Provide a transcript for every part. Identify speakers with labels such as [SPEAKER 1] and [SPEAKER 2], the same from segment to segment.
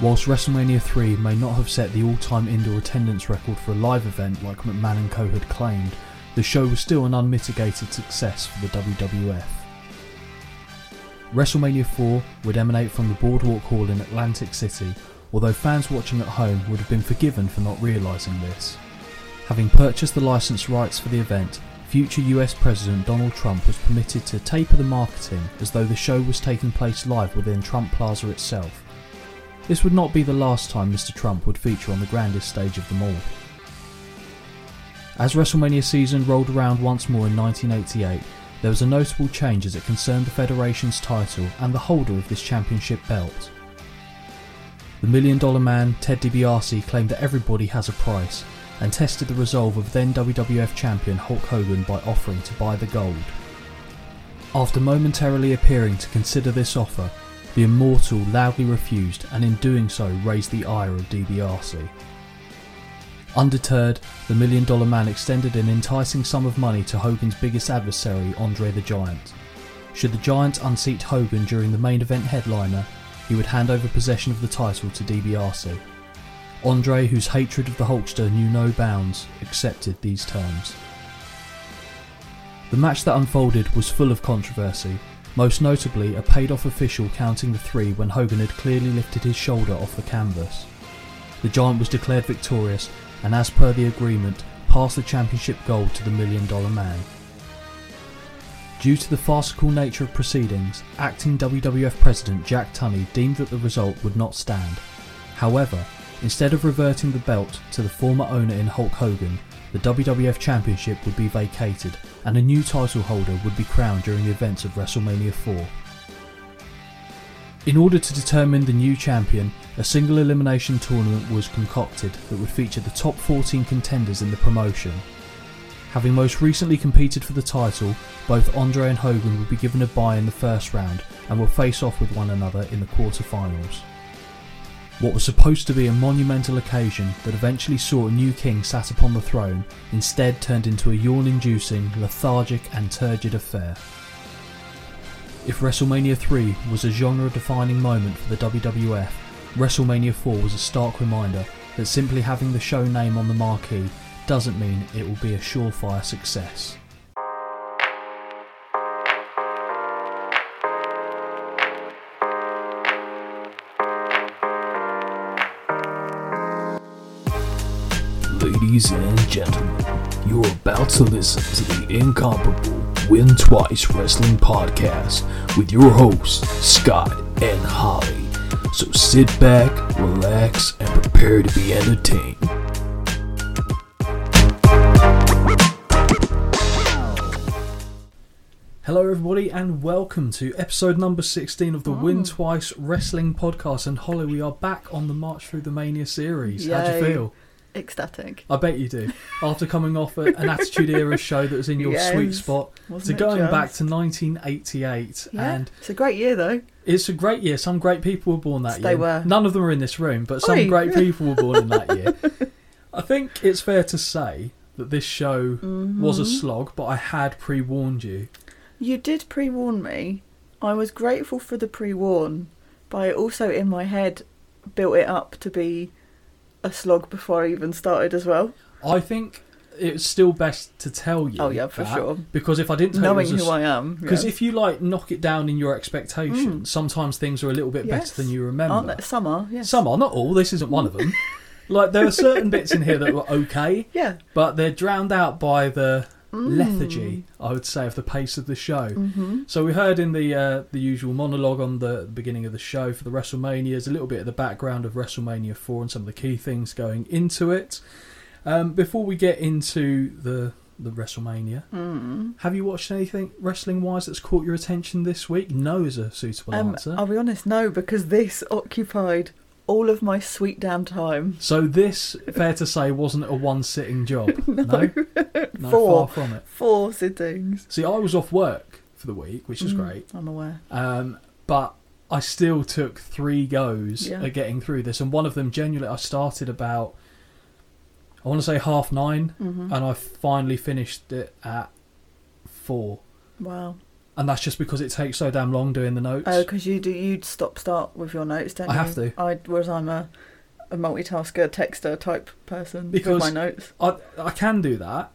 [SPEAKER 1] Whilst WrestleMania 3 may not have set the all time indoor attendance record for a live event like McMahon and Co. had claimed, the show was still an unmitigated success for the WWF. WrestleMania 4 would emanate from the Boardwalk Hall in Atlantic City, although fans watching at home would have been forgiven for not realising this. Having purchased the license rights for the event, future US President Donald Trump was permitted to taper the marketing as though the show was taking place live within Trump Plaza itself. This would not be the last time Mr. Trump would feature on the grandest stage of them all. As WrestleMania season rolled around once more in 1988, there was a notable change as it concerned the Federation's title and the holder of this championship belt. The Million Dollar Man, Ted DiBiase, claimed that everybody has a price and tested the resolve of then WWF champion Hulk Hogan by offering to buy the gold. After momentarily appearing to consider this offer, the Immortal loudly refused and in doing so raised the ire of DiBiase. Undeterred, the Million Dollar Man extended an enticing sum of money to Hogan's biggest adversary, Andre the Giant. Should the Giant unseat Hogan during the main event headliner, he would hand over possession of the title to DiBiase. Andre, whose hatred of the Hulkster knew no bounds, accepted these terms. The match that unfolded was full of controversy, most notably a paid off official counting the three when Hogan had clearly lifted his shoulder off the canvas. The Giant was declared victorious and, as per the agreement, passed the championship gold to the Million Dollar Man. Due to the farcical nature of proceedings, acting WWF President Jack Tunney deemed that the result would not stand. However, instead of reverting the belt to the former owner in Hulk Hogan, the WWF Championship would be vacated and a new title holder would be crowned during the events of WrestleMania 4. In order to determine the new champion, a single elimination tournament was concocted that would feature the top 14 contenders in the promotion. Having most recently competed for the title, both Andre and Hogan would be given a bye in the first round and will face off with one another in the quarterfinals. What was supposed to be a monumental occasion that eventually saw a new king sat upon the throne instead turned into a yawn inducing, lethargic, and turgid affair. If WrestleMania 3 was a genre defining moment for the WWF, WrestleMania 4 was a stark reminder that simply having the show name on the marquee doesn't mean it will be a surefire success.
[SPEAKER 2] Ladies and gentlemen, you're about to listen to the incomparable Win Twice Wrestling Podcast with your hosts, Scott and Holly. So sit back, relax, and prepare to be entertained.
[SPEAKER 1] Hello, everybody, and welcome to episode number 16 of the Win Twice Wrestling Podcast. And Holly, we are back on the March Through the Mania series. How do you
[SPEAKER 3] Yay.
[SPEAKER 1] feel?
[SPEAKER 3] ecstatic.
[SPEAKER 1] I bet you do. After coming off a, an Attitude Era show that was in your
[SPEAKER 3] Yes.
[SPEAKER 1] sweet spot,
[SPEAKER 3] Wasn't
[SPEAKER 1] to
[SPEAKER 3] it
[SPEAKER 1] going
[SPEAKER 3] just?
[SPEAKER 1] back to 1988,
[SPEAKER 3] Yeah,
[SPEAKER 1] and
[SPEAKER 3] it's a great year though.
[SPEAKER 1] it's a great year. Some great people were born that
[SPEAKER 3] They
[SPEAKER 1] year.
[SPEAKER 3] were.
[SPEAKER 1] None of them are in this room, but some
[SPEAKER 3] Oi.
[SPEAKER 1] great people were born in that year. I think it's fair to say that this show was
[SPEAKER 3] Mm-hmm.
[SPEAKER 1] a slog, but I had pre warned you.
[SPEAKER 3] You did pre-warn me. I was grateful for the pre-warn, but I also in my head built it up to be a slog before I even started as well.
[SPEAKER 1] I think it's still best to tell you.
[SPEAKER 3] Oh, yeah, for
[SPEAKER 1] that,
[SPEAKER 3] sure.
[SPEAKER 1] Because if I didn't tell
[SPEAKER 3] Knowing
[SPEAKER 1] you, it was
[SPEAKER 3] who
[SPEAKER 1] a
[SPEAKER 3] I am,
[SPEAKER 1] because
[SPEAKER 3] yeah. Mm.
[SPEAKER 1] if you like knock it down in your expectation, sometimes things are a little bit
[SPEAKER 3] Yes.
[SPEAKER 1] better than you remember.
[SPEAKER 3] aren't there some are? Yes.
[SPEAKER 1] Some are, not all. This isn't one of them. like there are certain bits in here that were okay,
[SPEAKER 3] Yeah.
[SPEAKER 1] but they're drowned out by the
[SPEAKER 3] Mm.
[SPEAKER 1] lethargy, I would say, of the pace of the show.
[SPEAKER 3] Mm-hmm.
[SPEAKER 1] So we heard in the uh, the usual monologue on the, the beginning of the show for the WrestleManias, a little bit of the background of WrestleMania Four and some of the key things going into it. Um, before we get into the the WrestleMania,
[SPEAKER 3] Mm.
[SPEAKER 1] have you watched anything wrestling wise that's caught your attention this week? No is a suitable
[SPEAKER 3] Um,
[SPEAKER 1] answer.
[SPEAKER 3] I'll be honest, no, because this occupied all of my sweet damn time.
[SPEAKER 1] So this, fair to say, wasn't a one-sitting job. no, no, far
[SPEAKER 3] Four.
[SPEAKER 1] from it.
[SPEAKER 3] Four sittings.
[SPEAKER 1] See, I was off work for the week, which is
[SPEAKER 3] Mm.
[SPEAKER 1] great,
[SPEAKER 3] I'm aware.
[SPEAKER 1] um, but I still took three goes
[SPEAKER 3] Yeah.
[SPEAKER 1] at getting through this, and one of them genuinely, I started about, I want to say half Mm-hmm.
[SPEAKER 3] Mm.
[SPEAKER 1] 9 and I finally finished it at four.
[SPEAKER 3] Wow.
[SPEAKER 1] and that's just because it takes so damn long doing the notes.
[SPEAKER 3] Oh, because you do you'd stop start with your notes, don't
[SPEAKER 1] I
[SPEAKER 3] you?
[SPEAKER 1] have to.
[SPEAKER 3] I whereas I'm a a multitasker, texter type person
[SPEAKER 1] Because-
[SPEAKER 3] with my notes.
[SPEAKER 1] I I can do that,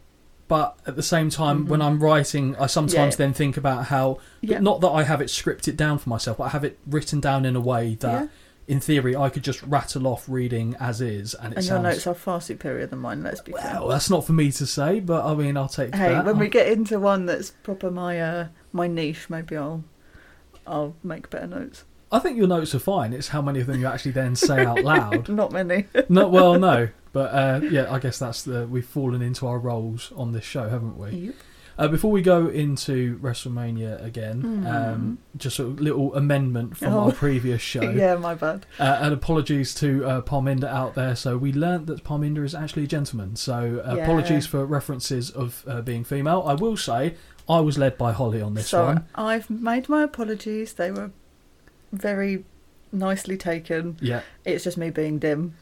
[SPEAKER 1] but at the same time, when
[SPEAKER 3] Mhm.
[SPEAKER 1] I'm writing, I sometimes
[SPEAKER 3] Yeah.
[SPEAKER 1] then think about how
[SPEAKER 3] Yeah.
[SPEAKER 1] not that I have it scripted down for myself, but I have it written down in a way that,
[SPEAKER 3] yeah.
[SPEAKER 1] in theory, I could just rattle off reading as is, and it
[SPEAKER 3] And your
[SPEAKER 1] sounds.
[SPEAKER 3] notes are far superior than mine, let's be
[SPEAKER 1] well, that's not for me to say, but I mean, I'll take
[SPEAKER 3] fair. Hey,
[SPEAKER 1] that.
[SPEAKER 3] when we get into one that's proper my uh my niche, maybe I'll I'll make better notes.
[SPEAKER 1] I think your notes are fine. It's how many of them you actually then say out loud.
[SPEAKER 3] Not many.
[SPEAKER 1] no, well, no, but uh, yeah, I guess that's the we've fallen into our roles on this show, haven't we? Uh, before we go into WrestleMania again, um, just a little amendment from
[SPEAKER 3] Hmm. Oh.
[SPEAKER 1] our previous show.
[SPEAKER 3] Yeah, my bad.
[SPEAKER 1] uh, and apologies to uh, Parminder out there. So we learnt that Parminder is actually a gentleman. So uh,
[SPEAKER 3] Yeah.
[SPEAKER 1] apologies for references of uh, being female. I will say I was led by Holly on this
[SPEAKER 3] so
[SPEAKER 1] one.
[SPEAKER 3] I've made my apologies. They were very nicely taken.
[SPEAKER 1] Yeah.
[SPEAKER 3] It's just me being dim.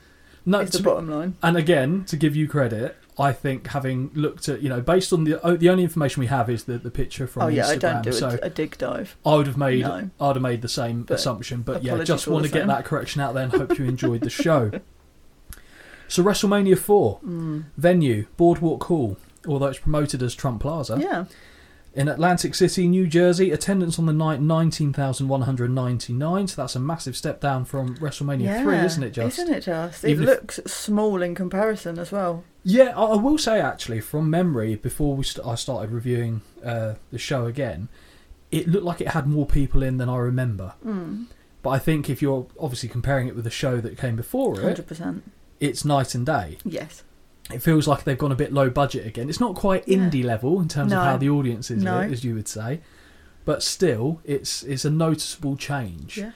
[SPEAKER 1] No,
[SPEAKER 3] it's
[SPEAKER 1] to
[SPEAKER 3] the bottom line.
[SPEAKER 1] And again, to give you credit, I think having looked at, you know, based on the oh, the only information we have is the, the picture from
[SPEAKER 3] Oh yeah,
[SPEAKER 1] Instagram.
[SPEAKER 3] I don't do
[SPEAKER 1] so
[SPEAKER 3] a, a dig dive.
[SPEAKER 1] I would have made
[SPEAKER 3] No.
[SPEAKER 1] I'd have made the same
[SPEAKER 3] But
[SPEAKER 1] assumption. But yeah,
[SPEAKER 3] apologies
[SPEAKER 1] just
[SPEAKER 3] all
[SPEAKER 1] want to
[SPEAKER 3] the
[SPEAKER 1] get
[SPEAKER 3] same.
[SPEAKER 1] that correction out there and hope you enjoyed the show. So WrestleMania four
[SPEAKER 3] Mm.
[SPEAKER 1] venue Boardwalk Hall, although it's promoted as Trump Plaza.
[SPEAKER 3] Yeah.
[SPEAKER 1] In Atlantic City, New Jersey, attendance on the night 19,199. So that's a massive step down from WrestleMania 3, isn't it, Just?
[SPEAKER 3] Isn't it just?
[SPEAKER 1] Even
[SPEAKER 3] it
[SPEAKER 1] if-
[SPEAKER 3] looks small in comparison as well.
[SPEAKER 1] Yeah, I I will say actually, from memory, before we st- I started reviewing uh, the show again, it looked like it had more people in than I remember.
[SPEAKER 3] Hmm.
[SPEAKER 1] But I think if you're obviously comparing it with the show that came before it,
[SPEAKER 3] Hundred percent.
[SPEAKER 1] it's night and day.
[SPEAKER 3] Yes.
[SPEAKER 1] It feels like they've gone a bit low budget again. It's not quite
[SPEAKER 3] Yeah.
[SPEAKER 1] indie level in terms
[SPEAKER 3] No.
[SPEAKER 1] of how the audience is,
[SPEAKER 3] No.
[SPEAKER 1] as you would say, but still, it's it's a noticeable change.
[SPEAKER 3] Yeah.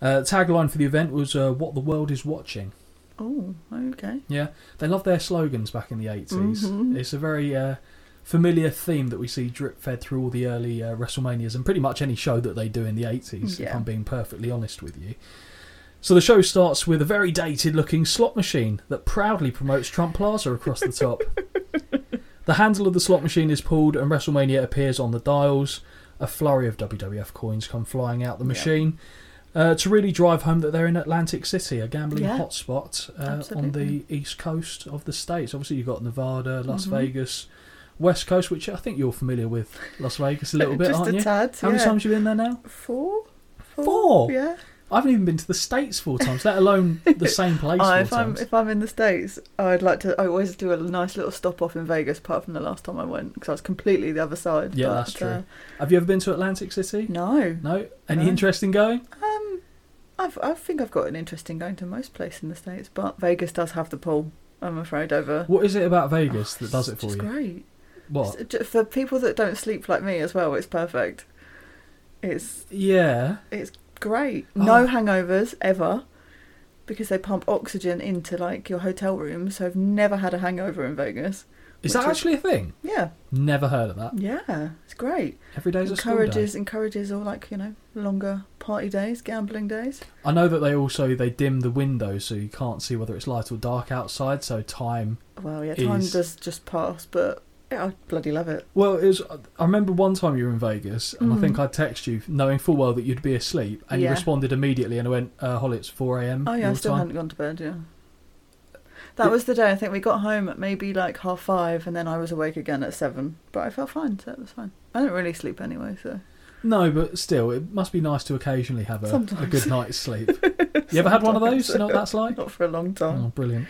[SPEAKER 1] Uh, tagline for the event was uh, "What the world is watching."
[SPEAKER 3] Oh, okay.
[SPEAKER 1] Yeah, they love their slogans back in the 80s
[SPEAKER 3] Mhm.
[SPEAKER 1] It's a very uh, familiar theme that we see drip fed through all the early uh, WrestleManias and pretty much any show that they do in the eighties. If
[SPEAKER 3] Yeah.
[SPEAKER 1] I'm being perfectly honest with you. So the show starts with a very dated-looking slot machine that proudly promotes Trump Plaza across the top. the handle of the slot machine is pulled, and WrestleMania appears on the dials. A flurry of WWF coins come flying out the
[SPEAKER 3] Yeah.
[SPEAKER 1] machine uh, to really drive home that they're in Atlantic City, a gambling
[SPEAKER 3] Yeah.
[SPEAKER 1] hotspot uh, on the
[SPEAKER 3] Absolutely.
[SPEAKER 1] east coast of the states. Obviously, you've got Nevada, Las
[SPEAKER 3] Mhm.
[SPEAKER 1] Vegas, West Coast, which I think you're familiar with Las Vegas a little bit,
[SPEAKER 3] just
[SPEAKER 1] aren't
[SPEAKER 3] a
[SPEAKER 1] you?
[SPEAKER 3] tad.
[SPEAKER 1] How
[SPEAKER 3] yeah.
[SPEAKER 1] many times you been there now?
[SPEAKER 3] Four?
[SPEAKER 1] Four?
[SPEAKER 3] Yeah.
[SPEAKER 1] I haven't even been to the states four times, let alone the same place
[SPEAKER 3] I,
[SPEAKER 1] four
[SPEAKER 3] Oh, if I'm
[SPEAKER 1] times.
[SPEAKER 3] if I'm in the states, I'd like to. I always do a nice little stop off in Vegas, apart from the last time I went because I was completely the other side.
[SPEAKER 1] Yeah,
[SPEAKER 3] but,
[SPEAKER 1] that's true.
[SPEAKER 3] uh,
[SPEAKER 1] Have you ever been to Atlantic City?
[SPEAKER 3] no,
[SPEAKER 1] No. Any
[SPEAKER 3] No.
[SPEAKER 1] interest in going?
[SPEAKER 3] um, I've, I think I've got an interest in going to most places in the states, but Vegas does have the pull. I'm afraid over.
[SPEAKER 1] What is it about Vegas that does
[SPEAKER 3] It's
[SPEAKER 1] it for
[SPEAKER 3] just
[SPEAKER 1] you?
[SPEAKER 3] Great.
[SPEAKER 1] What?
[SPEAKER 3] It's- ju- For people that don't sleep like me as well, it's perfect. It's
[SPEAKER 1] Yeah.
[SPEAKER 3] great.
[SPEAKER 1] Oh.
[SPEAKER 3] No hangovers ever. Because they pump oxygen into like your hotel room, so I've never had a hangover in Vegas.
[SPEAKER 1] Is
[SPEAKER 3] Which
[SPEAKER 1] that
[SPEAKER 3] is-
[SPEAKER 1] actually a thing?
[SPEAKER 3] Yeah,
[SPEAKER 1] Never heard of that.
[SPEAKER 3] yeah, it's great.
[SPEAKER 1] Every day's a Uh. school day.
[SPEAKER 3] encourages encourages all like you know longer party days, gambling days.
[SPEAKER 1] I know that they also they dim the windows so you can't see whether it's light or dark outside. So time.
[SPEAKER 3] Well, yeah, time
[SPEAKER 1] Is-
[SPEAKER 3] does just pass, but yeah, I bloody love it.
[SPEAKER 1] Well, it was. I remember one time you were in Vegas, and I
[SPEAKER 3] Mm.
[SPEAKER 1] think I texted you knowing full well that you'd be asleep, and you
[SPEAKER 3] Yeah.
[SPEAKER 1] responded immediately, and I went, uh, "Holly, it's four a.m.
[SPEAKER 3] Oh yeah, I
[SPEAKER 1] your
[SPEAKER 3] still
[SPEAKER 1] time."
[SPEAKER 3] hadn't gone to bed. Yeah, that
[SPEAKER 1] Yeah.
[SPEAKER 3] was the day. I think we got home at maybe like half five, and then I was awake again at seven. But I felt fine, so it was fine. I don't really sleep anyway, so
[SPEAKER 1] No, but still, it must be nice to occasionally have a, a
[SPEAKER 3] Sometimes.
[SPEAKER 1] good night's sleep. you ever had one of those? You know what that's like?
[SPEAKER 3] not for a long time.
[SPEAKER 1] Oh, brilliant.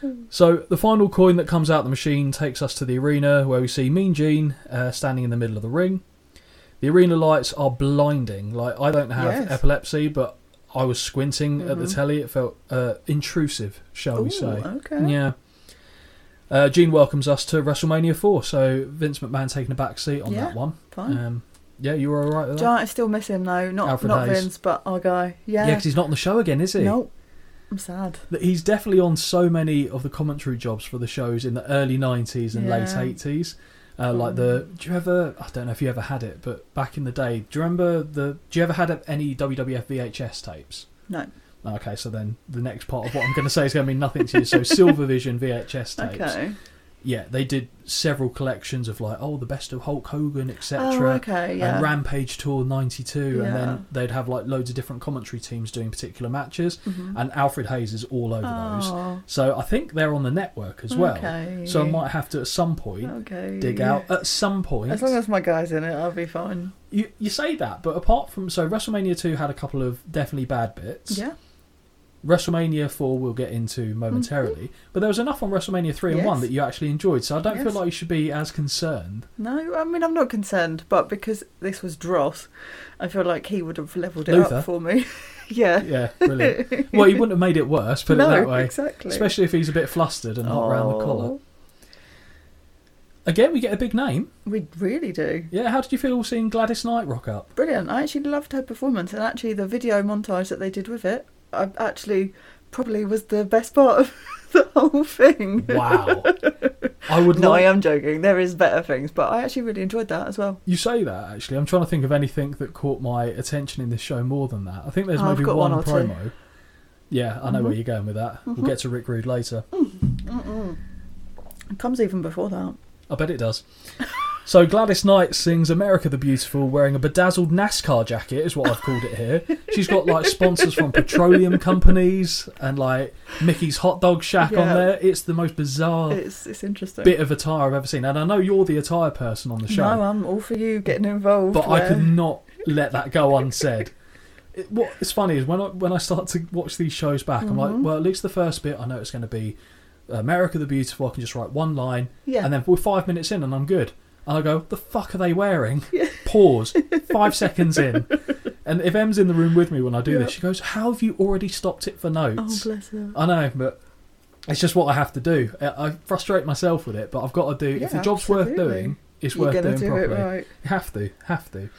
[SPEAKER 3] Hmm.
[SPEAKER 1] So the final coin that comes out of the machine takes us to the arena where we see Mean Gene uh, standing in the middle of the ring. The arena lights are blinding. Like I don't have
[SPEAKER 3] Yes.
[SPEAKER 1] epilepsy, but I was squinting at the
[SPEAKER 3] Mhm.
[SPEAKER 1] telly. It felt uh, intrusive, Oh, shall we
[SPEAKER 3] Ooh,
[SPEAKER 1] say?
[SPEAKER 3] okay.
[SPEAKER 1] Yeah. Uh, Gene welcomes us to WrestleMania 4, so Vince McMahon taking a back seat on
[SPEAKER 3] Yeah,
[SPEAKER 1] that one.
[SPEAKER 3] Fine.
[SPEAKER 1] Um, yeah, you were all right with that.
[SPEAKER 3] Giant is still missing though. Not
[SPEAKER 1] Uh, Alfred
[SPEAKER 3] not
[SPEAKER 1] Hayes.
[SPEAKER 3] Vince, but our guy.
[SPEAKER 1] Yeah,
[SPEAKER 3] Yeah.
[SPEAKER 1] because he's not on the show again, is he?
[SPEAKER 3] no, I'm sad.
[SPEAKER 1] that he's definitely on so many of the commentary jobs for the shows in the early 90s and
[SPEAKER 3] Yeah.
[SPEAKER 1] late 80s uh, like the do you ever i don't know if you ever had it but back in the day do you remember the do you ever had any wwf vhs tapes
[SPEAKER 3] No.
[SPEAKER 1] okay so then the next part of what i'm going to say is going to mean nothing to you so silvervision vhs tapes
[SPEAKER 3] Okay.
[SPEAKER 1] yeah, they did several collections of like, oh, the best of Hulk Hogan, etc.
[SPEAKER 3] Oh, okay, yeah.
[SPEAKER 1] And Rampage Tour 92, and
[SPEAKER 3] Yeah.
[SPEAKER 1] then they'd have like loads of different commentary teams doing particular matches,
[SPEAKER 3] Mhm.
[SPEAKER 1] and Alfred Hayes is all over those.
[SPEAKER 3] Oh,
[SPEAKER 1] So I think they're on the network as well.
[SPEAKER 3] Okay.
[SPEAKER 1] So I might have to at some point
[SPEAKER 3] okay.
[SPEAKER 1] dig out at some point.
[SPEAKER 3] As long as my guy's in it, I'll be fine.
[SPEAKER 1] you you say that, but apart from so WrestleMania 2 had a couple of definitely bad bits.
[SPEAKER 3] Yeah.
[SPEAKER 1] WrestleMania 4 we'll get into momentarily, but there was enough on WrestleMania 3 and
[SPEAKER 3] Mm-hmm. Yes.
[SPEAKER 1] 1 that you actually enjoyed, so I don't feel
[SPEAKER 3] Yes.
[SPEAKER 1] like you should be as concerned.
[SPEAKER 3] No, I mean I'm not concerned, but because this was Dross, I feel like he would have leveled it
[SPEAKER 1] Luther?
[SPEAKER 3] up for me. yeah.
[SPEAKER 1] Yeah, brilliant. well, you wouldn't have made it worse, put
[SPEAKER 3] no,
[SPEAKER 1] it that way.
[SPEAKER 3] exactly.
[SPEAKER 1] Especially if he's a bit flustered and hot round the collar.
[SPEAKER 3] Oh,
[SPEAKER 1] Again, we get a big name.
[SPEAKER 3] We really do.
[SPEAKER 1] Yeah, how did you feel seeing Gladys Knight rock up?
[SPEAKER 3] Brilliant. I actually loved her performance, and actually the video montage that they did with it, I actually probably was the best part of the whole thing.
[SPEAKER 1] Wow. I would
[SPEAKER 3] No, I
[SPEAKER 1] like.
[SPEAKER 3] am joking. There is better things, but I actually really enjoyed that as well.
[SPEAKER 1] You say that, actually. I'm trying to think of anything that caught my attention in this show more than that. I think there's
[SPEAKER 3] Oh, I've
[SPEAKER 1] maybe
[SPEAKER 3] got one or two.
[SPEAKER 1] promo. Yeah, I know where
[SPEAKER 3] Mhm.
[SPEAKER 1] you're going with that. We'll get to Rick Rude later.
[SPEAKER 3] Mm-mm. It comes even before that.
[SPEAKER 1] I bet it does. So Gladys Knight sings America the Beautiful wearing a bedazzled NASCAR jacket is what I've called it here. She's got like sponsors from petroleum companies and like Mickey's hot dog shack on
[SPEAKER 3] Yeah.
[SPEAKER 1] there. It's the most bizarre
[SPEAKER 3] It's it's interesting.
[SPEAKER 1] bit of attire I've ever seen. And I know you're the attire person on the show,
[SPEAKER 3] No, I'm all for you getting involved.
[SPEAKER 1] but I
[SPEAKER 3] where-
[SPEAKER 1] could not let that go unsaid. It, what is funny is when I when I start to watch these shows back, I'm like,
[SPEAKER 3] Mhm.
[SPEAKER 1] well, at least the first bit I know it's going to be America the Beautiful. I can just write one line,
[SPEAKER 3] Yeah.
[SPEAKER 1] and then we're five minutes in and I'm good. And I go, the fuck are they wearing? Pause. Five seconds in. And if Em's in the room with me when I do
[SPEAKER 3] Yeah.
[SPEAKER 1] this, she goes, How have you already stopped it for
[SPEAKER 3] oh,
[SPEAKER 1] notes?
[SPEAKER 3] bless her.
[SPEAKER 1] I know, but it's just what I have to do. I I frustrate myf with it, but I've got to do, if the
[SPEAKER 3] Yeah,
[SPEAKER 1] job's worth
[SPEAKER 3] absolutely.
[SPEAKER 1] doing, it's
[SPEAKER 3] You're
[SPEAKER 1] worth
[SPEAKER 3] gonna
[SPEAKER 1] doing
[SPEAKER 3] do
[SPEAKER 1] properly.
[SPEAKER 3] it right.
[SPEAKER 1] You have to, have to.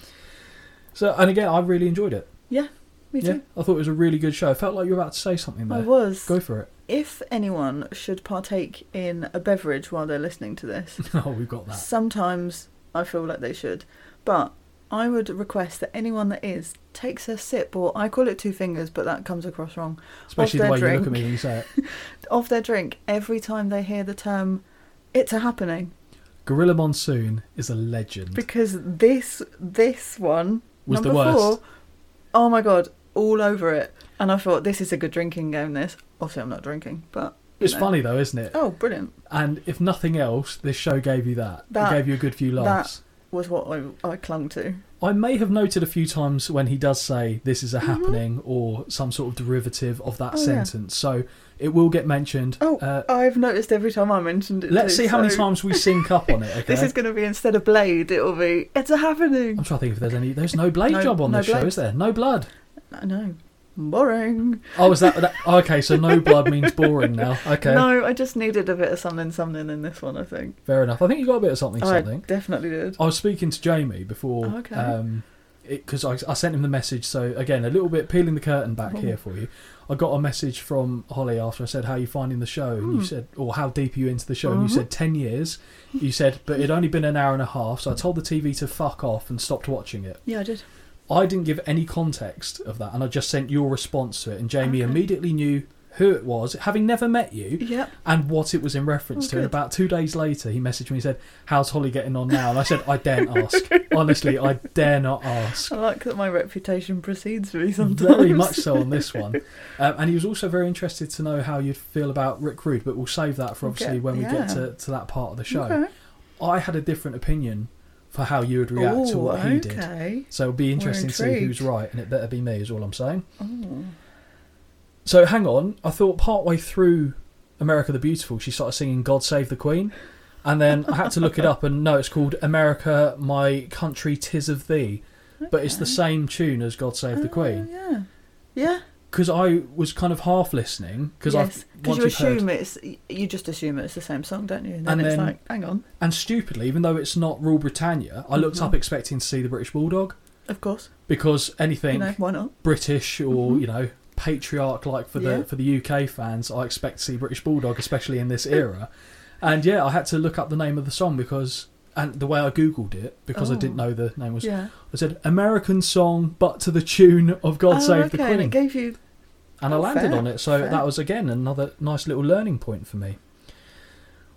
[SPEAKER 1] So, and again, I really enjoyed it.
[SPEAKER 3] Me
[SPEAKER 1] yeah,
[SPEAKER 3] too.
[SPEAKER 1] I thought it was a really good show. I felt like you were about to say something
[SPEAKER 3] I
[SPEAKER 1] there.
[SPEAKER 3] was.
[SPEAKER 1] Go for it.
[SPEAKER 3] If anyone should partake in a beverage while they're listening to this,
[SPEAKER 1] oh, we've got that.
[SPEAKER 3] sometimes I feel like they should. But I would request that anyone that is takes a sip, or I call it two fingers, but that comes across wrong,
[SPEAKER 1] Especially the
[SPEAKER 3] their
[SPEAKER 1] way you look at
[SPEAKER 3] drink.
[SPEAKER 1] me when you say it.
[SPEAKER 3] of their drink every time they hear the term it's a happening
[SPEAKER 1] Gorilla Monsoon is a legend.
[SPEAKER 3] because this this one
[SPEAKER 1] was
[SPEAKER 3] number
[SPEAKER 1] the worst.
[SPEAKER 3] four oh my god all over it and i thought this is a good drinking game this obviously i'm not drinking but you
[SPEAKER 1] It's
[SPEAKER 3] know.
[SPEAKER 1] funny though, isn't it?
[SPEAKER 3] oh brilliant
[SPEAKER 1] And if nothing else, this show gave you that.
[SPEAKER 3] That-
[SPEAKER 1] it gave you a good few laughs.
[SPEAKER 3] was what i, I clung to
[SPEAKER 1] I may have noted a few times when he does say this is a happening or some sort of derivative of that
[SPEAKER 3] Mm-hmm. Oh, yeah.
[SPEAKER 1] sentence. So it will get mentioned.
[SPEAKER 3] Oh,
[SPEAKER 1] Uh,
[SPEAKER 3] i've noticed every time i mentioned it
[SPEAKER 1] let's
[SPEAKER 3] too,
[SPEAKER 1] see how many
[SPEAKER 3] so
[SPEAKER 1] times we sync up on it. Okay.
[SPEAKER 3] this is going to be instead of blade it'll be it's a happening
[SPEAKER 1] I'm trying to think if there's any. There's no blade
[SPEAKER 3] No-
[SPEAKER 1] job on
[SPEAKER 3] no
[SPEAKER 1] this show,
[SPEAKER 3] blades.
[SPEAKER 1] is there? No blood.
[SPEAKER 3] i know boring
[SPEAKER 1] Oh, is that, that okay? So no blood means boring now. Okay,
[SPEAKER 3] no i just needed a bit of something something in this one i think
[SPEAKER 1] fair enough. I think you got a bit of something.
[SPEAKER 3] i
[SPEAKER 1] Something.
[SPEAKER 3] definitely did
[SPEAKER 1] I was speaking to Jamie before,
[SPEAKER 3] Oh, okay.
[SPEAKER 1] um, because I, I sent him the message. So again, a little bit peeling the curtain back
[SPEAKER 3] Oh.
[SPEAKER 1] here for you. I got a message from Holly after I said, "How are you finding the show?" And you
[SPEAKER 3] Hmm.
[SPEAKER 1] said, "Or how deep are you into the show?" And
[SPEAKER 3] Mhm.
[SPEAKER 1] you said, 10 years." You said, "But it'd only been an hour and a half." So I told the TV to fuck off and stopped watching it.
[SPEAKER 3] yeah i did
[SPEAKER 1] I didn't give any context of that, and I just sent your response to it. And Jamie
[SPEAKER 3] Okay.
[SPEAKER 1] immediately knew who it was, having never met you
[SPEAKER 3] yep
[SPEAKER 1] and what it was in reference
[SPEAKER 3] Oh,
[SPEAKER 1] to. And
[SPEAKER 3] good.
[SPEAKER 1] about two days later, he messaged me and said, How's Holly getting on now? And I said, I dare not ask. Honestly, I dare not ask.
[SPEAKER 3] I like that my reputation precedes me sometimes.
[SPEAKER 1] Very much so on this one. Um, and he was also very interested to know how you'd feel about Rick Rude, but we'll save that for
[SPEAKER 3] We'll
[SPEAKER 1] obviously
[SPEAKER 3] get-
[SPEAKER 1] when we get
[SPEAKER 3] yeah.
[SPEAKER 1] to, to that part of the show.
[SPEAKER 3] Okay.
[SPEAKER 1] I had a different opinion for how you would react to
[SPEAKER 3] Ooh,
[SPEAKER 1] what he did.
[SPEAKER 3] Oh, okay.
[SPEAKER 1] So it'll be interesting to see who's
[SPEAKER 3] intrigued.
[SPEAKER 1] right, and it better be me, is all I'm saying.
[SPEAKER 3] Oh.
[SPEAKER 1] So hang on, I thought partway through America the Beautiful, she started singing "God Save the Queen," and then I had to look it up, and no, it's called "America, My Country, Tis of Thee," but it's the same tune as "God Save the
[SPEAKER 3] Oh,
[SPEAKER 1] Queen."
[SPEAKER 3] Yeah. Yeah.
[SPEAKER 1] Because I was kind of half listening, because
[SPEAKER 3] yes.
[SPEAKER 1] I've once
[SPEAKER 3] Because you
[SPEAKER 1] you've heard,
[SPEAKER 3] assume it's you just assume it's the same song, don't you? And then
[SPEAKER 1] And
[SPEAKER 3] it's
[SPEAKER 1] then-
[SPEAKER 3] like, hang on.
[SPEAKER 1] and stupidly, even though it's not Rule Britannia, I looked
[SPEAKER 3] Mhm.
[SPEAKER 1] up expecting to see the British Bulldog
[SPEAKER 3] Of course.
[SPEAKER 1] because anything
[SPEAKER 3] You know, why not?
[SPEAKER 1] British or
[SPEAKER 3] Mhm.
[SPEAKER 1] you know patriarch like for
[SPEAKER 3] Yeah.
[SPEAKER 1] the for the UK fans, I expect to see British Bulldog, especially in this era. and yeah, I had to look up the name of the song because and the way I googled it because I
[SPEAKER 3] Oh.
[SPEAKER 1] didn't know the name was.
[SPEAKER 3] yeah.
[SPEAKER 1] I said American song, but to the tune of God
[SPEAKER 3] oh,
[SPEAKER 1] Save
[SPEAKER 3] okay.
[SPEAKER 1] the
[SPEAKER 3] And
[SPEAKER 1] Queen,
[SPEAKER 3] it gave you
[SPEAKER 1] and I
[SPEAKER 3] Oh,
[SPEAKER 1] landed
[SPEAKER 3] fair,
[SPEAKER 1] on it. So
[SPEAKER 3] fair.
[SPEAKER 1] that was again another nice little learning point for me.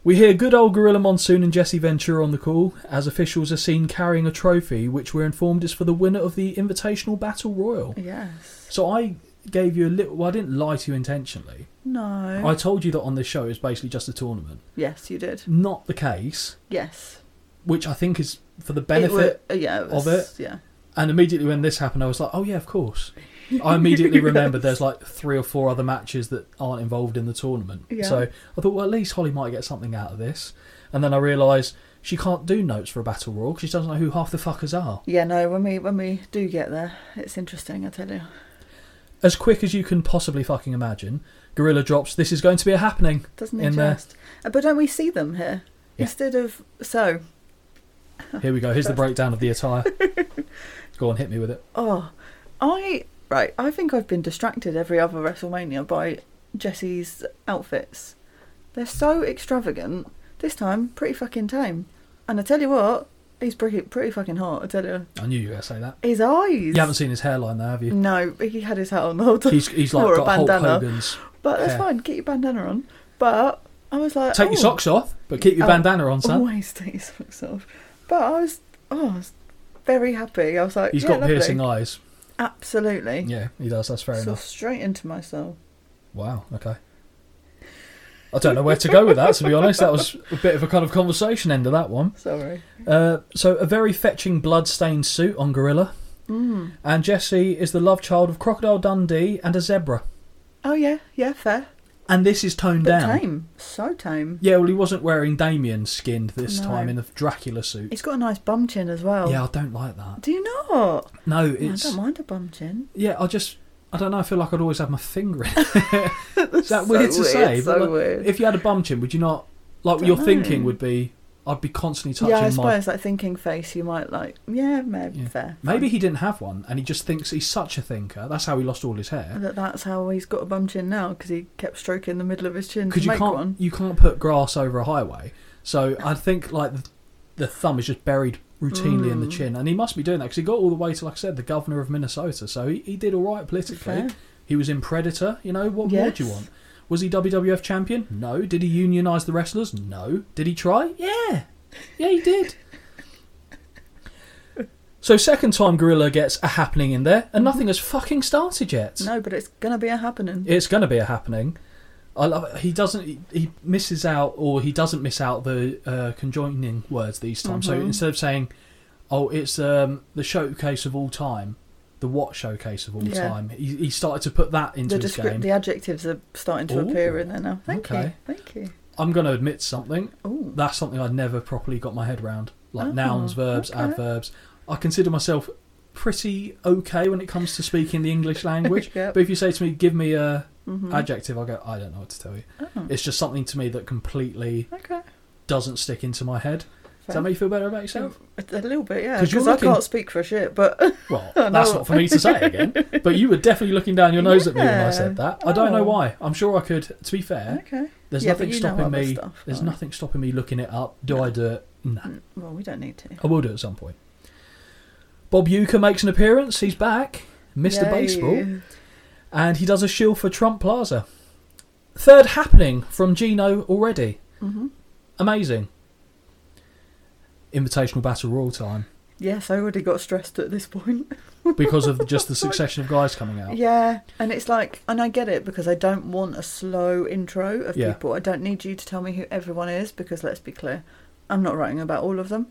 [SPEAKER 1] We hear good old Gorilla Monsoon and Jesse Ventura on the call, as officials are seen carrying a trophy, which we're informed is for the winner of the Invitational Battle Royal.
[SPEAKER 3] Yes.
[SPEAKER 1] So I gave you a little. Well, I didn't lie to you intentionally.
[SPEAKER 3] No.
[SPEAKER 1] I told you that on this show it's basically just a tournament.
[SPEAKER 3] Yes, you did.
[SPEAKER 1] Not the case,
[SPEAKER 3] Yes.
[SPEAKER 1] which I think is for the
[SPEAKER 3] It
[SPEAKER 1] benefit.
[SPEAKER 3] wa- yeah, it
[SPEAKER 1] of
[SPEAKER 3] was- Yeah.
[SPEAKER 1] And immediately when this happened, I was like, oh, yeah, of course. I immediately remembered there's like three or four other matches that aren't involved in the tournament.
[SPEAKER 3] Yeah.
[SPEAKER 1] So I thought, well, at least Holly might get something out of this. And then I realised she can't do notes for a battle royal 'cause she doesn't know who half the fuckers are.
[SPEAKER 3] Yeah, no, when we when we do get there, it's interesting, I tell you.
[SPEAKER 1] As quick as you can possibly fucking imagine, Gorilla drops, this is going to be a happening.
[SPEAKER 3] Doesn't
[SPEAKER 1] In
[SPEAKER 3] it
[SPEAKER 1] there.
[SPEAKER 3] just? Uh, But don't we see them here?
[SPEAKER 1] Yeah.
[SPEAKER 3] Instead of so,
[SPEAKER 1] Here we go. Here's the breakdown of the attire. go on, hit me with it.
[SPEAKER 3] oh, I right, I think I've been distracted every other WrestleMania by Jesse's outfits. They're so extravagant. This time, pretty fucking tame. And I tell you what, he's pretty pretty fucking hot. I tell you,
[SPEAKER 1] I knew you were going to say that.
[SPEAKER 3] his eyes.
[SPEAKER 1] You haven't seen his hairline though, have you?
[SPEAKER 3] No, he had his hat on the whole time.
[SPEAKER 1] He's, he's like
[SPEAKER 3] Or a
[SPEAKER 1] got Hulk
[SPEAKER 3] bandana.
[SPEAKER 1] Hogan's.
[SPEAKER 3] But that's
[SPEAKER 1] Yeah.
[SPEAKER 3] fine. Get your bandana on. But I was like,
[SPEAKER 1] Take your
[SPEAKER 3] oh,
[SPEAKER 1] socks off, but keep your
[SPEAKER 3] Oh.
[SPEAKER 1] bandana on, son.
[SPEAKER 3] Always take your socks off. But I was, oh, I was very happy. I was like,
[SPEAKER 1] He's
[SPEAKER 3] yeah,
[SPEAKER 1] got
[SPEAKER 3] lovely.
[SPEAKER 1] piercing eyes.
[SPEAKER 3] Absolutely.
[SPEAKER 1] Yeah, he does. That's fair
[SPEAKER 3] so
[SPEAKER 1] enough.
[SPEAKER 3] straight into my soul.
[SPEAKER 1] Wow. Okay. I don't know where to go with that. To be honest, that was a bit of a kind of conversation end of that one.
[SPEAKER 3] Sorry.
[SPEAKER 1] Uh, so a very fetching blood-stained suit on Gorilla,
[SPEAKER 3] Mm.
[SPEAKER 1] and Jesse is the love child of Crocodile Dundee and a zebra.
[SPEAKER 3] Oh yeah, yeah, fair.
[SPEAKER 1] And this is toned
[SPEAKER 3] But
[SPEAKER 1] down.
[SPEAKER 3] tame, so tame.
[SPEAKER 1] Yeah, well, he wasn't wearing Damien skinned this
[SPEAKER 3] No.
[SPEAKER 1] time in the Dracula suit.
[SPEAKER 3] He's got a nice bum chin as well.
[SPEAKER 1] Yeah, I don't like that.
[SPEAKER 3] Do you not?
[SPEAKER 1] No,
[SPEAKER 3] No, I
[SPEAKER 1] it's
[SPEAKER 3] don't mind a bum chin.
[SPEAKER 1] yeah. I just I don't know. I feel like I'd always have my finger in. it.
[SPEAKER 3] Is
[SPEAKER 1] that weird to say?
[SPEAKER 3] So
[SPEAKER 1] But, like,
[SPEAKER 3] weird.
[SPEAKER 1] if you had a bum chin, would you not? Like
[SPEAKER 3] Don't
[SPEAKER 1] your
[SPEAKER 3] know.
[SPEAKER 1] thinking would be, I'd be constantly touching
[SPEAKER 3] yeah, I
[SPEAKER 1] my
[SPEAKER 3] suppose like thinking face, you might like. Yeah, maybe
[SPEAKER 1] Yeah.
[SPEAKER 3] fair.
[SPEAKER 1] Maybe he didn't have one, and he just thinks he's such a thinker. That's how he lost all his hair.
[SPEAKER 3] That that's how he's got a bum chin now because he kept stroking the middle of his chin to
[SPEAKER 1] Because you
[SPEAKER 3] make
[SPEAKER 1] can't
[SPEAKER 3] one.
[SPEAKER 1] you can't put grass over a highway. So I think like the, the thumb is just buried routinely in the
[SPEAKER 3] Mm.
[SPEAKER 1] chin, and he must be doing that because he got all the way to, like I said, the governor of Minnesota. So he, he did all right politically.
[SPEAKER 3] Fair.
[SPEAKER 1] He was in Predator. You know what more do you
[SPEAKER 3] Yes.
[SPEAKER 1] want? Was he WWF champion? No. Did he unionize the wrestlers? No. Did he try? Yeah. Yeah, he did. so second time Gorilla gets a happening in there, and nothing has fucking started yet.
[SPEAKER 3] No, but it's gonna be a happening.
[SPEAKER 1] It's going to be a happening. I love it. He doesn't. He, he misses out, or he doesn't miss out the uh, conjoining words these times. So
[SPEAKER 3] Mhm.
[SPEAKER 1] instead of saying, "Oh, it's um, the showcase of all time," the what showcase of all
[SPEAKER 3] Yeah.
[SPEAKER 1] time, he, he started to put that into
[SPEAKER 3] the
[SPEAKER 1] his
[SPEAKER 3] descript-
[SPEAKER 1] game.
[SPEAKER 3] the adjectives are starting to
[SPEAKER 1] Ooh.
[SPEAKER 3] appear in there now. Thank you,
[SPEAKER 1] Okay.
[SPEAKER 3] thank you.
[SPEAKER 1] I'm going to admit something.
[SPEAKER 3] Oh,
[SPEAKER 1] That's something I never properly got my head round. Like
[SPEAKER 3] Oh,
[SPEAKER 1] nouns, verbs,
[SPEAKER 3] okay.
[SPEAKER 1] adverbs. I consider myself pretty okay when it comes to speaking the English language.
[SPEAKER 3] Yep.
[SPEAKER 1] But if you say to me, "Give me a
[SPEAKER 3] hmm
[SPEAKER 1] adjective," I go, "I don't know what to tell you."
[SPEAKER 3] oh.
[SPEAKER 1] It's just something to me that completely
[SPEAKER 3] okay.
[SPEAKER 1] doesn't stick into my head. Does that
[SPEAKER 3] Fair.
[SPEAKER 1] make you feel better about yourself?
[SPEAKER 3] A, a little bit, yeah.
[SPEAKER 1] 'Cause you're
[SPEAKER 3] Because I
[SPEAKER 1] looking-
[SPEAKER 3] can't speak for shit, but
[SPEAKER 1] Well,
[SPEAKER 3] Oh, no.
[SPEAKER 1] that's not for me to say again. But you were definitely looking down your nose at me when I said that. I don't know
[SPEAKER 3] Oh.
[SPEAKER 1] why. I'm sure I could. To be fair,
[SPEAKER 3] okay.
[SPEAKER 1] there's
[SPEAKER 3] yeah,
[SPEAKER 1] nothing
[SPEAKER 3] but you know
[SPEAKER 1] stopping
[SPEAKER 3] other
[SPEAKER 1] me.
[SPEAKER 3] Stuff,
[SPEAKER 1] There's
[SPEAKER 3] right?
[SPEAKER 1] nothing stopping me looking it up. Do
[SPEAKER 3] No.
[SPEAKER 1] I do it? No,
[SPEAKER 3] Mm, Well, we don't need to.
[SPEAKER 1] I will do it at some point. Bob Uecker makes an appearance. He's back, Mr.
[SPEAKER 3] Yay.
[SPEAKER 1] Baseball, and he does a shield for Trump Plaza. Third happening from Gino already.
[SPEAKER 3] Mhm.
[SPEAKER 1] Amazing. Invitational battle royal time.
[SPEAKER 3] Yes, I already got stressed at this point.
[SPEAKER 1] because of just the succession of guys coming out.
[SPEAKER 3] Yeah, and it's like, and I get it because I don't want a slow intro of
[SPEAKER 1] Yeah.
[SPEAKER 3] people. I don't need you to tell me who everyone is because let's be clear, I'm not writing about all of them.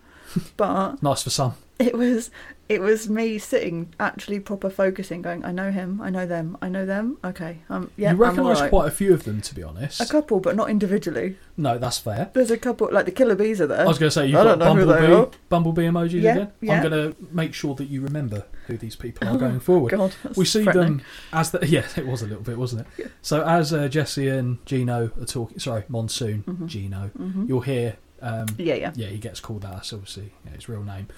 [SPEAKER 3] But
[SPEAKER 1] Nice for some.
[SPEAKER 3] it was, it was me sitting actually proper focusing, going, I know him, I know them, I know them. Okay, um, yeah,
[SPEAKER 1] you recognise
[SPEAKER 3] I'm all right.
[SPEAKER 1] quite a few of them, to be honest.
[SPEAKER 3] a couple, but not individually.
[SPEAKER 1] No, that's fair.
[SPEAKER 3] There's a couple, like the killer bees are
[SPEAKER 1] I
[SPEAKER 3] there.
[SPEAKER 1] was going to say you've
[SPEAKER 3] I
[SPEAKER 1] got
[SPEAKER 3] don't know who they are.
[SPEAKER 1] bumblebee, bumblebee emojis
[SPEAKER 3] Yeah,
[SPEAKER 1] again.
[SPEAKER 3] yeah.
[SPEAKER 1] I'm going to make sure that you remember who these people are
[SPEAKER 3] Oh,
[SPEAKER 1] going forward.
[SPEAKER 3] God, that's
[SPEAKER 1] we see
[SPEAKER 3] threatening.
[SPEAKER 1] them as the yeah, it was a little bit, wasn't it?
[SPEAKER 3] Yeah.
[SPEAKER 1] So as uh, Jesse and Gino are talking, sorry, Monsoon
[SPEAKER 3] Mhm.
[SPEAKER 1] Gino,
[SPEAKER 3] Mhm.
[SPEAKER 1] you'll hear um,
[SPEAKER 3] Yeah, yeah.
[SPEAKER 1] Mm-hmm. yeah, he gets called that. That's obviously yeah, his real name.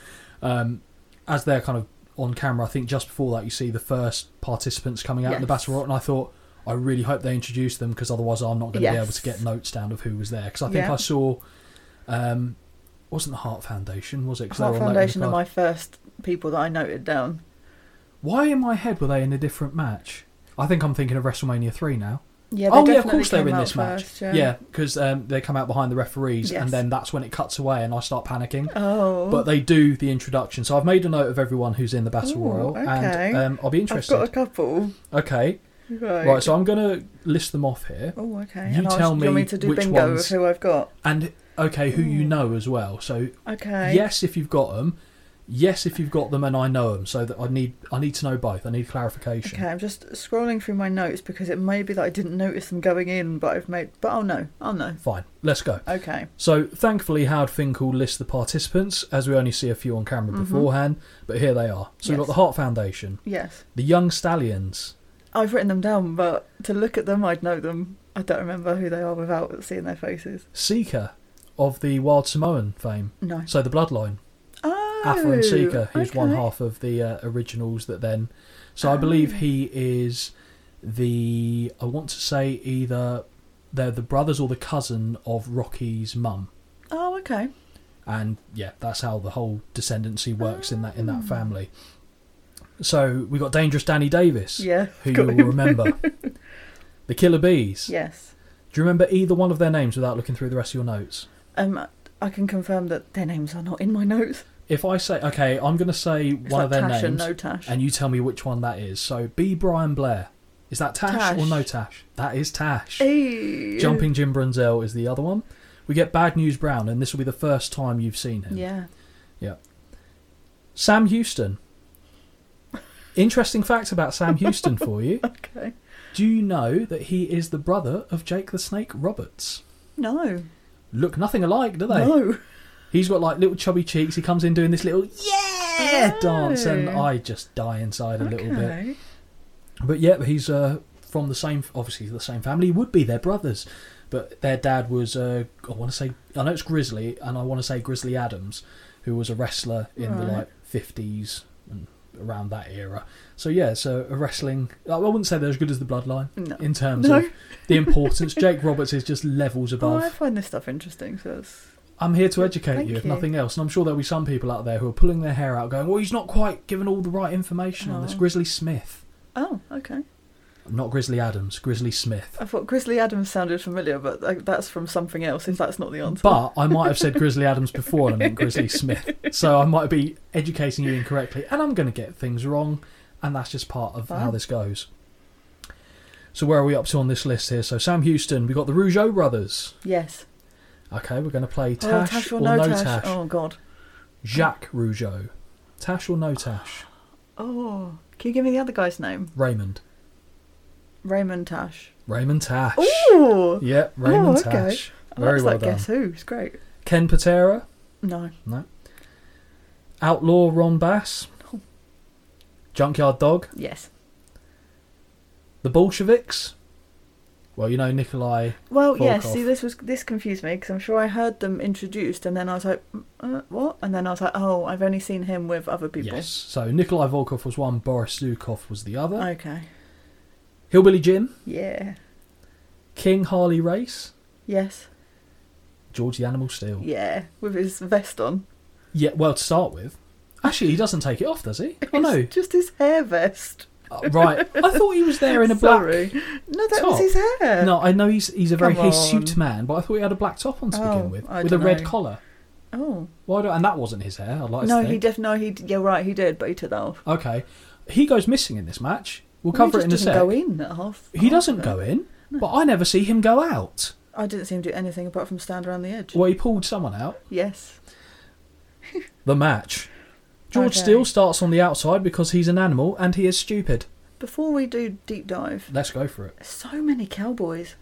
[SPEAKER 1] Um, as they're kind of on camera, I think just before that, you see the first participants coming out in the
[SPEAKER 3] Yes.
[SPEAKER 1] battle royal, and I thought, I really hope they introduce them because otherwise, I'm not going to be
[SPEAKER 3] Yes.
[SPEAKER 1] able to get notes down of who was there. Because I think
[SPEAKER 3] Yeah.
[SPEAKER 1] I saw, um, wasn't the Heart Foundation, was it? 'Cause they
[SPEAKER 3] Heart
[SPEAKER 1] were on Late in the
[SPEAKER 3] Foundation are
[SPEAKER 1] Pod.
[SPEAKER 3] my first people that I noted down.
[SPEAKER 1] Why in my head were they in a different match? I think I'm thinking of WrestleMania three now.
[SPEAKER 3] Yeah,
[SPEAKER 1] oh yeah, of
[SPEAKER 3] definitely
[SPEAKER 1] course they
[SPEAKER 3] came
[SPEAKER 1] win
[SPEAKER 3] out
[SPEAKER 1] this match.
[SPEAKER 3] first,
[SPEAKER 1] yeah, because um, they come out behind the referees,
[SPEAKER 3] Yes.
[SPEAKER 1] and then that's when it cuts away, and I start panicking.
[SPEAKER 3] Oh.
[SPEAKER 1] But they do the introduction, so I've made a note of everyone who's in the battle
[SPEAKER 3] Ooh,
[SPEAKER 1] royal,
[SPEAKER 3] okay.
[SPEAKER 1] and um, I'll be
[SPEAKER 3] I've
[SPEAKER 1] interested.
[SPEAKER 3] got a couple.
[SPEAKER 1] Okay,
[SPEAKER 3] Right.
[SPEAKER 1] right. So I'm gonna list them off here,
[SPEAKER 3] Oh, okay.
[SPEAKER 1] You
[SPEAKER 3] and I'll,
[SPEAKER 1] tell
[SPEAKER 3] do you want
[SPEAKER 1] me
[SPEAKER 3] me to do
[SPEAKER 1] which
[SPEAKER 3] bingo
[SPEAKER 1] ones-
[SPEAKER 3] of who I've got.
[SPEAKER 1] and okay, who you
[SPEAKER 3] Ooh.
[SPEAKER 1] know as well. So
[SPEAKER 3] Okay.
[SPEAKER 1] yes, if you've got them, yes, if you've got them, and I know them. So that I need, I need to know both. I need clarification.
[SPEAKER 3] Okay, I'm just scrolling through my notes because it may be that I didn't notice them going in, but I've made. But I'll know. I'll know.
[SPEAKER 1] Fine, let's go.
[SPEAKER 3] Okay.
[SPEAKER 1] So, thankfully, Howard Finkel lists the participants, as we only see a few on camera
[SPEAKER 3] Mhm.
[SPEAKER 1] beforehand, but here they are. So, we've got
[SPEAKER 3] Yes.
[SPEAKER 1] the Heart Foundation,
[SPEAKER 3] Yes.
[SPEAKER 1] the Young Stallions,
[SPEAKER 3] I've written them down, but to look at them, I'd know them. I don't remember who they are without seeing their faces.
[SPEAKER 1] Seeker of the Wild Samoan fame,
[SPEAKER 3] No.
[SPEAKER 1] so the Bloodline,
[SPEAKER 3] Oh.
[SPEAKER 1] Afa and Seeker, who's one
[SPEAKER 3] okay.
[SPEAKER 1] half of the uh, originals that then. So, I believe he is the, I want to say either they're the brothers or the cousin of Rocky's mum.
[SPEAKER 3] Oh, okay.
[SPEAKER 1] and yeah, that's how the whole descendancy works in that in
[SPEAKER 3] Mm.
[SPEAKER 1] that family. So we got dangerous Danny Davis,
[SPEAKER 3] Yeah.
[SPEAKER 1] who you
[SPEAKER 3] got
[SPEAKER 1] will
[SPEAKER 3] him.
[SPEAKER 1] remember. the Killer Bees.
[SPEAKER 3] Yes.
[SPEAKER 1] Do you remember either one of their names without looking through the rest of your notes?
[SPEAKER 3] Um, I can confirm that their names are not in my notes.
[SPEAKER 1] If I say okay, I'm going to say
[SPEAKER 3] It's
[SPEAKER 1] one
[SPEAKER 3] like
[SPEAKER 1] of their
[SPEAKER 3] Tash and
[SPEAKER 1] names,
[SPEAKER 3] no Tash.
[SPEAKER 1] and you tell me which one that is. So B Brian Blair. Is that Tash, or
[SPEAKER 3] Tash.
[SPEAKER 1] no Tash? That is Tash.
[SPEAKER 3] Hey.
[SPEAKER 1] Jumping Jim Brunzel is the other one. We get Bad News Brown, and this will be the first time you've seen him.
[SPEAKER 3] Yeah.
[SPEAKER 1] Sam Houston. Interesting fact about Sam Houston for you.
[SPEAKER 3] Okay.
[SPEAKER 1] Do you know that he is the brother of Jake the Snake Roberts?
[SPEAKER 3] No.
[SPEAKER 1] Look nothing alike, do they?
[SPEAKER 3] No.
[SPEAKER 1] He's got like little chubby cheeks. He comes in doing this little yeah dance, and
[SPEAKER 3] Oh.
[SPEAKER 1] I just die inside a little bit.
[SPEAKER 3] Okay.
[SPEAKER 1] But yeah, he's uh, from the same, obviously the same family. He would be their brothers, but their dad was uh, I want to say I know it's Grizzly, and I want to say Grizzly Adams, who was a wrestler in the
[SPEAKER 3] Right.
[SPEAKER 1] like fifties and around that era. So yeah, so a wrestling. I wouldn't say they're as good as the Bloodline
[SPEAKER 3] No.
[SPEAKER 1] in terms
[SPEAKER 3] No.
[SPEAKER 1] of the importance. Jake Roberts is just levels
[SPEAKER 3] Oh, I
[SPEAKER 1] above.
[SPEAKER 3] find this stuff interesting. So it's...
[SPEAKER 1] I'm here to educate
[SPEAKER 3] Thank
[SPEAKER 1] you, if
[SPEAKER 3] you.
[SPEAKER 1] nothing else. And I'm sure there'll be some people out there who are pulling their hair out, going, "Well, he's not quite given all the right information on this."
[SPEAKER 3] Oh.
[SPEAKER 1] Grizzly Smith,
[SPEAKER 3] oh, okay.
[SPEAKER 1] not Grizzly Adams, Grizzly Smith.
[SPEAKER 3] I thought Grizzly Adams sounded familiar, but like, that's from something else. If that's not the answer,
[SPEAKER 1] But I might have said Grizzly Adams before and I meant Grizzly Smith. So I might be educating you incorrectly and I'm going to get things wrong. And that's just part of how
[SPEAKER 3] Fine.
[SPEAKER 1] this goes. So where are we up to on this list here? So Sam Houston, we've got the Rougeau brothers.
[SPEAKER 3] yes.
[SPEAKER 1] Okay, we're going to play
[SPEAKER 3] oh,
[SPEAKER 1] Tash,
[SPEAKER 3] Tash
[SPEAKER 1] or,
[SPEAKER 3] or
[SPEAKER 1] No
[SPEAKER 3] Tash.
[SPEAKER 1] Tash.
[SPEAKER 3] Oh God.
[SPEAKER 1] Jacques Rougeau. Tash or No Tash?
[SPEAKER 3] Oh, can you give me the other guy's name?
[SPEAKER 1] Raymond.
[SPEAKER 3] Raymond Tash.
[SPEAKER 1] Raymond Tash.
[SPEAKER 3] Ooh.
[SPEAKER 1] Yep, Raymond
[SPEAKER 3] Oh, okay.
[SPEAKER 1] Tash.
[SPEAKER 3] I
[SPEAKER 1] Very
[SPEAKER 3] that's
[SPEAKER 1] well
[SPEAKER 3] like
[SPEAKER 1] done.
[SPEAKER 3] Guess Who? It's great.
[SPEAKER 1] Ken Patera.
[SPEAKER 3] No.
[SPEAKER 1] Outlaw Ron Bass.
[SPEAKER 3] No.
[SPEAKER 1] Junkyard Dog.
[SPEAKER 3] Yes.
[SPEAKER 1] The Bolsheviks? Well, you know, Nikolai.
[SPEAKER 3] Well, yes.
[SPEAKER 1] Volkov.
[SPEAKER 3] See, this was this confused me because I'm sure I heard them introduced, and then I was like, "Mm, uh, what? And then I was like, oh, I've only seen him with other people.
[SPEAKER 1] Yes. So Nikolai Volkov was one, Boris Zukov was the other.
[SPEAKER 3] Okay.
[SPEAKER 1] Hillbilly Jim,
[SPEAKER 3] Yeah.
[SPEAKER 1] King Harley Race,
[SPEAKER 3] Yes.
[SPEAKER 1] George the Animal Steel. Yeah.
[SPEAKER 3] Yeah. With his vest on.
[SPEAKER 1] well, to start with. Actually, he doesn't take it off, does he? Oh, no.
[SPEAKER 3] It's just his hair vest.
[SPEAKER 1] Uh, right. I thought he was there in a black.
[SPEAKER 3] Sorry. No, that
[SPEAKER 1] top.
[SPEAKER 3] was his hair.
[SPEAKER 1] No, I know he's he's a very
[SPEAKER 3] Come
[SPEAKER 1] hirsute
[SPEAKER 3] on.
[SPEAKER 1] man, but I thought he had a black top on to
[SPEAKER 3] Oh,
[SPEAKER 1] begin with,
[SPEAKER 3] I
[SPEAKER 1] with a
[SPEAKER 3] dunno.
[SPEAKER 1] red collar.
[SPEAKER 3] Oh.
[SPEAKER 1] Why do? And that wasn't his hair. I'd like
[SPEAKER 3] No,
[SPEAKER 1] to think.
[SPEAKER 3] he def no he d- yeah right he did, but he took that off.
[SPEAKER 1] Okay, he goes missing in this match. We'll
[SPEAKER 3] Well,
[SPEAKER 1] cover
[SPEAKER 3] he
[SPEAKER 1] it in a
[SPEAKER 3] just
[SPEAKER 1] sec.
[SPEAKER 3] doesn't Go in Oh, at half.
[SPEAKER 1] he
[SPEAKER 3] half
[SPEAKER 1] doesn't
[SPEAKER 3] of
[SPEAKER 1] go
[SPEAKER 3] it.
[SPEAKER 1] in, but I never see him go out.
[SPEAKER 3] I didn't see him do anything apart from stand around the edge.
[SPEAKER 1] Well, he pulled someone out.
[SPEAKER 3] Yes.
[SPEAKER 1] The match. George
[SPEAKER 3] Okay.
[SPEAKER 1] Steele starts on the outside because he's an animal and he is stupid.
[SPEAKER 3] Before we do deep dive,
[SPEAKER 1] Let's go for it.
[SPEAKER 3] so many cowboys.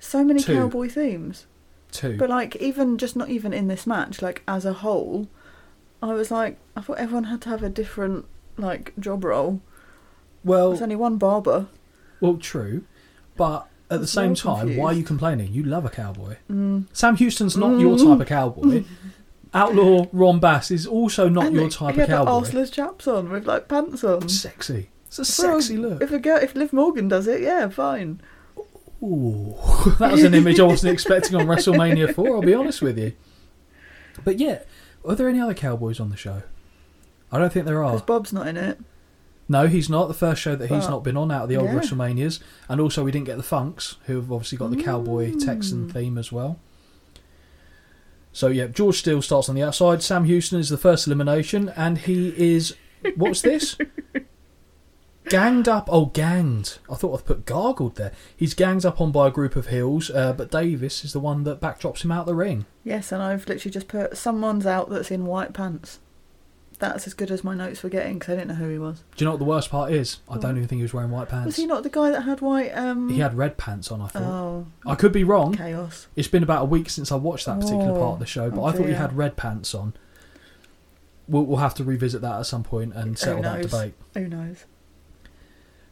[SPEAKER 3] So many
[SPEAKER 1] Two.
[SPEAKER 3] cowboy themes.
[SPEAKER 1] Two.
[SPEAKER 3] But like even just not even in this match, like as a whole, I was like I thought everyone had to have a different like job role. There's
[SPEAKER 1] well,
[SPEAKER 3] only one barber.
[SPEAKER 1] well, true. But at the
[SPEAKER 3] was
[SPEAKER 1] same
[SPEAKER 3] well
[SPEAKER 1] time, why are
[SPEAKER 3] confused.
[SPEAKER 1] you complaining? You love a cowboy.
[SPEAKER 3] Mm.
[SPEAKER 1] Sam Houston's not your type of cowboy. Outlaw Ron Bass is also not
[SPEAKER 3] And
[SPEAKER 1] your
[SPEAKER 3] he-
[SPEAKER 1] type
[SPEAKER 3] he
[SPEAKER 1] of
[SPEAKER 3] had like,
[SPEAKER 1] cowboy.
[SPEAKER 3] arseless chaps on with like pants on.
[SPEAKER 1] Sexy. It's a
[SPEAKER 3] Well,
[SPEAKER 1] sexy look.
[SPEAKER 3] If a girl, if Liv Morgan does it, yeah, fine.
[SPEAKER 1] Ooh, that was an image I wasn't expecting on WrestleMania 4, I'll be honest with you. But yeah, are there any other cowboys on the show? I don't think there
[SPEAKER 3] Because
[SPEAKER 1] are.
[SPEAKER 3] Bob's not in it.
[SPEAKER 1] No, he's not. The first show that he's
[SPEAKER 3] But-
[SPEAKER 1] not been on out of the old
[SPEAKER 3] Yeah.
[SPEAKER 1] WrestleManias. And also, we didn't get the Funks, who have obviously got the cowboy
[SPEAKER 3] Mm.
[SPEAKER 1] Texan theme as well. So, yeah, George Steele starts on the outside. Sam Houston is the first elimination. And he is. What's this? ganged up. Oh, ganged. I thought I'd put gargled there. He's ganged up on by a group of heels, uh, but Davis is the one that backdrops him out the ring.
[SPEAKER 3] Yes, and I've literally just put someone's out that's in white pants. That's as good as my notes were getting because I didn't know who he was.
[SPEAKER 1] Do you know what the worst part is? I don't
[SPEAKER 3] What?
[SPEAKER 1] even think he was wearing white pants.
[SPEAKER 3] Was he not the guy that had white? Um...
[SPEAKER 1] He had red pants on, I thought.
[SPEAKER 3] Oh,
[SPEAKER 1] I could be wrong.
[SPEAKER 3] chaos.
[SPEAKER 1] It's been about a week since I watched that particular
[SPEAKER 3] Oh,
[SPEAKER 1] part of the show, but
[SPEAKER 3] oh
[SPEAKER 1] I thought he
[SPEAKER 3] dear.
[SPEAKER 1] had red pants on. We'll, we'll have to revisit that at some point and settle that
[SPEAKER 3] knows?
[SPEAKER 1] debate.
[SPEAKER 3] Who knows?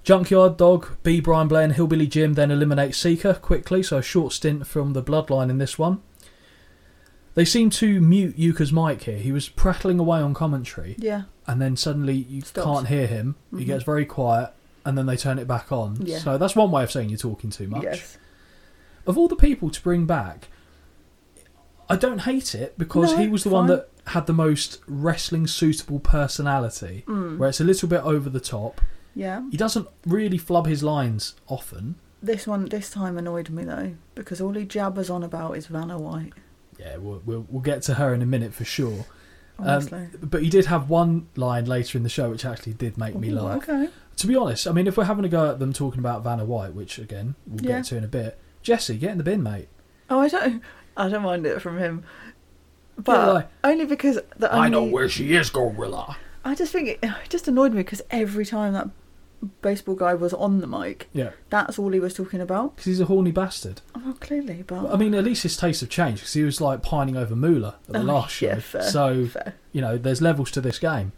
[SPEAKER 1] Junkyard Dog, B. Brian Blair, and Hillbilly Jim then eliminate Seeker quickly, so a short stint from the Bloodline in this one. They seem to mute Yuka's mic here. He was prattling away on commentary,
[SPEAKER 3] Yeah,
[SPEAKER 1] and then suddenly you
[SPEAKER 3] Stops.
[SPEAKER 1] can't hear him. He
[SPEAKER 3] Mhm.
[SPEAKER 1] gets very quiet, and then they turn it back on.
[SPEAKER 3] Yeah.
[SPEAKER 1] So that's one way of saying you're talking too much.
[SPEAKER 3] yes.
[SPEAKER 1] of all the people to bring back, I don't hate it because
[SPEAKER 3] No,
[SPEAKER 1] he was the one
[SPEAKER 3] fine.
[SPEAKER 1] that had the most wrestling suitable personality,
[SPEAKER 3] Mm.
[SPEAKER 1] where it's a little bit over the top.
[SPEAKER 3] Yeah.
[SPEAKER 1] He doesn't really flub his lines often.
[SPEAKER 3] This one, this time annoyed me though because all he jabbers on about is Vanna White.
[SPEAKER 1] Yeah, we'll, we'll, we'll get to her in a minute for sure. Um,
[SPEAKER 3] Honestly.
[SPEAKER 1] But he did have one line later in the show which actually did make me
[SPEAKER 3] Ooh,
[SPEAKER 1] laugh.
[SPEAKER 3] Okay.
[SPEAKER 1] To be honest, I mean, if we're having a go at them talking about Vanna White, which again, we'll
[SPEAKER 3] Yeah.
[SPEAKER 1] get to in a bit, Jesse, get in the bin, mate.
[SPEAKER 3] Oh, I don't. I don't mind it from him, but
[SPEAKER 1] like-
[SPEAKER 3] only because the only,
[SPEAKER 2] I know where she is, Gorilla.
[SPEAKER 3] I just think it, it just annoyed me because every time that baseball guy was on the mic,
[SPEAKER 1] Yeah.
[SPEAKER 3] that's all he was talking about. Oh,
[SPEAKER 1] Because he's a horny bastard.
[SPEAKER 3] Well, clearly, but
[SPEAKER 1] Well, I mean, at least his tastes have changed because he was like pining over Moolah at the
[SPEAKER 3] Oh,
[SPEAKER 1] last show.
[SPEAKER 3] yeah, fair,
[SPEAKER 1] so
[SPEAKER 3] fair.
[SPEAKER 1] you know, there's levels to this game.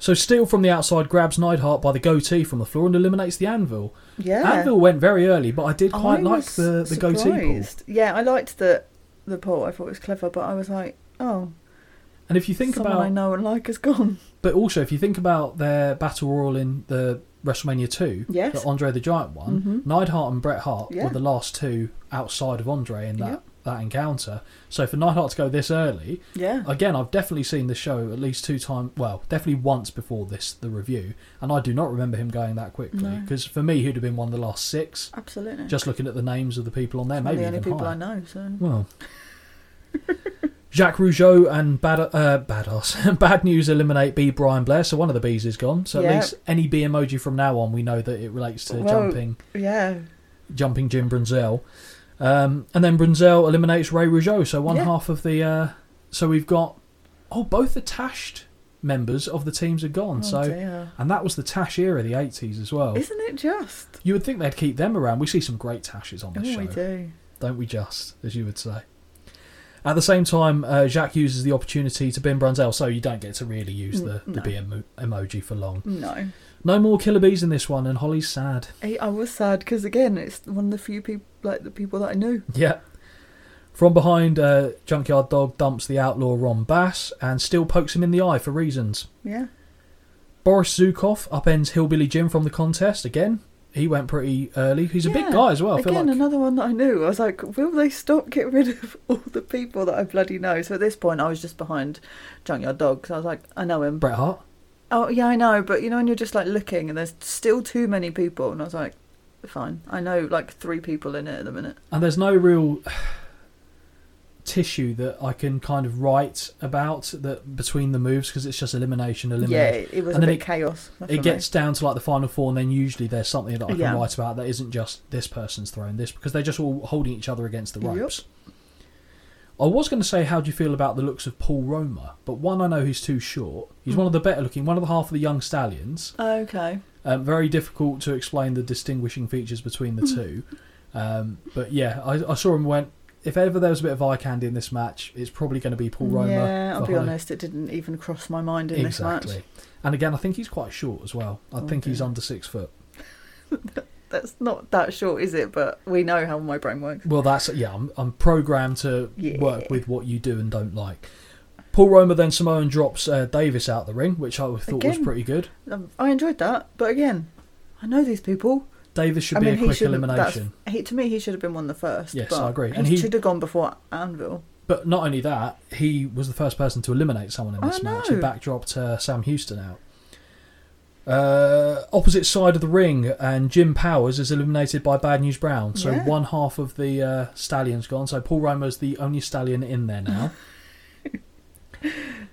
[SPEAKER 1] So Steele from the outside grabs Neidhart by the goatee from the floor and eliminates the anvil.
[SPEAKER 3] yeah,
[SPEAKER 1] Anvil went very early, but I did quite
[SPEAKER 3] I
[SPEAKER 1] like
[SPEAKER 3] was
[SPEAKER 1] the, the goatee pull.
[SPEAKER 3] surprised. Yeah, I liked the the poll. I thought it was clever, but I was like, oh,
[SPEAKER 1] And if you think
[SPEAKER 3] someone
[SPEAKER 1] about,
[SPEAKER 3] I know and like has gone.
[SPEAKER 1] but also if you think about their battle royal in the WrestleMania two,
[SPEAKER 3] Yes.
[SPEAKER 1] the Andre the Giant one,
[SPEAKER 3] Mhm.
[SPEAKER 1] Neidhart and Bret Hart
[SPEAKER 3] Yeah.
[SPEAKER 1] were the last two outside of Andre in that,
[SPEAKER 3] Yep.
[SPEAKER 1] that encounter. So for Neidhart to go this early,
[SPEAKER 3] Yeah,
[SPEAKER 1] Again, I've definitely seen the show at least two times. Well, definitely once before this, the review, and I do not remember him going that quickly.
[SPEAKER 3] No.
[SPEAKER 1] Because for me, he'd have been one of the last six.
[SPEAKER 3] absolutely.
[SPEAKER 1] Just looking at the names of the people on there,
[SPEAKER 3] It's one of
[SPEAKER 1] maybe
[SPEAKER 3] the only
[SPEAKER 1] even
[SPEAKER 3] people
[SPEAKER 1] higher.
[SPEAKER 3] I know. So
[SPEAKER 1] Well, Jacques Rougeau and bad uh, badass bad news eliminate B Brian Blair, so one of the B's is gone. So at
[SPEAKER 3] Yeah.
[SPEAKER 1] least any B emoji from now on, we know that it relates to
[SPEAKER 3] Well-
[SPEAKER 1] jumping
[SPEAKER 3] yeah,
[SPEAKER 1] jumping Jim Brunzel. Um, and then Brunzel eliminates Ray Rougeau. So one
[SPEAKER 3] Yeah.
[SPEAKER 1] half of the. Uh, so we've got. Oh, both the Tash members of the teams are gone.
[SPEAKER 3] oh,
[SPEAKER 1] so.
[SPEAKER 3] dear.
[SPEAKER 1] And that was the Tash era, the 80s as well.
[SPEAKER 3] isn't it just?
[SPEAKER 1] you would think they'd keep them around. We see some great Tashes on
[SPEAKER 3] Oh,
[SPEAKER 1] this show
[SPEAKER 3] we do.
[SPEAKER 1] don't we just, as you would say. At the same time, uh, Jacques uses the opportunity to bin Brunzel, so you don't get to really use the,
[SPEAKER 3] Mm,
[SPEAKER 1] the
[SPEAKER 3] no.
[SPEAKER 1] B emo- emoji for long.
[SPEAKER 3] No,
[SPEAKER 1] No more killer bees in this one, and Holly's sad.
[SPEAKER 3] I, I was sad because again, it's one of the few people, like the people that I knew.
[SPEAKER 1] Yeah. From behind, uh, Junkyard Dog dumps the outlaw Ron Bass and still pokes him in the eye for reasons.
[SPEAKER 3] Yeah,
[SPEAKER 1] Boris Zukov upends Hillbilly Jim from the contest again. He went pretty early. He's a big
[SPEAKER 3] Yeah.
[SPEAKER 1] guy as well. Oh, I
[SPEAKER 3] Again,
[SPEAKER 1] feel like
[SPEAKER 3] another one that I knew. I was like, will they stop get rid of all the people that I bloody know? So at this point, I was just behind Junkyard Dog. So I was like, I know him.
[SPEAKER 1] Bret Hart.
[SPEAKER 3] Oh yeah, I know. But you know, and you're just like looking, and there's still too many people. And I was like, fine, I know like three people in it at the minute.
[SPEAKER 1] and there's no real tissue that I can kind of write about that between the moves because it's just elimination,
[SPEAKER 3] Yeah,
[SPEAKER 1] elimination.
[SPEAKER 3] it it was
[SPEAKER 1] And
[SPEAKER 3] a
[SPEAKER 1] then
[SPEAKER 3] bit
[SPEAKER 1] it-
[SPEAKER 3] chaos. for me.
[SPEAKER 1] It gets down to like the final four, and then usually there's something that I can
[SPEAKER 3] Yeah.
[SPEAKER 1] write about that isn't just this person's throwing this because they're just all holding each other against the
[SPEAKER 3] Yep.
[SPEAKER 1] ropes. I was going to say, how do you feel about the looks of Paul Roma? But one, I know he's too short. He's
[SPEAKER 3] Hmm.
[SPEAKER 1] one of the better looking, one of the half of the young stallions.
[SPEAKER 3] okay.
[SPEAKER 1] Um, very difficult to explain the distinguishing features between
[SPEAKER 3] Hmm.
[SPEAKER 1] the two. Um, but yeah, I, I saw him went. If ever there was a bit of eye candy in this match, it's probably going to be Paul Roma.
[SPEAKER 3] yeah, I'll
[SPEAKER 1] for
[SPEAKER 3] be
[SPEAKER 1] Holly.
[SPEAKER 3] honest. It didn't even cross my mind in
[SPEAKER 1] Exactly.
[SPEAKER 3] this match.
[SPEAKER 1] And again, I think he's quite short as well. I think
[SPEAKER 3] Okay.
[SPEAKER 1] he's under six foot.
[SPEAKER 3] That's not that short, is it? But we know how my brain works.
[SPEAKER 1] Well, that's yeah. I'm, I'm programmed to
[SPEAKER 3] Yeah.
[SPEAKER 1] work with what you do and don't like. Paul Roma then Samoan drops uh, Davis out the ring, which I thought was
[SPEAKER 3] Again.
[SPEAKER 1] pretty good.
[SPEAKER 3] Um, I enjoyed that, but again, I know these people.
[SPEAKER 1] Davis should
[SPEAKER 3] I
[SPEAKER 1] be
[SPEAKER 3] mean,
[SPEAKER 1] a
[SPEAKER 3] he
[SPEAKER 1] quick
[SPEAKER 3] should.
[SPEAKER 1] elimination.
[SPEAKER 3] He, to me, he should have been one of the first.
[SPEAKER 1] Yes,
[SPEAKER 3] but
[SPEAKER 1] I agree.
[SPEAKER 3] He,
[SPEAKER 1] And he-
[SPEAKER 3] should have gone before Anvil.
[SPEAKER 1] But not only that, he was the first person to eliminate someone in
[SPEAKER 3] I
[SPEAKER 1] this match. He
[SPEAKER 3] know.
[SPEAKER 1] backdropped uh, Sam Houston out. Uh, opposite side of the ring, and Jim Powers is eliminated by Bad News Brown. So
[SPEAKER 3] Yeah.
[SPEAKER 1] one half of the uh, stallion's gone. So Paul Romer's the only stallion in there now.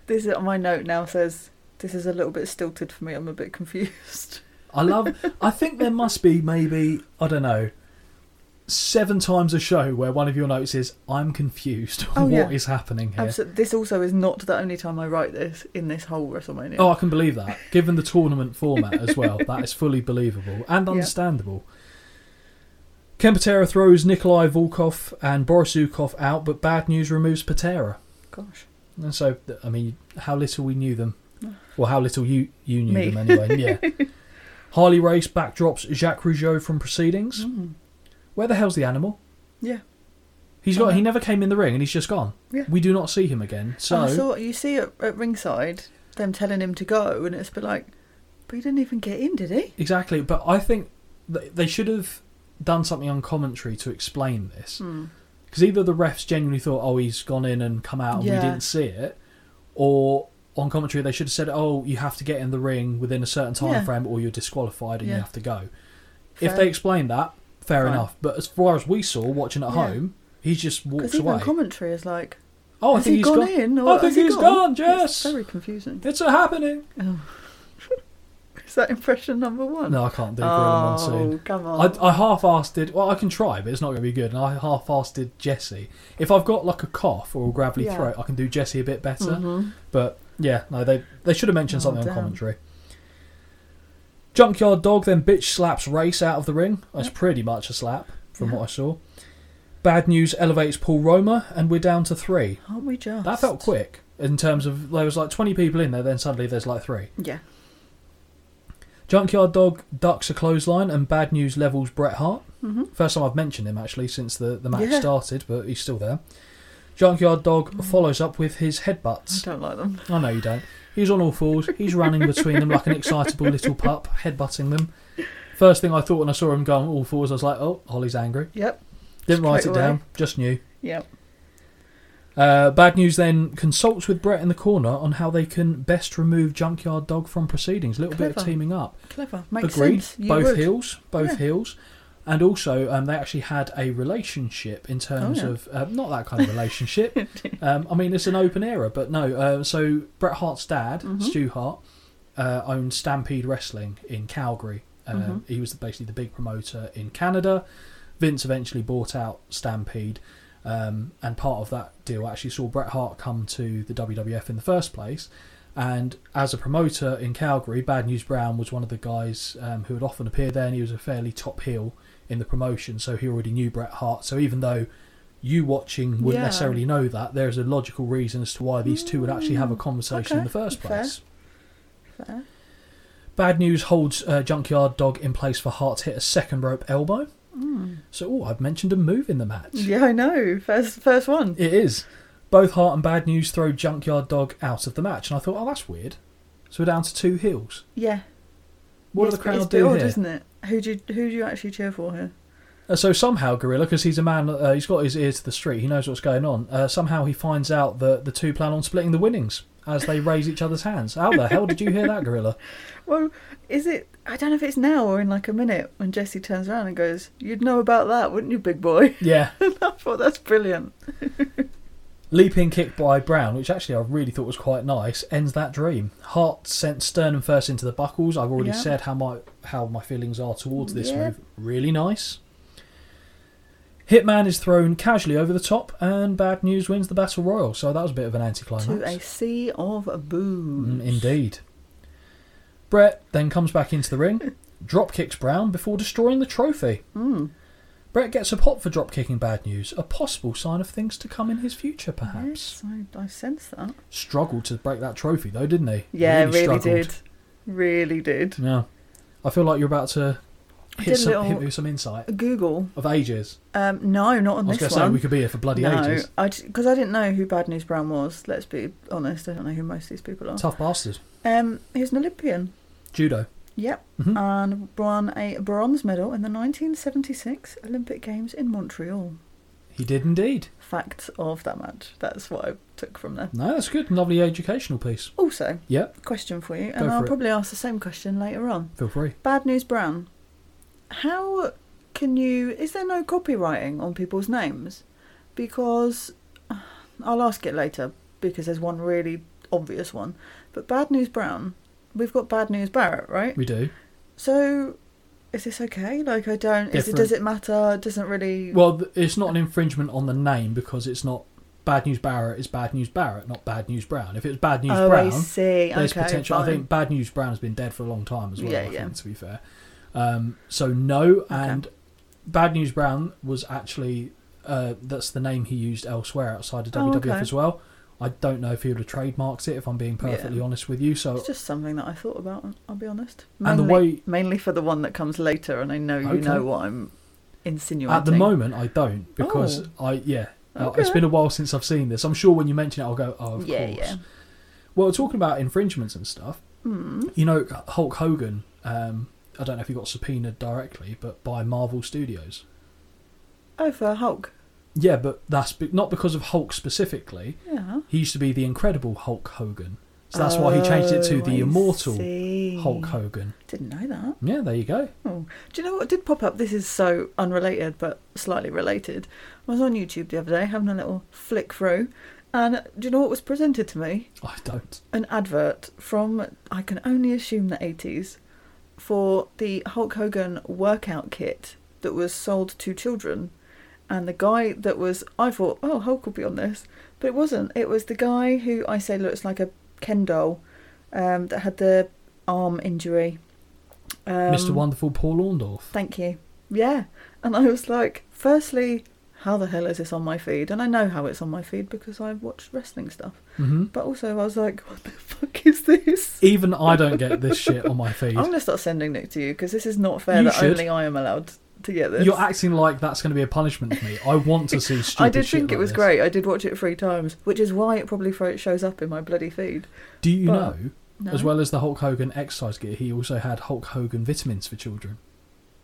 [SPEAKER 3] This is my note now says this is a little bit stilted for me. I'm a bit confused.
[SPEAKER 1] I love. I think there must be maybe I don't know seven times a show where one of your notes is I'm confused.
[SPEAKER 3] Oh,
[SPEAKER 1] What is
[SPEAKER 3] yeah.
[SPEAKER 1] happening here?
[SPEAKER 3] Absolutely. This also is not the only time I write this in this whole WrestleMania.
[SPEAKER 1] Oh, I can believe that. Given the tournament format as well, that is fully believable and
[SPEAKER 3] Yeah.
[SPEAKER 1] understandable. Kempatera throws Nikolai Volkov and Boris Zukov out, but bad news removes Patera.
[SPEAKER 3] gosh.
[SPEAKER 1] And so, th- I mean, how little we knew them. Well, how little you, you knew
[SPEAKER 3] Mm. Me.
[SPEAKER 1] them anyway. Yeah. Harley Race backdrops Jacques Rougeau from proceedings.
[SPEAKER 3] Mm.
[SPEAKER 1] Where the hell's the animal?
[SPEAKER 3] Yeah.
[SPEAKER 1] He's got.
[SPEAKER 3] Uh-huh.
[SPEAKER 1] He never came in the ring, and he's just gone.
[SPEAKER 3] Yeah.
[SPEAKER 1] We do not see him again. So
[SPEAKER 3] I saw you see at, at ringside them telling him to go, and it's a bit like, but he didn't even get in, did he?
[SPEAKER 1] Exactly, but I think th- they should have done something on commentary to explain this.
[SPEAKER 3] Hmm.
[SPEAKER 1] Because either the refs genuinely thought, oh, he's gone in and come out and we
[SPEAKER 3] Yeah.
[SPEAKER 1] didn't see it, or on commentary they should have said, oh, you have to get in the ring within a certain time
[SPEAKER 3] Yeah.
[SPEAKER 1] frame or you're disqualified and you
[SPEAKER 3] Yeah.
[SPEAKER 1] have to go. If
[SPEAKER 3] Fair.
[SPEAKER 1] they explained that, fair
[SPEAKER 3] Fine.
[SPEAKER 1] enough. But as far as we saw watching at
[SPEAKER 3] Yeah.
[SPEAKER 1] home, he just
[SPEAKER 3] Because
[SPEAKER 1] walks
[SPEAKER 3] even
[SPEAKER 1] away.
[SPEAKER 3] commentary is like,
[SPEAKER 1] oh, I
[SPEAKER 3] has
[SPEAKER 1] think
[SPEAKER 3] he
[SPEAKER 1] he's
[SPEAKER 3] gone,
[SPEAKER 1] gone.
[SPEAKER 3] in? Or
[SPEAKER 1] I think
[SPEAKER 3] has he
[SPEAKER 1] he's
[SPEAKER 3] gone?
[SPEAKER 1] gone, Jess.
[SPEAKER 3] It's very confusing.
[SPEAKER 1] It's a happening.
[SPEAKER 3] Oh. is that impression number one?
[SPEAKER 1] No, I can't do Gorilla Monsoon.
[SPEAKER 3] Oh, come
[SPEAKER 1] I,
[SPEAKER 3] on.
[SPEAKER 1] I half-assed did. Well, I can try, but it's not going to be good. And I half-assed did Jesse. If I've got like a cough or a gravelly
[SPEAKER 3] Yeah.
[SPEAKER 1] throat, I can do Jesse a bit better.
[SPEAKER 3] Mhm.
[SPEAKER 1] But yeah, no, they they should have mentioned
[SPEAKER 3] Oh,
[SPEAKER 1] something
[SPEAKER 3] damn.
[SPEAKER 1] on commentary. Junkyard dog then bitch slaps Race out of the ring. That's pretty much a slap from what I saw. Bad news elevates Paul Roma, and we're down to three.
[SPEAKER 3] Aren't we just?
[SPEAKER 1] That felt quick in terms of there was like twenty people in there. Then suddenly there's like three.
[SPEAKER 3] Yeah.
[SPEAKER 1] Junkyard Dog ducks a clothesline and bad news levels Bret Hart.
[SPEAKER 3] Mhm.
[SPEAKER 1] First time I've mentioned him actually since the, the match
[SPEAKER 3] Yeah. Mm.
[SPEAKER 1] started, but he's still there. Junkyard Dog follows up with his
[SPEAKER 3] I
[SPEAKER 1] headbutts.
[SPEAKER 3] don't like them.
[SPEAKER 1] I know you don't. He's on all fours. He's running between them like an excitable little pup, headbutting them. First thing I thought when I saw him go on all fours, I was like, oh, Holly's angry.
[SPEAKER 3] Yep.
[SPEAKER 1] Didn't write it
[SPEAKER 3] Straight away.
[SPEAKER 1] down, just knew.
[SPEAKER 3] Yep.
[SPEAKER 1] Uh, Bad News then consults with Brett in the corner on how they can best remove Junkyard Dog from proceedings. A little bit of
[SPEAKER 3] Clever.
[SPEAKER 1] teaming up.
[SPEAKER 3] Clever. Makes
[SPEAKER 1] Agreed.
[SPEAKER 3] sense. You
[SPEAKER 1] both
[SPEAKER 3] would.
[SPEAKER 1] heels, both
[SPEAKER 3] Yeah.
[SPEAKER 1] heels, and also um, they actually had a relationship in terms
[SPEAKER 3] Oh, yeah.
[SPEAKER 1] of uh, not that kind of relationship. um, I mean, it's an open era, but no. Uh, so Bret Hart's dad,
[SPEAKER 3] Mm-hmm.
[SPEAKER 1] Stu Hart, uh, owned Stampede Wrestling in Calgary. Um,
[SPEAKER 3] Mm-hmm.
[SPEAKER 1] He was basically the big promoter in Canada. Vince eventually bought out Stampede. Um, and part of that deal actually saw Bret Hart come to the WWF in the first place. And as a promoter in Calgary, Bad News Brown was one of the guys um, who had often appeared there, and he was a fairly top heel in the promotion, so he already knew Bret Hart. So even though you watching wouldn't
[SPEAKER 3] Yeah.
[SPEAKER 1] necessarily know that, there's a logical reason as to why these two would actually have a conversation in
[SPEAKER 3] Mm, okay,
[SPEAKER 1] the first
[SPEAKER 3] fair.
[SPEAKER 1] place.
[SPEAKER 3] Fair.
[SPEAKER 1] Bad News holds uh, Junkyard Dog in place for Hart to hit a second rope elbow. So, oh, I've mentioned a move in the match.
[SPEAKER 3] Mm. Yeah, I know. First, first one.
[SPEAKER 1] It is. Both Hart and Bad News throw Junkyard Dog out of the match, and I thought, oh, that's weird. So we're down to two heels.
[SPEAKER 3] Yeah.
[SPEAKER 1] What
[SPEAKER 3] It's-
[SPEAKER 1] do the crowd
[SPEAKER 3] it's a bit
[SPEAKER 1] do
[SPEAKER 3] odd,
[SPEAKER 1] here?
[SPEAKER 3] isn't it? Who do you, who do you actually cheer for here?
[SPEAKER 1] Uh, so somehow Gorilla, because he's a man, uh, he's got his ear to the street. He knows what's going on. Uh, somehow he finds out that the two plan on splitting the winnings as they raise each other's hands. How the hell did you hear that, Gorilla?
[SPEAKER 3] Well, is it? I don't know if it's now or in like a minute when Jesse turns around and goes, "You'd know about that, wouldn't you, big boy?"
[SPEAKER 1] Yeah,
[SPEAKER 3] And I thought that's brilliant.
[SPEAKER 1] leaping kick by Brown, which actually I really thought was quite nice, ends that dream. Hart sent sternum first into the buckles. I've already
[SPEAKER 3] Yeah.
[SPEAKER 1] said how my how my feelings are towards this
[SPEAKER 3] Yeah.
[SPEAKER 1] move. Really nice. Hitman is thrown casually over the top, and Bad News wins the Battle Royal. So that was a bit of an anticlimax.
[SPEAKER 3] To a sea of booze.
[SPEAKER 1] Mm, Indeed. Brett then comes back into the ring, drop kicks Brown before destroying the trophy.
[SPEAKER 3] Hmm.
[SPEAKER 1] Brett gets a pop for drop kicking bad news, a possible sign of things to come in his future, perhaps.
[SPEAKER 3] Yes, I, I sense that.
[SPEAKER 1] Struggled to break that trophy though, didn't he?
[SPEAKER 3] Yeah, really,
[SPEAKER 1] struggled.
[SPEAKER 3] did. Really did.
[SPEAKER 1] Yeah, I feel like you're about to
[SPEAKER 3] did
[SPEAKER 1] hit
[SPEAKER 3] a
[SPEAKER 1] some,
[SPEAKER 3] little-
[SPEAKER 1] hit me with some insight
[SPEAKER 3] Google.
[SPEAKER 1] of ages.
[SPEAKER 3] Um, no, not on
[SPEAKER 1] I was going to
[SPEAKER 3] this
[SPEAKER 1] say
[SPEAKER 3] one.
[SPEAKER 1] we could be here for bloody
[SPEAKER 3] no,
[SPEAKER 1] ages.
[SPEAKER 3] because I, didn't know who Bad News Brown was. Let's be honest. I don't know who most of these people are.
[SPEAKER 1] Tough bastard.
[SPEAKER 3] Um, he was an Olympian.
[SPEAKER 1] Judo.
[SPEAKER 3] Yep.
[SPEAKER 1] Mhm.
[SPEAKER 3] And won a bronze medal in the 1976 Olympic Games in Montreal.
[SPEAKER 1] He did indeed.
[SPEAKER 3] Fact of that match. That's what I took from there.
[SPEAKER 1] No, that's good. Lovely educational piece.
[SPEAKER 3] Also,
[SPEAKER 1] Yep,
[SPEAKER 3] question for you,
[SPEAKER 1] Go
[SPEAKER 3] and I'll
[SPEAKER 1] for it.
[SPEAKER 3] probably ask the same question later on.
[SPEAKER 1] feel free.
[SPEAKER 3] Bad News Brown. How can you. Is there no copywriting on people's names? Because. I'll ask it later because there's one really obvious one. But Bad News Brown, we've got Bad News Barrett, right?
[SPEAKER 1] We do.
[SPEAKER 3] So. Is this okay? Like, I don't. Is it, does
[SPEAKER 1] Different.
[SPEAKER 3] it matter? It doesn't really.
[SPEAKER 1] Well, th- it's not an infringement on the name because it's not Bad News Barrett. It's Bad News Barrett, not Bad News Brown. If it was Bad News
[SPEAKER 3] oh,
[SPEAKER 1] Brown,
[SPEAKER 3] I see.
[SPEAKER 1] there's
[SPEAKER 3] okay,
[SPEAKER 1] potential. I
[SPEAKER 3] fine.
[SPEAKER 1] think Bad News Brown has been dead for a long time as well.
[SPEAKER 3] Yeah,
[SPEAKER 1] I
[SPEAKER 3] yeah.
[SPEAKER 1] Think, to be fair, um, so no, and Bad News Brown was actually uh, that's the name he used elsewhere outside of
[SPEAKER 3] Oh,
[SPEAKER 1] WWF
[SPEAKER 3] okay.
[SPEAKER 1] as well. I don't know if he would have trademarked it. If I'm being perfectly honest with you, so
[SPEAKER 3] It's just something that I thought about. I'll be honest.
[SPEAKER 1] And the
[SPEAKER 3] Mainly,
[SPEAKER 1] way-
[SPEAKER 3] mainly for the one that comes later, and I know you
[SPEAKER 1] Okay.
[SPEAKER 3] know what I'm insinuating.
[SPEAKER 1] at the moment I don't because I yeah. uh, It's
[SPEAKER 3] Oh. Okay.
[SPEAKER 1] been a while since I've seen this. I'm sure when you mention it, I'll go, oh, of
[SPEAKER 3] yeah,
[SPEAKER 1] course.
[SPEAKER 3] yeah.
[SPEAKER 1] Well, talking about infringements and stuff,
[SPEAKER 3] Mm.
[SPEAKER 1] you know, Hulk Hogan, um, I don't know if he got subpoenaed directly, but by Marvel Studios.
[SPEAKER 3] Oh, for Hulk.
[SPEAKER 1] Yeah, but that's be- not because of Hulk specifically.
[SPEAKER 3] Yeah.
[SPEAKER 1] He used to be the Incredible Hulk Hogan, so that's why he changed it to
[SPEAKER 3] Oh,
[SPEAKER 1] the
[SPEAKER 3] I
[SPEAKER 1] Immortal
[SPEAKER 3] see.
[SPEAKER 1] Hulk Hogan.
[SPEAKER 3] Didn't know that.
[SPEAKER 1] Yeah, there you go.
[SPEAKER 3] Oh. Do you know what did pop up? This is so unrelated, but slightly related. I was on YouTube the other day having a little flick through, and do you know what was presented to me?
[SPEAKER 1] I don't.
[SPEAKER 3] an advert from I can only assume the 80s for the Hulk Hogan workout kit that was sold to children. And the guy that was, I thought, oh, Hulk will be on this, but it wasn't. It was the guy who I say looks like a Ken doll um, that had the arm injury. Um,
[SPEAKER 1] Mr. Wonderful Paul Orndorff.
[SPEAKER 3] Thank you. Yeah. And I was like, firstly, how the hell is this on my feed? And I know how it's on my feed because I watch wrestling stuff.
[SPEAKER 1] hmm
[SPEAKER 3] But also, I was like, what the fuck is this?
[SPEAKER 1] Even I don't get this shit on my feed.
[SPEAKER 3] I'm going to start sending it to you because this is not fair
[SPEAKER 1] You
[SPEAKER 3] that
[SPEAKER 1] should.
[SPEAKER 3] only I am allowed to get this.
[SPEAKER 1] You're acting like that's going to be a punishment for me. I want to see stupid
[SPEAKER 3] I did
[SPEAKER 1] shit
[SPEAKER 3] think it
[SPEAKER 1] like
[SPEAKER 3] was
[SPEAKER 1] this.
[SPEAKER 3] great. I did watch it three times, which is why it probably fro- shows up in my bloody feed.
[SPEAKER 1] Do you
[SPEAKER 3] but-
[SPEAKER 1] know,
[SPEAKER 3] No.
[SPEAKER 1] as well as the Hulk Hogan exercise gear, he also had Hulk Hogan vitamins for children.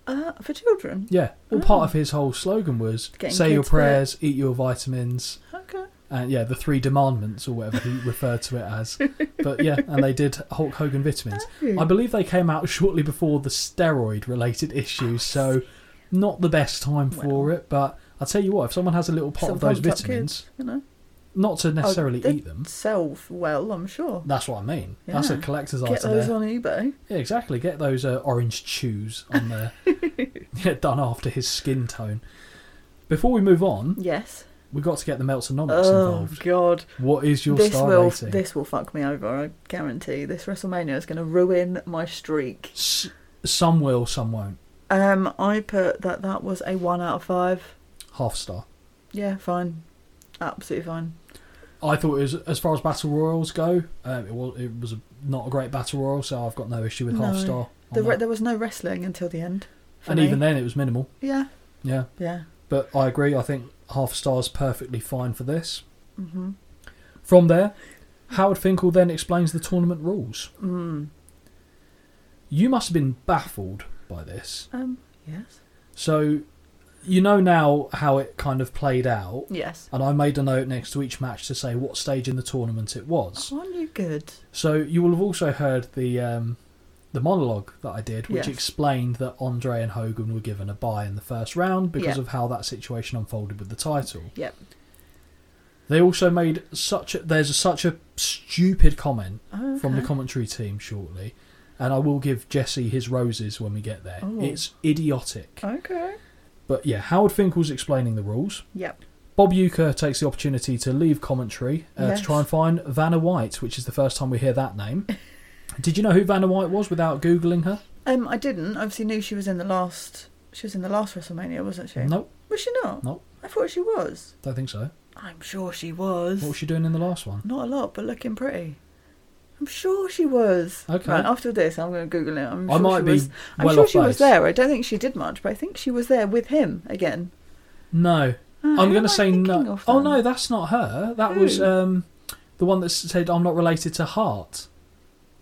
[SPEAKER 3] Uh, for children.
[SPEAKER 1] Yeah, all part of his whole slogan was
[SPEAKER 3] Oh. Getting
[SPEAKER 1] "Say your
[SPEAKER 3] kids fit."
[SPEAKER 1] prayers, eat your vitamins."
[SPEAKER 3] Okay.
[SPEAKER 1] and yeah, the three demandments or whatever he referred to it as. But yeah, and they did Hulk Hogan vitamins.
[SPEAKER 3] Oh.
[SPEAKER 1] I believe they came out shortly before the steroid related issues, so not the best time for
[SPEAKER 3] Well.
[SPEAKER 1] it. But I'll tell you what, if someone has a little pot
[SPEAKER 3] Some
[SPEAKER 1] of those
[SPEAKER 3] pumped up
[SPEAKER 1] vitamins,
[SPEAKER 3] kids, you know.
[SPEAKER 1] not to necessarily
[SPEAKER 3] they-
[SPEAKER 1] eat them,
[SPEAKER 3] Sell f- well, I'm sure.
[SPEAKER 1] that's what I mean. That's a
[SPEAKER 3] Yeah.
[SPEAKER 1] collector's
[SPEAKER 3] Get
[SPEAKER 1] item
[SPEAKER 3] those
[SPEAKER 1] there.
[SPEAKER 3] on eBay.
[SPEAKER 1] Yeah, exactly. Get those uh, orange chews on there. yeah, done after his skin tone. Before we move on,
[SPEAKER 3] Yes.
[SPEAKER 1] we've got to get the Meltzonomics
[SPEAKER 3] Oh
[SPEAKER 1] involved.
[SPEAKER 3] God.
[SPEAKER 1] What is your
[SPEAKER 3] this
[SPEAKER 1] star
[SPEAKER 3] will
[SPEAKER 1] rating?
[SPEAKER 3] this will fuck me over. I guarantee. This WrestleMania is going to ruin my streak.
[SPEAKER 1] S- some will, some won't.
[SPEAKER 3] Um, I put that that was a one out of five.
[SPEAKER 1] Half star.
[SPEAKER 3] Yeah, fine, absolutely fine.
[SPEAKER 1] I thought it was, as far as battle royals go, um, it was it was a, not a great battle royal, so I've got no issue with half
[SPEAKER 3] No.
[SPEAKER 1] star. on
[SPEAKER 3] The,
[SPEAKER 1] that.
[SPEAKER 3] re- there was no wrestling until the end. for
[SPEAKER 1] and
[SPEAKER 3] me.
[SPEAKER 1] even then, it was minimal.
[SPEAKER 3] yeah,
[SPEAKER 1] Yeah,
[SPEAKER 3] yeah.
[SPEAKER 1] but I agree. I think half star's perfectly fine for this.
[SPEAKER 3] Mm-hmm.
[SPEAKER 1] From there, Howard Finkel then explains the tournament rules.
[SPEAKER 3] Mm.
[SPEAKER 1] You must have been baffled by this.
[SPEAKER 3] Um. Yes.
[SPEAKER 1] So, you know now how it kind of played out,
[SPEAKER 3] Yes.
[SPEAKER 1] and I made a note next to each match to say what stage in the tournament it was.
[SPEAKER 3] Aren't you good?
[SPEAKER 1] So you will have also heard the um, the monologue that I did, which
[SPEAKER 3] Yes.
[SPEAKER 1] explained that Andre and Hogan were given a bye in the first round because
[SPEAKER 3] Yeah.
[SPEAKER 1] of how that situation unfolded with the title.
[SPEAKER 3] Yep.
[SPEAKER 1] They also made such a, there's a, such a stupid comment
[SPEAKER 3] Oh,
[SPEAKER 1] from the
[SPEAKER 3] okay.
[SPEAKER 1] commentary team shortly, and I will give Jesse his roses when we get there.
[SPEAKER 3] Oh.
[SPEAKER 1] It's idiotic.
[SPEAKER 3] okay.
[SPEAKER 1] But yeah, Howard Finkel's explaining the rules.
[SPEAKER 3] Yep.
[SPEAKER 1] Bob Uecker takes the opportunity to leave commentary uh,
[SPEAKER 3] Yes.
[SPEAKER 1] to try and find Vanna White, which is the first time we hear that name. Did you know who Vanna White was without googling her?
[SPEAKER 3] Um, I didn't. Obviously, knew she was in the last. She was in the last WrestleMania, wasn't she?
[SPEAKER 1] Nope,
[SPEAKER 3] Was she not?
[SPEAKER 1] No.
[SPEAKER 3] I thought she was.
[SPEAKER 1] don't think so.
[SPEAKER 3] I'm sure she was.
[SPEAKER 1] What was she doing in the last one?
[SPEAKER 3] Not a lot, but looking pretty. I'm sure she was.
[SPEAKER 1] Okay.
[SPEAKER 3] Right, after this, I'm going to Google it. I'm
[SPEAKER 1] I
[SPEAKER 3] sure
[SPEAKER 1] might
[SPEAKER 3] she
[SPEAKER 1] be
[SPEAKER 3] was. I'm
[SPEAKER 1] well
[SPEAKER 3] sure
[SPEAKER 1] off
[SPEAKER 3] she was
[SPEAKER 1] base.
[SPEAKER 3] there. I don't think she did much, but I think she was there with him again.
[SPEAKER 1] No,
[SPEAKER 3] Ah, who
[SPEAKER 1] I'm going
[SPEAKER 3] am I
[SPEAKER 1] to say
[SPEAKER 3] thinking
[SPEAKER 1] no.
[SPEAKER 3] of
[SPEAKER 1] Oh
[SPEAKER 3] then?
[SPEAKER 1] no, that's not her. That was
[SPEAKER 3] Who?
[SPEAKER 1] um, the one that said I'm not related to Hart.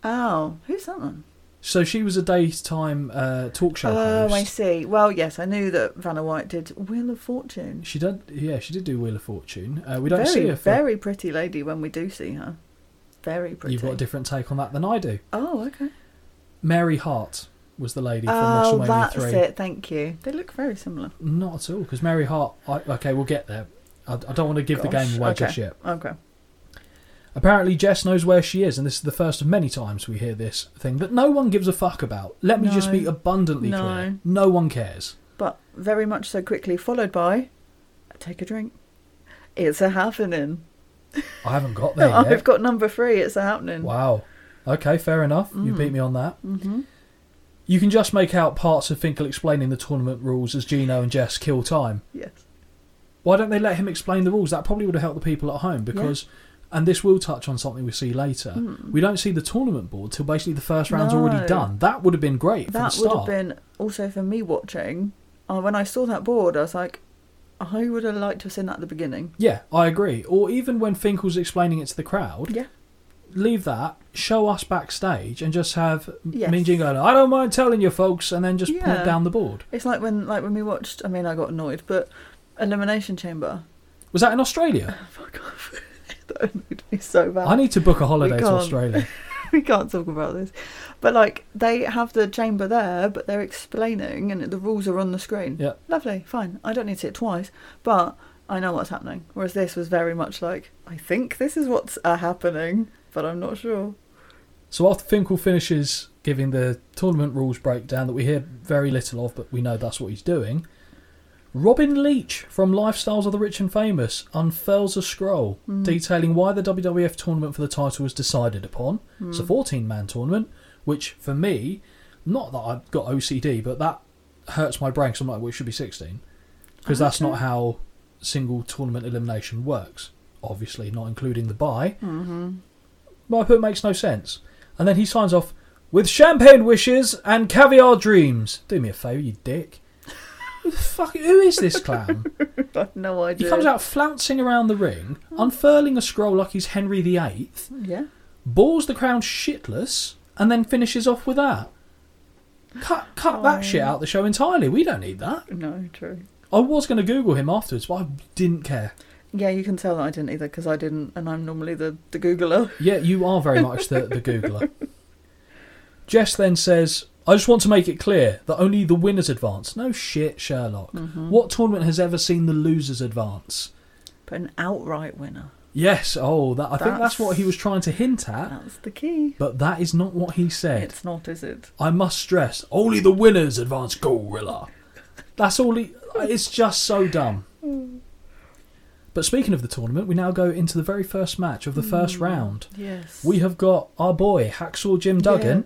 [SPEAKER 3] Oh, who's that one?
[SPEAKER 1] So she was a daytime uh, talk show
[SPEAKER 3] Oh, I
[SPEAKER 1] host.
[SPEAKER 3] see. Well, yes, I knew that Vanna White did Wheel of Fortune.
[SPEAKER 1] She did, yeah, she did do Wheel of Fortune. Uh, we don't
[SPEAKER 3] very,
[SPEAKER 1] see her. For,
[SPEAKER 3] very pretty lady when we do see her. Very pretty.
[SPEAKER 1] you've got a different take on that than I do.
[SPEAKER 3] oh, okay.
[SPEAKER 1] Mary Hart was the lady from
[SPEAKER 3] Oh,
[SPEAKER 1] WrestleMania
[SPEAKER 3] that's
[SPEAKER 1] three.
[SPEAKER 3] it. Thank you. They look very similar.
[SPEAKER 1] Not at all, because Mary Hart. I, okay, we'll get there. I, I don't want to give the
[SPEAKER 3] Gosh,
[SPEAKER 1] game away
[SPEAKER 3] okay.
[SPEAKER 1] just yet.
[SPEAKER 3] Okay.
[SPEAKER 1] Apparently, Jess knows where she is, and this is the first of many times we hear this thing that no one gives a fuck about. Let me just
[SPEAKER 3] No.
[SPEAKER 1] be abundantly
[SPEAKER 3] No.
[SPEAKER 1] clear: no one cares.
[SPEAKER 3] But very much so quickly followed by, take a drink. It's a happening.
[SPEAKER 1] I haven't got there yet.
[SPEAKER 3] I've got number three. It's a happening.
[SPEAKER 1] Wow. Okay, fair enough.
[SPEAKER 3] Mm.
[SPEAKER 1] You beat me on that.
[SPEAKER 3] Mm-hmm.
[SPEAKER 1] You can just make out parts of Finkel explaining the tournament rules as Gino and Jess kill time.
[SPEAKER 3] Yes.
[SPEAKER 1] Why don't they let him explain the rules? That probably would have helped the people at home because, and this will touch on something we see later. We don't see the tournament board till basically the first round's already
[SPEAKER 3] Hmm. No.
[SPEAKER 1] done. That would have been great for the
[SPEAKER 3] That would
[SPEAKER 1] start.
[SPEAKER 3] have been also for me watching. Uh, when I saw that board, I was like, I would have liked to have seen that at the beginning.
[SPEAKER 1] Yeah, I agree. Or even when Finkel's explaining it to the crowd,
[SPEAKER 3] Yeah.
[SPEAKER 1] leave that, show us backstage, and just have
[SPEAKER 3] Yes.
[SPEAKER 1] Minjin going, I don't mind telling you folks, and then just pull
[SPEAKER 3] Yeah.
[SPEAKER 1] down the board.
[SPEAKER 3] It's like when like when we watched. I mean, I got annoyed, but Elimination Chamber.
[SPEAKER 1] Was that in Australia?
[SPEAKER 3] Fuck off. that annoyed me so bad.
[SPEAKER 1] I need to book a holiday to
[SPEAKER 3] can't.
[SPEAKER 1] Australia.
[SPEAKER 3] we can't talk about this. But like they have the chamber there, but they're explaining, and the rules are on the screen.
[SPEAKER 1] Yeah.
[SPEAKER 3] Lovely, fine. I don't need to see it twice, but I know what's happening. Whereas this was very much like, I think this is what's uh, happening, but I'm not sure.
[SPEAKER 1] So after Finkel finishes giving the tournament rules breakdown that we hear very little of, but we know that's what he's doing, Robin Leach from Lifestyles of the Rich and Famous unfurls a scroll detailing why the WWF tournament for the title was decided upon. It's a 14 man tournament, which for me, not that I've got OCD, but that hurts my brain because I'm like, well, it should be 16. Because that's not how single tournament elimination works. Obviously, not including the bye. My put makes no sense. And then he signs off with champagne wishes and caviar dreams. Do me a favour, you dick. Who the fuck, who is this clown?
[SPEAKER 3] I've no idea.
[SPEAKER 1] He comes out flouncing around the ring, unfurling a scroll like he's Henry VIII,
[SPEAKER 3] Yeah.
[SPEAKER 1] bores the crowd shitless, and then finishes off with that. Cut, cut that shit out the show entirely. We don't need that.
[SPEAKER 3] No, true.
[SPEAKER 1] I was going to Google him afterwards, but I didn't care.
[SPEAKER 3] Yeah, you can tell that I didn't either because I didn't, and I'm normally the, the Googler.
[SPEAKER 1] Yeah, you are very much the, the Googler. Jess then says, I just want to make it clear that only the winners advance. No shit, Sherlock. What tournament has ever seen the losers advance?
[SPEAKER 3] But an outright winner.
[SPEAKER 1] Yes, oh, that, I think that's
[SPEAKER 3] That's-
[SPEAKER 1] what he was trying to hint at,
[SPEAKER 3] That's the key.
[SPEAKER 1] but that is not what he said.
[SPEAKER 3] It's not, is it?
[SPEAKER 1] I must stress, only the winners advance Gorilla. That's all he. It's just so dumb.
[SPEAKER 3] Hmm.
[SPEAKER 1] But speaking of the tournament, we now go into the very first match of the
[SPEAKER 3] Hmm.
[SPEAKER 1] first round.
[SPEAKER 3] Yes.
[SPEAKER 1] We have got our boy Hacksaw Jim Duggan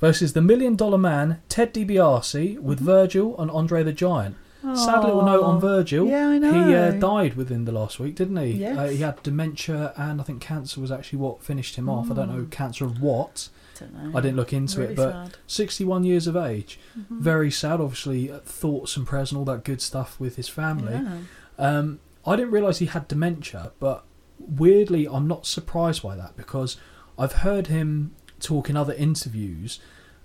[SPEAKER 1] versus the Million Dollar Man Ted DiBiase with Virgil and Andre the Giant. Sad little note on
[SPEAKER 3] Mm-hmm. Aw.
[SPEAKER 1] Virgil.
[SPEAKER 3] Yeah, I
[SPEAKER 1] He uh,
[SPEAKER 3] know.
[SPEAKER 1] died within the last week, didn't he?
[SPEAKER 3] Yes.
[SPEAKER 1] Uh, he had dementia and I think cancer was actually what finished him off. I don't know cancer of what.
[SPEAKER 3] don't know.
[SPEAKER 1] I didn't look into
[SPEAKER 3] Mm. Really
[SPEAKER 1] it, but
[SPEAKER 3] sad. Mm. Mm-hmm.
[SPEAKER 1] 61 years of age. Very sad, obviously. uh, Thoughts and prayers and all that good stuff with his family.
[SPEAKER 3] Yeah.
[SPEAKER 1] Um, I didn't realise he had dementia, but weirdly, I'm not surprised by that because I've heard him talk in other interviews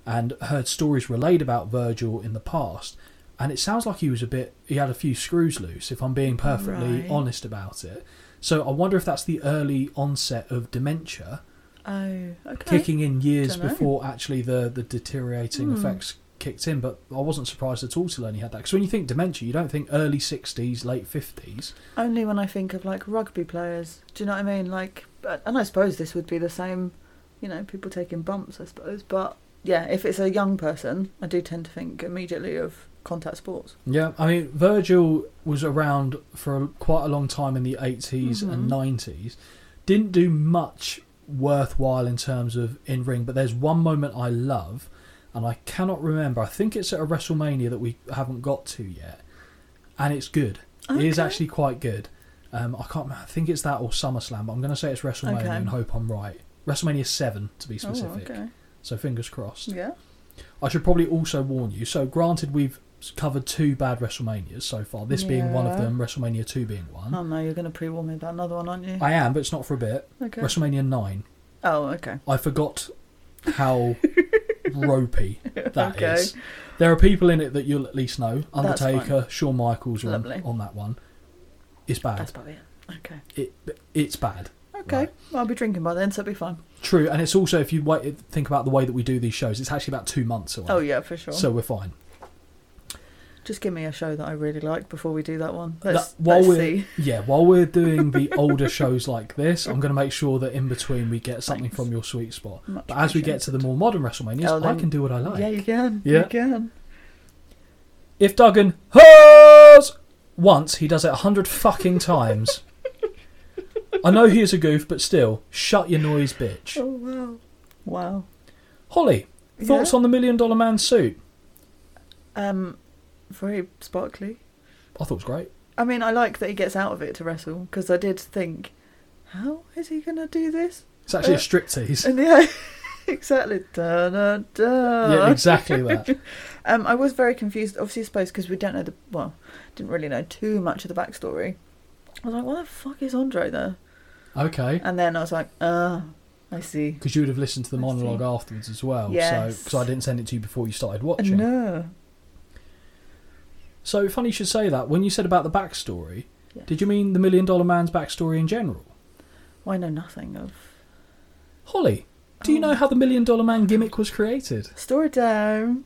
[SPEAKER 1] and heard stories relayed about Virgil in the past. And it sounds like he was a bit, he had a few screws loose, if I'm being perfectly
[SPEAKER 3] Right.
[SPEAKER 1] honest about it. So I wonder if that's the early onset of dementia
[SPEAKER 3] Oh, okay.
[SPEAKER 1] kicking in years
[SPEAKER 3] Dunno. Hmm.
[SPEAKER 1] before actually the, the deteriorating effects kicked in. But I wasn't surprised at all to learn he had that. Because when you think dementia, you don't think early 60s, late 50s.
[SPEAKER 3] Only when I think of like rugby players. Do you know what I mean? Like, but- and I suppose this would be the same. You know, people taking bumps. I suppose, but yeah, if it's a young person, I do tend to think immediately of contact sports.
[SPEAKER 1] Yeah, I mean, Virgil was around for a, quite a long time in the 80s
[SPEAKER 3] Mm-hmm.
[SPEAKER 1] and 90s. Didn't do much worthwhile in terms of in ring, but there's one moment I love, and I cannot remember. I think it's at a WrestleMania that we haven't got to yet, and it's good. It is
[SPEAKER 3] Okay.
[SPEAKER 1] actually quite good. Um, I can't. remember. I think it's that or SummerSlam, but I'm going to say it's WrestleMania
[SPEAKER 3] Okay.
[SPEAKER 1] and hope I'm right. WrestleMania seven to be
[SPEAKER 3] Oh,
[SPEAKER 1] specific.
[SPEAKER 3] okay.
[SPEAKER 1] So fingers crossed.
[SPEAKER 3] Yeah.
[SPEAKER 1] I should probably also warn you. So, granted, we've covered two bad WrestleManias so far. This being one of
[SPEAKER 3] Yeah.
[SPEAKER 1] them, WrestleMania two being one.
[SPEAKER 3] Oh no, you're going to pre-warn me about another one, aren't you?
[SPEAKER 1] I am, but it's not for a bit.
[SPEAKER 3] okay.
[SPEAKER 1] WrestleMania nine.
[SPEAKER 3] Oh, okay.
[SPEAKER 1] I forgot how ropey that is.
[SPEAKER 3] Okay.
[SPEAKER 1] There are people in it that you'll at least know.
[SPEAKER 3] That's
[SPEAKER 1] Undertaker, Shawn Michaels are on,
[SPEAKER 3] Lovely.
[SPEAKER 1] on that one. It's bad.
[SPEAKER 3] That's probably it. Okay.
[SPEAKER 1] It, it's bad.
[SPEAKER 3] Okay.
[SPEAKER 1] Right.
[SPEAKER 3] I'll be drinking by then, so it'll be fine.
[SPEAKER 1] True, and it's also if you wait, think about the way that we do these shows, it's actually about two months away.
[SPEAKER 3] Oh, yeah, for sure.
[SPEAKER 1] So we're fine.
[SPEAKER 3] Just give me a show that I really like before we do that one. Let's,
[SPEAKER 1] That- while
[SPEAKER 3] let's
[SPEAKER 1] we're
[SPEAKER 3] see.
[SPEAKER 1] yeah, while we're doing the older shows like this, I'm going to make sure that in between we get something
[SPEAKER 3] Thanks.
[SPEAKER 1] from your sweet spot.
[SPEAKER 3] Much
[SPEAKER 1] But as we get to the more modern WrestleManias,
[SPEAKER 3] Oh,
[SPEAKER 1] I
[SPEAKER 3] then-
[SPEAKER 1] can do what I like.
[SPEAKER 3] appreciated. Yeah, you can.
[SPEAKER 1] Yeah.
[SPEAKER 3] You can.
[SPEAKER 1] If Duggan hurls once, he does it a hundred fucking times. I know he is a goof, but still, shut your noise, bitch.
[SPEAKER 3] Oh, wow. Wow.
[SPEAKER 1] Holly, thoughts
[SPEAKER 3] Yeah?
[SPEAKER 1] on the Million Dollar Man suit?
[SPEAKER 3] Um, very sparkly.
[SPEAKER 1] I thought it was great.
[SPEAKER 3] I mean, I like that he gets out of it to wrestle because I did think, how is he going to do this?
[SPEAKER 1] It's actually a
[SPEAKER 3] Uh,
[SPEAKER 1] striptease.
[SPEAKER 3] And yeah, exactly. Dun, dun, dun.
[SPEAKER 1] Yeah, exactly that.
[SPEAKER 3] Um, I was very confused, obviously, I suppose, because we don't know the. Well, didn't really know too much of the backstory. I was like, what the fuck is Andre there?
[SPEAKER 1] Okay.
[SPEAKER 3] And then I was like, ah, I see.
[SPEAKER 1] Because you would have listened to the
[SPEAKER 3] I see.
[SPEAKER 1] monologue afterwards as well. So,
[SPEAKER 3] Yes. Uh,
[SPEAKER 1] because I didn't send it to you before you started watching.
[SPEAKER 3] No.
[SPEAKER 1] So funny you should say that. When you said about the backstory,
[SPEAKER 3] Yeah.
[SPEAKER 1] did you mean the Million Dollar Man's backstory in general?
[SPEAKER 3] Well, I know nothing of.
[SPEAKER 1] Holly, do you
[SPEAKER 3] Oh.
[SPEAKER 1] know how the Million Dollar Man gimmick was created?
[SPEAKER 3] Story time.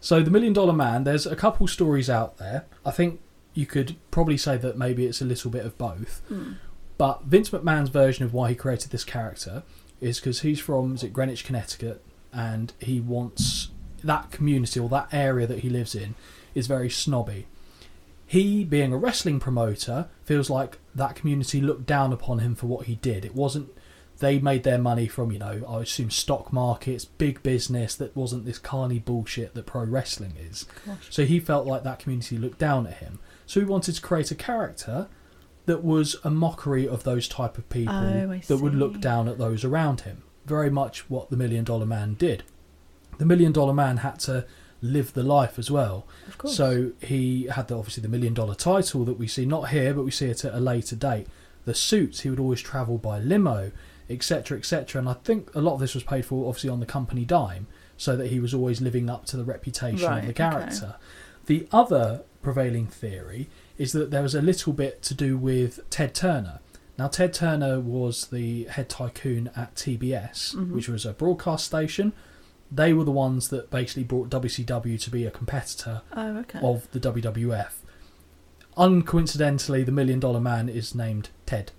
[SPEAKER 1] So the Million Dollar Man, there's a couple stories out there. I think you could probably say that maybe it's a little bit of both.
[SPEAKER 3] Hmm,
[SPEAKER 1] But Vince McMahon's version of why he created this character is because he's from is it Greenwich, Connecticut, and he wants that community or that area that he lives in is very snobby. He, being a wrestling promoter, feels like that community looked down upon him for what he did. It wasn't they made their money from you know I assume stock markets, big business that wasn't this carny bullshit that pro wrestling is.
[SPEAKER 3] Gosh.
[SPEAKER 1] So he felt like that community looked down at him. So he wanted to create a character that was a mockery of those type of people
[SPEAKER 3] Oh, I
[SPEAKER 1] that would look
[SPEAKER 3] see.
[SPEAKER 1] down at those around him. Very much what the Million Dollar Man did. The Million Dollar Man had to live the life as well.
[SPEAKER 3] Of course.
[SPEAKER 1] So he had the, obviously the Million Dollar title that we see not here, but we see it at a later date. The suits he would always travel by limo, etc., etc. And I think a lot of this was paid for obviously on the company dime, so that he was always living up to the reputation
[SPEAKER 3] Right,
[SPEAKER 1] of the
[SPEAKER 3] okay.
[SPEAKER 1] character. The other prevailing theory is that there was a little bit to do with Ted Turner. Now, Ted Turner was the head tycoon at TBS,
[SPEAKER 3] Mhm.
[SPEAKER 1] which was a broadcast station. They were the ones that basically brought WCW to be a competitor
[SPEAKER 3] Oh, okay.
[SPEAKER 1] of the WWF. Uncoincidentally, the Million Dollar Man is named Ted,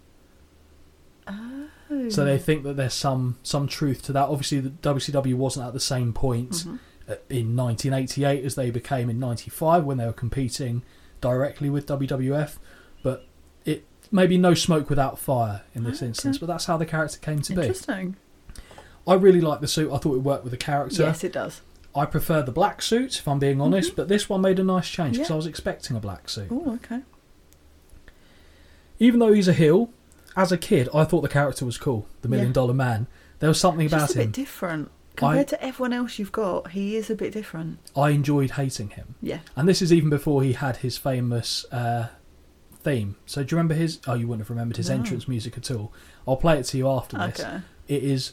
[SPEAKER 3] oh.
[SPEAKER 1] so they think that there's some some truth to that. Obviously, the WCW wasn't at the same point
[SPEAKER 3] Mhm.
[SPEAKER 1] uh, in 1988 as they became in 95 when they were competing directly with WWF, but it maybe no smoke without fire in this
[SPEAKER 3] Okay.
[SPEAKER 1] instance. But that's how the character came to be.
[SPEAKER 3] Interesting.
[SPEAKER 1] I really like the suit. I thought it worked with the character.
[SPEAKER 3] yes, it does.
[SPEAKER 1] I prefer the black suit, if I'm being honest, but this one made a nice change because
[SPEAKER 3] Yeah.
[SPEAKER 1] I was expecting a black suit.
[SPEAKER 3] Oh, okay.
[SPEAKER 1] even though he's a heel, as a kid, I thought the character was cool, the Million
[SPEAKER 3] Yeah.
[SPEAKER 1] Dollar Man. There was something about
[SPEAKER 3] Just a bit
[SPEAKER 1] him.
[SPEAKER 3] different compared to everyone else you've got. He is a bit different.
[SPEAKER 1] I enjoyed hating him,
[SPEAKER 3] Yeah.
[SPEAKER 1] and this is even before he had his famous uh, theme. So do you remember his? Oh, you wouldn't have remembered his
[SPEAKER 3] No.
[SPEAKER 1] entrance music at all. I'll play it to you after this.
[SPEAKER 3] Okay.
[SPEAKER 1] It is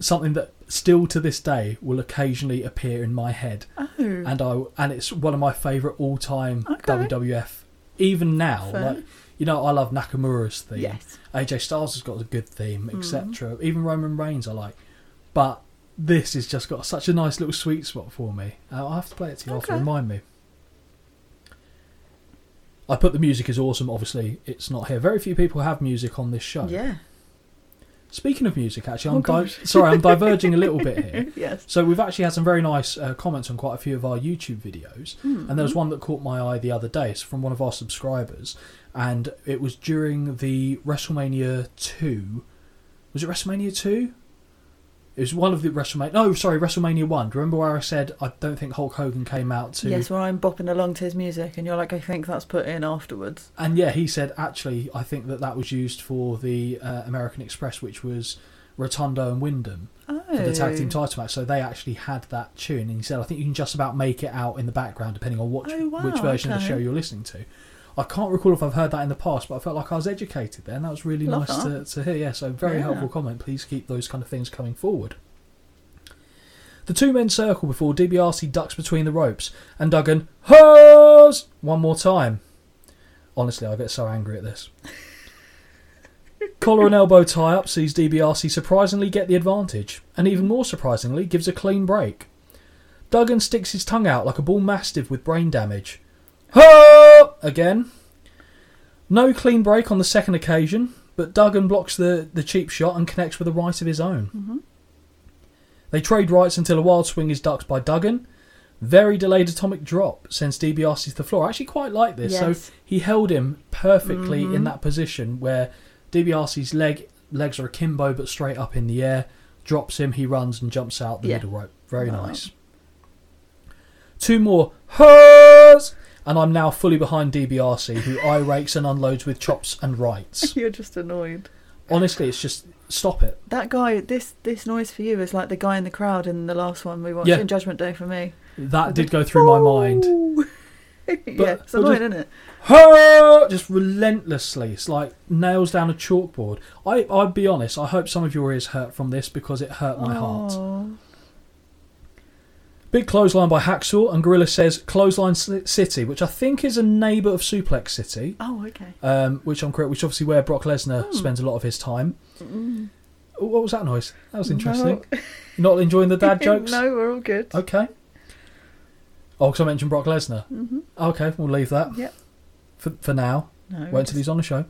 [SPEAKER 1] something that still to this day will occasionally appear in my head,
[SPEAKER 3] Oh.
[SPEAKER 1] and I and it's one of my favourite all-time
[SPEAKER 3] Okay.
[SPEAKER 1] WWF. Even now,
[SPEAKER 3] Fair.
[SPEAKER 1] like you know, I love Nakamura's theme.
[SPEAKER 3] yes.
[SPEAKER 1] AJ Styles has got a good
[SPEAKER 3] Mm.
[SPEAKER 1] theme, etc. Even Roman Reigns I like, but this has just got such a nice little sweet spot for me. Uh, I'll have to play it to you after.
[SPEAKER 3] Okay.
[SPEAKER 1] Remind me. I put the music is awesome. Obviously, it's not here. Very few people have music on this show.
[SPEAKER 3] Yeah.
[SPEAKER 1] Speaking of music, actually,
[SPEAKER 3] Oh,
[SPEAKER 1] I'm di-
[SPEAKER 3] gosh.
[SPEAKER 1] sorry, I'm diverging a little bit here.
[SPEAKER 3] Yes.
[SPEAKER 1] So we've actually had some very nice uh, comments on quite a few of our YouTube videos,
[SPEAKER 3] Hmm.
[SPEAKER 1] and there was one that caught my eye the other day. It's from one of our subscribers, and it was during the WrestleMania two. Was it WrestleMania two? It was one of the WrestleMania. No, sorry, WrestleMania one. Do you remember where I said I don't think Hulk Hogan came out to?
[SPEAKER 3] Yes, where I'm bopping along to his music, and you're like, I think that's put in afterwards.
[SPEAKER 1] And yeah, he said actually I think that that was used for the uh, American Express, which was Rotundo and Wyndham.
[SPEAKER 3] Oh.
[SPEAKER 1] for the tag team title match. So they actually had that tune, and he said, "I think you can just about make it out in the background, depending on which
[SPEAKER 3] Oh, wow,
[SPEAKER 1] which version of the
[SPEAKER 3] okay.
[SPEAKER 1] show you're listening to." I can't recall if I've heard that in the past, but I felt like I was educated there, and that was really
[SPEAKER 3] Love
[SPEAKER 1] nice to,
[SPEAKER 3] that.
[SPEAKER 1] to hear. Yeah, so very
[SPEAKER 3] Yeah.
[SPEAKER 1] helpful comment. Please keep those kind of things coming forward. The two men circle before DiBiase ducks between the ropes and Duggan hurls one more time. Honestly, I get so angry at this. Collar and elbow tie up sees DiBiase surprisingly get the advantage, and even more surprisingly, gives a clean break. Duggan sticks his tongue out like a bull mastiff with brain damage. Ho! Again. No clean break on the second occasion, but Duggan blocks the, the cheap shot and connects with a right of his own.
[SPEAKER 3] Mm-hmm.
[SPEAKER 1] They trade rights until a wild swing is ducked by Duggan. Very delayed atomic drop sends DiBiase to the floor. I actually quite like this.
[SPEAKER 3] Yes. Mm-hmm.
[SPEAKER 1] So he held him perfectly in that position where DiBiase's leg legs are akimbo but straight up in the air. Drops him, he runs and jumps out the
[SPEAKER 3] Yeah.
[SPEAKER 1] middle rope. Very
[SPEAKER 3] I like
[SPEAKER 1] nice. Two more hers, and I'm now fully behind DiBiase, who eye rakes and unloads with chops and rights.
[SPEAKER 3] You're just annoyed.
[SPEAKER 1] Honestly, it's just stop it.
[SPEAKER 3] That guy, this this noise for you is like the guy in the crowd in the last one we watched
[SPEAKER 1] Yeah.
[SPEAKER 3] in Judgment Day for me.
[SPEAKER 1] That did go through my mind.
[SPEAKER 3] yeah, it's
[SPEAKER 1] we'll
[SPEAKER 3] annoying,
[SPEAKER 1] just-
[SPEAKER 3] isn't it?
[SPEAKER 1] Hurrah! just relentlessly. It's like nails down a chalkboard. I, I'll be honest, I hope some of your ears hurt from this because it hurt my heart.
[SPEAKER 3] Oh.
[SPEAKER 1] Big clothesline by Hacksaw, and Gorilla says Clothesline Ci- City, which I think is a neighbour of Suplex City,
[SPEAKER 3] Oh, okay.
[SPEAKER 1] um, which I'm correct, which obviously where Brock Lesnar
[SPEAKER 3] Hmm.
[SPEAKER 1] spends a lot of his time. Oh, What was that noise? That was interesting. Not enjoying the dad jokes?
[SPEAKER 3] no, we're all good.
[SPEAKER 1] Okay. Oh, because I mentioned Brock Lesnar. Mm-hmm. Okay, we'll leave that
[SPEAKER 3] Yep.
[SPEAKER 1] for, for now.
[SPEAKER 3] No.
[SPEAKER 1] Wait until he's on the show.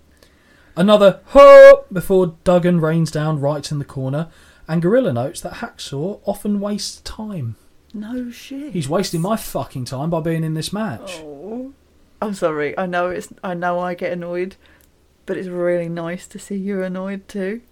[SPEAKER 1] Another ho before Duggan rains down right in the corner, and Gorilla notes that Hacksaw often wastes time.
[SPEAKER 3] No shit.
[SPEAKER 1] He's wasting my fucking time by being in this match.
[SPEAKER 3] Oh. I'm sorry. I know it's. I know I get annoyed, but it's really nice to see you annoyed too,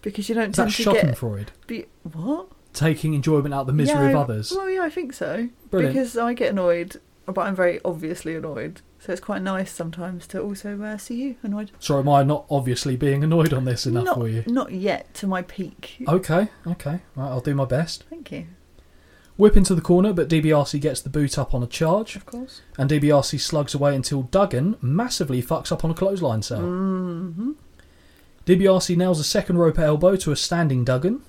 [SPEAKER 3] because you don't
[SPEAKER 1] Is that
[SPEAKER 3] tend to get.
[SPEAKER 1] Schadenfreude?
[SPEAKER 3] Be, what?
[SPEAKER 1] Taking enjoyment out of the misery
[SPEAKER 3] yeah,
[SPEAKER 1] of
[SPEAKER 3] I-
[SPEAKER 1] others.
[SPEAKER 3] Well, yeah, I think so.
[SPEAKER 1] Brilliant.
[SPEAKER 3] Because I get annoyed, but I'm very obviously annoyed. So it's quite nice sometimes to also uh, see you annoyed.
[SPEAKER 1] Sorry, am I not obviously being annoyed on this enough
[SPEAKER 3] not,
[SPEAKER 1] for you?
[SPEAKER 3] Not yet to my peak.
[SPEAKER 1] Okay, okay. Right, I'll do my best.
[SPEAKER 3] Thank you.
[SPEAKER 1] Whip into the corner, but DiBiase gets the boot up on a charge,
[SPEAKER 3] Of course.
[SPEAKER 1] and DiBiase slugs away until Duggan massively fucks up on a clothesline cell.
[SPEAKER 3] Mm-hmm.
[SPEAKER 1] DiBiase nails a second rope elbow to a standing Duggan.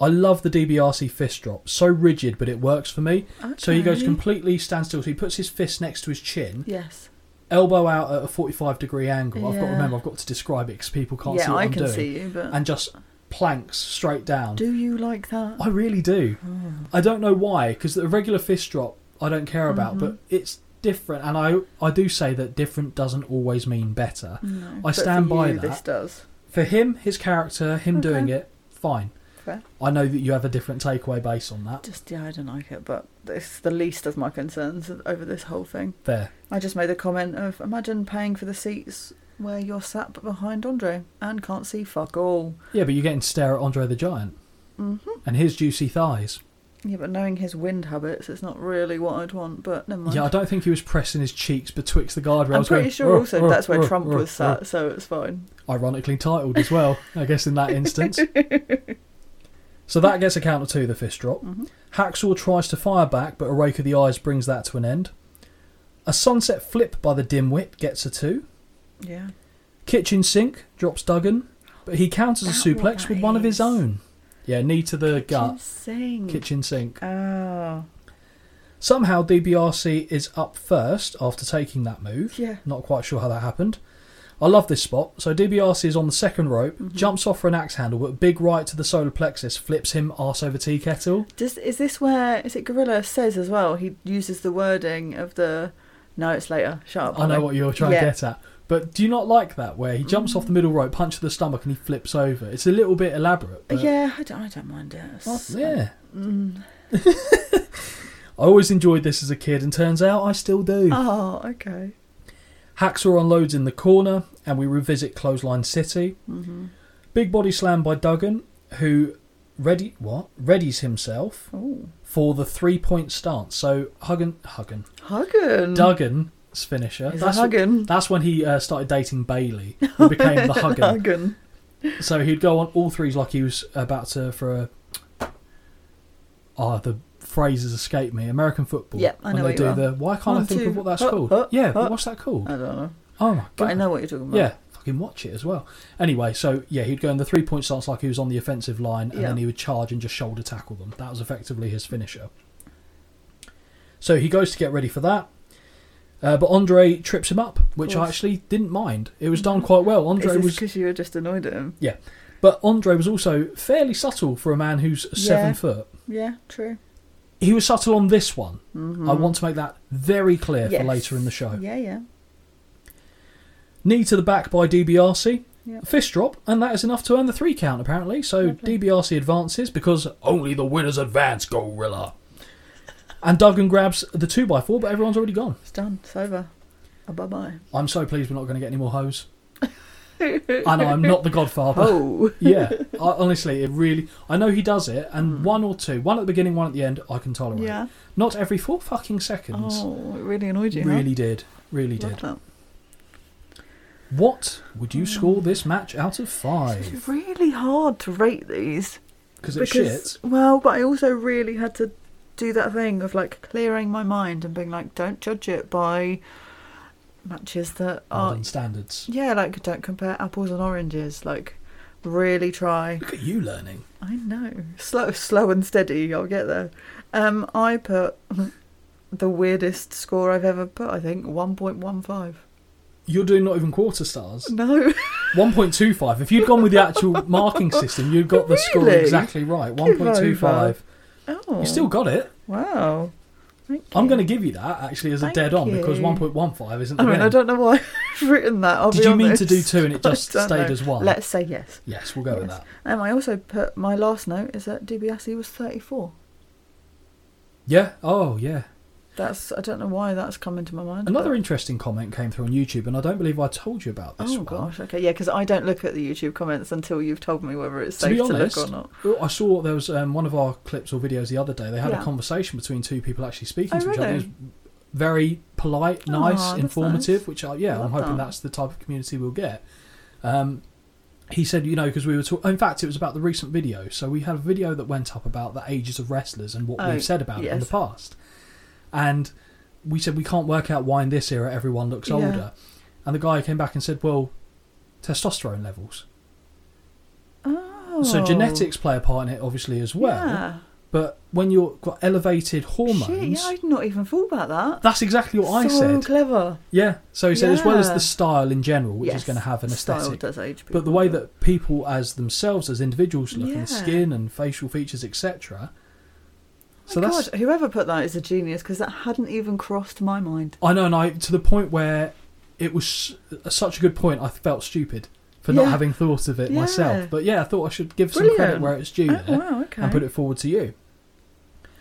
[SPEAKER 1] I love the DiBiase fist drop. So rigid, but it works for me. So he goes
[SPEAKER 3] Okay.
[SPEAKER 1] completely standstill. So he puts his fist next to his chin,
[SPEAKER 3] Yes.
[SPEAKER 1] elbow out at a 45 degree angle. I've got to
[SPEAKER 3] Yeah.
[SPEAKER 1] remember, I've got to describe it because people can't
[SPEAKER 3] yeah,
[SPEAKER 1] see what
[SPEAKER 3] I
[SPEAKER 1] am
[SPEAKER 3] can
[SPEAKER 1] doing.
[SPEAKER 3] see you, but
[SPEAKER 1] And just planks straight down.
[SPEAKER 3] do you like that? Oh.
[SPEAKER 1] I really do. I don't know why, because the regular fist drop I don't care about, but
[SPEAKER 3] Mm-hmm.
[SPEAKER 1] it's different. And I, I do say that different doesn't always mean better.
[SPEAKER 3] No.
[SPEAKER 1] I
[SPEAKER 3] But for
[SPEAKER 1] stand by
[SPEAKER 3] you,
[SPEAKER 1] that.
[SPEAKER 3] This does.
[SPEAKER 1] For him, his character, him
[SPEAKER 3] Okay.
[SPEAKER 1] doing it, fine.
[SPEAKER 3] Fair.
[SPEAKER 1] I know that you have a different takeaway base on that.
[SPEAKER 3] Just yeah, I don't like it, but it's the least of my concerns over this whole thing.
[SPEAKER 1] Fair.
[SPEAKER 3] I just made the comment of imagine paying for the seats where you're sat but behind Andre and can't see fuck all. Mm-hmm.
[SPEAKER 1] Yeah, but you're getting to stare at Andre the Giant and his juicy thighs.
[SPEAKER 3] Yeah, but knowing his wind habits, it's not really what I'd want. But never mind.
[SPEAKER 1] Yeah, I don't think he was pressing his cheeks betwixt the guardrails.
[SPEAKER 3] I'm pretty
[SPEAKER 1] going,
[SPEAKER 3] sure
[SPEAKER 1] "Ugh,
[SPEAKER 3] also
[SPEAKER 1] ugh,
[SPEAKER 3] that's where
[SPEAKER 1] ugh,
[SPEAKER 3] Trump
[SPEAKER 1] ugh,
[SPEAKER 3] was
[SPEAKER 1] ugh."
[SPEAKER 3] sat, so it's fine.
[SPEAKER 1] Ironically titled as well, I guess, in that instance. so that gets a counter to the fist drop. Hacksaw tries to fire back, but a rake of the eyes brings that to an end. A sunset flip by the dimwit gets a two.
[SPEAKER 3] Yeah.
[SPEAKER 1] Kitchen sink drops Duggan, but he counters
[SPEAKER 3] Is
[SPEAKER 1] a
[SPEAKER 3] that what
[SPEAKER 1] suplex
[SPEAKER 3] that
[SPEAKER 1] with one of his
[SPEAKER 3] is?
[SPEAKER 1] own. Yeah, knee to the gut,
[SPEAKER 3] Sing.
[SPEAKER 1] kitchen sink.
[SPEAKER 3] Oh.
[SPEAKER 1] Somehow DBRC is up first after taking that move.
[SPEAKER 3] Yeah.
[SPEAKER 1] Not quite sure how that happened. I love this spot. So DBRC is on the second rope,
[SPEAKER 3] Mm-hmm.
[SPEAKER 1] jumps off for an axe handle, but big right to the solar plexus flips him arse over tea kettle.
[SPEAKER 3] Does, is this where is it Gorilla says as well? He uses the wording of the no, it's later. Shut up.
[SPEAKER 1] I know
[SPEAKER 3] Ollie."
[SPEAKER 1] what you're trying
[SPEAKER 3] Oh, Yeah. Mm.
[SPEAKER 1] to get at. But do you not like that where he jumps off the middle rope, punch to the stomach, and he flips over? It's a little bit elaborate. But
[SPEAKER 3] yeah, I don't, I don't mind it. It's- mm.
[SPEAKER 1] Well, yeah. I always enjoyed this as a kid, and turns out I still do.
[SPEAKER 3] Oh, okay.
[SPEAKER 1] Hacksaw unloads in the corner, and we revisit Clothesline City. Big body slam by Duggan, who ready what readies himself
[SPEAKER 3] Oh,
[SPEAKER 1] for the three point stance. So Huggan, Huggan,
[SPEAKER 3] Huggan.
[SPEAKER 1] Duggan's finisher.
[SPEAKER 3] Mm. Is a
[SPEAKER 1] that's
[SPEAKER 3] Huggan.
[SPEAKER 1] that's when he uh, started dating Bailey, who became the Huggan.
[SPEAKER 3] Huggan.
[SPEAKER 1] So he'd go on all threes like he was about to for a. Ah, the phrases escape me. American football.
[SPEAKER 3] Yep, I know
[SPEAKER 1] When
[SPEAKER 3] what
[SPEAKER 1] they
[SPEAKER 3] you
[SPEAKER 1] do
[SPEAKER 3] are.
[SPEAKER 1] the why can't I
[SPEAKER 3] One,
[SPEAKER 1] think of
[SPEAKER 3] two,
[SPEAKER 1] what that's
[SPEAKER 3] hut,
[SPEAKER 1] called?
[SPEAKER 3] hut,
[SPEAKER 1] yeah, but
[SPEAKER 3] hut.
[SPEAKER 1] what's that called?
[SPEAKER 3] I don't know,
[SPEAKER 1] Oh my god.
[SPEAKER 3] Uh, but I know what you're talking about.
[SPEAKER 1] Yeah, fucking fucking watch it as well. Anyway, so yeah, he'd go in the three point stance like he was on the offensive line, and
[SPEAKER 3] Yeah.
[SPEAKER 1] then he would charge and just shoulder tackle them. That was effectively his finisher. So he goes to get ready for that. Uh, but Andre trips him up, which I
[SPEAKER 3] course.
[SPEAKER 1] actually didn't mind. It was done quite well. Andre
[SPEAKER 3] Is this
[SPEAKER 1] was
[SPEAKER 3] because you were just annoyed at him?
[SPEAKER 1] yeah, but Andre was also fairly subtle for a man who's seven
[SPEAKER 3] Yeah.
[SPEAKER 1] foot.
[SPEAKER 3] Yeah, true.
[SPEAKER 1] He was subtle on this one. I want to make that very clear
[SPEAKER 3] Mm-hmm. Yes.
[SPEAKER 1] for later in the show.
[SPEAKER 3] Yeah, yeah.
[SPEAKER 1] Knee to the back by DBRC.
[SPEAKER 3] Yep.
[SPEAKER 1] Fist drop, and that is enough to earn the three count, apparently. So DBRC advances because only the winners advance, Gorilla. And Duggan grabs the 2x4, but everyone's already gone.
[SPEAKER 3] It's done. It's over. Oh, bye bye.
[SPEAKER 1] I'm so pleased we're not going to get any more hoes. I know, I'm not the godfather.
[SPEAKER 3] Oh.
[SPEAKER 1] Yeah, I, honestly, it really. I know he does it, and one or two, one at the beginning, one at the end, I can tolerate.
[SPEAKER 3] Hmm. Yeah.
[SPEAKER 1] Not every four fucking seconds.
[SPEAKER 3] Oh, it really annoyed you.
[SPEAKER 1] really did. Really
[SPEAKER 3] huh?
[SPEAKER 1] did.
[SPEAKER 3] Love
[SPEAKER 1] What would you score this match out of
[SPEAKER 3] that.
[SPEAKER 1] five?
[SPEAKER 3] It's really hard to rate these.
[SPEAKER 1] Because it's shit.
[SPEAKER 3] Well, but I also really had to do that thing of like clearing my mind and being like, don't judge it by matches that are.
[SPEAKER 1] Modern standards.
[SPEAKER 3] Yeah, like don't compare apples and oranges. Like, really try.
[SPEAKER 1] Look at you learning.
[SPEAKER 3] I know. Slow, slow and steady. I'll get there. Um, I put the weirdest score I've ever put. I think one point one five.
[SPEAKER 1] You're doing not even quarter stars.
[SPEAKER 3] No,
[SPEAKER 1] 1.25. If you'd gone with the actual marking system, you'd got the score
[SPEAKER 3] Really?
[SPEAKER 1] exactly right.
[SPEAKER 3] Give
[SPEAKER 1] 1.25.
[SPEAKER 3] over. oh,
[SPEAKER 1] You still got it.
[SPEAKER 3] wow. Thank
[SPEAKER 1] I'm
[SPEAKER 3] you.
[SPEAKER 1] going to give you that actually as a
[SPEAKER 3] Thank
[SPEAKER 1] dead on because
[SPEAKER 3] you.
[SPEAKER 1] 1.15 isn't.
[SPEAKER 3] I
[SPEAKER 1] The
[SPEAKER 3] mean,
[SPEAKER 1] end.
[SPEAKER 3] I don't know why I've written that. I'll
[SPEAKER 1] Did
[SPEAKER 3] be
[SPEAKER 1] you mean to do
[SPEAKER 3] honest.
[SPEAKER 1] two and it
[SPEAKER 3] I
[SPEAKER 1] just
[SPEAKER 3] don't
[SPEAKER 1] stayed
[SPEAKER 3] know.
[SPEAKER 1] as one?
[SPEAKER 3] Let's say yes.
[SPEAKER 1] Yes, we'll go with
[SPEAKER 3] Yes.
[SPEAKER 1] that.
[SPEAKER 3] Um, I also put my last note is that DiBiase was 34.
[SPEAKER 1] Yeah. Oh, yeah.
[SPEAKER 3] That's I don't know why that's come into my mind.
[SPEAKER 1] Another
[SPEAKER 3] but-
[SPEAKER 1] interesting comment came through on YouTube, and I don't believe I told you about this
[SPEAKER 3] Oh
[SPEAKER 1] one.
[SPEAKER 3] gosh, okay, yeah, because I don't look at the YouTube comments until you've told me whether it's
[SPEAKER 1] To be
[SPEAKER 3] safe to,
[SPEAKER 1] honest,
[SPEAKER 3] look or not.
[SPEAKER 1] Oh, I saw there was um, one of our clips or videos the other day. They had a
[SPEAKER 3] Yeah.
[SPEAKER 1] conversation between two people actually speaking
[SPEAKER 3] Oh,
[SPEAKER 1] to each other. It was
[SPEAKER 3] really?
[SPEAKER 1] very polite, nice,
[SPEAKER 3] Aw, that's
[SPEAKER 1] informative.
[SPEAKER 3] nice.
[SPEAKER 1] Which I yeah, I'm
[SPEAKER 3] Love
[SPEAKER 1] hoping
[SPEAKER 3] that.
[SPEAKER 1] that's the type of community we'll get. Um, he said, you know, because we were talking. In fact, it was about the recent video. So we had a video that went up about the ages of wrestlers and what
[SPEAKER 3] Oh,
[SPEAKER 1] we've said about it in the
[SPEAKER 3] yes.
[SPEAKER 1] past, and we said we can't work out why in this era everyone looks
[SPEAKER 3] Yeah.
[SPEAKER 1] older. And the guy came back and said, well, testosterone levels.
[SPEAKER 3] Oh,
[SPEAKER 1] So genetics play a part in it, obviously, as well.
[SPEAKER 3] Yeah.
[SPEAKER 1] But when you've got elevated hormones,
[SPEAKER 3] Shit, yeah, I'd not even thought about that.
[SPEAKER 1] that's exactly what I
[SPEAKER 3] so
[SPEAKER 1] said.
[SPEAKER 3] clever.
[SPEAKER 1] Yeah. So he said, as well as
[SPEAKER 3] Yeah.
[SPEAKER 1] the style in general, which is
[SPEAKER 3] Yes,
[SPEAKER 1] going to have an
[SPEAKER 3] Style
[SPEAKER 1] aesthetic,
[SPEAKER 3] does age people,
[SPEAKER 1] but the way that people, as themselves, as individuals, look and the
[SPEAKER 3] Yeah.
[SPEAKER 1] skin and facial features, etc. So
[SPEAKER 3] Oh my
[SPEAKER 1] that's
[SPEAKER 3] God, whoever put that is a genius because that hadn't even crossed my mind.
[SPEAKER 1] I know, and I to the point where it was s- uh, such a good point. I felt stupid for not
[SPEAKER 3] Yeah.
[SPEAKER 1] having thought of it
[SPEAKER 3] Yeah.
[SPEAKER 1] myself. But yeah, I thought I should give some credit
[SPEAKER 3] Brilliant.
[SPEAKER 1] where it's due
[SPEAKER 3] Oh
[SPEAKER 1] there
[SPEAKER 3] wow, okay.
[SPEAKER 1] and put it forward to you.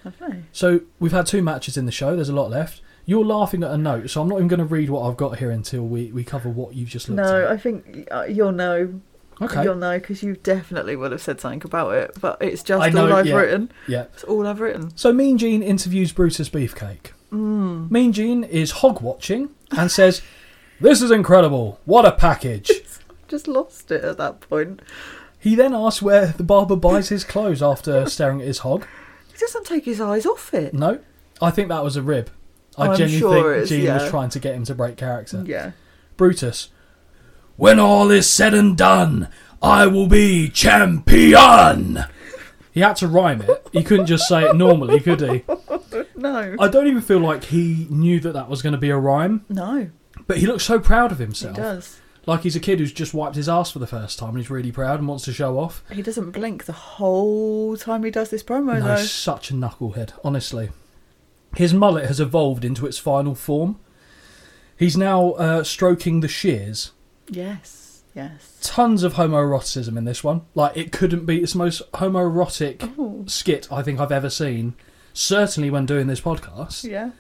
[SPEAKER 3] Lovely.
[SPEAKER 1] So we've had two matches in the show. There's a lot left. You're laughing at a note, so I'm not even going to read what I've got here until we, we cover what you've just looked
[SPEAKER 3] No,
[SPEAKER 1] at.
[SPEAKER 3] I think uh, you'll know
[SPEAKER 1] Okay.
[SPEAKER 3] You'll know because you definitely would have said something about it, but it's just
[SPEAKER 1] I know,
[SPEAKER 3] all I've
[SPEAKER 1] yeah.
[SPEAKER 3] written.
[SPEAKER 1] Yeah.
[SPEAKER 3] It's all I've written.
[SPEAKER 1] So Mean Gene interviews Brutus Beefcake. Mm. Mean Gene is hog watching and says, "This is incredible. What a package."
[SPEAKER 3] Just lost it at that point.
[SPEAKER 1] He then asks where the barber buys his clothes after staring at his hog.
[SPEAKER 3] He doesn't take his eyes off it.
[SPEAKER 1] No, I think that was a rib. I
[SPEAKER 3] I'm
[SPEAKER 1] genuinely
[SPEAKER 3] sure
[SPEAKER 1] think
[SPEAKER 3] it is,
[SPEAKER 1] Gene was
[SPEAKER 3] yeah.
[SPEAKER 1] trying to get him to break character.
[SPEAKER 3] Yeah.
[SPEAKER 1] Brutus,
[SPEAKER 2] When all is said and done, I will be champion.
[SPEAKER 1] he had to rhyme it. He couldn't just say it normally, could he?
[SPEAKER 3] No.
[SPEAKER 1] I don't even feel like he knew that that was going to be a rhyme,
[SPEAKER 3] No.
[SPEAKER 1] but he looks so proud of
[SPEAKER 3] He
[SPEAKER 1] himself.
[SPEAKER 3] does.
[SPEAKER 1] Like he's a kid who's just wiped his ass for the first time and he's really proud and wants to show off.
[SPEAKER 3] He doesn't blink the whole time he does this promo,
[SPEAKER 1] no,
[SPEAKER 3] though.
[SPEAKER 1] such a knucklehead, honestly. His mullet has evolved into its final form. He's now uh, stroking the shears.
[SPEAKER 3] Yes. Yes.
[SPEAKER 1] Tons of homoeroticism in this one. Like, it couldn't be. It's the most homoerotic
[SPEAKER 3] Oh.
[SPEAKER 1] skit I think I've ever seen. Certainly when doing this podcast.
[SPEAKER 3] Yeah.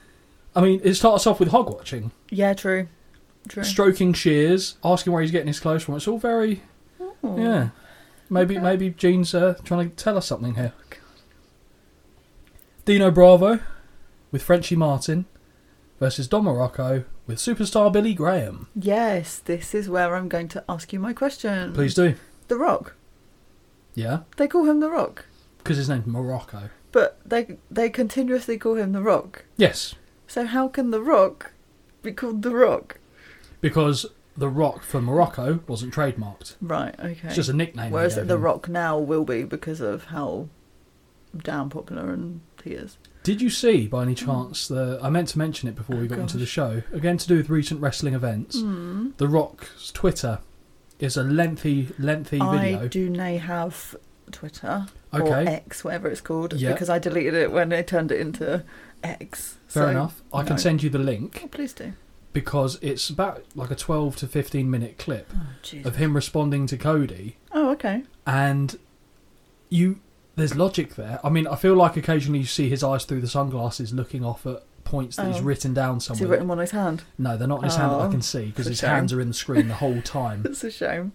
[SPEAKER 1] I mean, it starts off with hog watching.
[SPEAKER 3] Yeah. True. True.
[SPEAKER 1] stroking shears, asking where he's getting his clothes from. It's all very,
[SPEAKER 3] Oh.
[SPEAKER 1] yeah. Maybe maybe Gene's uh, trying to tell us something here.
[SPEAKER 3] Oh,
[SPEAKER 1] Dino Bravo with Frenchie Martin versus Don Morocco with superstar Billy Graham.
[SPEAKER 3] Yes. This is where I'm going to ask you my question.
[SPEAKER 1] Please do.
[SPEAKER 3] The Rock.
[SPEAKER 1] Yeah,
[SPEAKER 3] They call him The Rock,
[SPEAKER 1] because his name's Morocco.
[SPEAKER 3] but they they continuously call him The Rock.
[SPEAKER 1] Yes,
[SPEAKER 3] So how can The Rock be called The Rock?
[SPEAKER 1] because The Rock for Morocco wasn't trademarked.
[SPEAKER 3] Right, okay.
[SPEAKER 1] It's just a nickname. they
[SPEAKER 3] Whereas
[SPEAKER 1] gave
[SPEAKER 3] The
[SPEAKER 1] him.
[SPEAKER 3] Rock now will be because of how damn popular and he is.
[SPEAKER 1] Did you see by any chance the? I meant to mention it before we
[SPEAKER 3] Mm. Oh,
[SPEAKER 1] got into
[SPEAKER 3] gosh. Mm.
[SPEAKER 1] the show. Again, to do with recent wrestling events.
[SPEAKER 3] Hmm,
[SPEAKER 1] The Rock's Twitter is a lengthy, lengthy
[SPEAKER 3] I
[SPEAKER 1] video.
[SPEAKER 3] do nay have Twitter or
[SPEAKER 1] Okay.
[SPEAKER 3] X, whatever it's called,
[SPEAKER 1] Yeah.
[SPEAKER 3] because I deleted it when they turned it into X.
[SPEAKER 1] Fair
[SPEAKER 3] so-
[SPEAKER 1] enough. I
[SPEAKER 3] no.
[SPEAKER 1] can send you the link.
[SPEAKER 3] Oh, please do.
[SPEAKER 1] because it's about like a 12 to 15 minute clip
[SPEAKER 3] Oh, Jesus.
[SPEAKER 1] of him responding to Cody
[SPEAKER 3] Oh, okay.
[SPEAKER 1] and you there's logic there I mean I feel like occasionally you see his eyes through the sunglasses looking off at points that he's
[SPEAKER 3] Oh.
[SPEAKER 1] written down
[SPEAKER 3] Has he
[SPEAKER 1] somewhere
[SPEAKER 3] written one on his hand?
[SPEAKER 1] no they're not in his hand that I
[SPEAKER 3] Oh,
[SPEAKER 1] can see because
[SPEAKER 3] for
[SPEAKER 1] his
[SPEAKER 3] shame.
[SPEAKER 1] hands are in the screen the whole time
[SPEAKER 3] That's a shame.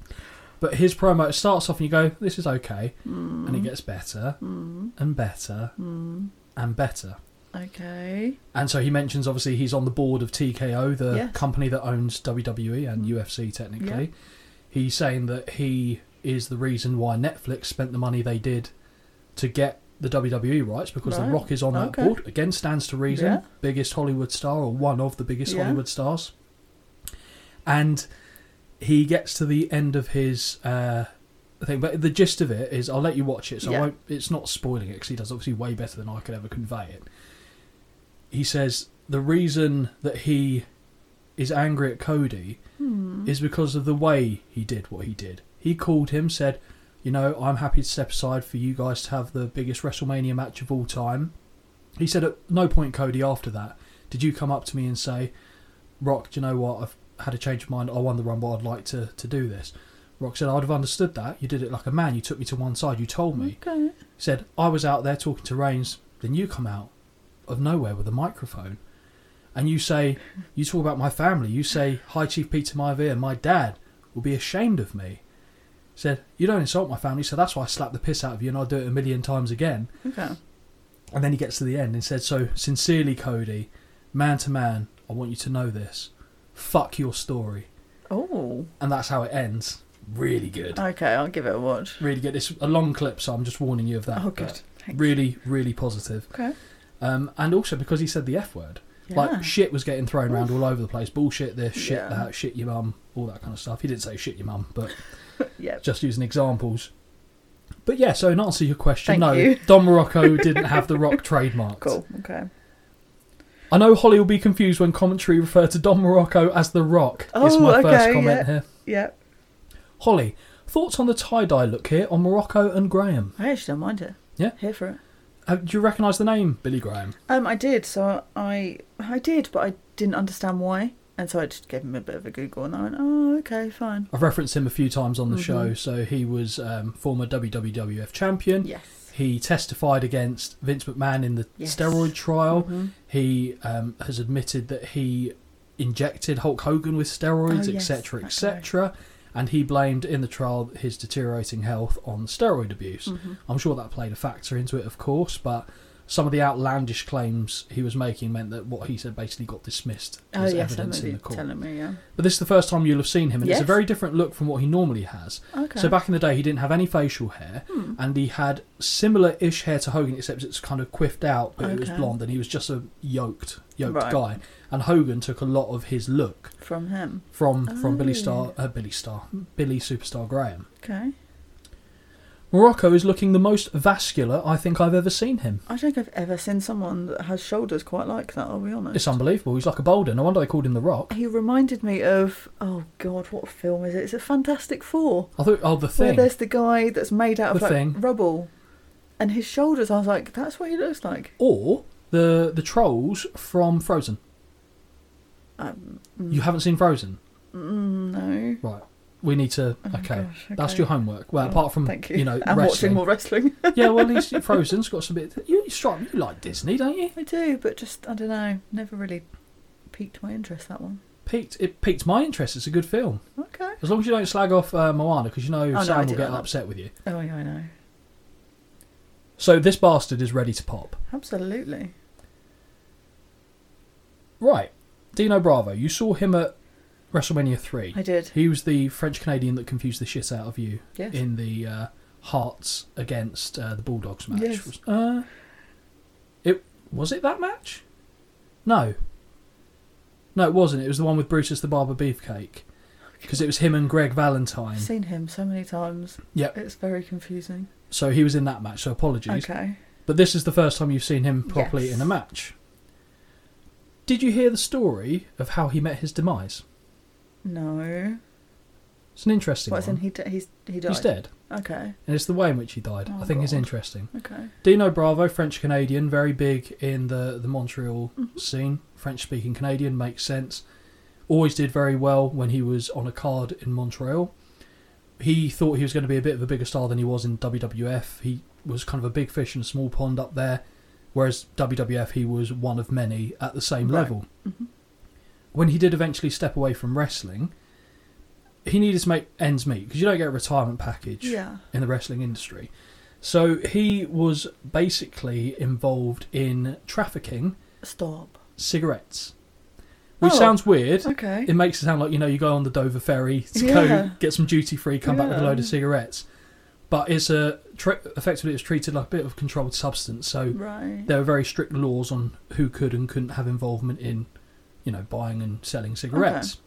[SPEAKER 1] but his promo it starts off and you go this is okay and
[SPEAKER 3] Mm.
[SPEAKER 1] it gets better and better and better
[SPEAKER 3] Okay.
[SPEAKER 1] And so he mentions obviously he's on the board of TKO, the
[SPEAKER 3] Yes.
[SPEAKER 1] company that owns WWE
[SPEAKER 3] Mm-hmm.
[SPEAKER 1] and UFC technically. He's saying that he is the reason why Netflix spent the money they did to get the WWE rights because The
[SPEAKER 3] Right.
[SPEAKER 1] Rock is on that
[SPEAKER 3] Okay.
[SPEAKER 1] board. Again, stands to reason.
[SPEAKER 3] Yeah.
[SPEAKER 1] Biggest Hollywood star or one of the biggest
[SPEAKER 3] Yeah.
[SPEAKER 1] Hollywood stars. And he gets to the end of his uh, thing, but the gist of it is I'll let you watch it, so I
[SPEAKER 3] Yeah.
[SPEAKER 1] won't, it's not spoiling it because he does obviously way better than I could ever convey it he says the reason that he is angry at Cody
[SPEAKER 3] Hmm. Mm-hmm.
[SPEAKER 1] is because of the way he did what he did. He called him, said, You know, I'm happy to step aside for you guys to have the biggest WrestleMania match of all time. He said, At no point, Cody, after that, did you come up to me and say, Rock, do you know what? I've had a change of mind. I won the Rumble. I'd like to, to do this. Rock said, I'd have understood that. You did it like a man. You took me to one side. You told me
[SPEAKER 3] Okay.
[SPEAKER 1] said, I was out there talking to Reigns, then you come out of nowhere with a microphone and you say, You talk about my family, you say, Hi, Chief Peter Maivia, my dad will be ashamed of me. Said, You don't insult my family, so that's why I slap the piss out of you and I'll do it a million times again.
[SPEAKER 3] Okay.
[SPEAKER 1] And then he gets to the end and said, So, sincerely, Cody, man to man, I want you to know this. Fuck your story.
[SPEAKER 3] Oh.
[SPEAKER 1] And that's how it ends. Really good.
[SPEAKER 3] Okay, I'll give it a watch.
[SPEAKER 1] Really good. It's a long clip, so I'm just warning you of that.
[SPEAKER 3] Oh,
[SPEAKER 1] but
[SPEAKER 3] good. Thanks.
[SPEAKER 1] Really, really positive.
[SPEAKER 3] Okay.
[SPEAKER 1] Um, and also because he said the F word.
[SPEAKER 3] Yeah.
[SPEAKER 1] Like, shit was getting thrown around all over the place. Bullshit this, shit
[SPEAKER 3] Yeah.
[SPEAKER 1] that, shit your mum, all that kind of stuff. He didn't say shit your mum, but
[SPEAKER 3] Yep.
[SPEAKER 1] just using examples. But yeah, so in answer to your question,
[SPEAKER 3] Thank
[SPEAKER 1] no,
[SPEAKER 3] you.
[SPEAKER 1] Don Morocco didn't have the rock trademarked.
[SPEAKER 3] Cool. Okay.
[SPEAKER 1] I know Holly will be confused when commentary refer to Don Morocco as the rock. is
[SPEAKER 3] Oh,
[SPEAKER 1] my first
[SPEAKER 3] okay,
[SPEAKER 1] comment
[SPEAKER 3] yeah.
[SPEAKER 1] here.
[SPEAKER 3] Yep.
[SPEAKER 1] Holly, thoughts on the tie dye look here on Morocco and Graham?
[SPEAKER 3] I actually don't mind it.
[SPEAKER 1] Yeah?
[SPEAKER 3] Here for it.
[SPEAKER 1] Uh, do you recognise the name Billy Graham?
[SPEAKER 3] Um, I did. So I, I did, but I didn't understand why, and so I just gave him a bit of a Google, and I went, "Oh, okay, fine."
[SPEAKER 1] I've referenced him a few times on the
[SPEAKER 3] Mm-hmm.
[SPEAKER 1] show. So he was um, former WWF champion.
[SPEAKER 3] Yes.
[SPEAKER 1] He testified against Vince McMahon in the
[SPEAKER 3] Yes.
[SPEAKER 1] steroid trial.
[SPEAKER 3] Mm-hmm,
[SPEAKER 1] He um, has admitted that he injected Hulk Hogan with steroids,
[SPEAKER 3] Oh, yes,
[SPEAKER 1] etc.,
[SPEAKER 3] that
[SPEAKER 1] etc. And he blamed in the trial his deteriorating health on steroid abuse.
[SPEAKER 3] Hmm. mm-hmm.
[SPEAKER 1] I'm sure that played a factor into it, of course, but some of the outlandish claims he was making meant that what he said basically got dismissed
[SPEAKER 3] Oh
[SPEAKER 1] as
[SPEAKER 3] yes, I
[SPEAKER 1] evidence in
[SPEAKER 3] remember you
[SPEAKER 1] the court.
[SPEAKER 3] telling me. Yeah.
[SPEAKER 1] But this is the first time you'll have seen him, and it's a
[SPEAKER 3] Yes.
[SPEAKER 1] very different look from what he normally has.
[SPEAKER 3] Okay. Uh,
[SPEAKER 1] So back in the day, he didn't have any facial hair,
[SPEAKER 3] Hmm.
[SPEAKER 1] and he had similar-ish hair to Hogan, except it's kind of quiffed out, but it was
[SPEAKER 3] Okay.
[SPEAKER 1] blonde, and he was just a yoked, yoked
[SPEAKER 3] Right.
[SPEAKER 1] guy. And Hogan took a lot of his look
[SPEAKER 3] From him.
[SPEAKER 1] from from Billy
[SPEAKER 3] Oh.
[SPEAKER 1] Star, uh, Billy Star, Billy Superstar Graham.
[SPEAKER 3] Okay.
[SPEAKER 1] Morocco is looking the most vascular I think I've ever seen him.
[SPEAKER 3] I don't think I've ever seen someone that has shoulders quite like that. I'll be honest.
[SPEAKER 1] It's unbelievable. He's like a boulder. No wonder they called him the Rock.
[SPEAKER 3] He reminded me of oh god, what film is it? It's a Fantastic Four.
[SPEAKER 1] I thought, oh, the
[SPEAKER 3] Where
[SPEAKER 1] thing.
[SPEAKER 3] there's the guy that's made out of
[SPEAKER 1] The
[SPEAKER 3] like
[SPEAKER 1] Thing.
[SPEAKER 3] rubble, and his shoulders. I was like, that's what he looks like.
[SPEAKER 1] or the the trolls from Frozen.
[SPEAKER 3] Um,
[SPEAKER 1] You haven't seen Frozen,
[SPEAKER 3] Mm, no.
[SPEAKER 1] right? We need to.
[SPEAKER 3] Oh my
[SPEAKER 1] okay,
[SPEAKER 3] gosh,
[SPEAKER 1] that's
[SPEAKER 3] okay.
[SPEAKER 1] your homework. Well,
[SPEAKER 3] Oh,
[SPEAKER 1] apart from
[SPEAKER 3] Thank
[SPEAKER 1] you.
[SPEAKER 3] you.
[SPEAKER 1] know,
[SPEAKER 3] I'm watching
[SPEAKER 1] wrestling.
[SPEAKER 3] more wrestling.
[SPEAKER 1] yeah, well, at least Frozen's got some bit. You, you strike me. You like Disney, don't you?
[SPEAKER 3] I do, but just I don't know. Never really piqued my interest that one.
[SPEAKER 1] Piqued it piqued my interest. It's a good film.
[SPEAKER 3] Okay.
[SPEAKER 1] As long as you don't slag off uh, Moana, because you know
[SPEAKER 3] Oh, no,
[SPEAKER 1] Sam
[SPEAKER 3] I
[SPEAKER 1] will
[SPEAKER 3] did
[SPEAKER 1] get
[SPEAKER 3] that.
[SPEAKER 1] upset with you.
[SPEAKER 3] Oh yeah, I know.
[SPEAKER 1] So this bastard is ready to pop.
[SPEAKER 3] Absolutely.
[SPEAKER 1] Right, Dino Bravo. You saw him at WrestleMania three.
[SPEAKER 3] I did.
[SPEAKER 1] He was the French Canadian that confused the shit out of you
[SPEAKER 3] Yes.
[SPEAKER 1] in the uh, Hearts against uh, the Bulldogs match.
[SPEAKER 3] Yes.
[SPEAKER 1] Was- Uh, it was it that match? No. No, it wasn't. It was the one with Brutus the Barber Beefcake. because it was him and Greg Valentine.
[SPEAKER 3] I've seen him so many times.
[SPEAKER 1] Yep.
[SPEAKER 3] It's very confusing.
[SPEAKER 1] So he was in that match. So apologies.
[SPEAKER 3] Okay.
[SPEAKER 1] But this is the first time you've seen him properly
[SPEAKER 3] Yes.
[SPEAKER 1] in a match. Did you hear the story of how he met his demise?
[SPEAKER 3] No.
[SPEAKER 1] It's an interesting
[SPEAKER 3] What's in
[SPEAKER 1] one.
[SPEAKER 3] he? d he's he died.
[SPEAKER 1] He's dead,
[SPEAKER 3] Okay.
[SPEAKER 1] and it's the way in which he died.
[SPEAKER 3] Oh,
[SPEAKER 1] I think is
[SPEAKER 3] God.
[SPEAKER 1] interesting.
[SPEAKER 3] Okay.
[SPEAKER 1] Dino Bravo, French Canadian, very big in the the Montreal
[SPEAKER 3] Mm-hmm.
[SPEAKER 1] scene. French speaking Canadian makes sense. Always did very well when he was on a card in Montreal. He thought he was going to be a bit of a bigger star than he was in WWF. He was kind of a big fish in a small pond up there, whereas WWF he was one of many at the same
[SPEAKER 3] Right. Mm-hmm.
[SPEAKER 1] level. When he did eventually step away from wrestling, he needed to make ends meet because you don't get a retirement package
[SPEAKER 3] Yeah.
[SPEAKER 1] in the wrestling industry. So he was basically involved in trafficking
[SPEAKER 3] Stop.
[SPEAKER 1] cigarettes, which
[SPEAKER 3] Oh,
[SPEAKER 1] sounds weird.
[SPEAKER 3] Okay.
[SPEAKER 1] It makes it sound like you know you go on the Dover ferry to
[SPEAKER 3] Yeah.
[SPEAKER 1] go get some duty free, come back with a
[SPEAKER 3] Yeah.
[SPEAKER 1] load of cigarettes, but it's a tre- effectively it's treated like a bit of a controlled substance. So
[SPEAKER 3] Right.
[SPEAKER 1] there were very strict laws on who could and couldn't have involvement in, you know, buying and selling cigarettes.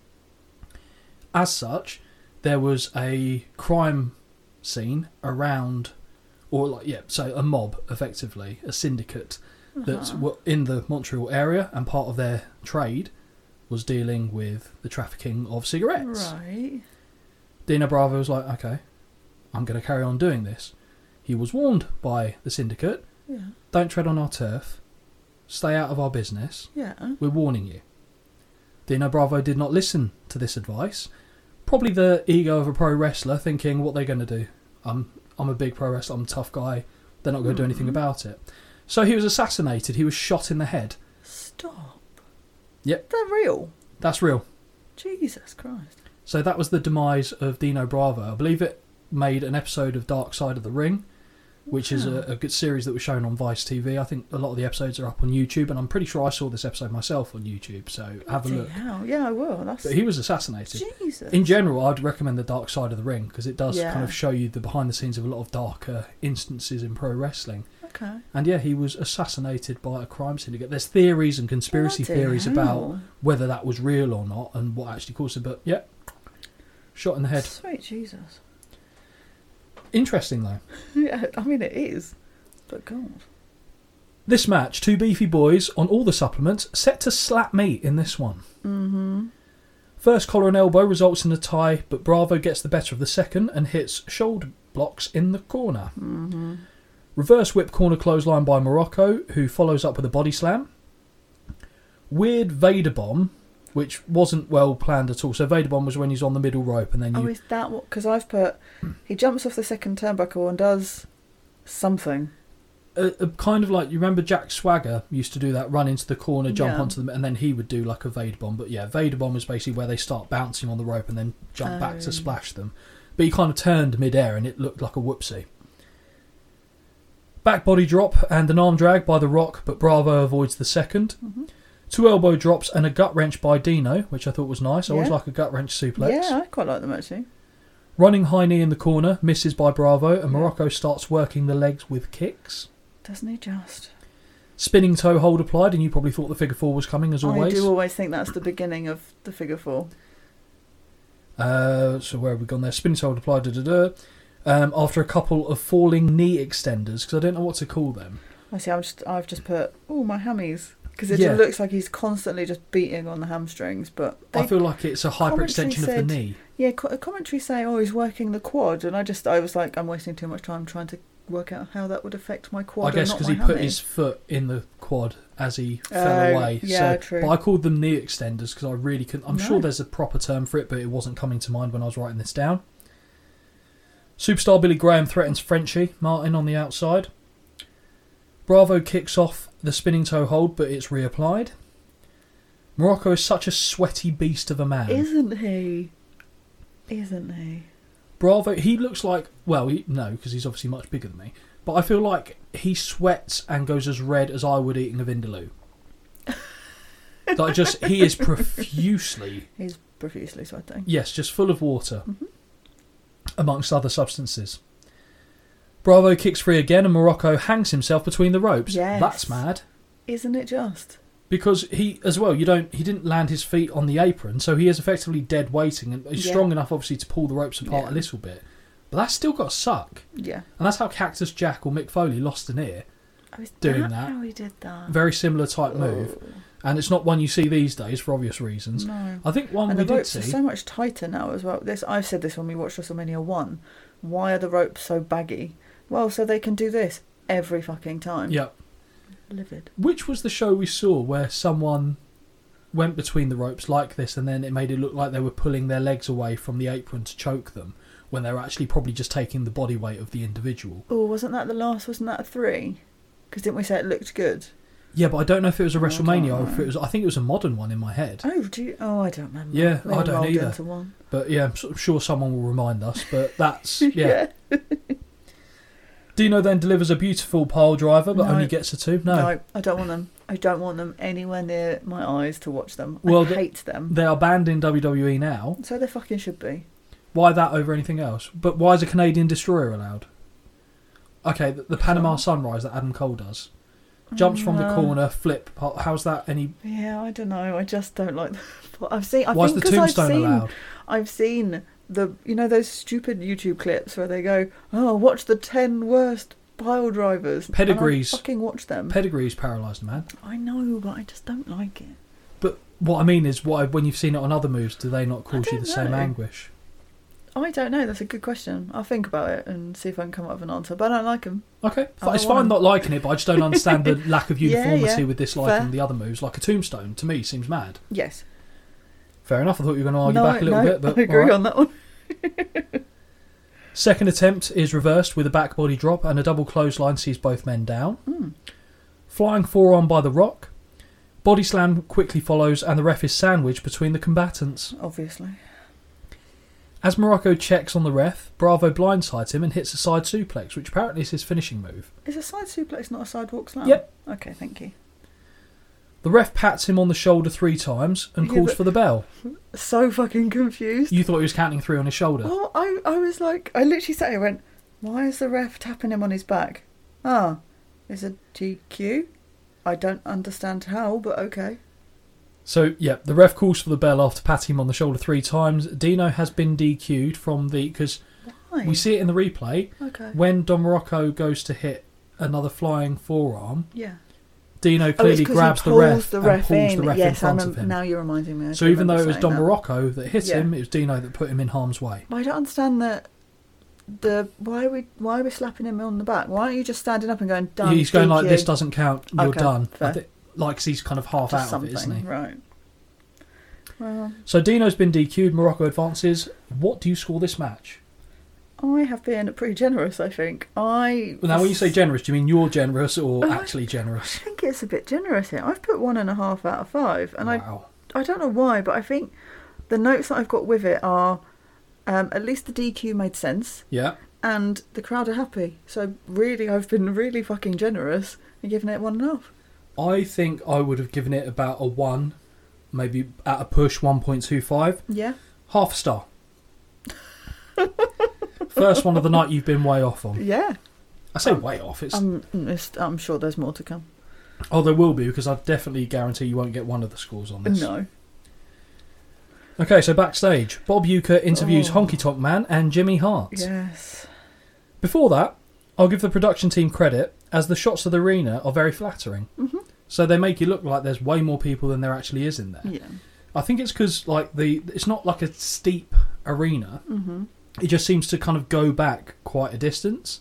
[SPEAKER 1] As such, there was a crime scene around, or like yeah, so a mob effectively, a syndicate that's
[SPEAKER 3] Uh-huh.
[SPEAKER 1] w in the Montreal area, and part of their trade was dealing with the trafficking of cigarettes.
[SPEAKER 3] Right.
[SPEAKER 1] Dino Bravo was like, okay, I'm going to carry on doing this. He was warned by the syndicate
[SPEAKER 3] Yeah.
[SPEAKER 1] don't tread on our turf. Stay out of our business.
[SPEAKER 3] Yeah. uh,
[SPEAKER 1] We're warning you. Dino Bravo did not listen to this advice. Probably the ego of a pro wrestler thinking what they're going to do. I'm I'm a big pro wrestler, I'm a tough guy. They're not going to do anything about it. So he was assassinated. He was shot in the head.
[SPEAKER 3] Stop.
[SPEAKER 1] Yep.
[SPEAKER 3] They're real.
[SPEAKER 1] That's real.
[SPEAKER 3] Jesus Christ.
[SPEAKER 1] So that was the demise of Dino Bravo. I believe it made an episode of Dark Side of the Ring, which is a, a good series that was shown on Vice TV. I think a lot of the episodes are up on YouTube, and I'm pretty sure I saw this episode myself on YouTube. So have a
[SPEAKER 3] Bloody
[SPEAKER 1] look.
[SPEAKER 3] hell. Yeah, I will. That's
[SPEAKER 1] But he was assassinated.
[SPEAKER 3] Jesus.
[SPEAKER 1] In general, I'd recommend the Dark Side of the Ring because it does
[SPEAKER 3] Yeah.
[SPEAKER 1] kind of show you the behind the scenes of a lot of darker instances in pro wrestling.
[SPEAKER 3] okay.
[SPEAKER 1] And yeah, he was assassinated by a crime syndicate. There's theories and conspiracy
[SPEAKER 3] Bloody
[SPEAKER 1] theories
[SPEAKER 3] hell.
[SPEAKER 1] about whether that was real or not and what actually caused it. But yeah, shot in the head.
[SPEAKER 3] Sweet Jesus.
[SPEAKER 1] Interesting though.
[SPEAKER 3] Yeah, I mean it is. But God.
[SPEAKER 1] This match, two beefy boys on all the supplements, set to slap me in this one. Mm-hmm. First collar and elbow results in a tie, but Bravo gets the better of the second and hits shoulder blocks in the corner. Mm-hmm. Reverse whip corner clothesline by Morocco, who follows up with a body slam. Weird Vader bomb, which wasn't well planned at all. So Vader bomb was when he's on the middle rope and then you
[SPEAKER 3] Oh, is that what? Because I've put he jumps off the second turnbuckle and does something.
[SPEAKER 1] a, a kind of like you remember Jack Swagger used to do that run into the corner, jump
[SPEAKER 3] Yeah.
[SPEAKER 1] onto them, and then he would do like a Vader bomb. But yeah, Vader bomb is basically where they start bouncing on the rope and then jump back to
[SPEAKER 3] Oh.
[SPEAKER 1] splash them. But he kind of turned midair and it looked like a whoopsie. Back body drop and an arm drag by The Rock, but Bravo avoids the 2nd Two elbow drops and a gut wrench by Dino, which I thought was nice. I always
[SPEAKER 3] Yeah.
[SPEAKER 1] like a gut wrench suplex.
[SPEAKER 3] Yeah, I quite like them actually.
[SPEAKER 1] Running high knee in the corner, misses by Bravo, and Morocco starts working the legs with kicks.
[SPEAKER 3] Doesn't he just?
[SPEAKER 1] Spinning toe hold applied, and you probably thought the figure four was coming as always.
[SPEAKER 3] I do always think that's the beginning of the figure four.
[SPEAKER 1] Uh, so where have we gone there? Spinning toe hold applied. Da da da. Um, after a couple of falling knee extenders, because I don't know what to call them.
[SPEAKER 3] I see. I'm just. I've just put. Oh, my hammies. Because it
[SPEAKER 1] Yeah.
[SPEAKER 3] looks like he's constantly just beating on the hamstrings. But
[SPEAKER 1] I
[SPEAKER 3] they,
[SPEAKER 1] feel like it's a
[SPEAKER 3] commentary
[SPEAKER 1] hyperextension of the
[SPEAKER 3] said-
[SPEAKER 1] knee.
[SPEAKER 3] yeah, co- commentary say, oh, he's working the quad, and I just, I was like, I'm wasting too much time trying to work out how that would affect my quad.
[SPEAKER 1] I guess
[SPEAKER 3] because
[SPEAKER 1] because he put his foot in the quad as he fell
[SPEAKER 3] Oh,
[SPEAKER 1] away.
[SPEAKER 3] yeah,
[SPEAKER 1] so,
[SPEAKER 3] true.
[SPEAKER 1] But I called them knee extenders because I really couldn't. I'm
[SPEAKER 3] No.
[SPEAKER 1] sure there's a proper term for it, but it wasn't coming to mind when I was writing this down. Superstar Billy Graham threatens Frenchie Martin on the outside. Bravo kicks off the spinning toe hold, but it's reapplied. Morocco is such a sweaty beast of a man.
[SPEAKER 3] Isn't he? Isn't he?
[SPEAKER 1] Bravo, he looks like well, he, no, because he's obviously much bigger than me. But I feel like he sweats and goes as red as I would eating a vindaloo. like just he is profusely
[SPEAKER 3] He's profusely sweating.
[SPEAKER 1] yes, just full of water, amongst other substances. Bravo kicks free again, and Morocco hangs himself between the ropes.
[SPEAKER 3] Yes.
[SPEAKER 1] That's mad.
[SPEAKER 3] Isn't it just?
[SPEAKER 1] because he as well you don't he didn't land his feet on the apron so he is effectively dead weighting and he's
[SPEAKER 3] Yeah.
[SPEAKER 1] strong enough obviously to pull the ropes apart
[SPEAKER 3] Yeah.
[SPEAKER 1] a little bit but that's still got to suck
[SPEAKER 3] Yeah.
[SPEAKER 1] and that's how cactus jack or mick foley lost an ear
[SPEAKER 3] Oh, is
[SPEAKER 1] Doing
[SPEAKER 3] that,
[SPEAKER 1] that.
[SPEAKER 3] how he did that?
[SPEAKER 1] very similar type move and it's not one you see these days for obvious reasons
[SPEAKER 3] Oh. No.
[SPEAKER 1] i think one
[SPEAKER 3] And
[SPEAKER 1] we
[SPEAKER 3] the
[SPEAKER 1] did
[SPEAKER 3] ropes
[SPEAKER 1] see
[SPEAKER 3] are so much tighter now as well. This I've said this when we watched WrestleMania one. Why are the ropes so baggy? Well, so they can do this every fucking time.
[SPEAKER 1] yeah
[SPEAKER 3] Livid.
[SPEAKER 1] which was the show we saw where someone went between the ropes like this and then it made it look like they were pulling their legs away from the apron to choke them when they were actually probably just taking the body weight of the individual
[SPEAKER 3] Oh, wasn't that the last? Wasn't that a three? Because didn't we say it looked good?
[SPEAKER 1] Yeah, but I don't know if it was a
[SPEAKER 3] I can't
[SPEAKER 1] WrestleMania or if it
[SPEAKER 3] remember.
[SPEAKER 1] was. I think it was a modern one in my head.
[SPEAKER 3] Oh, do you? Oh, I don't remember.
[SPEAKER 1] Yeah,
[SPEAKER 3] Maybe
[SPEAKER 1] I don't
[SPEAKER 3] rolled
[SPEAKER 1] either.
[SPEAKER 3] into one.
[SPEAKER 1] But yeah, I'm s- I'm sure someone will remind us. But that's yeah.
[SPEAKER 3] yeah.
[SPEAKER 1] Dino then delivers a beautiful pile driver, but
[SPEAKER 3] No.
[SPEAKER 1] only gets a two. No.
[SPEAKER 3] No. I don't want them. I don't want them anywhere near my eyes to watch them.
[SPEAKER 1] Well,
[SPEAKER 3] I
[SPEAKER 1] the-
[SPEAKER 3] hate them.
[SPEAKER 1] They are banned in WWE now.
[SPEAKER 3] So they fucking should be.
[SPEAKER 1] Why that over anything else? But why is a Canadian destroyer allowed? Okay, the, the Panama Sunrise that Adam Cole does jumps from the
[SPEAKER 3] Oh, No.
[SPEAKER 1] corner, flip. pa- How's that any?
[SPEAKER 3] Um, Yeah, I don't know. I just don't like them. But I've seen. I
[SPEAKER 1] Why is
[SPEAKER 3] think
[SPEAKER 1] the
[SPEAKER 3] 'cause
[SPEAKER 1] tombstone
[SPEAKER 3] I've seen,
[SPEAKER 1] allowed?
[SPEAKER 3] I've seen the you know those stupid YouTube clips where they go, oh, watch the ten worst pile drivers. And I
[SPEAKER 1] Pedigrees.
[SPEAKER 3] fucking watch them.
[SPEAKER 1] Pedigree's paralysed man.
[SPEAKER 3] I know, but I just don't like it.
[SPEAKER 1] But what I mean is, why when you've seen it on other moves, do they not cause you
[SPEAKER 3] don't
[SPEAKER 1] the same
[SPEAKER 3] know.
[SPEAKER 1] anguish?
[SPEAKER 3] I don't know. That's a good question. I'll think about it and see if I can come up with an answer. But I don't like them.
[SPEAKER 1] Okay,
[SPEAKER 3] I
[SPEAKER 1] it's
[SPEAKER 3] want
[SPEAKER 1] fine
[SPEAKER 3] 'em.
[SPEAKER 1] not liking it, but I just don't understand the lack of
[SPEAKER 3] Yeah,
[SPEAKER 1] uniformity
[SPEAKER 3] yeah,
[SPEAKER 1] with this
[SPEAKER 3] fair.
[SPEAKER 1] liking the other moves. Like a tombstone, to me, seems mad.
[SPEAKER 3] Yes.
[SPEAKER 1] Fair enough. I thought you were going to argue
[SPEAKER 3] no,
[SPEAKER 1] back a little
[SPEAKER 3] no,
[SPEAKER 1] bit, but
[SPEAKER 3] I agree
[SPEAKER 1] alright.
[SPEAKER 3] on that one.
[SPEAKER 1] second attempt is reversed with a back body drop and a double clothesline sees both men down.
[SPEAKER 3] Hmm,
[SPEAKER 1] Flying forearm by the Rock, body slam quickly follows, and the ref is sandwiched between the combatants.
[SPEAKER 3] Obviously.
[SPEAKER 1] As Morocco checks on the ref, Bravo blindsides him and hits a side suplex, which apparently is his finishing move.
[SPEAKER 3] Is a side suplex not a sidewalk slam?
[SPEAKER 1] Yep.
[SPEAKER 3] Okay, thank you.
[SPEAKER 1] The ref pats him on the shoulder three times and
[SPEAKER 3] Yeah,
[SPEAKER 1] calls
[SPEAKER 3] but-
[SPEAKER 1] for the bell.
[SPEAKER 3] So fucking confused.
[SPEAKER 1] You thought he was counting three on his shoulder.
[SPEAKER 3] Well, I, I was like, I literally sat here and went, why is the ref tapping him on his back? Ah, it's a DQ? I don't understand how, but okay.
[SPEAKER 1] So yeah, the ref calls for the bell after patting him on the shoulder three times. Dino has been DQ'd from the because
[SPEAKER 3] Fine.
[SPEAKER 1] we see it in the replay
[SPEAKER 3] okay.
[SPEAKER 1] when Don Morocco goes to hit another flying forearm.
[SPEAKER 3] yeah.
[SPEAKER 1] Dino
[SPEAKER 3] Oh, it's
[SPEAKER 1] clearly
[SPEAKER 3] 'cause he
[SPEAKER 1] grabs the
[SPEAKER 3] pulls
[SPEAKER 1] ref, and pulls the ref
[SPEAKER 3] yes,
[SPEAKER 1] in front
[SPEAKER 3] I remember,
[SPEAKER 1] of him.
[SPEAKER 3] now you're reminding me. I
[SPEAKER 1] so
[SPEAKER 3] do
[SPEAKER 1] even though
[SPEAKER 3] remember
[SPEAKER 1] it was
[SPEAKER 3] saying
[SPEAKER 1] Don
[SPEAKER 3] that.
[SPEAKER 1] Morocco that hit
[SPEAKER 3] Yeah.
[SPEAKER 1] him, it was Dino that put him in harm's way.
[SPEAKER 3] But I don't understand that. The why are we why are we slapping him on the back? Why aren't you just standing up and going done?
[SPEAKER 1] he's going like
[SPEAKER 3] DQ,
[SPEAKER 1] this doesn't count. You're
[SPEAKER 3] Okay,
[SPEAKER 1] done. I
[SPEAKER 3] fair.
[SPEAKER 1] thi- like 'cause he's kind of
[SPEAKER 3] to
[SPEAKER 1] half out
[SPEAKER 3] something,
[SPEAKER 1] of it, isn't he?
[SPEAKER 3] right? Well,
[SPEAKER 1] So Dino's been DQ'd. Morocco advances. What do you score this match?
[SPEAKER 3] I have been pretty generous. I think I.
[SPEAKER 1] Now, when you say generous, do you mean you're generous or
[SPEAKER 3] Oh, I-
[SPEAKER 1] actually
[SPEAKER 3] I
[SPEAKER 1] generous?
[SPEAKER 3] think it's a bit generous here. I've put one and a half out of five, and
[SPEAKER 1] wow.
[SPEAKER 3] I I don't know why, but I think the notes that I've got with it are um, at least the DQ made sense,
[SPEAKER 1] Yeah.
[SPEAKER 3] and the crowd are happy. So really, I've been really fucking generous and giving it one and a half.
[SPEAKER 1] I think I would have given it about a 1, maybe at a push 1.25.
[SPEAKER 3] Yeah,
[SPEAKER 1] Half a star. First one of the night you've been way off on.
[SPEAKER 3] yeah.
[SPEAKER 1] I
[SPEAKER 3] Um,
[SPEAKER 1] say way off. It's
[SPEAKER 3] I'm it's- I'm sure there's more to come.
[SPEAKER 1] Oh, there will be because I definitely guarantee you won't get one of the scores on this.
[SPEAKER 3] No,
[SPEAKER 1] Okay, so backstage, Bob Uecker interviews
[SPEAKER 3] Oh.
[SPEAKER 1] Honky Tonk Man and Jimmy Hart.
[SPEAKER 3] yes,
[SPEAKER 1] Before that, I'll give the production team credit as the shots of the arena are very flattering.
[SPEAKER 3] Mm-hmm.
[SPEAKER 1] So they make you look like there's way more people than there actually is in there.
[SPEAKER 3] yeah,
[SPEAKER 1] I think it's because like the it's not like a steep arena. Mm-hmm. It just seems to kind of go back quite a distance,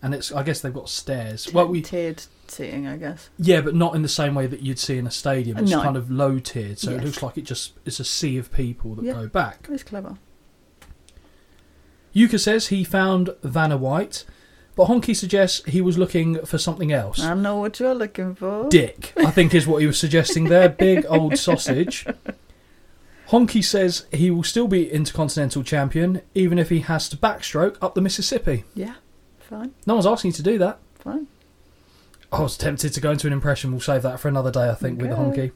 [SPEAKER 1] and it's I guess they've got stairs. Well, we
[SPEAKER 3] tiered seating, I guess.
[SPEAKER 1] yeah, but not in the same way that you'd see in a stadium. It's
[SPEAKER 3] No.
[SPEAKER 1] kind of low tiered, so it
[SPEAKER 3] Yes.
[SPEAKER 1] looks like it just it's a sea of people that
[SPEAKER 3] Yeah.
[SPEAKER 1] go back.
[SPEAKER 3] It's clever.
[SPEAKER 1] Yuka says he found Vanna White, but Honky suggests he was looking for something else.
[SPEAKER 3] I know what you're looking for.
[SPEAKER 1] dick, I think is what he was suggesting there. Big old sausage. Honky says he will still be Intercontinental Champion, even if he has to backstroke up the Mississippi.
[SPEAKER 3] yeah, fine,
[SPEAKER 1] No one's asking you to do that.
[SPEAKER 3] fine.
[SPEAKER 1] I was tempted to go into an impression. We'll save that for another day, I think, with the
[SPEAKER 3] Okay.
[SPEAKER 1] Honky.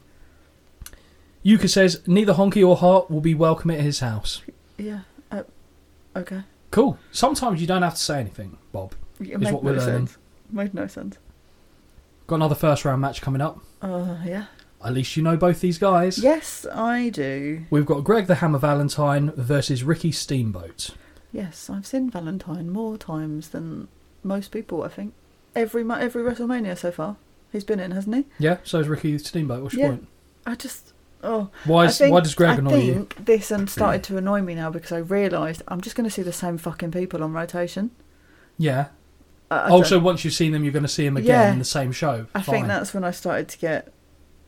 [SPEAKER 1] Yuka says neither Honky or Hart will be welcome at his house.
[SPEAKER 3] Yeah. Uh, okay.
[SPEAKER 1] Cool. Sometimes you don't have to say anything, Bob.
[SPEAKER 3] It
[SPEAKER 1] Is
[SPEAKER 3] made
[SPEAKER 1] what we're
[SPEAKER 3] no
[SPEAKER 1] learning.
[SPEAKER 3] sense. Made no sense.
[SPEAKER 1] Got another first round match coming up.
[SPEAKER 3] Uh, yeah.
[SPEAKER 1] At least you know both these guys.
[SPEAKER 3] Yes, I do.
[SPEAKER 1] We've got Greg the Hammer Valentine versus Ricky Steamboat.
[SPEAKER 3] Yes, I've seen Valentine more times than most people. I think every mo- every WrestleMania so far he's been in, hasn't he?
[SPEAKER 1] Yeah, so is Ricky Steamboat. What's your
[SPEAKER 3] Yeah.
[SPEAKER 1] point?
[SPEAKER 3] I just oh.
[SPEAKER 1] Why,
[SPEAKER 3] I
[SPEAKER 1] is, why does Greg
[SPEAKER 3] I
[SPEAKER 1] annoy you?
[SPEAKER 3] think this and started to annoy me now because I realised I'm just going to see the same fucking people on rotation.
[SPEAKER 1] Yeah.
[SPEAKER 3] I- I
[SPEAKER 1] Also,
[SPEAKER 3] don't-
[SPEAKER 1] once you've seen them, you're going to see them again
[SPEAKER 3] Yeah.
[SPEAKER 1] in the same show.
[SPEAKER 3] I
[SPEAKER 1] Fine.
[SPEAKER 3] think that's when I started to get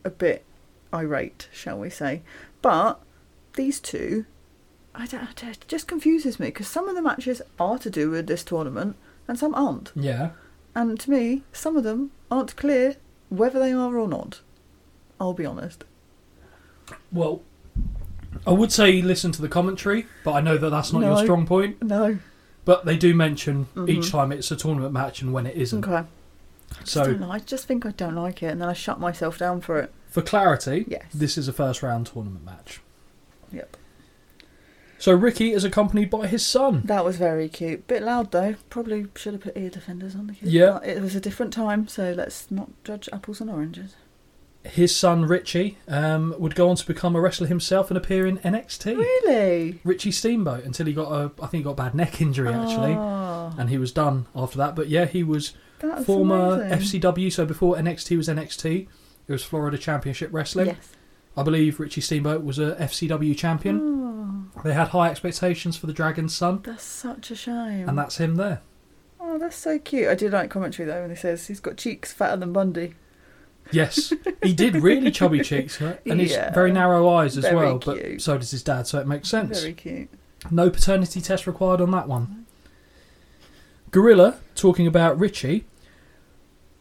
[SPEAKER 3] a bit irate, shall we say? But these two, I don't, I don't- it just confuses me because some of the matches are to do with this tournament and some aren't.
[SPEAKER 1] Yeah.
[SPEAKER 3] And to me, some of them aren't clear whether they are or not. I'll be honest.
[SPEAKER 1] Well, I would say listen to the commentary, but I know that that's not your
[SPEAKER 3] No.
[SPEAKER 1] strong point.
[SPEAKER 3] No.
[SPEAKER 1] But they do mention each
[SPEAKER 3] Mhm.
[SPEAKER 1] time it's a tournament match and when it isn't.
[SPEAKER 3] Okay. I,
[SPEAKER 1] So,
[SPEAKER 3] don't know, I just think I don't like it and then I shut myself down for it.
[SPEAKER 1] for clarity,
[SPEAKER 3] Yes.
[SPEAKER 1] this is a first round tournament match.
[SPEAKER 3] Yep.
[SPEAKER 1] So, Ricky is accompanied by his son.
[SPEAKER 3] That was very cute. Bit loud though. Probably should have put ear defenders on the kids.
[SPEAKER 1] Yeah.
[SPEAKER 3] but It was a different time, so let's not judge apples and oranges.
[SPEAKER 1] His son, Richie, um, would go on to become a wrestler himself and appear in NXT.
[SPEAKER 3] Really?
[SPEAKER 1] Richie Steamboat until he got a, I think he got a bad neck injury actually,
[SPEAKER 3] Ah,
[SPEAKER 1] and he was done after that. But yeah, he was
[SPEAKER 3] that's
[SPEAKER 1] former
[SPEAKER 3] amazing.
[SPEAKER 1] FCW. So before NXT was NXT, it was Florida Championship Wrestling.
[SPEAKER 3] Yes.
[SPEAKER 1] I believe Richie Steamboat was a FCW champion.
[SPEAKER 3] Oh,
[SPEAKER 1] They had high expectations for the Dragon's Son,
[SPEAKER 3] that's such a shame.
[SPEAKER 1] and that's him there.
[SPEAKER 3] oh, that's so cute. I do like commentary though when he says he's got cheeks fatter than Bundy.
[SPEAKER 1] Yes, he did really chubby cheeks, huh? and he's
[SPEAKER 3] Yeah.
[SPEAKER 1] very narrow eyes as
[SPEAKER 3] Very
[SPEAKER 1] well. But
[SPEAKER 3] cute.
[SPEAKER 1] so does his dad, so it makes sense.
[SPEAKER 3] Very cute.
[SPEAKER 1] No paternity test required on that one. Gorilla talking about Richie,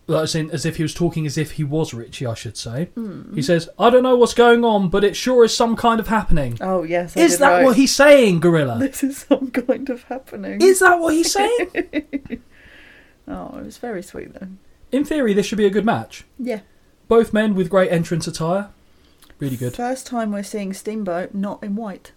[SPEAKER 1] well, as, in, as if he was talking as if he was Richie, I should say.
[SPEAKER 3] Mm-hmm.
[SPEAKER 1] He says, "I don't know what's going on, but it sure is some kind of happening."
[SPEAKER 3] Oh yes. I
[SPEAKER 1] is
[SPEAKER 3] did
[SPEAKER 1] that
[SPEAKER 3] write,
[SPEAKER 1] what he's saying, Gorilla?
[SPEAKER 3] This is some kind of happening.
[SPEAKER 1] is that what he's saying?
[SPEAKER 3] Oh, it was very sweet though.
[SPEAKER 1] in theory, this should be a good match.
[SPEAKER 3] Yeah.
[SPEAKER 1] Both men with great entrance attire, really good.
[SPEAKER 3] First time we're seeing Steamboat not in white.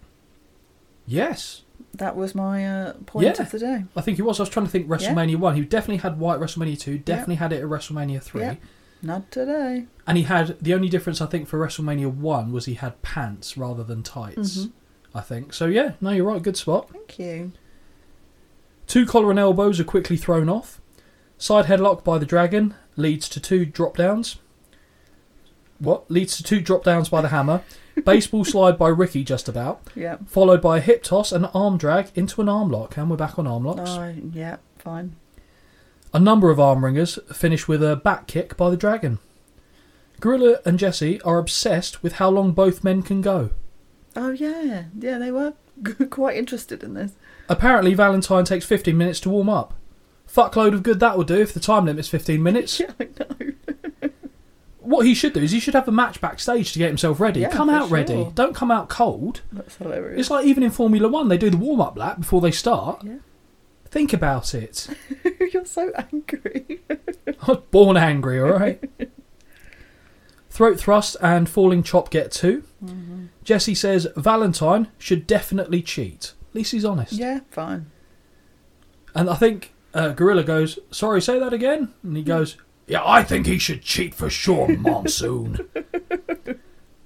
[SPEAKER 1] Yes,
[SPEAKER 3] That was my uh, point
[SPEAKER 1] Yeah.
[SPEAKER 3] of the day.
[SPEAKER 1] I think he was. I was trying to think WrestleMania one. He definitely had white WrestleMania two. Definitely had it at WrestleMania three.
[SPEAKER 3] Yeah. Not today.
[SPEAKER 1] And he had the only difference I think for WrestleMania one was he had pants rather than tights.
[SPEAKER 3] Mhm.
[SPEAKER 1] I think so. Yeah, no, you're right. Good spot.
[SPEAKER 3] Thank you.
[SPEAKER 1] Two collar and elbows are quickly thrown off. Side headlock by the dragon leads to two drop downs. What leads to two drop downs by the hammer? Baseball slide by Ricky just about,
[SPEAKER 3] Yeah.
[SPEAKER 1] followed by a hip toss and arm drag into an arm lock, and we're back on arm locks.
[SPEAKER 3] Oh, yeah. Fine.
[SPEAKER 1] A number of arm ringers finish with a back kick by the dragon. Gorilla and Jesse are obsessed with how long both men can go.
[SPEAKER 3] Oh yeah, yeah, they were quite interested in this.
[SPEAKER 1] Apparently, Valentine takes 15 minutes to warm up. Fuckload of good that will do if the time limit's 15 minutes.
[SPEAKER 3] Yeah, I know.
[SPEAKER 1] What he should do is he should have a match backstage to get himself ready.
[SPEAKER 3] Yeah,
[SPEAKER 1] come
[SPEAKER 3] for
[SPEAKER 1] out ready.
[SPEAKER 3] sure.
[SPEAKER 1] Don't come out cold.
[SPEAKER 3] That's hilarious.
[SPEAKER 1] It's like even in Formula One, they do the warm up lap before they start.
[SPEAKER 3] Yeah.
[SPEAKER 1] Think about it.
[SPEAKER 3] You're so angry.
[SPEAKER 1] I was born angry, alright? Throat thrust and falling chop get 2
[SPEAKER 3] Mm-hmm.
[SPEAKER 1] Jesse says Valentine should definitely cheat. At least he's honest.
[SPEAKER 3] yeah, fine.
[SPEAKER 1] And I think uh, Gorilla goes, Sorry, say that again? And he goes,
[SPEAKER 2] Yeah, I think he should cheat for sure, Monsoon.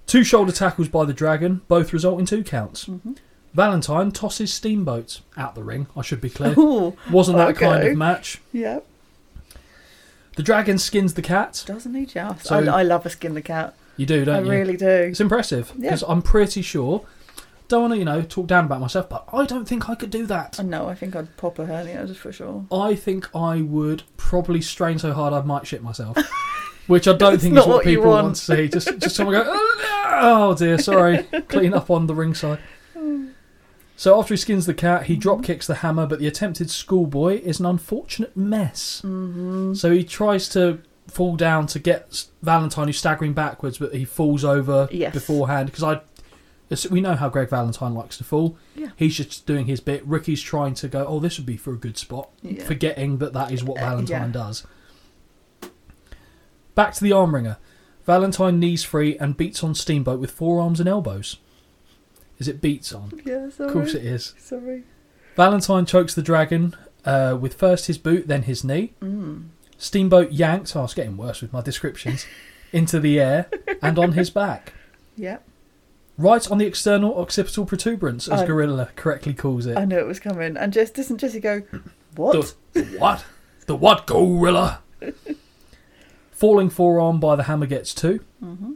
[SPEAKER 1] Two shoulder tackles by the dragon, both result in two counts.
[SPEAKER 3] Mm-hmm.
[SPEAKER 1] Valentine tosses Steamboat out the ring, I should be clear.
[SPEAKER 3] Oh,
[SPEAKER 1] Wasn't that kind of
[SPEAKER 3] okay.
[SPEAKER 1] match.
[SPEAKER 3] yeah.
[SPEAKER 1] The dragon skins the cat.
[SPEAKER 3] Doesn't he just?
[SPEAKER 1] So-
[SPEAKER 3] I, I love a skin the cat.
[SPEAKER 1] You do,
[SPEAKER 3] I
[SPEAKER 1] don't you?
[SPEAKER 3] really do.
[SPEAKER 1] It's impressive
[SPEAKER 3] Yeah.
[SPEAKER 1] because I'm pretty sure. Don't want to, you know, talk down about myself, but I don't think I could do that.
[SPEAKER 3] I know. I think I'd pop a hernia just for sure.
[SPEAKER 1] I think I would probably strain so hard I might shit myself, which I don't
[SPEAKER 3] It's
[SPEAKER 1] think is
[SPEAKER 3] not
[SPEAKER 1] what
[SPEAKER 3] what you
[SPEAKER 1] people want.
[SPEAKER 3] want.
[SPEAKER 1] to see. Just, just someone go, oh dear, sorry, clean up on the ringside. So after he skins the cat, he
[SPEAKER 3] Mm-hmm.
[SPEAKER 1] drop kicks the hammer, but the attempted schoolboy is an unfortunate mess.
[SPEAKER 3] Mm-hmm.
[SPEAKER 1] So he tries to fall down to get S- Valentine, who's staggering backwards, but he falls over
[SPEAKER 3] Yes.
[SPEAKER 1] beforehand because I. as- We know how Greg Valentine likes to fall.
[SPEAKER 3] Yeah.
[SPEAKER 1] He's just doing his bit. Ricky's trying to go, oh, this would be for a good spot,
[SPEAKER 3] Yeah.
[SPEAKER 1] forgetting that that is what
[SPEAKER 3] Uh,
[SPEAKER 1] Valentine
[SPEAKER 3] yeah.
[SPEAKER 1] does. Back to the arm ringer. Valentine knees free and beats on Steamboat with forearms and elbows. Is it beats on?
[SPEAKER 3] Yeah. Sorry.
[SPEAKER 1] Of course it is.
[SPEAKER 3] Sorry.
[SPEAKER 1] Valentine chokes the dragon uh, with first his boot, then his knee.
[SPEAKER 3] Mm.
[SPEAKER 1] Steamboat yanked. Oh, it's getting worse with my descriptions. into the air and on his back.
[SPEAKER 3] Yep.
[SPEAKER 1] Right on the external occipital protuberance, as
[SPEAKER 3] Oh.
[SPEAKER 1] Gorilla correctly calls it.
[SPEAKER 3] I knew it was coming. And just doesn't Jesse go, What?
[SPEAKER 1] The what? The what, gorilla? Falling forearm by the hammer gets 2
[SPEAKER 3] Mm-hmm.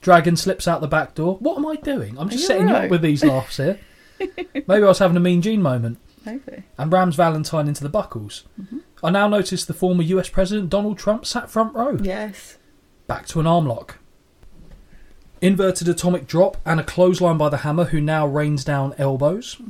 [SPEAKER 1] Dragon slips out the back door. What am I doing? I'm just
[SPEAKER 3] you
[SPEAKER 1] setting you
[SPEAKER 3] alright?
[SPEAKER 1] up with these laughs here. Maybe I was having a mean gene moment.
[SPEAKER 3] Maybe.
[SPEAKER 1] And rams Valentine into the buckles. I now notice the former US President Donald Trump sat front row.
[SPEAKER 3] Yes.
[SPEAKER 1] Back to an arm lock. Inverted atomic drop and a clothesline by the hammer, who now rains down elbows.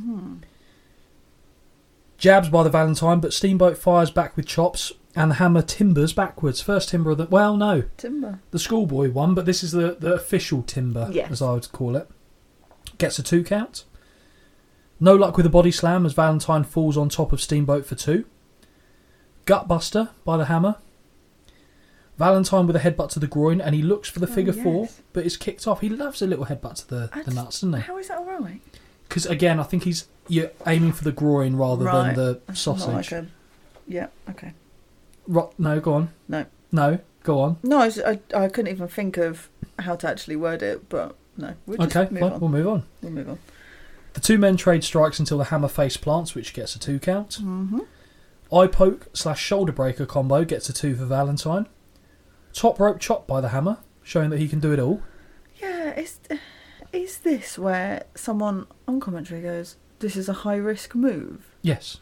[SPEAKER 1] Jabs by the Valentine, but Steamboat fires back with chops, and the hammer timbers backwards. First timber of the. Well, no,
[SPEAKER 3] Timber.
[SPEAKER 1] the schoolboy one, but this is the, the official timber,
[SPEAKER 3] Yes.
[SPEAKER 1] as I would call it. Gets a two count. No luck with a body slam as Valentine falls on top of Steamboat for two. Gutbuster by the hammer. Valentine with a headbutt to the groin, and he looks for the
[SPEAKER 3] Oh,
[SPEAKER 1] figure four,
[SPEAKER 3] yes.
[SPEAKER 1] but is kicked off. He loves a little headbutt to the, the
[SPEAKER 3] That's-
[SPEAKER 1] nuts, doesn't he?
[SPEAKER 3] How is that alright?
[SPEAKER 1] Because again, I think he's you're aiming for the groin rather than
[SPEAKER 3] Right.
[SPEAKER 1] the
[SPEAKER 3] Not
[SPEAKER 1] sausage.
[SPEAKER 3] Like a, yeah, okay.
[SPEAKER 1] Ro- no, go on.
[SPEAKER 3] No.
[SPEAKER 1] No, go on.
[SPEAKER 3] No, I, was- I, I couldn't even think of how to actually word it, but no. We'll just
[SPEAKER 1] okay,
[SPEAKER 3] move
[SPEAKER 1] fine,
[SPEAKER 3] on.
[SPEAKER 1] we'll move on.
[SPEAKER 3] We'll move on.
[SPEAKER 1] The two men trade strikes until the hammer face plants, which gets a two count.
[SPEAKER 3] Mm-hmm.
[SPEAKER 1] Eye poke slash shoulder breaker combo gets a two for Valentine. Top rope chop by the hammer, showing that he can do it all.
[SPEAKER 3] Yeah, is, is this where someone on commentary goes, this is a high risk move?
[SPEAKER 1] Yes.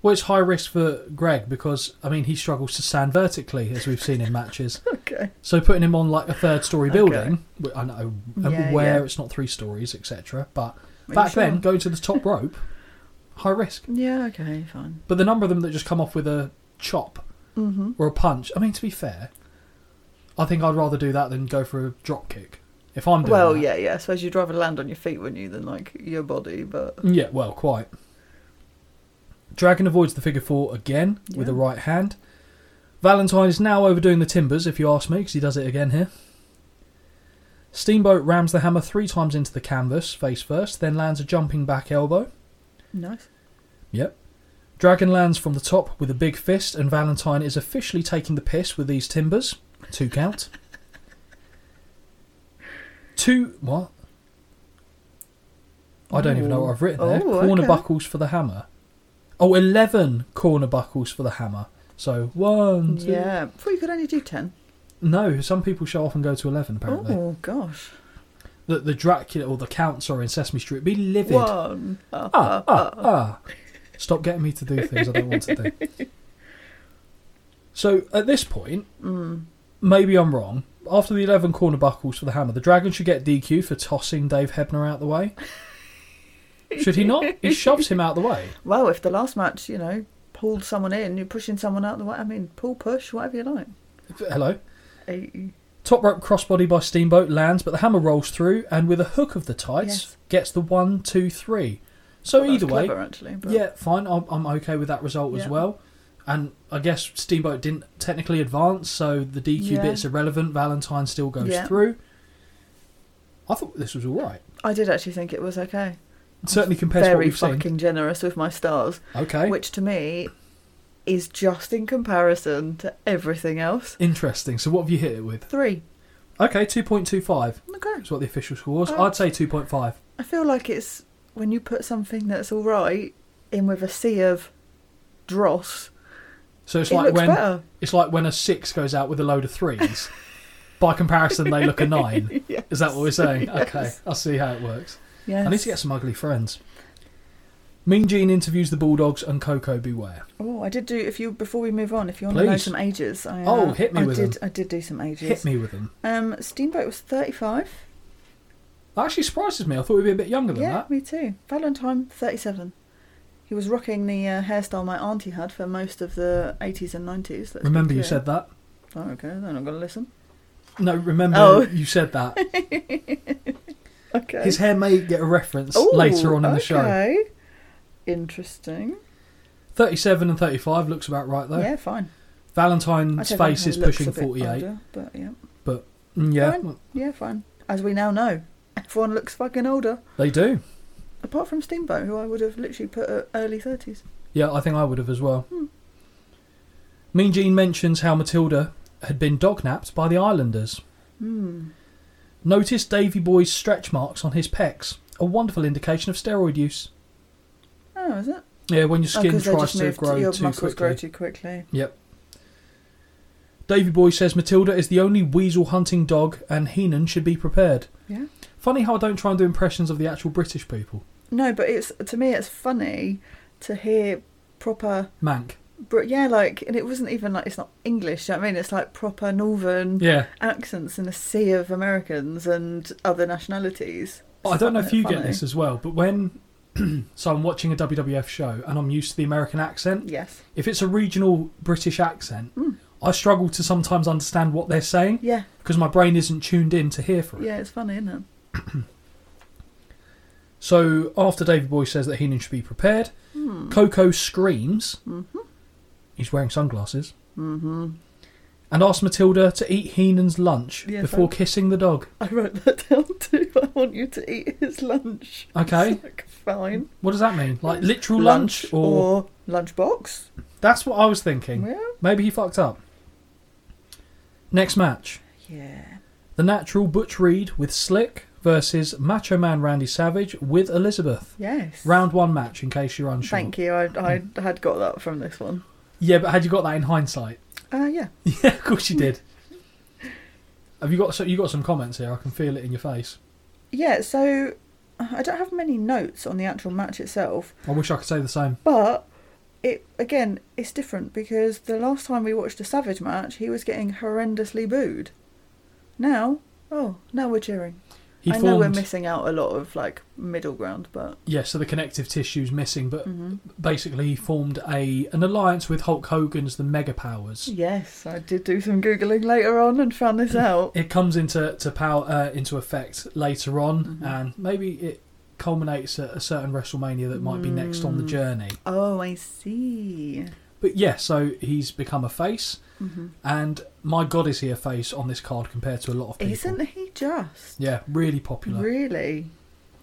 [SPEAKER 1] Well, it's high risk for Greg because, I mean, he struggles to stand vertically, as we've seen in matches.
[SPEAKER 3] Okay.
[SPEAKER 1] So putting him on like a third story
[SPEAKER 3] Okay.
[SPEAKER 1] building, wh- I know, I'm
[SPEAKER 3] Yeah,
[SPEAKER 1] aware
[SPEAKER 3] yeah.
[SPEAKER 1] it's not three stories, etc. But
[SPEAKER 3] you
[SPEAKER 1] back
[SPEAKER 3] sure?
[SPEAKER 1] then, going to the top rope, high risk.
[SPEAKER 3] Yeah, okay, fine.
[SPEAKER 1] But the number of them that just come off with a chop
[SPEAKER 3] Mm-hmm.
[SPEAKER 1] or a punch. I mean, to be fair, I think I'd rather do that than go for a drop kick. If I'm doing
[SPEAKER 3] Well,
[SPEAKER 1] that.
[SPEAKER 3] yeah, yeah. I suppose you'd rather land on your feet, wouldn't you, than like your body? But
[SPEAKER 1] yeah, well, quite. Dragon avoids the figure four again with a
[SPEAKER 3] Yeah.
[SPEAKER 1] right hand. Valentine is now overdoing the timbers, if you ask me, because he does it again here. Steamboat rams the hammer three times into the canvas, face first, then lands a jumping back elbow.
[SPEAKER 3] nice.
[SPEAKER 1] Yep. Dragon lands from the top with a big fist, and Valentine is officially taking the piss with these timbers. Two count. Two. What? I don't even know what I've written there.
[SPEAKER 3] Oh,
[SPEAKER 1] corner
[SPEAKER 3] okay.
[SPEAKER 1] buckles for the hammer. Oh, 11 corner buckles for the hammer. So one, two.
[SPEAKER 3] Yeah, before you could only do ten.
[SPEAKER 1] No, some people show off and go to 11, apparently.
[SPEAKER 3] Oh gosh,
[SPEAKER 1] The, the Dracula, or the counts are in Sesame Street, be livid.
[SPEAKER 3] one. Ah,
[SPEAKER 1] ah,
[SPEAKER 3] ah, ah.
[SPEAKER 1] ah, ah. Stop getting me to do things I don't want to do. So at this point,
[SPEAKER 3] Mm.
[SPEAKER 1] maybe I'm wrong. After the 11 corner buckles for the hammer, the dragon should get DQ for tossing Dave Hebner out the way. Should he not? He shoves him out the way.
[SPEAKER 3] Well, if the last match, you know, pulled someone in, you're pushing someone out the way. I mean, pull, push, whatever you like.
[SPEAKER 1] Hello.
[SPEAKER 3] Eh,
[SPEAKER 1] Top rope crossbody by Steamboat lands, but the hammer rolls through and with a hook of the tights
[SPEAKER 3] Yes.
[SPEAKER 1] gets the one, two, three. So
[SPEAKER 3] that's
[SPEAKER 1] either way,
[SPEAKER 3] clever, actually. But
[SPEAKER 1] Yeah, fine. I'm, I'm okay with that result as
[SPEAKER 3] Yeah.
[SPEAKER 1] well. And I guess Steamboat didn't technically advance, so the DQ
[SPEAKER 3] Yeah.
[SPEAKER 1] bit's irrelevant. Valentine still goes
[SPEAKER 3] Yeah.
[SPEAKER 1] through. I thought this was all right.
[SPEAKER 3] I did actually think it was okay.
[SPEAKER 1] Certainly compared to what
[SPEAKER 3] Very
[SPEAKER 1] we've
[SPEAKER 3] fucking generous with my stars,
[SPEAKER 1] seen. Okay.
[SPEAKER 3] which to me is just in comparison to everything else.
[SPEAKER 1] Interesting. So what have you hit it with?
[SPEAKER 3] Three.
[SPEAKER 1] Okay, 2.25
[SPEAKER 3] Okay.
[SPEAKER 1] is what the official score was.
[SPEAKER 3] Oh.
[SPEAKER 1] I'd say 2.5.
[SPEAKER 3] I feel like it's when you put something that's all right in with a sea of dross,
[SPEAKER 1] So it's
[SPEAKER 3] it
[SPEAKER 1] like
[SPEAKER 3] looks
[SPEAKER 1] when
[SPEAKER 3] better.
[SPEAKER 1] it's like when a 6 goes out with a load of 3s. By comparison, they look a 9.
[SPEAKER 3] Yes.
[SPEAKER 1] Is that what we're saying?
[SPEAKER 3] Yes.
[SPEAKER 1] Okay, I'll see how it works.
[SPEAKER 3] Yes.
[SPEAKER 1] I need to get some ugly friends. Mean Gene interviews the Bulldogs and Coco Beware.
[SPEAKER 3] Oh, I did do. If you before we move on, if you want to know
[SPEAKER 1] Please.
[SPEAKER 3] some ages, I, uh,
[SPEAKER 1] Oh, hit me
[SPEAKER 3] I
[SPEAKER 1] with
[SPEAKER 3] did.
[SPEAKER 1] them.
[SPEAKER 3] I did do some ages.
[SPEAKER 1] Hit me with them.
[SPEAKER 3] Um, Steamboat was thirty-five.
[SPEAKER 1] That actually surprises me. I thought we'd be a bit younger than
[SPEAKER 3] yeah,
[SPEAKER 1] that.
[SPEAKER 3] me too. Valentine thirty-seven. He was rocking the uh, hairstyle my auntie had for most of the eighties and nineties.
[SPEAKER 1] Remember you said that?
[SPEAKER 3] Oh, okay, then I'm gonna listen.
[SPEAKER 1] No, remember
[SPEAKER 3] Oh.
[SPEAKER 1] you said that.
[SPEAKER 3] Okay.
[SPEAKER 1] His hair may get a reference
[SPEAKER 3] Ooh,
[SPEAKER 1] later on in the show.
[SPEAKER 3] Okay. Interesting.
[SPEAKER 1] 37 and 35 looks about right though.
[SPEAKER 3] Yeah, fine. I
[SPEAKER 1] Valentine's
[SPEAKER 3] don't know
[SPEAKER 1] face
[SPEAKER 3] how
[SPEAKER 1] is
[SPEAKER 3] he looks
[SPEAKER 1] pushing
[SPEAKER 3] a bit
[SPEAKER 1] 48.
[SPEAKER 3] older, but yeah,
[SPEAKER 1] Mm, yeah,
[SPEAKER 3] Fine. yeah, fine. As we now know, everyone looks fucking older,
[SPEAKER 1] they do.
[SPEAKER 3] apart from Steamboat, who I would have literally put at early thirties.
[SPEAKER 1] Yeah, I think I would have as well.
[SPEAKER 3] Hmm.
[SPEAKER 1] Mean Gene mentions how Matilda had been dognapped by the Islanders.
[SPEAKER 3] Hmm.
[SPEAKER 1] Notice Davy Boy's stretch marks on his pecs, a wonderful indication of steroid use.
[SPEAKER 3] Oh, is it?
[SPEAKER 1] Yeah, when your
[SPEAKER 3] Oh,
[SPEAKER 1] skin
[SPEAKER 3] 'cause they
[SPEAKER 1] tries
[SPEAKER 3] just
[SPEAKER 1] to
[SPEAKER 3] move
[SPEAKER 1] grow
[SPEAKER 3] your
[SPEAKER 1] too
[SPEAKER 3] muscles
[SPEAKER 1] quickly.
[SPEAKER 3] grow too quickly.
[SPEAKER 1] Yep. Davy Boy says Matilda is the only weasel hunting dog, and Heenan should be prepared.
[SPEAKER 3] Yeah.
[SPEAKER 1] Funny how I don't try and do impressions of the actual British people.
[SPEAKER 3] No, but it's to me it's funny to hear proper
[SPEAKER 1] Mank.
[SPEAKER 3] Br- yeah, like and it wasn't even like it's not English, you know what I mean? It's like proper northern
[SPEAKER 1] Yeah.
[SPEAKER 3] accents in a sea of Americans and other nationalities.
[SPEAKER 1] Oh, I don't know
[SPEAKER 3] Isn't
[SPEAKER 1] if you
[SPEAKER 3] it
[SPEAKER 1] get
[SPEAKER 3] funny?
[SPEAKER 1] this as well, but when so I'm watching a WWF show and I'm used to the American accent,
[SPEAKER 3] Yes.
[SPEAKER 1] if it's a regional British accent,
[SPEAKER 3] Hmm.
[SPEAKER 1] I struggle to sometimes understand what they're saying
[SPEAKER 3] Yeah.
[SPEAKER 1] because my brain isn't tuned in to hear for it.
[SPEAKER 3] Yeah, it's funny, isn't it?
[SPEAKER 1] So after David Boy says that Heenan should be prepared,
[SPEAKER 3] Hmm.
[SPEAKER 1] Coco screams.
[SPEAKER 3] Mm-hmm.
[SPEAKER 1] He's wearing sunglasses. Mm-hmm. And asks Matilda to eat Heenan's lunch
[SPEAKER 3] Yes,
[SPEAKER 1] before
[SPEAKER 3] I-
[SPEAKER 1] kissing the dog.
[SPEAKER 3] I wrote that down too. I want you to eat his lunch.
[SPEAKER 1] Okay.
[SPEAKER 3] It's like, fine.
[SPEAKER 1] What does that mean? Like literal lunch, or...
[SPEAKER 3] or lunchbox?
[SPEAKER 1] That's what I was thinking.
[SPEAKER 3] Yeah.
[SPEAKER 1] Maybe he fucked up. Next match.
[SPEAKER 3] Yeah.
[SPEAKER 1] The natural Butch Reed with Slick versus Macho Man Randy Savage with Elizabeth.
[SPEAKER 3] Yes.
[SPEAKER 1] Round one match, in case you're unsure.
[SPEAKER 3] Thank you. I, I had got that from this one.
[SPEAKER 1] Yeah, but had you got that in hindsight?
[SPEAKER 3] Ah, yeah.
[SPEAKER 1] Uh, Yeah, of course you did. Have you got so you got some comments here? I can feel it in your face.
[SPEAKER 3] Yeah, so I don't have many notes on the actual match itself,
[SPEAKER 1] I wish I could say the same.
[SPEAKER 3] but it again, it's different because the last time we watched a Savage match, he was getting horrendously booed. Now, oh, now we're cheering.
[SPEAKER 1] He
[SPEAKER 3] I
[SPEAKER 1] formed,
[SPEAKER 3] know we're missing out a lot of like middle ground, but mm-hmm.
[SPEAKER 1] yeah, so the connective tissue's missing, but basically he formed a an alliance with Hulk Hogan's the Mega Powers.
[SPEAKER 3] yes, I did do some googling later on and found this out.
[SPEAKER 1] It comes into to power uh, into effect later on,
[SPEAKER 3] Mm-hmm.
[SPEAKER 1] and maybe it culminates at a certain WrestleMania that might be next on the journey.
[SPEAKER 3] Oh, I see. Mm-hmm.
[SPEAKER 1] But yeah, so he's become a face, and my God, is he a face on this card compared to a lot of people?
[SPEAKER 3] Isn't he just
[SPEAKER 1] Yeah, really popular.
[SPEAKER 3] really?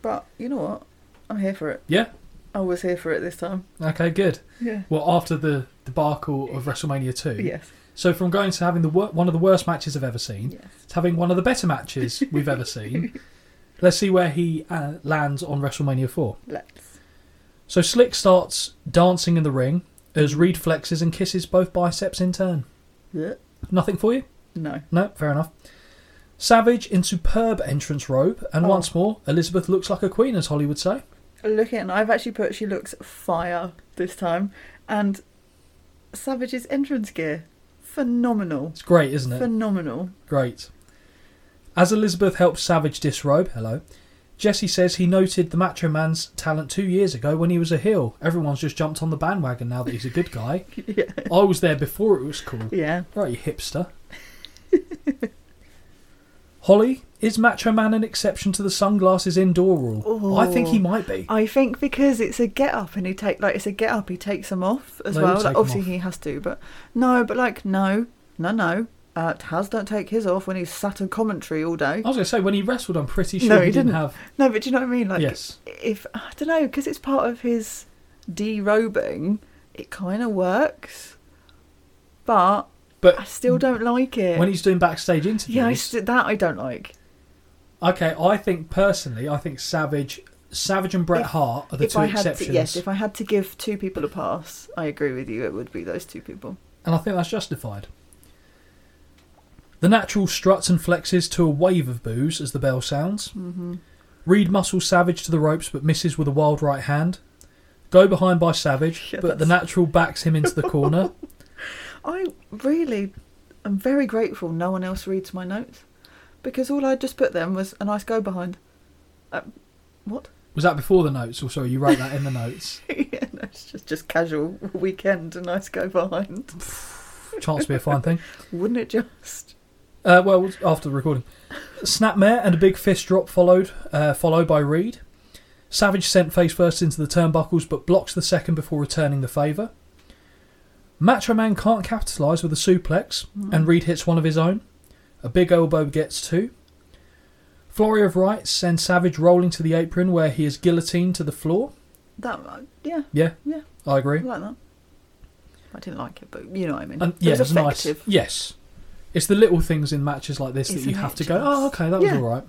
[SPEAKER 3] But you know what? I'm here for it.
[SPEAKER 1] Yeah.
[SPEAKER 3] I was here for it this time.
[SPEAKER 1] Okay, good.
[SPEAKER 3] Yeah.
[SPEAKER 1] Well, after the debacle of WrestleMania 2.
[SPEAKER 3] Yes.
[SPEAKER 1] So from going to having the wor- one of the worst matches I've ever seen
[SPEAKER 3] Yes.
[SPEAKER 1] to having one of the better matches we've ever seen. Let's see where he uh, lands on WrestleMania 4.
[SPEAKER 3] Let's.
[SPEAKER 1] So Slick starts dancing in the ring as Reed flexes and kisses both biceps in turn.
[SPEAKER 3] Blech.
[SPEAKER 1] Nothing for you?
[SPEAKER 3] uh, No.
[SPEAKER 1] No, fair enough. Savage in superb entrance robe, and
[SPEAKER 3] Oh.
[SPEAKER 1] once more, Elizabeth looks like a queen, as Holly would say.
[SPEAKER 3] Look at, I've actually put she looks fire this time. And Savage's entrance gear. Phenomenal.
[SPEAKER 1] It's great, isn't it?
[SPEAKER 3] Phenomenal.
[SPEAKER 1] Great. As Elizabeth helps Savage disrobe, hello, Jesse says he noted the Macho Man's talent two years ago when he was a heel. Everyone's just jumped on the bandwagon now that he's a good guy.
[SPEAKER 3] Yeah.
[SPEAKER 1] I was there before it was cool.
[SPEAKER 3] Yeah.
[SPEAKER 1] Right, you hipster. Holly, is Macho Man an exception to the sunglasses indoor rule? I think he
[SPEAKER 3] Ooh.
[SPEAKER 1] might be.
[SPEAKER 3] Oh. I think because it's a get up and he take like it's a get up, he takes them off as
[SPEAKER 1] They all
[SPEAKER 3] well.
[SPEAKER 1] take
[SPEAKER 3] Like,
[SPEAKER 1] 'em
[SPEAKER 3] obviously
[SPEAKER 1] off.
[SPEAKER 3] he has to, but no, but like no, no, no. Uh, Taz don't take his off when he's sat on commentary all day.
[SPEAKER 1] I was going to say, when he wrestled, I'm pretty sure
[SPEAKER 3] No,
[SPEAKER 1] he,
[SPEAKER 3] he
[SPEAKER 1] didn't,
[SPEAKER 3] didn't.
[SPEAKER 1] have.
[SPEAKER 3] No, but do you know what I mean? Like
[SPEAKER 1] yes.
[SPEAKER 3] if I don't know because it's part of his derobing, it kind of works, but I
[SPEAKER 1] But
[SPEAKER 3] still don't like it.
[SPEAKER 1] when he's doing backstage interviews.
[SPEAKER 3] yeah, I st- that I don't like.
[SPEAKER 1] Okay, I think personally, I think Savage, Savage and Bret
[SPEAKER 3] If-
[SPEAKER 1] Hart are the
[SPEAKER 3] if
[SPEAKER 1] two
[SPEAKER 3] I had
[SPEAKER 1] exceptions,
[SPEAKER 3] to, yes, if I had to give two people a pass, I agree with you. It would be those two people.
[SPEAKER 1] and I think that's justified. The natural struts and flexes to a wave of boos as the bell sounds. Mm-hmm. Reed muscles Savage to the ropes, but misses with a wild right hand. Go behind by Savage,
[SPEAKER 3] Yeah,
[SPEAKER 1] but the natural backs him into the corner.
[SPEAKER 3] I really am very grateful no one else reads my notes because all I just put them was a nice go behind. Uh, what?
[SPEAKER 1] Was that before the notes? Or sorry, you wrote that in the notes.
[SPEAKER 3] yeah, no, it's just just casual weekend. A nice go behind,
[SPEAKER 1] Chance to be a fine thing.
[SPEAKER 3] wouldn't it just?
[SPEAKER 1] Uh, well, after the recording, snapmare and a big fist drop followed, uh, followed by Reed. Savage sent face first into the turnbuckles, but blocks the second before returning the favour. Macho Man can't capitalise with a suplex, and Reed hits one of his own. A big elbow gets two. Flurry of rights sends Savage rolling to the apron, where he is guillotined to the floor.
[SPEAKER 3] That uh, yeah,
[SPEAKER 1] Yeah,
[SPEAKER 3] yeah,
[SPEAKER 1] I
[SPEAKER 3] I
[SPEAKER 1] agree.
[SPEAKER 3] like that. I didn't like it, but you know what I mean.
[SPEAKER 1] And Um, yeah,
[SPEAKER 3] it was
[SPEAKER 1] nice.
[SPEAKER 3] effective.
[SPEAKER 1] Yes, It's the little things in matches like this that
[SPEAKER 3] It's
[SPEAKER 1] you
[SPEAKER 3] the
[SPEAKER 1] have to go,
[SPEAKER 3] matches.
[SPEAKER 1] oh, okay, that was
[SPEAKER 3] Yeah.
[SPEAKER 1] all right.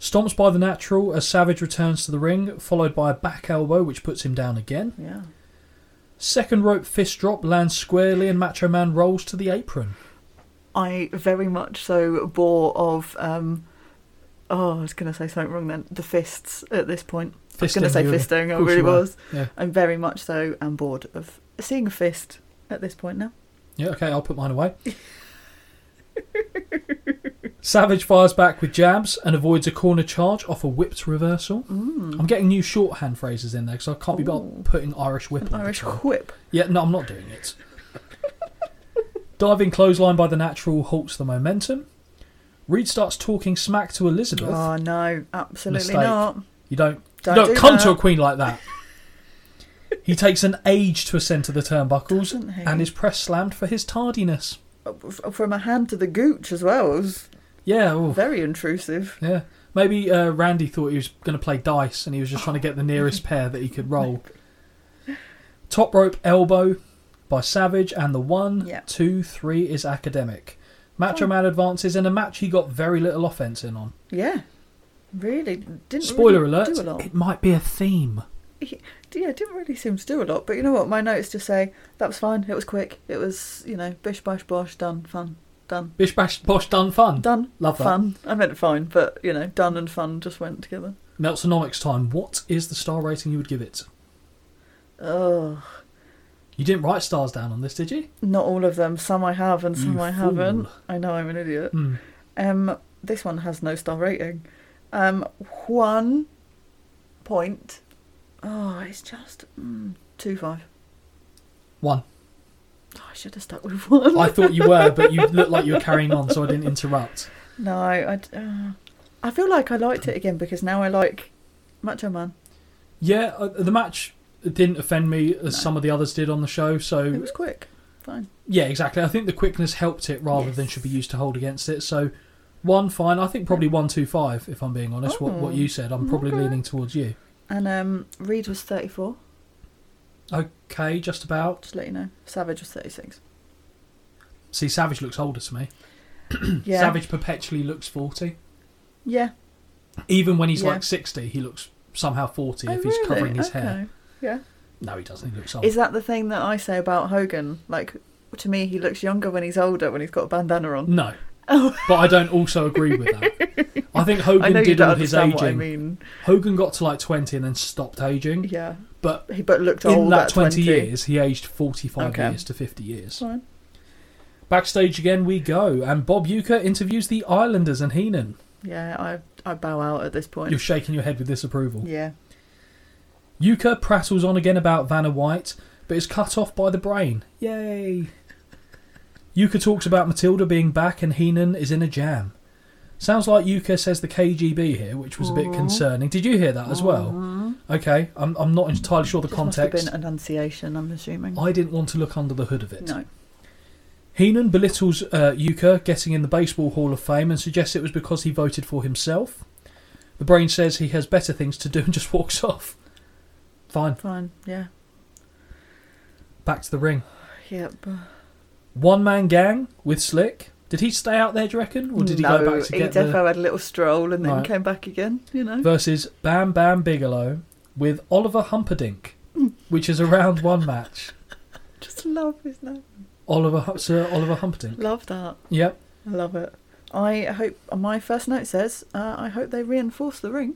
[SPEAKER 1] Stomps by the natural as Savage returns to the ring, followed by a back elbow, which puts him down again.
[SPEAKER 3] Yeah.
[SPEAKER 1] Second rope fist drop lands squarely, and Macho Man rolls to the apron.
[SPEAKER 3] I very much so bore of. Um, oh, I was going to say something wrong then. The fists at this point. I was going to
[SPEAKER 1] Fisting,
[SPEAKER 3] say
[SPEAKER 1] you were-
[SPEAKER 3] fisting. I
[SPEAKER 1] of course
[SPEAKER 3] really
[SPEAKER 1] you were.
[SPEAKER 3] was.
[SPEAKER 1] Yeah.
[SPEAKER 3] I'm very much so am bored of seeing a fist at this point now.
[SPEAKER 1] Yeah, okay, I'll put mine away. Savage fires back with jabs and avoids a corner charge off a whipped reversal.
[SPEAKER 3] Mm.
[SPEAKER 1] I'm getting new shorthand phrases in there because I can't be bothered putting Irish whip
[SPEAKER 3] An
[SPEAKER 1] on the
[SPEAKER 3] Irish
[SPEAKER 1] top.
[SPEAKER 3] whip.
[SPEAKER 1] Yeah, no, I'm not doing it. Diving clothesline by the natural halts the momentum. Reed starts talking smack to Elizabeth.
[SPEAKER 3] Oh no, absolutely
[SPEAKER 1] Mistake.
[SPEAKER 3] not.
[SPEAKER 1] you don't,
[SPEAKER 3] Don't
[SPEAKER 1] you don't
[SPEAKER 3] do
[SPEAKER 1] come
[SPEAKER 3] that.
[SPEAKER 1] to a queen like that. he takes an age to ascend to the turnbuckles
[SPEAKER 3] Doesn't he? Oh,
[SPEAKER 1] and is press slammed for his tardiness.
[SPEAKER 3] F- From a hand to the gooch as well. It was
[SPEAKER 1] Yeah, oof.
[SPEAKER 3] very intrusive.
[SPEAKER 1] Yeah. Maybe uh, Randy thought he was going to play dice and he was just trying to get the nearest pair that he could roll. Top rope elbow by Savage and the one,
[SPEAKER 3] Yeah. Oh.
[SPEAKER 1] two, three is academic. Macho Man advances in a match he got very little offense in on.
[SPEAKER 3] Yeah. Really didn't
[SPEAKER 1] Spoiler
[SPEAKER 3] really
[SPEAKER 1] alert,
[SPEAKER 3] do a lot.
[SPEAKER 1] it might be a theme.
[SPEAKER 3] He- yeah, it didn't really seem to do a lot, but you know what? My notes just say that was fine. It was quick. It was you know bish bash bosh done fun done
[SPEAKER 1] Bish bash bosh done fun.
[SPEAKER 3] done
[SPEAKER 1] Love that.
[SPEAKER 3] fun. I meant fine, but you know done and fun just went together.
[SPEAKER 1] Meltsonomics time. What is the star rating you would give it?
[SPEAKER 3] Oh,
[SPEAKER 1] You didn't write stars down on this, did you?
[SPEAKER 3] not all of them. Some I have and some
[SPEAKER 1] You
[SPEAKER 3] I
[SPEAKER 1] fool.
[SPEAKER 3] haven't. I know I'm an idiot.
[SPEAKER 1] Hmm.
[SPEAKER 3] Um, this one has no star rating. Um, one point. Oh, it's just mm, two five.
[SPEAKER 1] One.
[SPEAKER 3] Oh, I should have stuck with one.
[SPEAKER 1] I thought you were, but you looked like you were carrying on, so I didn't interrupt.
[SPEAKER 3] No, I, d- uh, I feel like I liked it again because now I like Macho Man.
[SPEAKER 1] Yeah, uh, the match didn't offend me as
[SPEAKER 3] No.
[SPEAKER 1] some of the others did on the show.
[SPEAKER 3] It
[SPEAKER 1] So
[SPEAKER 3] was quick, fine.
[SPEAKER 1] yeah, exactly. I think the quickness helped it rather than
[SPEAKER 3] Yes.
[SPEAKER 1] should be used to hold against it. So one fine. I think probably one two five. If I'm being honest, what what
[SPEAKER 3] Oh,
[SPEAKER 1] you said, I'm probably
[SPEAKER 3] okay.
[SPEAKER 1] leaning towards you.
[SPEAKER 3] And um, Reed was 34,
[SPEAKER 1] Okay, just about.
[SPEAKER 3] just to let you know. Savage was 36.
[SPEAKER 1] See, Savage looks older to me.
[SPEAKER 3] Yeah.
[SPEAKER 1] Savage perpetually looks forty,
[SPEAKER 3] Yeah.
[SPEAKER 1] even when he's
[SPEAKER 3] Yeah.
[SPEAKER 1] like sixty. He looks somehow forty
[SPEAKER 3] Oh,
[SPEAKER 1] if he's
[SPEAKER 3] really?
[SPEAKER 1] covering his
[SPEAKER 3] okay.
[SPEAKER 1] hair.
[SPEAKER 3] Yeah.
[SPEAKER 1] No, he doesn't. He looks old.
[SPEAKER 3] Is that the thing that I say about Hogan? Like, to me, he looks younger when he's older, when he's got a bandana on.
[SPEAKER 1] no,
[SPEAKER 3] Oh.
[SPEAKER 1] but I don't also agree with that. I think
[SPEAKER 3] I know
[SPEAKER 1] Hogan
[SPEAKER 3] you
[SPEAKER 1] did
[SPEAKER 3] don't
[SPEAKER 1] all his
[SPEAKER 3] understand
[SPEAKER 1] aging.
[SPEAKER 3] what I mean.
[SPEAKER 1] Hogan got to like twenty and then stopped aging.
[SPEAKER 3] Yeah.
[SPEAKER 1] But
[SPEAKER 3] He but looked
[SPEAKER 1] in
[SPEAKER 3] old
[SPEAKER 1] that
[SPEAKER 3] at
[SPEAKER 1] 20, years, he aged 45
[SPEAKER 3] Okay.
[SPEAKER 1] years to 50 years.
[SPEAKER 3] Fine.
[SPEAKER 1] Backstage again we go, and Bob Uecker interviews the Islanders and Heenan.
[SPEAKER 3] Yeah, I, I bow out at this point.
[SPEAKER 1] You're shaking your head with disapproval.
[SPEAKER 3] Yeah.
[SPEAKER 1] Uecker prattles on again about Vanna White, but is cut off by the brain. Yay! Uecker talks about Matilda being back and Heenan is in a jam. Sounds like Uecker says the KGB here, which was a bit concerning. Did you hear that as well? Okay, I'm, I'm not entirely sure the
[SPEAKER 3] This must have
[SPEAKER 1] context.
[SPEAKER 3] been enunciation, I'm assuming.
[SPEAKER 1] I didn't want to look under the hood of it.
[SPEAKER 3] No.
[SPEAKER 1] Heenan belittles uh, Yuka getting in the Baseball Hall of Fame and suggests it was because he voted for himself. The brain says he has better things to do and just walks off. Fine,
[SPEAKER 3] Fine. Yeah.
[SPEAKER 1] back to the ring.
[SPEAKER 3] Yep.
[SPEAKER 1] One man gang with Slick. Did he stay out there, do you reckon? Or did he
[SPEAKER 3] no,
[SPEAKER 1] go back to
[SPEAKER 3] he
[SPEAKER 1] get
[SPEAKER 3] defo
[SPEAKER 1] the.
[SPEAKER 3] had a little stroll and then
[SPEAKER 1] Right.
[SPEAKER 3] came back again. You know,
[SPEAKER 1] Versus Bam Bam Bigelow with Oliver Humperdinck, which is a round one match.
[SPEAKER 3] just love his name.
[SPEAKER 1] Oliver, Hu- Sir Oliver Humperdinck.
[SPEAKER 3] Love that.
[SPEAKER 1] Yep.
[SPEAKER 3] I love it. I hope my first note says, uh, I hope they reinforce the ring.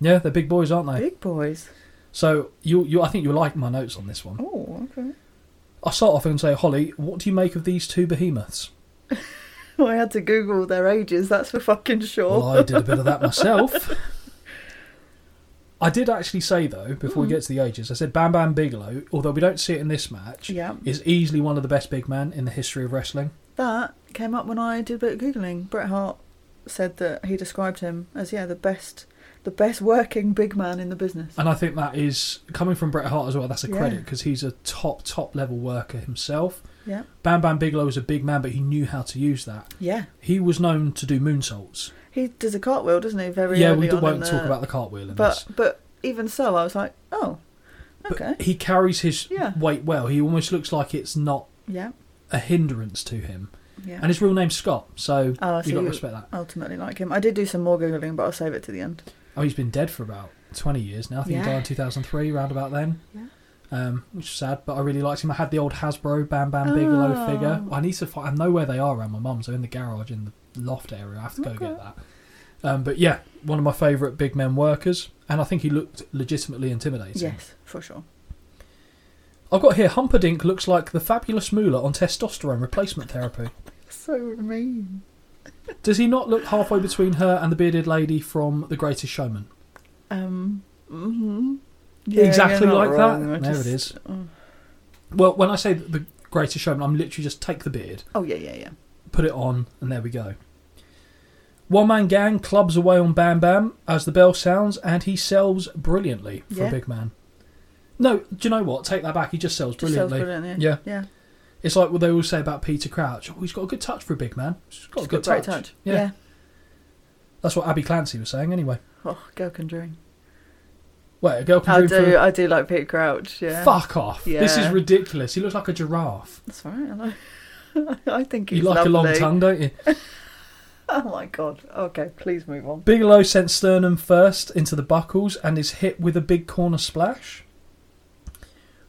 [SPEAKER 1] Yeah, they're big boys, aren't they?
[SPEAKER 3] Big boys.
[SPEAKER 1] So you, you, I think you'll like my notes on this one.
[SPEAKER 3] Oh, okay.
[SPEAKER 1] I'll start off and say, Holly, what do you make of these two behemoths?
[SPEAKER 3] I had to Google their ages. That's for fucking sure.
[SPEAKER 1] Well, I did a bit of that myself. I did actually say, though, before we
[SPEAKER 3] Hmm.
[SPEAKER 1] get to the ages, I said Bam Bam Bigelow, although we don't see it in this match,
[SPEAKER 3] Yeah.
[SPEAKER 1] is easily one of the best big men in the history of wrestling.
[SPEAKER 3] That came up when I did a bit of googling. Bret Hart said that he described him as yeah the best, the best working big man in the business.
[SPEAKER 1] And I think that is, coming from Bret Hart as well, that's a
[SPEAKER 3] Yeah.
[SPEAKER 1] credit because he's a top, top level worker himself.
[SPEAKER 3] Yeah.
[SPEAKER 1] Bam Bam Bigelow was a big man, but he knew how to use that.
[SPEAKER 3] Yeah.
[SPEAKER 1] He was known to do moonsaults.
[SPEAKER 3] He does a cartwheel, doesn't he? Very
[SPEAKER 1] yeah,
[SPEAKER 3] early
[SPEAKER 1] we d-
[SPEAKER 3] on in
[SPEAKER 1] won't
[SPEAKER 3] the-
[SPEAKER 1] talk about the cartwheel in this.
[SPEAKER 3] But but even so, I was like, oh,
[SPEAKER 1] But
[SPEAKER 3] okay,
[SPEAKER 1] he carries his
[SPEAKER 3] Yeah.
[SPEAKER 1] weight well. He almost looks like it's not
[SPEAKER 3] yeah,
[SPEAKER 1] a hindrance to him.
[SPEAKER 3] Yeah.
[SPEAKER 1] And his real name's Scott, so
[SPEAKER 3] Oh, I see
[SPEAKER 1] you got to
[SPEAKER 3] you-
[SPEAKER 1] respect that.
[SPEAKER 3] ultimately like him. I did do some more googling, but I'll save it to the end.
[SPEAKER 1] Oh, he's been dead for about 20 years now. I think he
[SPEAKER 3] Yeah.
[SPEAKER 1] died in 2003, round about then.
[SPEAKER 3] Yeah.
[SPEAKER 1] Um, which is sad, but I really liked him. I had the old Hasbro Bam Bam Bigelow
[SPEAKER 3] Oh.
[SPEAKER 1] figure. I need to find. I know where they are around my mum's. They're in the garage in the loft area. I have to go
[SPEAKER 3] Okay.
[SPEAKER 1] get that. Um, but yeah, one of my favourite big men workers, and I think he looked legitimately intimidating.
[SPEAKER 3] Yes, for sure.
[SPEAKER 1] I've got here Humperdinck looks like the fabulous Moolah on testosterone replacement therapy.
[SPEAKER 3] So mean.
[SPEAKER 1] Does he not look halfway between her and the bearded lady from The Greatest Showman?
[SPEAKER 3] Um. hmm
[SPEAKER 1] exactly like that. There it is.
[SPEAKER 3] mm.
[SPEAKER 1] Well, when I say The Greatest Showman, I'm literally just take the beard.
[SPEAKER 3] Oh yeah, yeah, yeah.
[SPEAKER 1] put it on, and there we go. One man gang clubs away on Bam Bam as the bell sounds, and he sells brilliantly for
[SPEAKER 3] Yeah.
[SPEAKER 1] a big man. No, do you know what? Take that back. He just sells
[SPEAKER 3] Just sells
[SPEAKER 1] brilliantly.
[SPEAKER 3] brilliant,
[SPEAKER 1] Yeah.
[SPEAKER 3] Yeah.
[SPEAKER 1] It's like what they always say about Peter Crouch. Oh, he's got a good touch for a big man. He's got
[SPEAKER 3] Just
[SPEAKER 1] a good
[SPEAKER 3] great
[SPEAKER 1] touch.
[SPEAKER 3] Yeah.
[SPEAKER 1] Yeah. That's what Abby Clancy was saying, anyway.
[SPEAKER 3] Oh, girl can dream.
[SPEAKER 1] Wait, a girl can
[SPEAKER 3] I
[SPEAKER 1] dream
[SPEAKER 3] do.
[SPEAKER 1] for.
[SPEAKER 3] I do like Peter Crouch. Yeah.
[SPEAKER 1] Fuck off! This is
[SPEAKER 3] Yeah.
[SPEAKER 1] ridiculous. He looks like a giraffe.
[SPEAKER 3] That's all right. I like. I think
[SPEAKER 1] You
[SPEAKER 3] he's
[SPEAKER 1] like
[SPEAKER 3] lovely.
[SPEAKER 1] a long tongue, don't you?
[SPEAKER 3] Oh my god. Okay, please move on.
[SPEAKER 1] Bigelow sent sternum first into the buckles and is hit with a big corner splash.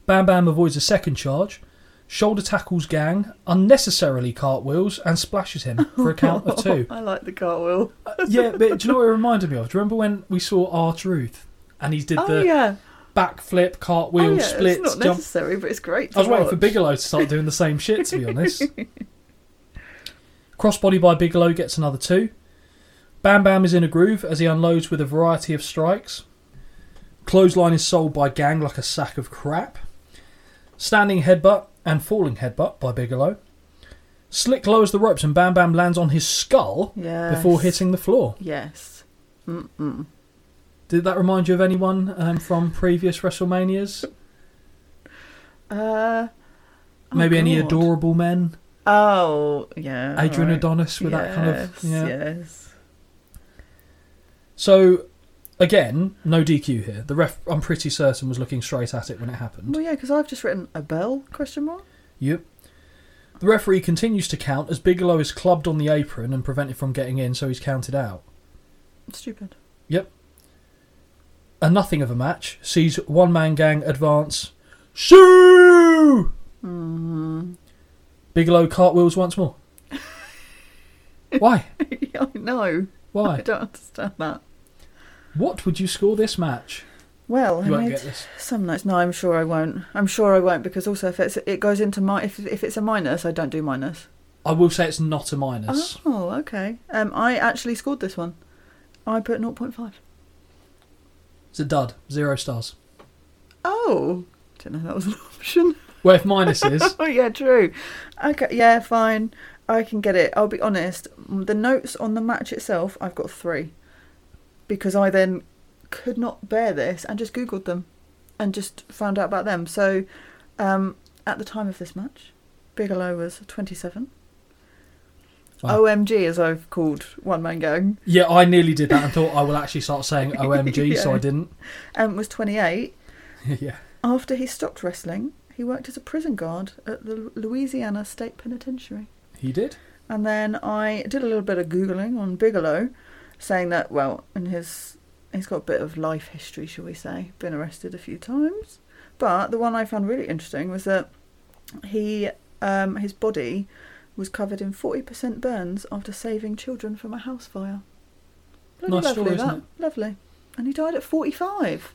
[SPEAKER 1] Bam Bam avoids a second charge, shoulder tackles Gang, unnecessarily cartwheels, and splashes him for a count of two. Uh,
[SPEAKER 3] I like the cartwheel.
[SPEAKER 1] yeah, but do you know what it reminded me of? Do you remember when we saw R Truth and he did
[SPEAKER 3] Oh
[SPEAKER 1] the
[SPEAKER 3] yeah.
[SPEAKER 1] backflip,
[SPEAKER 3] oh
[SPEAKER 1] cartwheel,
[SPEAKER 3] yeah.
[SPEAKER 1] splits,
[SPEAKER 3] it's not
[SPEAKER 1] jump?
[SPEAKER 3] necessary, but it's great. To
[SPEAKER 1] I was waiting
[SPEAKER 3] watch.
[SPEAKER 1] for Bigelow to start doing the same shit, to be honest. Crossbody by Bigelow gets another two. Bam Bam is in a groove as he unloads with a variety of strikes. Clothesline is sold by Gang like a sack of crap. Standing headbutt and falling headbutt by Bigelow. Slick lowers the ropes and Bam Bam lands on his skull
[SPEAKER 3] Yes.
[SPEAKER 1] before hitting the floor.
[SPEAKER 3] Yes. Mm-mm.
[SPEAKER 1] Did that remind you of anyone um, from previous WrestleManias?
[SPEAKER 3] Uh. oh
[SPEAKER 1] Maybe any
[SPEAKER 3] God.
[SPEAKER 1] adorable men?
[SPEAKER 3] Oh yeah.
[SPEAKER 1] Adrian
[SPEAKER 3] alright.
[SPEAKER 1] Adonis with that kind of.
[SPEAKER 3] Yes,
[SPEAKER 1] Yeah.
[SPEAKER 3] Yes.
[SPEAKER 1] So, again, no DQ here. The ref, I'm pretty certain, was looking straight at it when it happened.
[SPEAKER 3] Well, yeah, because I've just written a bell question mark.
[SPEAKER 1] Yep. The referee continues to count as Bigelow is clubbed on the apron and prevented from getting in, so he's counted out.
[SPEAKER 3] Stupid.
[SPEAKER 1] A nothing of a match sees one man gang advance. Shoo!
[SPEAKER 3] Mm.
[SPEAKER 1] Bigelow cartwheels once more. Why?
[SPEAKER 3] I know. I
[SPEAKER 1] Why?
[SPEAKER 3] don't understand that.
[SPEAKER 1] What would you score this match?
[SPEAKER 3] Well, I
[SPEAKER 1] You won't
[SPEAKER 3] made
[SPEAKER 1] get this.
[SPEAKER 3] some notes. No, I'm sure I won't. I'm sure I won't because also if it's it goes into my if if it's a minus, I don't do minus.
[SPEAKER 1] I will say it's not a minus.
[SPEAKER 3] Oh, okay. Um, I actually scored this one. I put 0.5.
[SPEAKER 1] It's a dud. Zero stars.
[SPEAKER 3] Oh, didn't know that was an option.
[SPEAKER 1] Well, if minus is,
[SPEAKER 3] Oh yeah, true. Okay, yeah, fine. I can get it. I'll be honest. The notes on the match itself, I've got three, because I then could not bear this and just googled them, and just found out about them. So, um, at the time of this match, Bigelow was twenty-seven.
[SPEAKER 1] Wow.
[SPEAKER 3] OMG, as I've called one man gang,
[SPEAKER 1] yeah, I nearly did that and thought I will actually start saying OMG, so I
[SPEAKER 3] Yeah.
[SPEAKER 1] didn't.
[SPEAKER 3] and um, was twenty-eight.
[SPEAKER 1] yeah.
[SPEAKER 3] After he stopped wrestling, he worked as a prison guard at the Louisiana State Penitentiary.
[SPEAKER 1] He did.
[SPEAKER 3] And then I did a little bit of googling on Bigelow, saying that well, in his he's got a bit of life history, shall we say? Been arrested a few times, but the one I found really interesting was that he um, his body was covered in forty percent burns after saving children from a house fire. Bloody
[SPEAKER 1] Nice
[SPEAKER 3] lovely,
[SPEAKER 1] story, isn't
[SPEAKER 3] that lovely. And he died at forty-five.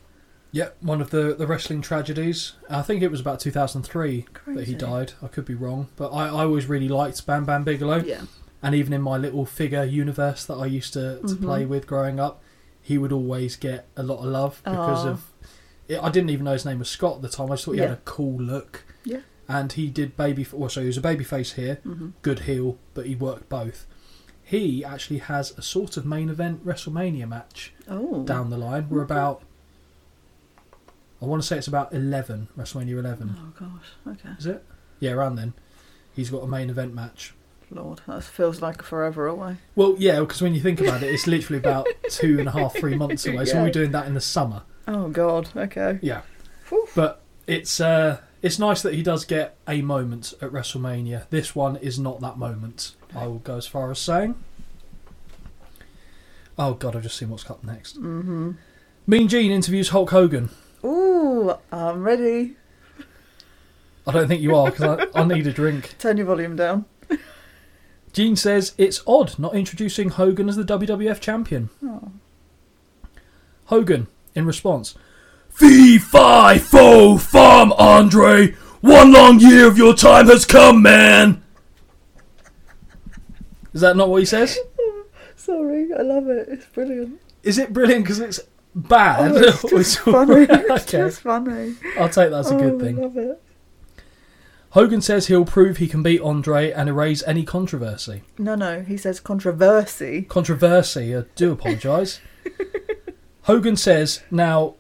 [SPEAKER 1] Yeah, one of the, the wrestling tragedies. I think it was about 2003
[SPEAKER 3] Crazy.
[SPEAKER 1] that he died. I could be wrong, but I, I always really liked Bam Bam Bigelow.
[SPEAKER 3] Yeah,
[SPEAKER 1] And even in my little figure universe that I used to, to
[SPEAKER 3] Mhm.
[SPEAKER 1] play with growing up, he would always get a lot of love because
[SPEAKER 3] Aw.
[SPEAKER 1] of. It, I didn't even know his name was Scott at the time. I just thought he
[SPEAKER 3] Yeah.
[SPEAKER 1] had a cool look.
[SPEAKER 3] Yeah.
[SPEAKER 1] And he did baby. Also, he was a baby face here,
[SPEAKER 3] hmm
[SPEAKER 1] good heel, but he worked both. He actually has a sort of main event WrestleMania match
[SPEAKER 3] Oh,
[SPEAKER 1] down the line. We're about, I want to say it's about 11, WrestleMania 11.
[SPEAKER 3] Oh gosh. Okay.
[SPEAKER 1] Is it? Yeah, around then. He's got a main event match.
[SPEAKER 3] Lord, that feels like forever away.
[SPEAKER 1] Well, yeah, because when you think about it, it's literally about two and a half, three months away. So
[SPEAKER 3] Yeah.
[SPEAKER 1] we're doing that in the summer.
[SPEAKER 3] Oh God. Okay.
[SPEAKER 1] Yeah.
[SPEAKER 3] Whew.
[SPEAKER 1] But it's, uh, It's nice that he does get a moment at WrestleMania. This one is not that moment. I will go as far as saying. Oh god, I've just seen what's up next. Mm-hmm. Mean Gene interviews Hulk Hogan.
[SPEAKER 3] Ooh, I'm ready.
[SPEAKER 1] I don't think you are because I, I need a drink.
[SPEAKER 3] Turn your volume down.
[SPEAKER 1] Gene says it's odd not introducing Hogan as the WWF champion. Hogan, in response,
[SPEAKER 2] Fee fi fo fum, Andre. One long year of your time has come, man.
[SPEAKER 1] is that not what he says?
[SPEAKER 3] Sorry, I love it. It's brilliant.
[SPEAKER 1] Is it brilliant because it's bad?
[SPEAKER 3] Oh, it's
[SPEAKER 1] Or
[SPEAKER 3] just
[SPEAKER 1] all
[SPEAKER 3] funny.
[SPEAKER 1] right?
[SPEAKER 3] It's
[SPEAKER 1] okay,
[SPEAKER 3] just funny.
[SPEAKER 1] I'll take that as a
[SPEAKER 3] Oh,
[SPEAKER 1] good
[SPEAKER 3] I
[SPEAKER 1] thing.
[SPEAKER 3] love it.
[SPEAKER 1] Hogan says he'll prove he can beat Andre and erase any controversy.
[SPEAKER 3] No, no, he says controversy.
[SPEAKER 1] Controversy, I do apologise. Hogan says, now,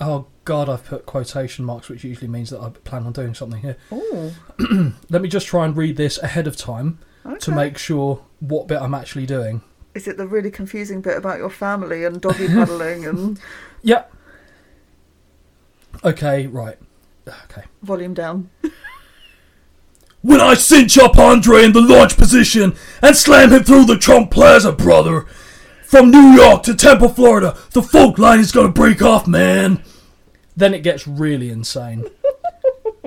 [SPEAKER 1] oh God, I've put quotation marks, which usually means that I plan on doing something here.
[SPEAKER 3] Oh,
[SPEAKER 1] Let me just try and read this ahead of time to
[SPEAKER 3] okay.
[SPEAKER 1] make sure what bit I'm actually doing.
[SPEAKER 3] Is it the really confusing bit about your family and doggy paddling and
[SPEAKER 1] Yep. Okay, right. Okay.
[SPEAKER 3] volume down?
[SPEAKER 2] When I cinch up Andre in the launch position and slam him through the Trump Plaza, brother. From New York to Tampa, Florida, the folk line is gonna break off, man.
[SPEAKER 1] Then it gets really insane.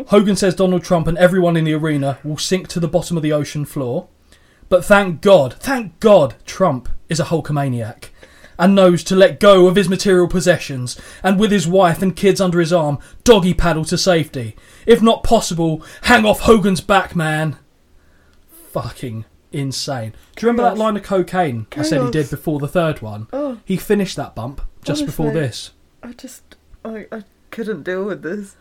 [SPEAKER 1] Hogan says Donald Trump and everyone in the arena will sink to the bottom of the ocean floor. But thank God, thank God, Trump is a Hulkamaniac and knows to let go of his material possessions and with his wife and kids under his arm, doggy paddle to safety. If not possible, hang off Hogan's back, man. Fucking insane. Do you remember
[SPEAKER 3] Chaos.
[SPEAKER 1] that line of cocaine I said he
[SPEAKER 3] Chaos.
[SPEAKER 1] did before the third one?
[SPEAKER 3] Oh,
[SPEAKER 1] He finished that bump just before
[SPEAKER 3] Honestly.
[SPEAKER 1] this.
[SPEAKER 3] I just, I, I couldn't deal with this.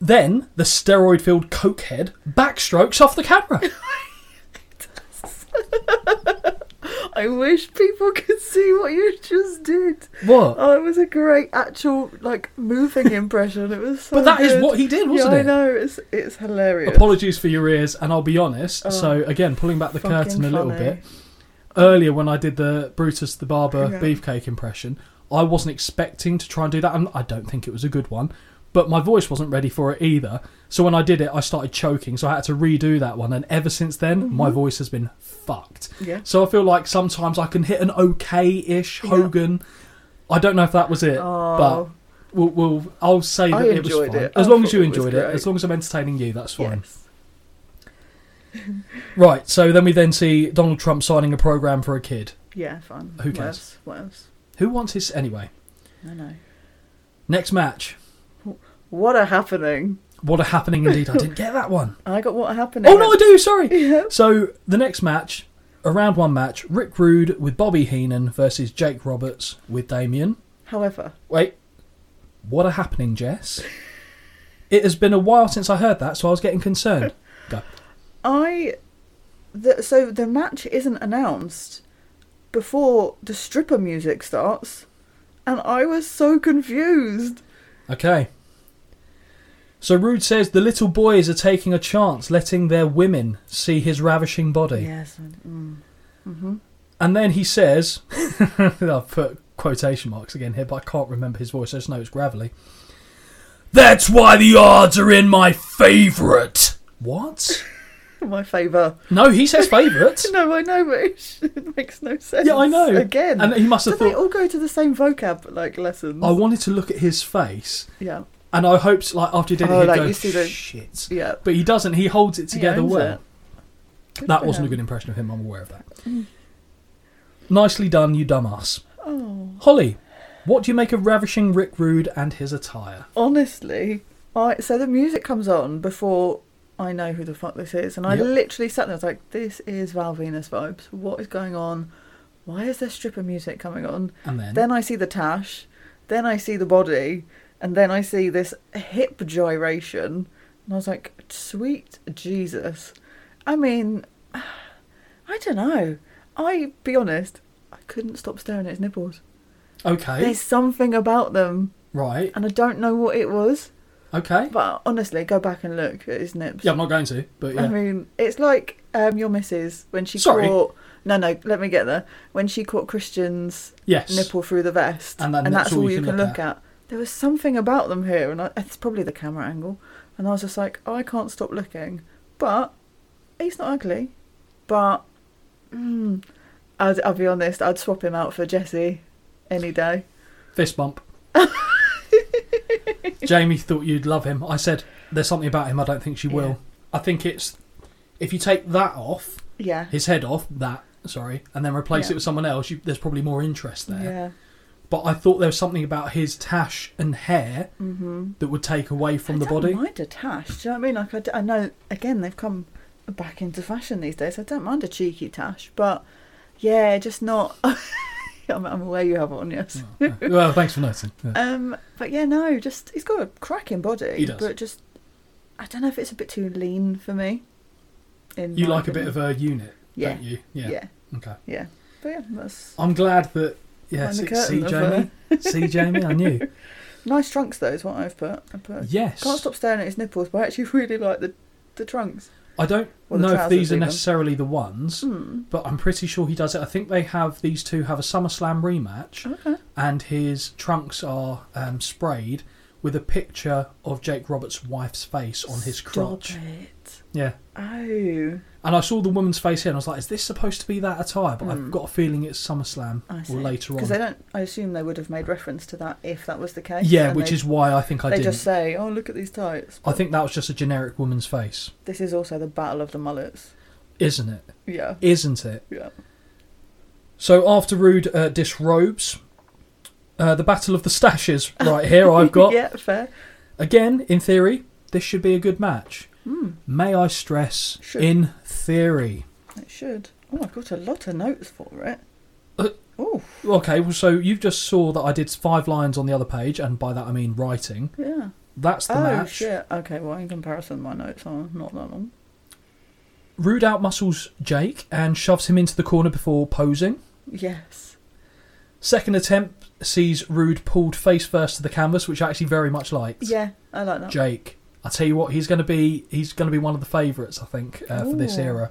[SPEAKER 1] Then the steroid filled cokehead backstrokes off the camera.
[SPEAKER 3] I wish people could see what you just did.
[SPEAKER 1] What?
[SPEAKER 3] Oh, it was a great actual like moving impression. It was so.
[SPEAKER 1] But that is
[SPEAKER 3] good.
[SPEAKER 1] what he did, wasn't
[SPEAKER 3] yeah,
[SPEAKER 1] it?
[SPEAKER 3] I know. It's it's hilarious.
[SPEAKER 1] Apologies for your ears, and I'll be honest.
[SPEAKER 3] Oh,
[SPEAKER 1] so, again, pulling back the
[SPEAKER 3] Fucking
[SPEAKER 1] curtain a little
[SPEAKER 3] funny.
[SPEAKER 1] bit. Earlier, when I did the Brutus the Barber
[SPEAKER 3] Yeah.
[SPEAKER 1] beefcake impression, I wasn't expecting to try and do that, and I don't think it was a good one. But my voice wasn't ready for it either. So, when I did it, I started choking, so I had to redo that one. And ever since then, my
[SPEAKER 3] Mm-hmm.
[SPEAKER 1] voice has been fucked.
[SPEAKER 3] Yeah.
[SPEAKER 1] So, I feel like sometimes I can hit an okay ish
[SPEAKER 3] Yeah.
[SPEAKER 1] Hogan. I don't know if that was it, but
[SPEAKER 3] Oh,
[SPEAKER 1] We'll, we'll, I'll say that
[SPEAKER 3] I
[SPEAKER 1] it was
[SPEAKER 3] enjoyed
[SPEAKER 1] fine.
[SPEAKER 3] it.
[SPEAKER 1] As
[SPEAKER 3] I
[SPEAKER 1] long as you
[SPEAKER 3] thought it was
[SPEAKER 1] enjoyed it,
[SPEAKER 3] great.
[SPEAKER 1] as long as I'm entertaining you, that's fine.
[SPEAKER 3] yes.
[SPEAKER 1] Right, so then we then see Donald Trump signing a program for a kid.
[SPEAKER 3] Yeah, fine.
[SPEAKER 1] Who
[SPEAKER 3] what
[SPEAKER 1] cares?
[SPEAKER 3] Else? What else?
[SPEAKER 1] Who wants his anyway?
[SPEAKER 3] I know.
[SPEAKER 1] Next match.
[SPEAKER 3] What a happening!
[SPEAKER 1] What a happening indeed. I didn't get that one.
[SPEAKER 3] I got what a happening.
[SPEAKER 1] Oh no, I do, sorry.
[SPEAKER 3] Yeah.
[SPEAKER 1] So the next match, a round one match, Rick Rude with Bobby Heenan versus Jake Roberts with Damien.
[SPEAKER 3] However,
[SPEAKER 1] Wait. What a happening, Jess. It has been a while since I heard that, so I was getting concerned. Go.
[SPEAKER 3] I. The, so the match isn't announced before the stripper music starts, and I was so confused.
[SPEAKER 1] Okay. So Rude says the little boys are taking a chance, letting their women see his ravishing body.
[SPEAKER 3] Yes. Mm.
[SPEAKER 1] And then he says, I've put quotation marks again here, but I can't remember his voice. I just know it's gravelly.
[SPEAKER 2] That's why the odds are in my favorite.
[SPEAKER 1] What?
[SPEAKER 3] My favour.
[SPEAKER 1] No, he says favourite.
[SPEAKER 3] No, I know, but it, sh- it makes no sense.
[SPEAKER 1] yeah, I know.
[SPEAKER 3] Again,
[SPEAKER 1] and he must
[SPEAKER 3] do
[SPEAKER 1] have
[SPEAKER 3] they
[SPEAKER 1] thought.
[SPEAKER 3] all go to the same vocab like lessons?
[SPEAKER 1] I wanted to look at his face,
[SPEAKER 3] yeah,
[SPEAKER 1] and I hoped, like after he did it,
[SPEAKER 3] Oh,
[SPEAKER 1] he'd
[SPEAKER 3] like,
[SPEAKER 1] go
[SPEAKER 3] you see the-
[SPEAKER 1] shit.
[SPEAKER 3] yeah.
[SPEAKER 1] But he doesn't. He holds it together
[SPEAKER 3] owns
[SPEAKER 1] well.
[SPEAKER 3] it. Good
[SPEAKER 1] That
[SPEAKER 3] for
[SPEAKER 1] wasn't a
[SPEAKER 3] him. Mm.
[SPEAKER 1] good impression of him. I'm aware of that. Nicely done, you dumbass.
[SPEAKER 3] Oh,
[SPEAKER 1] Holly, what do you make of ravishing Rick Rude and his attire?
[SPEAKER 3] honestly, I so the music comes on before I know who the fuck this is, and I
[SPEAKER 1] Yep.
[SPEAKER 3] literally sat there. I was like, "This is Val Venus vibes. What is going on? Why is there stripper music coming on?"
[SPEAKER 1] And then,
[SPEAKER 3] Then I see the tash, then I see the body, and then I see this hip gyration, and I was like, "Sweet Jesus!" I mean, I don't know. I be honest, I couldn't stop staring at his nipples.
[SPEAKER 1] okay,
[SPEAKER 3] There's something about them,
[SPEAKER 1] right,
[SPEAKER 3] and I don't know what it was.
[SPEAKER 1] okay.
[SPEAKER 3] But honestly, go back and look at his nips.
[SPEAKER 1] Yeah, I'm not going to, but yeah.
[SPEAKER 3] I mean, it's like um, your missus when she
[SPEAKER 1] Sorry.
[SPEAKER 3] caught. No, no, let me get there. When she caught Christian's
[SPEAKER 1] yes.
[SPEAKER 3] nipple through the vest,
[SPEAKER 1] And that-
[SPEAKER 3] that's all you can look, at. there was something about them here, and I, it's probably the camera angle. And I was just like, "Oh, I can't stop looking. But he's not ugly. But mm, I'd, I'll be honest, I'd swap him out for Jesse any day.
[SPEAKER 1] Fist bump. Jamie thought you'd love him. I said there's something about him I don't think she will.
[SPEAKER 3] Yeah.
[SPEAKER 1] I think it's if you take that off,
[SPEAKER 3] Yeah.
[SPEAKER 1] his head off, that sorry, and then replace
[SPEAKER 3] Yeah.
[SPEAKER 1] it with someone else, you, there's probably more interest there.
[SPEAKER 3] Yeah.
[SPEAKER 1] But I thought there was something about his tash and hair that would take away from the
[SPEAKER 3] Mm-hmm. I don't
[SPEAKER 1] body.
[SPEAKER 3] mind a tash. Do you know what I mean? Like I, d- I know again they've come back into fashion these days. I don't mind a cheeky tash, but yeah, just not. I'm, I'm aware you have one, yes.
[SPEAKER 1] Oh, well, thanks for noticing. Yeah.
[SPEAKER 3] Um, but yeah, no, just he's got a cracking body.
[SPEAKER 1] He does.
[SPEAKER 3] But just I don't know if it's a bit too lean for me. In
[SPEAKER 1] You
[SPEAKER 3] my
[SPEAKER 1] like a bit
[SPEAKER 3] opinion.
[SPEAKER 1] of a unit,
[SPEAKER 3] Yeah.
[SPEAKER 1] don't you?
[SPEAKER 3] yeah. yeah,
[SPEAKER 1] Okay.
[SPEAKER 3] But yeah, that's
[SPEAKER 1] I'm glad that yeah,
[SPEAKER 3] Behind
[SPEAKER 1] see,
[SPEAKER 3] the
[SPEAKER 1] see
[SPEAKER 3] curtain of,
[SPEAKER 1] Jamie, see Jamie. I knew.
[SPEAKER 3] nice trunks though. Is what I've put. I put.
[SPEAKER 1] Yes.
[SPEAKER 3] Can't stop staring at his nipples, but I actually really like the the trunks.
[SPEAKER 1] I don't
[SPEAKER 3] Well, the
[SPEAKER 1] know if
[SPEAKER 3] trousers
[SPEAKER 1] these are
[SPEAKER 3] even.
[SPEAKER 1] necessarily the ones,
[SPEAKER 3] Hmm.
[SPEAKER 1] but I'm pretty sure he does it. I think they have these two have a SummerSlam rematch,
[SPEAKER 3] Okay.
[SPEAKER 1] and his trunks are um, sprayed with a picture of Jake Roberts' wife's face on his crotch.
[SPEAKER 3] Stop it.
[SPEAKER 1] Yeah.
[SPEAKER 3] Oh.
[SPEAKER 1] And I saw the woman's face here, and I was like, "Is this supposed to be that attire?" But I've
[SPEAKER 3] Mm.
[SPEAKER 1] got a feeling it's SummerSlam
[SPEAKER 3] I
[SPEAKER 1] or later
[SPEAKER 3] Because they
[SPEAKER 1] on.
[SPEAKER 3] don't. I assume they would have made reference to that if that was the case.
[SPEAKER 1] Yeah,
[SPEAKER 3] and
[SPEAKER 1] which
[SPEAKER 3] they,
[SPEAKER 1] is why I think I
[SPEAKER 3] they
[SPEAKER 1] didn't.
[SPEAKER 3] just say, "Oh, look at these tights."
[SPEAKER 1] I think that was just a generic woman's face,
[SPEAKER 3] This is also the battle of the mullets.
[SPEAKER 1] isn't it?
[SPEAKER 3] Yeah,
[SPEAKER 1] Isn't it?
[SPEAKER 3] yeah.
[SPEAKER 1] So after Rude uh, disrobes, uh, the battle of the stashes right here. I've got
[SPEAKER 3] yeah, fair.
[SPEAKER 1] again. In theory, this should be a good match.
[SPEAKER 3] Mm,
[SPEAKER 1] May I stress,
[SPEAKER 3] Should.
[SPEAKER 1] in theory.
[SPEAKER 3] it should. Oh, I've got a lot of notes for it.
[SPEAKER 1] Uh,
[SPEAKER 3] oh,
[SPEAKER 1] Okay, well, so you've just saw that I did five lines on the other page, and by that I mean writing.
[SPEAKER 3] yeah.
[SPEAKER 1] That's the
[SPEAKER 3] oh
[SPEAKER 1] match.
[SPEAKER 3] shit. Okay, well, in comparison, my notes are not that long.
[SPEAKER 1] Rude outmuscles Jake and shoves him into the corner before posing.
[SPEAKER 3] Yes.
[SPEAKER 1] Second attempt sees Rude pulled face first to the canvas, which I actually very much liked.
[SPEAKER 3] Yeah, I like that.
[SPEAKER 1] Jake. I tell you what, he's going to be he's going to be one of the favourites, I think, uh, for this
[SPEAKER 3] Ooh.
[SPEAKER 1] era.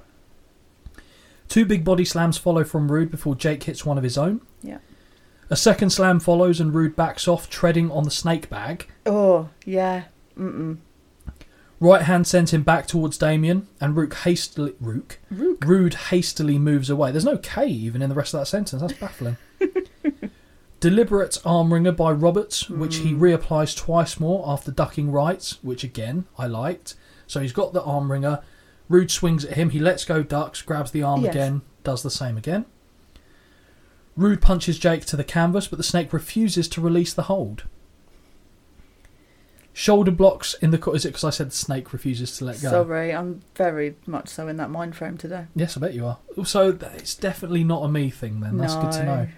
[SPEAKER 1] Two big body slams follow from Rude before Jake hits one of his own.
[SPEAKER 3] Yeah.
[SPEAKER 1] A second slam follows and Rude backs off, treading on the snake bag.
[SPEAKER 3] oh, yeah. Mm-mm.
[SPEAKER 1] Right hand sends him back towards Damien, and Rook hastily Rook
[SPEAKER 3] Rook.
[SPEAKER 1] Rude hastily moves away. There's no K even in the rest of that sentence. That's baffling. Deliberate arm wringer by Roberts, which he reapplies twice more after ducking right, which again I liked. So he's got the arm wringer. Rude swings at him. He lets go, ducks, grabs the arm
[SPEAKER 3] Yes.
[SPEAKER 1] again, does the same again. Rude punches Jake to the canvas, but the snake refuses to release the hold. Shoulder blocks in the. co- Is it because I said the snake refuses to let go?
[SPEAKER 3] Sorry, I'm very much so in that mind frame today.
[SPEAKER 1] Yes, I bet you are. So th- it's definitely not a me thing then. That's good to
[SPEAKER 3] No.
[SPEAKER 1] know.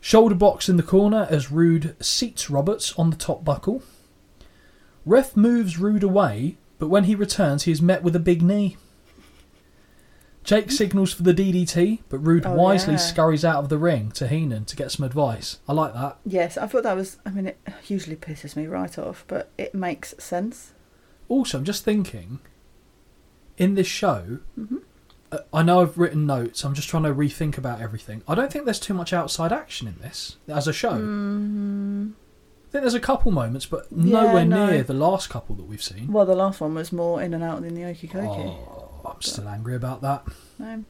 [SPEAKER 1] Shoulder box in the corner as Rude seats Roberts on the top buckle. Ref moves Rude away, but when he returns, he is met with a big knee. Jake signals for the DDT, but Rude
[SPEAKER 3] Hmm. Oh,
[SPEAKER 1] wisely
[SPEAKER 3] yeah.
[SPEAKER 1] scurries out of the ring to Heenan to get some advice. I like that.
[SPEAKER 3] Yes, I thought that was. I mean, it usually pisses me right off, but it makes sense.
[SPEAKER 1] Also, I'm just thinking, in this show,
[SPEAKER 3] Mm-hmm.
[SPEAKER 1] uh, I know I've written notes. I'm just trying to rethink about everything. I don't think there's too much outside action in this as a show.
[SPEAKER 3] Mm. Mm-hmm.
[SPEAKER 1] I think there's a couple moments, but nowhere
[SPEAKER 3] no.
[SPEAKER 1] near the last couple that we've seen.
[SPEAKER 3] Well, the last one was more in and out than the okie dokie.
[SPEAKER 1] Oh, I'm still angry about that.
[SPEAKER 3] Um,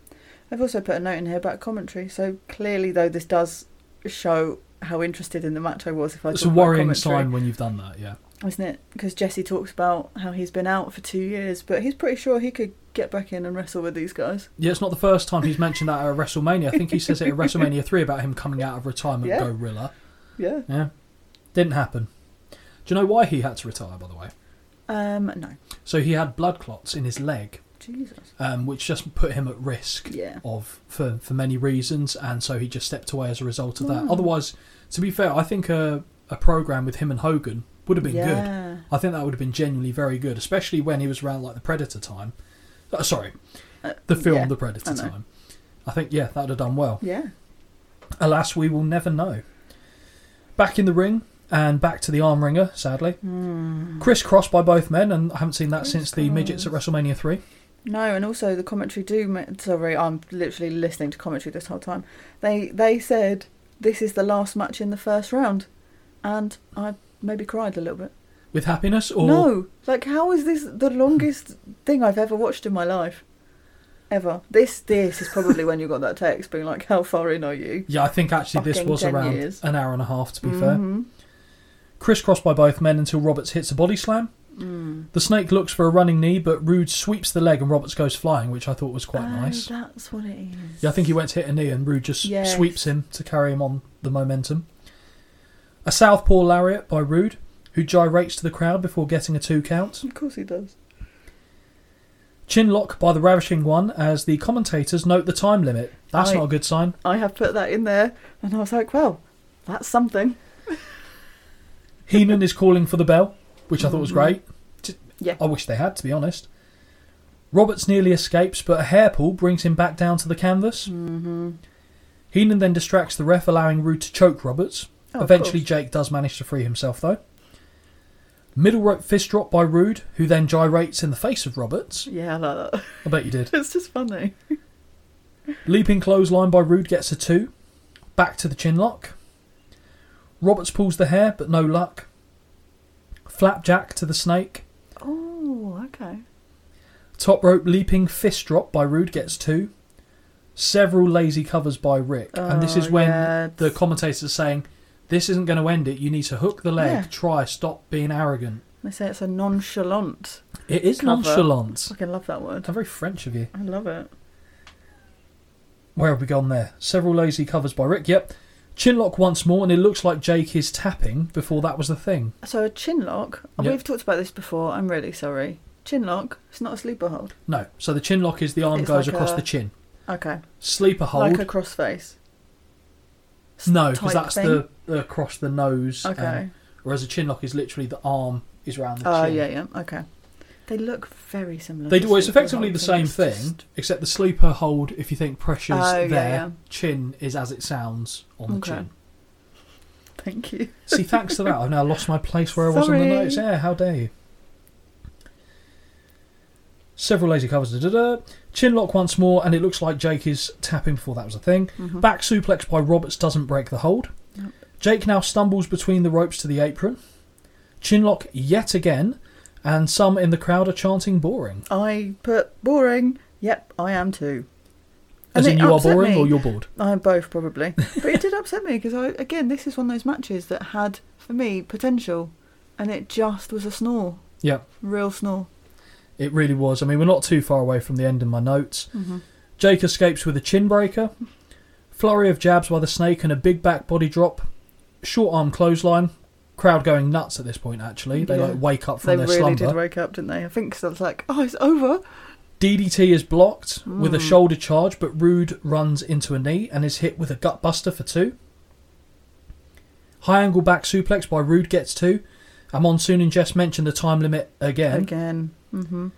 [SPEAKER 3] I've also put a note in here about commentary. So clearly, though, this does show how interested in the match I was. If I
[SPEAKER 1] It's a
[SPEAKER 3] talk
[SPEAKER 1] worrying
[SPEAKER 3] about commentary,
[SPEAKER 1] sign when you've done that. Yeah,
[SPEAKER 3] isn't it? Because Jesse talks about how he's been out for two years, but he's pretty sure he could get back in and wrestle with these guys.
[SPEAKER 1] yeah. It's not the first time he's mentioned that at WrestleMania. I think he says it at WrestleMania three about him coming out of retirement.
[SPEAKER 3] Yeah.
[SPEAKER 1] Gorilla.
[SPEAKER 3] Yeah.
[SPEAKER 1] Yeah, didn't happen. Do you know why he had to retire? By the way,
[SPEAKER 3] Um. No.
[SPEAKER 1] so he had blood clots in his leg
[SPEAKER 3] Jesus.
[SPEAKER 1] um, which just put him at risk
[SPEAKER 3] Yeah.
[SPEAKER 1] of for, for many reasons, and so he just stepped away as a result of that.
[SPEAKER 3] Wow.
[SPEAKER 1] Otherwise, to be fair, I think a a program with him and Hogan would have been good.
[SPEAKER 3] yeah.
[SPEAKER 1] I think that would have been genuinely very good, especially when he was around like the Predator time. Uh, sorry,
[SPEAKER 3] Uh,
[SPEAKER 1] the film
[SPEAKER 3] yeah,
[SPEAKER 1] The Predator
[SPEAKER 3] I know.
[SPEAKER 1] time. I think yeah, that'd have done well.
[SPEAKER 3] Yeah.
[SPEAKER 1] Alas, we will never know. Back in the ring and back to the arm ringer, sadly.
[SPEAKER 3] Hmm.
[SPEAKER 1] Crisscrossed by both men, and I haven't seen that since the midgets at WrestleMania 3.
[SPEAKER 3] No, and also the commentary do. ma- Sorry, I'm literally listening to commentary this whole time. They they said this is the last match in the first round, and I maybe cried a little bit.
[SPEAKER 1] With happiness or
[SPEAKER 3] No, like how is this the longest thing I've ever watched in my life? Ever. This this is probably when you got that text being like, how far in are you?
[SPEAKER 1] Yeah, I think actually this
[SPEAKER 3] Fucking
[SPEAKER 1] was
[SPEAKER 3] 10
[SPEAKER 1] around
[SPEAKER 3] years.
[SPEAKER 1] an hour and a half to be fair.
[SPEAKER 3] Mhm.
[SPEAKER 1] Crisscrossed by both men until Roberts hits a body slam.
[SPEAKER 3] Mm.
[SPEAKER 1] The snake looks for a running knee, but Rude sweeps the leg and Roberts goes flying, which I thought was quite
[SPEAKER 3] Oh,
[SPEAKER 1] nice.
[SPEAKER 3] That's what it is.
[SPEAKER 1] Yeah, I think he went to hit a knee and Rude just
[SPEAKER 3] Yes.
[SPEAKER 1] sweeps him to carry him on the momentum. A southpaw lariat by Rude, who gyrates to the crowd before getting a two count.
[SPEAKER 3] Of course he does.
[SPEAKER 1] Chin lock by the Ravishing One as the commentators note the time limit. That's
[SPEAKER 3] Right.
[SPEAKER 1] not a good sign.
[SPEAKER 3] I have put that in there, and I was like, well, that's something.
[SPEAKER 1] Heenan is calling for the bell, which I thought was great. T-
[SPEAKER 3] Yeah.
[SPEAKER 1] I wish they had, to be honest. Roberts nearly escapes, but a hair pull brings him back down to the canvas.
[SPEAKER 3] Mm.
[SPEAKER 1] Mm-hmm. Heenan then distracts the ref, allowing Rude to choke Roberts.
[SPEAKER 3] Oh, of
[SPEAKER 1] Eventually,
[SPEAKER 3] course.
[SPEAKER 1] Jake does manage to free himself, though. Middle rope fist drop by Rude, who then gyrates in the face of Roberts.
[SPEAKER 3] Yeah, I like that.
[SPEAKER 1] I bet you did.
[SPEAKER 3] It's just funny.
[SPEAKER 1] Leaping clothesline by Rude gets a two. Back to the chin lock. Roberts pulls the hair, but no luck. Flapjack to the snake.
[SPEAKER 3] Oh, okay.
[SPEAKER 1] Top rope leaping fist drop by Rude gets two. Several lazy covers by Rick. and this
[SPEAKER 3] Oh,
[SPEAKER 1] is when
[SPEAKER 3] yeah,
[SPEAKER 1] the
[SPEAKER 3] it's-
[SPEAKER 1] commentators are saying, This isn't going to end it. You need to hook the leg,
[SPEAKER 3] Yeah.
[SPEAKER 1] try, stop being arrogant.
[SPEAKER 3] They say it's a nonchalant.
[SPEAKER 1] It is
[SPEAKER 3] Cover.
[SPEAKER 1] nonchalant.
[SPEAKER 3] Fucking love that word.
[SPEAKER 1] How very French of you.
[SPEAKER 3] I love it.
[SPEAKER 1] Where have we gone there? Several lazy covers by Rick. Yep. Chinlock once more, and it looks like Jake is tapping before that was the thing.
[SPEAKER 3] So a chin lock.
[SPEAKER 1] Yep.
[SPEAKER 3] We've talked about this before. I'm really sorry. Chin lock. It's not a sleeper hold.
[SPEAKER 1] No. So the chin lock is the arm
[SPEAKER 3] It's
[SPEAKER 1] goes
[SPEAKER 3] like
[SPEAKER 1] across
[SPEAKER 3] a-
[SPEAKER 1] the chin.
[SPEAKER 3] Okay.
[SPEAKER 1] Sleeper hold.
[SPEAKER 3] Like a crossface. S-
[SPEAKER 1] no, because
[SPEAKER 3] type
[SPEAKER 1] that's the the across the nose. and-
[SPEAKER 3] Okay.
[SPEAKER 1] whereas a chin lock is literally the arm is round the
[SPEAKER 3] Oh
[SPEAKER 1] chin.
[SPEAKER 3] yeah, yeah. Okay. They look very similar.
[SPEAKER 1] They
[SPEAKER 3] to
[SPEAKER 1] do. Well, it's
[SPEAKER 3] sleeper
[SPEAKER 1] effectively the
[SPEAKER 3] holds,
[SPEAKER 1] same
[SPEAKER 3] it's
[SPEAKER 1] thing,
[SPEAKER 3] just-
[SPEAKER 1] except the sleeper hold. If you think pressure's
[SPEAKER 3] Oh, yeah,
[SPEAKER 1] there,
[SPEAKER 3] yeah.
[SPEAKER 1] chin is as it sounds on the
[SPEAKER 3] Okay.
[SPEAKER 1] chin.
[SPEAKER 3] Thank you.
[SPEAKER 1] See, thanks to that, I've now lost my place where I was on the
[SPEAKER 3] Sorry.
[SPEAKER 1] notes. Yeah, how dare you? Several lazy covers. Da, da, da. Chin lock once more, and it looks like Jake is tapping before that was a thing. Back suplex by Roberts doesn't break the hold.
[SPEAKER 3] Nope.
[SPEAKER 1] Jake now stumbles between the ropes to the apron. Chin lock yet again, and some in the crowd are chanting boring.
[SPEAKER 3] I put boring. Yep, I am too.
[SPEAKER 1] As
[SPEAKER 3] And
[SPEAKER 1] in,
[SPEAKER 3] it
[SPEAKER 1] you are
[SPEAKER 3] upset
[SPEAKER 1] boring
[SPEAKER 3] me.
[SPEAKER 1] or you're bored.
[SPEAKER 3] I'm both probably, but it did upset me because I again this is one of those matches that had for me potential, and it just was a snore,
[SPEAKER 1] Yeah.
[SPEAKER 3] real snore.
[SPEAKER 1] It really was. I mean, we're not too far away from the end in my notes.
[SPEAKER 3] Mm-hmm.
[SPEAKER 1] Jake escapes with a chin breaker, flurry of jabs by the snake, and a big back body drop, short arm clothesline. Crowd going nuts at this point. Actually, they
[SPEAKER 3] Yeah.
[SPEAKER 1] like wake up from
[SPEAKER 3] They
[SPEAKER 1] their
[SPEAKER 3] really
[SPEAKER 1] slumber.
[SPEAKER 3] did wake up, didn't they? I think because I was like, oh, it's over.
[SPEAKER 1] DDT is blocked with a
[SPEAKER 3] Hmm.
[SPEAKER 1] shoulder charge, but Rude runs into a knee and is hit with a gutbuster for two. High angle back suplex by Rude gets two. And Monsoon and Jess mentioned the time limit again.
[SPEAKER 3] Again, hmm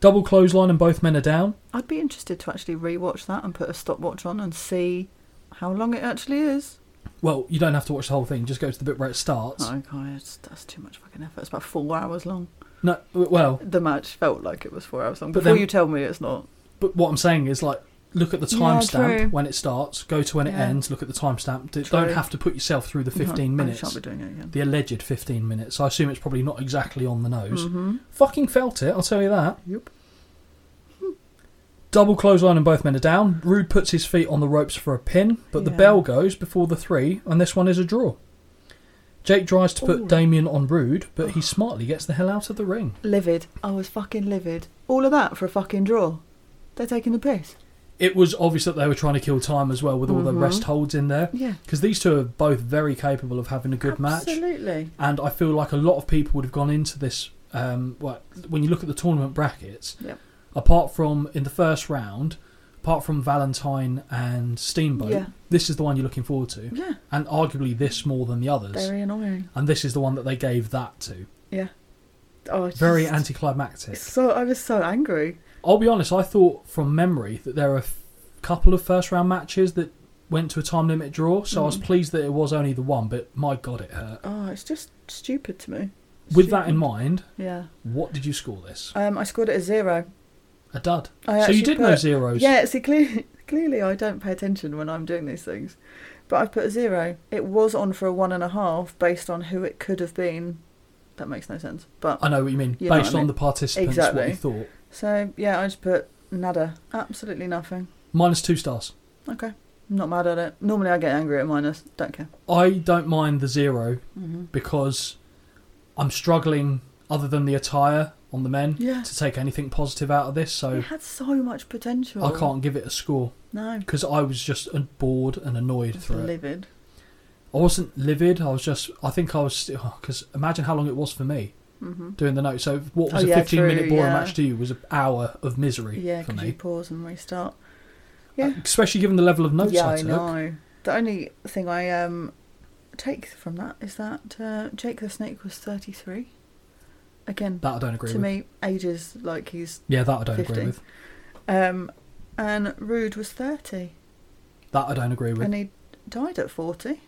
[SPEAKER 1] Double clothesline and both men are down.
[SPEAKER 3] I'd be interested to actually rewatch that and put a stopwatch on and see how long it actually is.
[SPEAKER 1] Well, you don't have to watch the whole thing. Just go to the bit where it starts.
[SPEAKER 3] Oh god, it's, that's too much fucking effort. It's about four hours long.
[SPEAKER 1] No, w- well,
[SPEAKER 3] The match felt like it was four hours long.
[SPEAKER 1] But
[SPEAKER 3] Before
[SPEAKER 1] then-
[SPEAKER 3] you tell me it's not.
[SPEAKER 1] but what I'm saying is like, look at the
[SPEAKER 3] Yeah,
[SPEAKER 1] timestamp
[SPEAKER 3] true.
[SPEAKER 1] when it starts. Go to when it
[SPEAKER 3] Yeah.
[SPEAKER 1] ends. Look at the timestamp. D-
[SPEAKER 3] True.
[SPEAKER 1] Don't have to put yourself through the 15
[SPEAKER 3] No, I
[SPEAKER 1] minutes,
[SPEAKER 3] shan't be doing it again.
[SPEAKER 1] the alleged 15 minutes. I assume it's probably not exactly on the nose.
[SPEAKER 3] Mm-hmm.
[SPEAKER 1] Fucking felt it. I'll tell you that.
[SPEAKER 3] Yep.
[SPEAKER 1] Double clothesline and both men are down. Rude puts his feet on the ropes for a pin, but the
[SPEAKER 3] Yeah.
[SPEAKER 1] bell goes before the three, and this one is a draw. Jake tries to put Damien on Rude, but he smartly gets the hell out of the ring.
[SPEAKER 3] Livid. I was fucking livid. All of that for a fucking draw. They're taking the piss.
[SPEAKER 1] It was obvious that they were trying to kill time as well with all
[SPEAKER 3] Mm-hmm.
[SPEAKER 1] the rest holds in there.
[SPEAKER 3] Yeah.
[SPEAKER 1] Because these two are both very capable of having a good match.
[SPEAKER 3] Absolutely.
[SPEAKER 1] And I feel like a lot of people would have gone into this. Um, well, when you look at the tournament brackets,
[SPEAKER 3] Yep.
[SPEAKER 1] apart from in the first round, apart from Valentine and Steamboat,
[SPEAKER 3] Yeah.
[SPEAKER 1] this is the one you're looking forward to.
[SPEAKER 3] Yeah.
[SPEAKER 1] And arguably this more than the others.
[SPEAKER 3] Very annoying.
[SPEAKER 1] and this is the one that they gave that to.
[SPEAKER 3] Yeah. Oh, it's
[SPEAKER 1] Very
[SPEAKER 3] just-
[SPEAKER 1] anticlimactic.
[SPEAKER 3] So I was so angry.
[SPEAKER 1] I'll be honest, I thought from memory that there are a couple of first round matches that went to a time limit draw, so I
[SPEAKER 3] Mm.
[SPEAKER 1] was pleased that it was only the one, but my god, it hurt.
[SPEAKER 3] Oh, it's just stupid to me.
[SPEAKER 1] With that in
[SPEAKER 3] Stupid.
[SPEAKER 1] mind,
[SPEAKER 3] Yeah.
[SPEAKER 1] what did you score this?
[SPEAKER 3] Um, I scored it a zero.
[SPEAKER 1] A dud.
[SPEAKER 3] I
[SPEAKER 1] so
[SPEAKER 3] actually
[SPEAKER 1] you did
[SPEAKER 3] put-
[SPEAKER 1] know zeros.
[SPEAKER 3] Yeah, see, clearly, clearly I don't pay attention when I'm doing these things. but I've put a zero. It was on for a one and a half based on who it could have been. That makes no sense. But
[SPEAKER 1] I know what you mean.
[SPEAKER 3] You know
[SPEAKER 1] Based
[SPEAKER 3] what I
[SPEAKER 1] on
[SPEAKER 3] mean.
[SPEAKER 1] the participants, what
[SPEAKER 3] Exactly.
[SPEAKER 1] you thought.
[SPEAKER 3] so yeah, I just put nada. Absolutely nothing.
[SPEAKER 1] Minus two stars.
[SPEAKER 3] Okay. I'm not mad at it. Normally I get angry at minus. Don't care.
[SPEAKER 1] I don't mind the 0
[SPEAKER 3] Mm-hmm.
[SPEAKER 1] because I'm struggling, other than the attire on the men,
[SPEAKER 3] Yeah.
[SPEAKER 1] to take anything positive out of this. So
[SPEAKER 3] It had so much potential.
[SPEAKER 1] I can't give it a score
[SPEAKER 3] No.
[SPEAKER 1] because I was just uh, bored and annoyed
[SPEAKER 3] Just
[SPEAKER 1] through it.
[SPEAKER 3] livid.
[SPEAKER 1] I wasn't livid. I was just. I think I was. Because imagine how long it was for me
[SPEAKER 3] Mm-hmm.
[SPEAKER 1] doing the notes. So what was
[SPEAKER 3] Oh,
[SPEAKER 1] a
[SPEAKER 3] yeah,
[SPEAKER 1] 15 minute
[SPEAKER 3] true,
[SPEAKER 1] boring
[SPEAKER 3] yeah.
[SPEAKER 1] match to you was an hour of misery
[SPEAKER 3] Yeah,
[SPEAKER 1] for
[SPEAKER 3] because you
[SPEAKER 1] me. Uh,
[SPEAKER 3] pause and restart. Yeah.
[SPEAKER 1] Especially given the level of notes
[SPEAKER 3] yeah,
[SPEAKER 1] I
[SPEAKER 3] I
[SPEAKER 1] took.
[SPEAKER 3] know. The only thing I um take from that is that uh, Jake the Snake was 33. Again,
[SPEAKER 1] That I don't agree
[SPEAKER 3] to
[SPEAKER 1] with.
[SPEAKER 3] me, ages like he's.
[SPEAKER 1] yeah, that I don't agree
[SPEAKER 3] 15.
[SPEAKER 1] with.
[SPEAKER 3] Um, and Rude was 30,
[SPEAKER 1] That I don't agree with.
[SPEAKER 3] and he died at 40.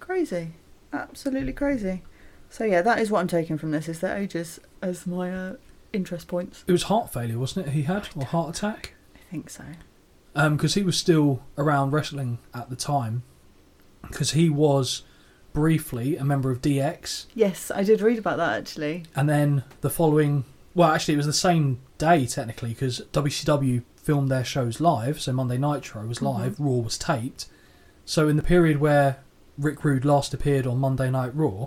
[SPEAKER 3] Crazy, absolutely crazy. So yeah, that is what I'm taking from this: is their ages as my uh, interest points.
[SPEAKER 1] It was heart failure, wasn't it? He had or heart attack.
[SPEAKER 3] I think so.
[SPEAKER 1] because he was still around wrestling at the time, because he was briefly a member of DX,
[SPEAKER 3] Yes, I did read about that actually.
[SPEAKER 1] and then the following, well, actually, it was the same day technically, because WCW filmed their shows live, so Monday Nitro
[SPEAKER 3] Mm-hmm.
[SPEAKER 1] was live, Raw was taped. So in the period where Rick Rude last appeared on Monday Night Raw,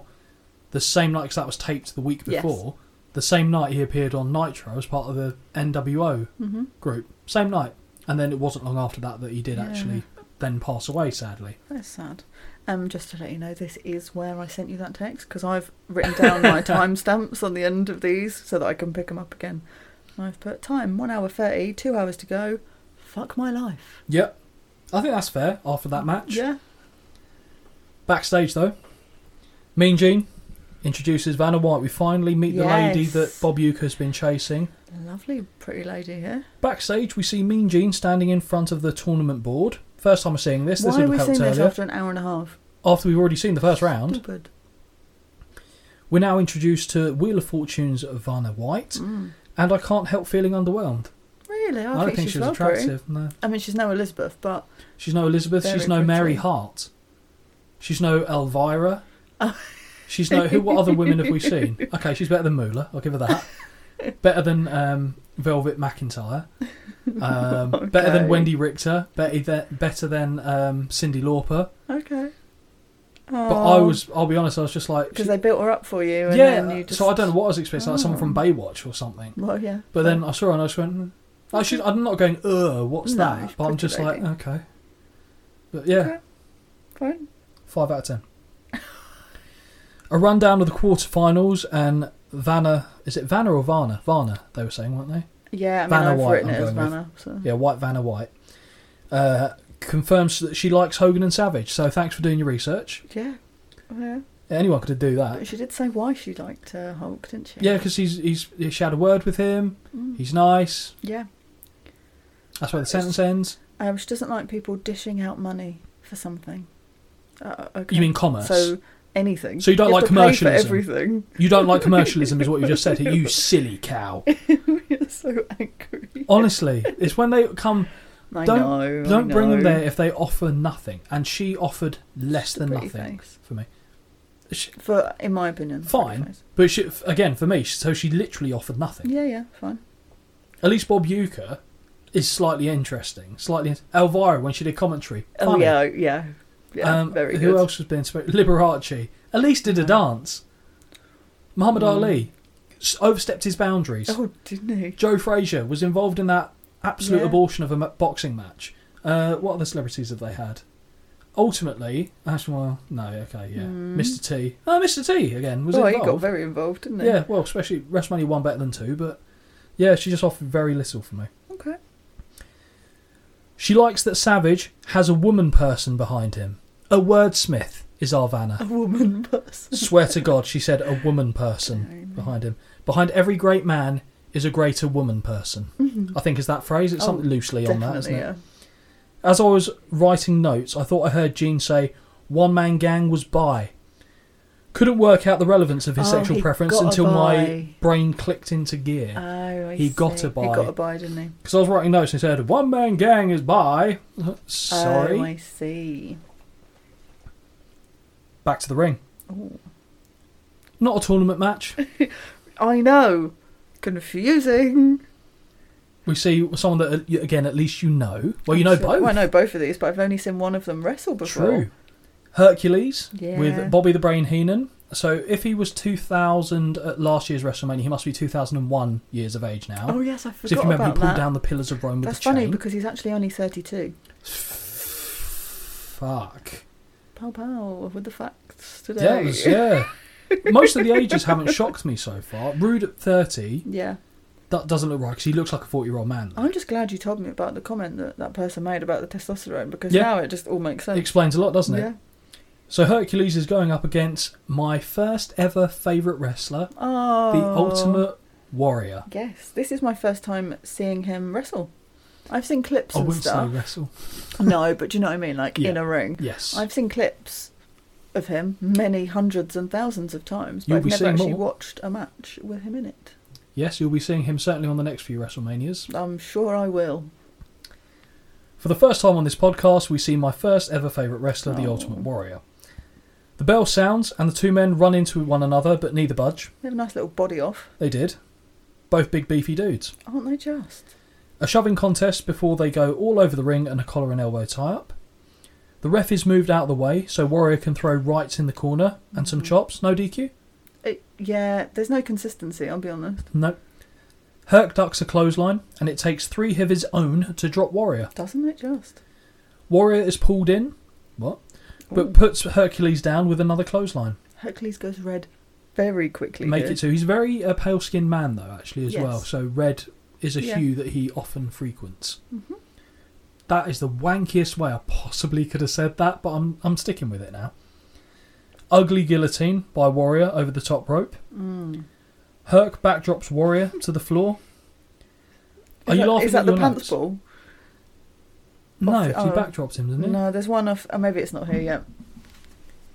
[SPEAKER 1] the same night 'cause that was taped the week
[SPEAKER 3] Yes.
[SPEAKER 1] before, the same night he appeared on Nitro as part of the NWO
[SPEAKER 3] Mm-hmm.
[SPEAKER 1] group. Same night. And then it wasn't long after that that he did
[SPEAKER 3] Yeah.
[SPEAKER 1] actually then pass away, sadly.
[SPEAKER 3] That's sad. Um, just to let you know, this is where I sent you that text because I've written down my timestamps on the end of these so that I can pick them up again. And I've put time one hour thirty, two hours to go. Fuck my life.
[SPEAKER 1] Yep. I think that's fair after that match.
[SPEAKER 3] Yeah.
[SPEAKER 1] Backstage, though, Mean Gene introduces Vanna White. We finally meet the lady
[SPEAKER 3] Yes.
[SPEAKER 1] that Bob Uecker has been chasing.
[SPEAKER 3] Lovely, pretty lady here.
[SPEAKER 1] Backstage, we see Mean Gene standing in front of the tournament board. First time I'm seeing this. This
[SPEAKER 3] Why are
[SPEAKER 1] would have
[SPEAKER 3] we
[SPEAKER 1] helped
[SPEAKER 3] seeing this
[SPEAKER 1] earlier.
[SPEAKER 3] after Hmm. an hour and a half?
[SPEAKER 1] After we've already seen the first round,
[SPEAKER 3] Stupid.
[SPEAKER 1] we're now introduced to Wheel of Fortune's Vanna White,
[SPEAKER 3] Mm.
[SPEAKER 1] and I can't help feeling underwhelmed.
[SPEAKER 3] Really, I,
[SPEAKER 1] don't
[SPEAKER 3] think,
[SPEAKER 1] think
[SPEAKER 3] she's
[SPEAKER 1] she was
[SPEAKER 3] well pretty.
[SPEAKER 1] attractive. No.
[SPEAKER 3] I mean, she's no Elizabeth, but
[SPEAKER 1] She's no Elizabeth.
[SPEAKER 3] Very
[SPEAKER 1] she's no Mary
[SPEAKER 3] pretty.
[SPEAKER 1] Hart. She's no Elvira.
[SPEAKER 3] Oh.
[SPEAKER 1] She's no. Who? What other women have we seen? Okay, she's better than Moolah. I'll give her that. better than um, Velvet McIntyre. Um, Better
[SPEAKER 3] Okay.
[SPEAKER 1] than Wendy Richter. Better than, better than um, Cindy Lauper.
[SPEAKER 3] okay.
[SPEAKER 1] But I was. I'll be honest. I was just like.
[SPEAKER 3] because they built her up for you. And
[SPEAKER 1] yeah.
[SPEAKER 3] Then you just...
[SPEAKER 1] So I don't know what I was expecting. Like someone from
[SPEAKER 3] Oh.
[SPEAKER 1] Baywatch or something.
[SPEAKER 3] Well, yeah.
[SPEAKER 1] But then I saw her and I just went. "Hmm." I should. I'm not going. Ugh. What's
[SPEAKER 3] No,
[SPEAKER 1] that?
[SPEAKER 3] it's
[SPEAKER 1] But I'm
[SPEAKER 3] pretty
[SPEAKER 1] just
[SPEAKER 3] lady.
[SPEAKER 1] like okay. But yeah.
[SPEAKER 3] Okay. Fine.
[SPEAKER 1] Five out of ten. A rundown of the quarterfinals and Vanna. Is it Vanna or Varna? Varna, they were saying, weren't they?
[SPEAKER 3] Yeah, I mean,
[SPEAKER 1] Vanna
[SPEAKER 3] I've
[SPEAKER 1] White,
[SPEAKER 3] written
[SPEAKER 1] I'm
[SPEAKER 3] it as
[SPEAKER 1] going with.
[SPEAKER 3] Vanna. So.
[SPEAKER 1] Yeah, White Vanna White. Uh, confirms that she likes Hogan and Savage, so thanks for doing your research.
[SPEAKER 3] Yeah. yeah.
[SPEAKER 1] Anyone could do that.
[SPEAKER 3] But she did say why she liked uh, Hulk, didn't she?
[SPEAKER 1] Uh, Yeah, because he's, he's, she had a word with him.
[SPEAKER 3] Mm.
[SPEAKER 1] He's nice.
[SPEAKER 3] Yeah.
[SPEAKER 1] That's where the sentence ends.
[SPEAKER 3] Um, she doesn't like people dishing out money for something. Uh, okay.
[SPEAKER 1] You mean commerce?
[SPEAKER 3] So anything.
[SPEAKER 1] So you don't
[SPEAKER 3] You have
[SPEAKER 1] like
[SPEAKER 3] to pay for
[SPEAKER 1] commercialism?
[SPEAKER 3] everything.
[SPEAKER 1] you don't like commercialism, is what you just said here, you silly cow.
[SPEAKER 3] we are so angry.
[SPEAKER 1] Honestly, it's when they come
[SPEAKER 3] I
[SPEAKER 1] don't-
[SPEAKER 3] know. I
[SPEAKER 1] Don't bring them
[SPEAKER 3] know.
[SPEAKER 1] there if they offer nothing. And she offered less
[SPEAKER 3] Just a
[SPEAKER 1] than
[SPEAKER 3] pretty
[SPEAKER 1] nothing
[SPEAKER 3] face.
[SPEAKER 1] for me. She,
[SPEAKER 3] For, in my opinion. pretty
[SPEAKER 1] Fine.
[SPEAKER 3] face.
[SPEAKER 1] but she, f- again, for me, sh- so she literally offered nothing.
[SPEAKER 3] Yeah, yeah, fine.
[SPEAKER 1] At least Bob Uecker is slightly interesting. Slightly. in- Elvira, when she did commentary.
[SPEAKER 3] Oh,
[SPEAKER 1] funny.
[SPEAKER 3] yeah, yeah. Yeah,
[SPEAKER 1] Um,
[SPEAKER 3] very
[SPEAKER 1] Who
[SPEAKER 3] good.
[SPEAKER 1] else has been. sp- Liberace. At least did a
[SPEAKER 3] Yeah.
[SPEAKER 1] dance. Muhammad
[SPEAKER 3] Mm.
[SPEAKER 1] Ali s- overstepped his boundaries.
[SPEAKER 3] Oh, didn't he?
[SPEAKER 1] Joe Frazier was involved in that absolute
[SPEAKER 3] Yeah.
[SPEAKER 1] abortion of a m- boxing match. Uh, what other celebrities have they had? Ultimately, Ash, well, no, okay, yeah,
[SPEAKER 3] Mm.
[SPEAKER 1] Mr. T. Oh, Mr. T again was
[SPEAKER 3] oh, he got
[SPEAKER 1] involved.
[SPEAKER 3] very involved, didn't he?
[SPEAKER 1] yeah, well, especially WrestleMania one better than two, but yeah, she just offered very little for me.
[SPEAKER 3] Okay.
[SPEAKER 1] She likes that Savage has a woman person behind him. A wordsmith is
[SPEAKER 3] A
[SPEAKER 1] Arvana.
[SPEAKER 3] woman person.
[SPEAKER 1] Swear to God, she said a woman person behind him. Behind every great man is a greater woman person. I think is that phrase. It's
[SPEAKER 3] Oh,
[SPEAKER 1] something loosely on that, isn't
[SPEAKER 3] Definitely,
[SPEAKER 1] it?
[SPEAKER 3] yeah.
[SPEAKER 1] As I was writing notes, I thought I heard Gene say, One man gang was by. Couldn't work out the relevance of his
[SPEAKER 3] Oh,
[SPEAKER 1] sexual
[SPEAKER 3] he
[SPEAKER 1] preference
[SPEAKER 3] got a
[SPEAKER 1] until my
[SPEAKER 3] bi.
[SPEAKER 1] brain clicked into gear.
[SPEAKER 3] Oh, I
[SPEAKER 1] He got
[SPEAKER 3] see.
[SPEAKER 1] a
[SPEAKER 3] He
[SPEAKER 1] bi.
[SPEAKER 3] got a buy, didn't he?
[SPEAKER 1] Because I was writing notes and it said, one man gang is bi.
[SPEAKER 3] Oh,
[SPEAKER 1] Sorry.
[SPEAKER 3] I see.
[SPEAKER 1] Back to the ring.
[SPEAKER 3] Ooh.
[SPEAKER 1] Not a tournament match.
[SPEAKER 3] I know. Confusing.
[SPEAKER 1] We see someone that, uh, you- again, at least you know. Well, you know
[SPEAKER 3] Absolutely.
[SPEAKER 1] both.
[SPEAKER 3] Well, I know both of these, but I've only seen one of them wrestle before.
[SPEAKER 1] True. Hercules
[SPEAKER 3] Yeah.
[SPEAKER 1] with Bobby the Brain Heenan. So if he was 2000 at last year's WrestleMania, he must be 2001 years of age now.
[SPEAKER 3] Oh yes, I forgot
[SPEAKER 1] Because if you remember, he
[SPEAKER 3] about
[SPEAKER 1] pulled
[SPEAKER 3] that.
[SPEAKER 1] down the pillars of Rome with
[SPEAKER 3] That's
[SPEAKER 1] the chain.
[SPEAKER 3] funny because he's actually only thirty-two.
[SPEAKER 1] Fuck.
[SPEAKER 3] Pow pow with the facts today.
[SPEAKER 1] Yeah, it was- yeah. Most of the ages haven't shocked me so far. Rude at 30,
[SPEAKER 3] Yeah.
[SPEAKER 1] that doesn't look right because he looks like a 40 year old man.
[SPEAKER 3] I'm just glad you told me about the comment that that person made about the testosterone because
[SPEAKER 1] Yeah.
[SPEAKER 3] now it just all makes
[SPEAKER 1] It
[SPEAKER 3] sense.
[SPEAKER 1] explains a lot, doesn't it?
[SPEAKER 3] yeah.
[SPEAKER 1] So Hercules is going up against my first ever favourite wrestler,
[SPEAKER 3] Oh.
[SPEAKER 1] the Ultimate Warrior.
[SPEAKER 3] Yes, this is my first time seeing him wrestle. I've seen clips
[SPEAKER 1] I
[SPEAKER 3] and
[SPEAKER 1] wouldn't say
[SPEAKER 3] stuff.
[SPEAKER 1] wrestle.
[SPEAKER 3] No, but do you know what I mean? Like
[SPEAKER 1] Yeah.
[SPEAKER 3] in a ring.
[SPEAKER 1] Yes.
[SPEAKER 3] I've seen clips of him many hundreds and thousands of times, but
[SPEAKER 1] You'll
[SPEAKER 3] I've
[SPEAKER 1] be
[SPEAKER 3] never
[SPEAKER 1] seeing
[SPEAKER 3] actually
[SPEAKER 1] more.
[SPEAKER 3] watched a match with him in it.
[SPEAKER 1] Yes, you'll be seeing him certainly on the next few WrestleManias.
[SPEAKER 3] I'm sure I will.
[SPEAKER 1] For the first time on this podcast, we see my first ever favourite wrestler, the
[SPEAKER 3] Oh.
[SPEAKER 1] Ultimate Warrior. The bell sounds, and the two men run into one another, but neither budge.
[SPEAKER 3] They have a nice little body off,
[SPEAKER 1] They did. Both big beefy dudes.
[SPEAKER 3] aren't they just?
[SPEAKER 1] A shoving contest before they go all over the ring and a collar and elbow tie up. The ref is moved out of the way so Warrior can throw rights in the corner and some chops. No DQ?
[SPEAKER 3] It, yeah, there's no consistency, I'll be honest.
[SPEAKER 1] No. Herc ducks a clothesline and it takes three of his own to drop Warrior.
[SPEAKER 3] Doesn't it just?
[SPEAKER 1] Warrior is pulled in. What? But
[SPEAKER 3] Ooh.
[SPEAKER 1] puts Hercules down with another clothesline.
[SPEAKER 3] Hercules goes red very quickly.
[SPEAKER 1] Make
[SPEAKER 3] here.
[SPEAKER 1] it so. He's a very uh, pale skinned man, though, actually, as
[SPEAKER 3] Yes.
[SPEAKER 1] well. So red is a
[SPEAKER 3] Yeah. Mm-hmm.
[SPEAKER 1] hue that he often frequents. That is the wankiest way I possibly could have said that, but I'm, I'm sticking with it now. Ugly guillotine by Warrior over the top rope.
[SPEAKER 3] Mm.
[SPEAKER 1] Herc backdrops Warrior to the floor. Are
[SPEAKER 3] Hmm. Is
[SPEAKER 1] you
[SPEAKER 3] that-
[SPEAKER 1] laughing
[SPEAKER 3] Is that
[SPEAKER 1] at
[SPEAKER 3] the
[SPEAKER 1] your
[SPEAKER 3] pants
[SPEAKER 1] notes?
[SPEAKER 3] ball?
[SPEAKER 1] No,
[SPEAKER 3] Off
[SPEAKER 1] he
[SPEAKER 3] the- oh.
[SPEAKER 1] backdrops him, didn't he?
[SPEAKER 3] No, there's one off. Oh, maybe it's not here yet.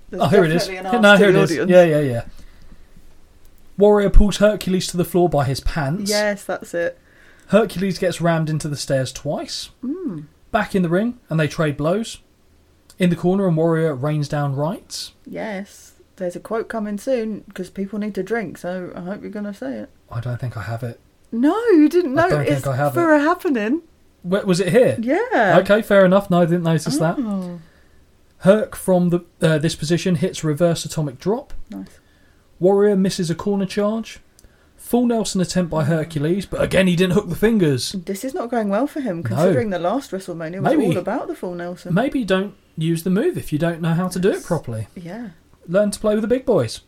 [SPEAKER 3] There's
[SPEAKER 1] Oh, here it is.
[SPEAKER 3] definitely an
[SPEAKER 1] Yeah,
[SPEAKER 3] ask
[SPEAKER 1] No,
[SPEAKER 3] to
[SPEAKER 1] here it
[SPEAKER 3] the
[SPEAKER 1] is.
[SPEAKER 3] audience.
[SPEAKER 1] Yeah, yeah, yeah. Warrior pulls Hercules to the floor by his pants.
[SPEAKER 3] Yes, that's it.
[SPEAKER 1] Hercules gets rammed into the stairs twice.
[SPEAKER 3] Mm.
[SPEAKER 1] Back in the ring, and they trade blows. In the corner, and Warrior rains down rights.
[SPEAKER 3] Yes, there's a quote coming soon because people need to drink. So I hope you're going to say it.
[SPEAKER 1] I don't think I have it.
[SPEAKER 3] No, you didn't
[SPEAKER 1] I
[SPEAKER 3] know
[SPEAKER 1] don't think
[SPEAKER 3] it's
[SPEAKER 1] I have
[SPEAKER 3] for a happening.
[SPEAKER 1] Where, was it here?
[SPEAKER 3] Yeah.
[SPEAKER 1] Okay, fair enough. No, I didn't notice that.
[SPEAKER 3] Oh,
[SPEAKER 1] Herc from the uh, this position hits reverse atomic drop.
[SPEAKER 3] nice.
[SPEAKER 1] Warrior misses a corner charge. Full Nelson attempt by Hercules, but again he didn't hook the fingers.
[SPEAKER 3] This is not going well for him, considering the last WrestleMania was
[SPEAKER 1] Maybe.
[SPEAKER 3] all about the full Nelson.
[SPEAKER 1] Maybe don't use the move if you don't know how to do it
[SPEAKER 3] Yes.
[SPEAKER 1] properly.
[SPEAKER 3] Yeah.
[SPEAKER 1] learn to play with the big boys.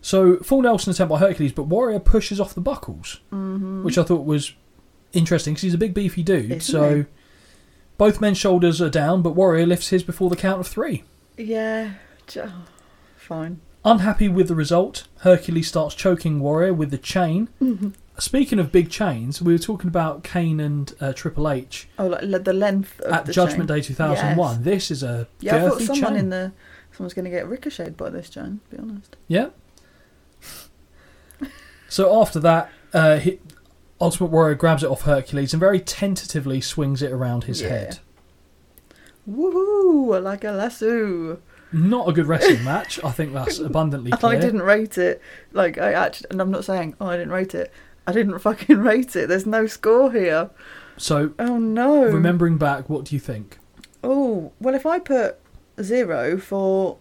[SPEAKER 1] So, full Nelson attempt by Hercules, but Warrior pushes off the buckles,
[SPEAKER 3] Mm-hmm.
[SPEAKER 1] which I thought was interesting because he's a big beefy dude.
[SPEAKER 3] Isn't
[SPEAKER 1] so,
[SPEAKER 3] he?
[SPEAKER 1] both men's shoulders are down, but Warrior lifts his before the count of three.
[SPEAKER 3] Yeah. j- oh, fine.
[SPEAKER 1] Unhappy with the result, Hercules starts choking Warrior with the chain.
[SPEAKER 3] Mm-hmm.
[SPEAKER 1] Speaking of big chains, we were talking about Kane and uh, Triple H
[SPEAKER 3] Oh, like le- the length of
[SPEAKER 1] at
[SPEAKER 3] the
[SPEAKER 1] Judgment
[SPEAKER 3] chain.
[SPEAKER 1] Day 2001.
[SPEAKER 3] Yes.
[SPEAKER 1] This is a
[SPEAKER 3] Yeah, I thought
[SPEAKER 1] girthy
[SPEAKER 3] someone
[SPEAKER 1] chain.
[SPEAKER 3] in the someone's going to get ricocheted by this chain. To be honest.
[SPEAKER 1] Yeah. So after that, uh, he, Ultimate Warrior grabs it off Hercules and very tentatively swings it around his
[SPEAKER 3] Yeah.
[SPEAKER 1] head.
[SPEAKER 3] Woohoo! Like a lasso.
[SPEAKER 1] Not a good wrestling match. I think that's abundantly clear.
[SPEAKER 3] I didn't rate it. Like I actually, and I'm not saying oh I didn't rate it. I didn't fucking rate it. There's no score here.
[SPEAKER 1] So
[SPEAKER 3] Oh no.
[SPEAKER 1] remembering back, what do you think?
[SPEAKER 3] Oh well, if I put zero for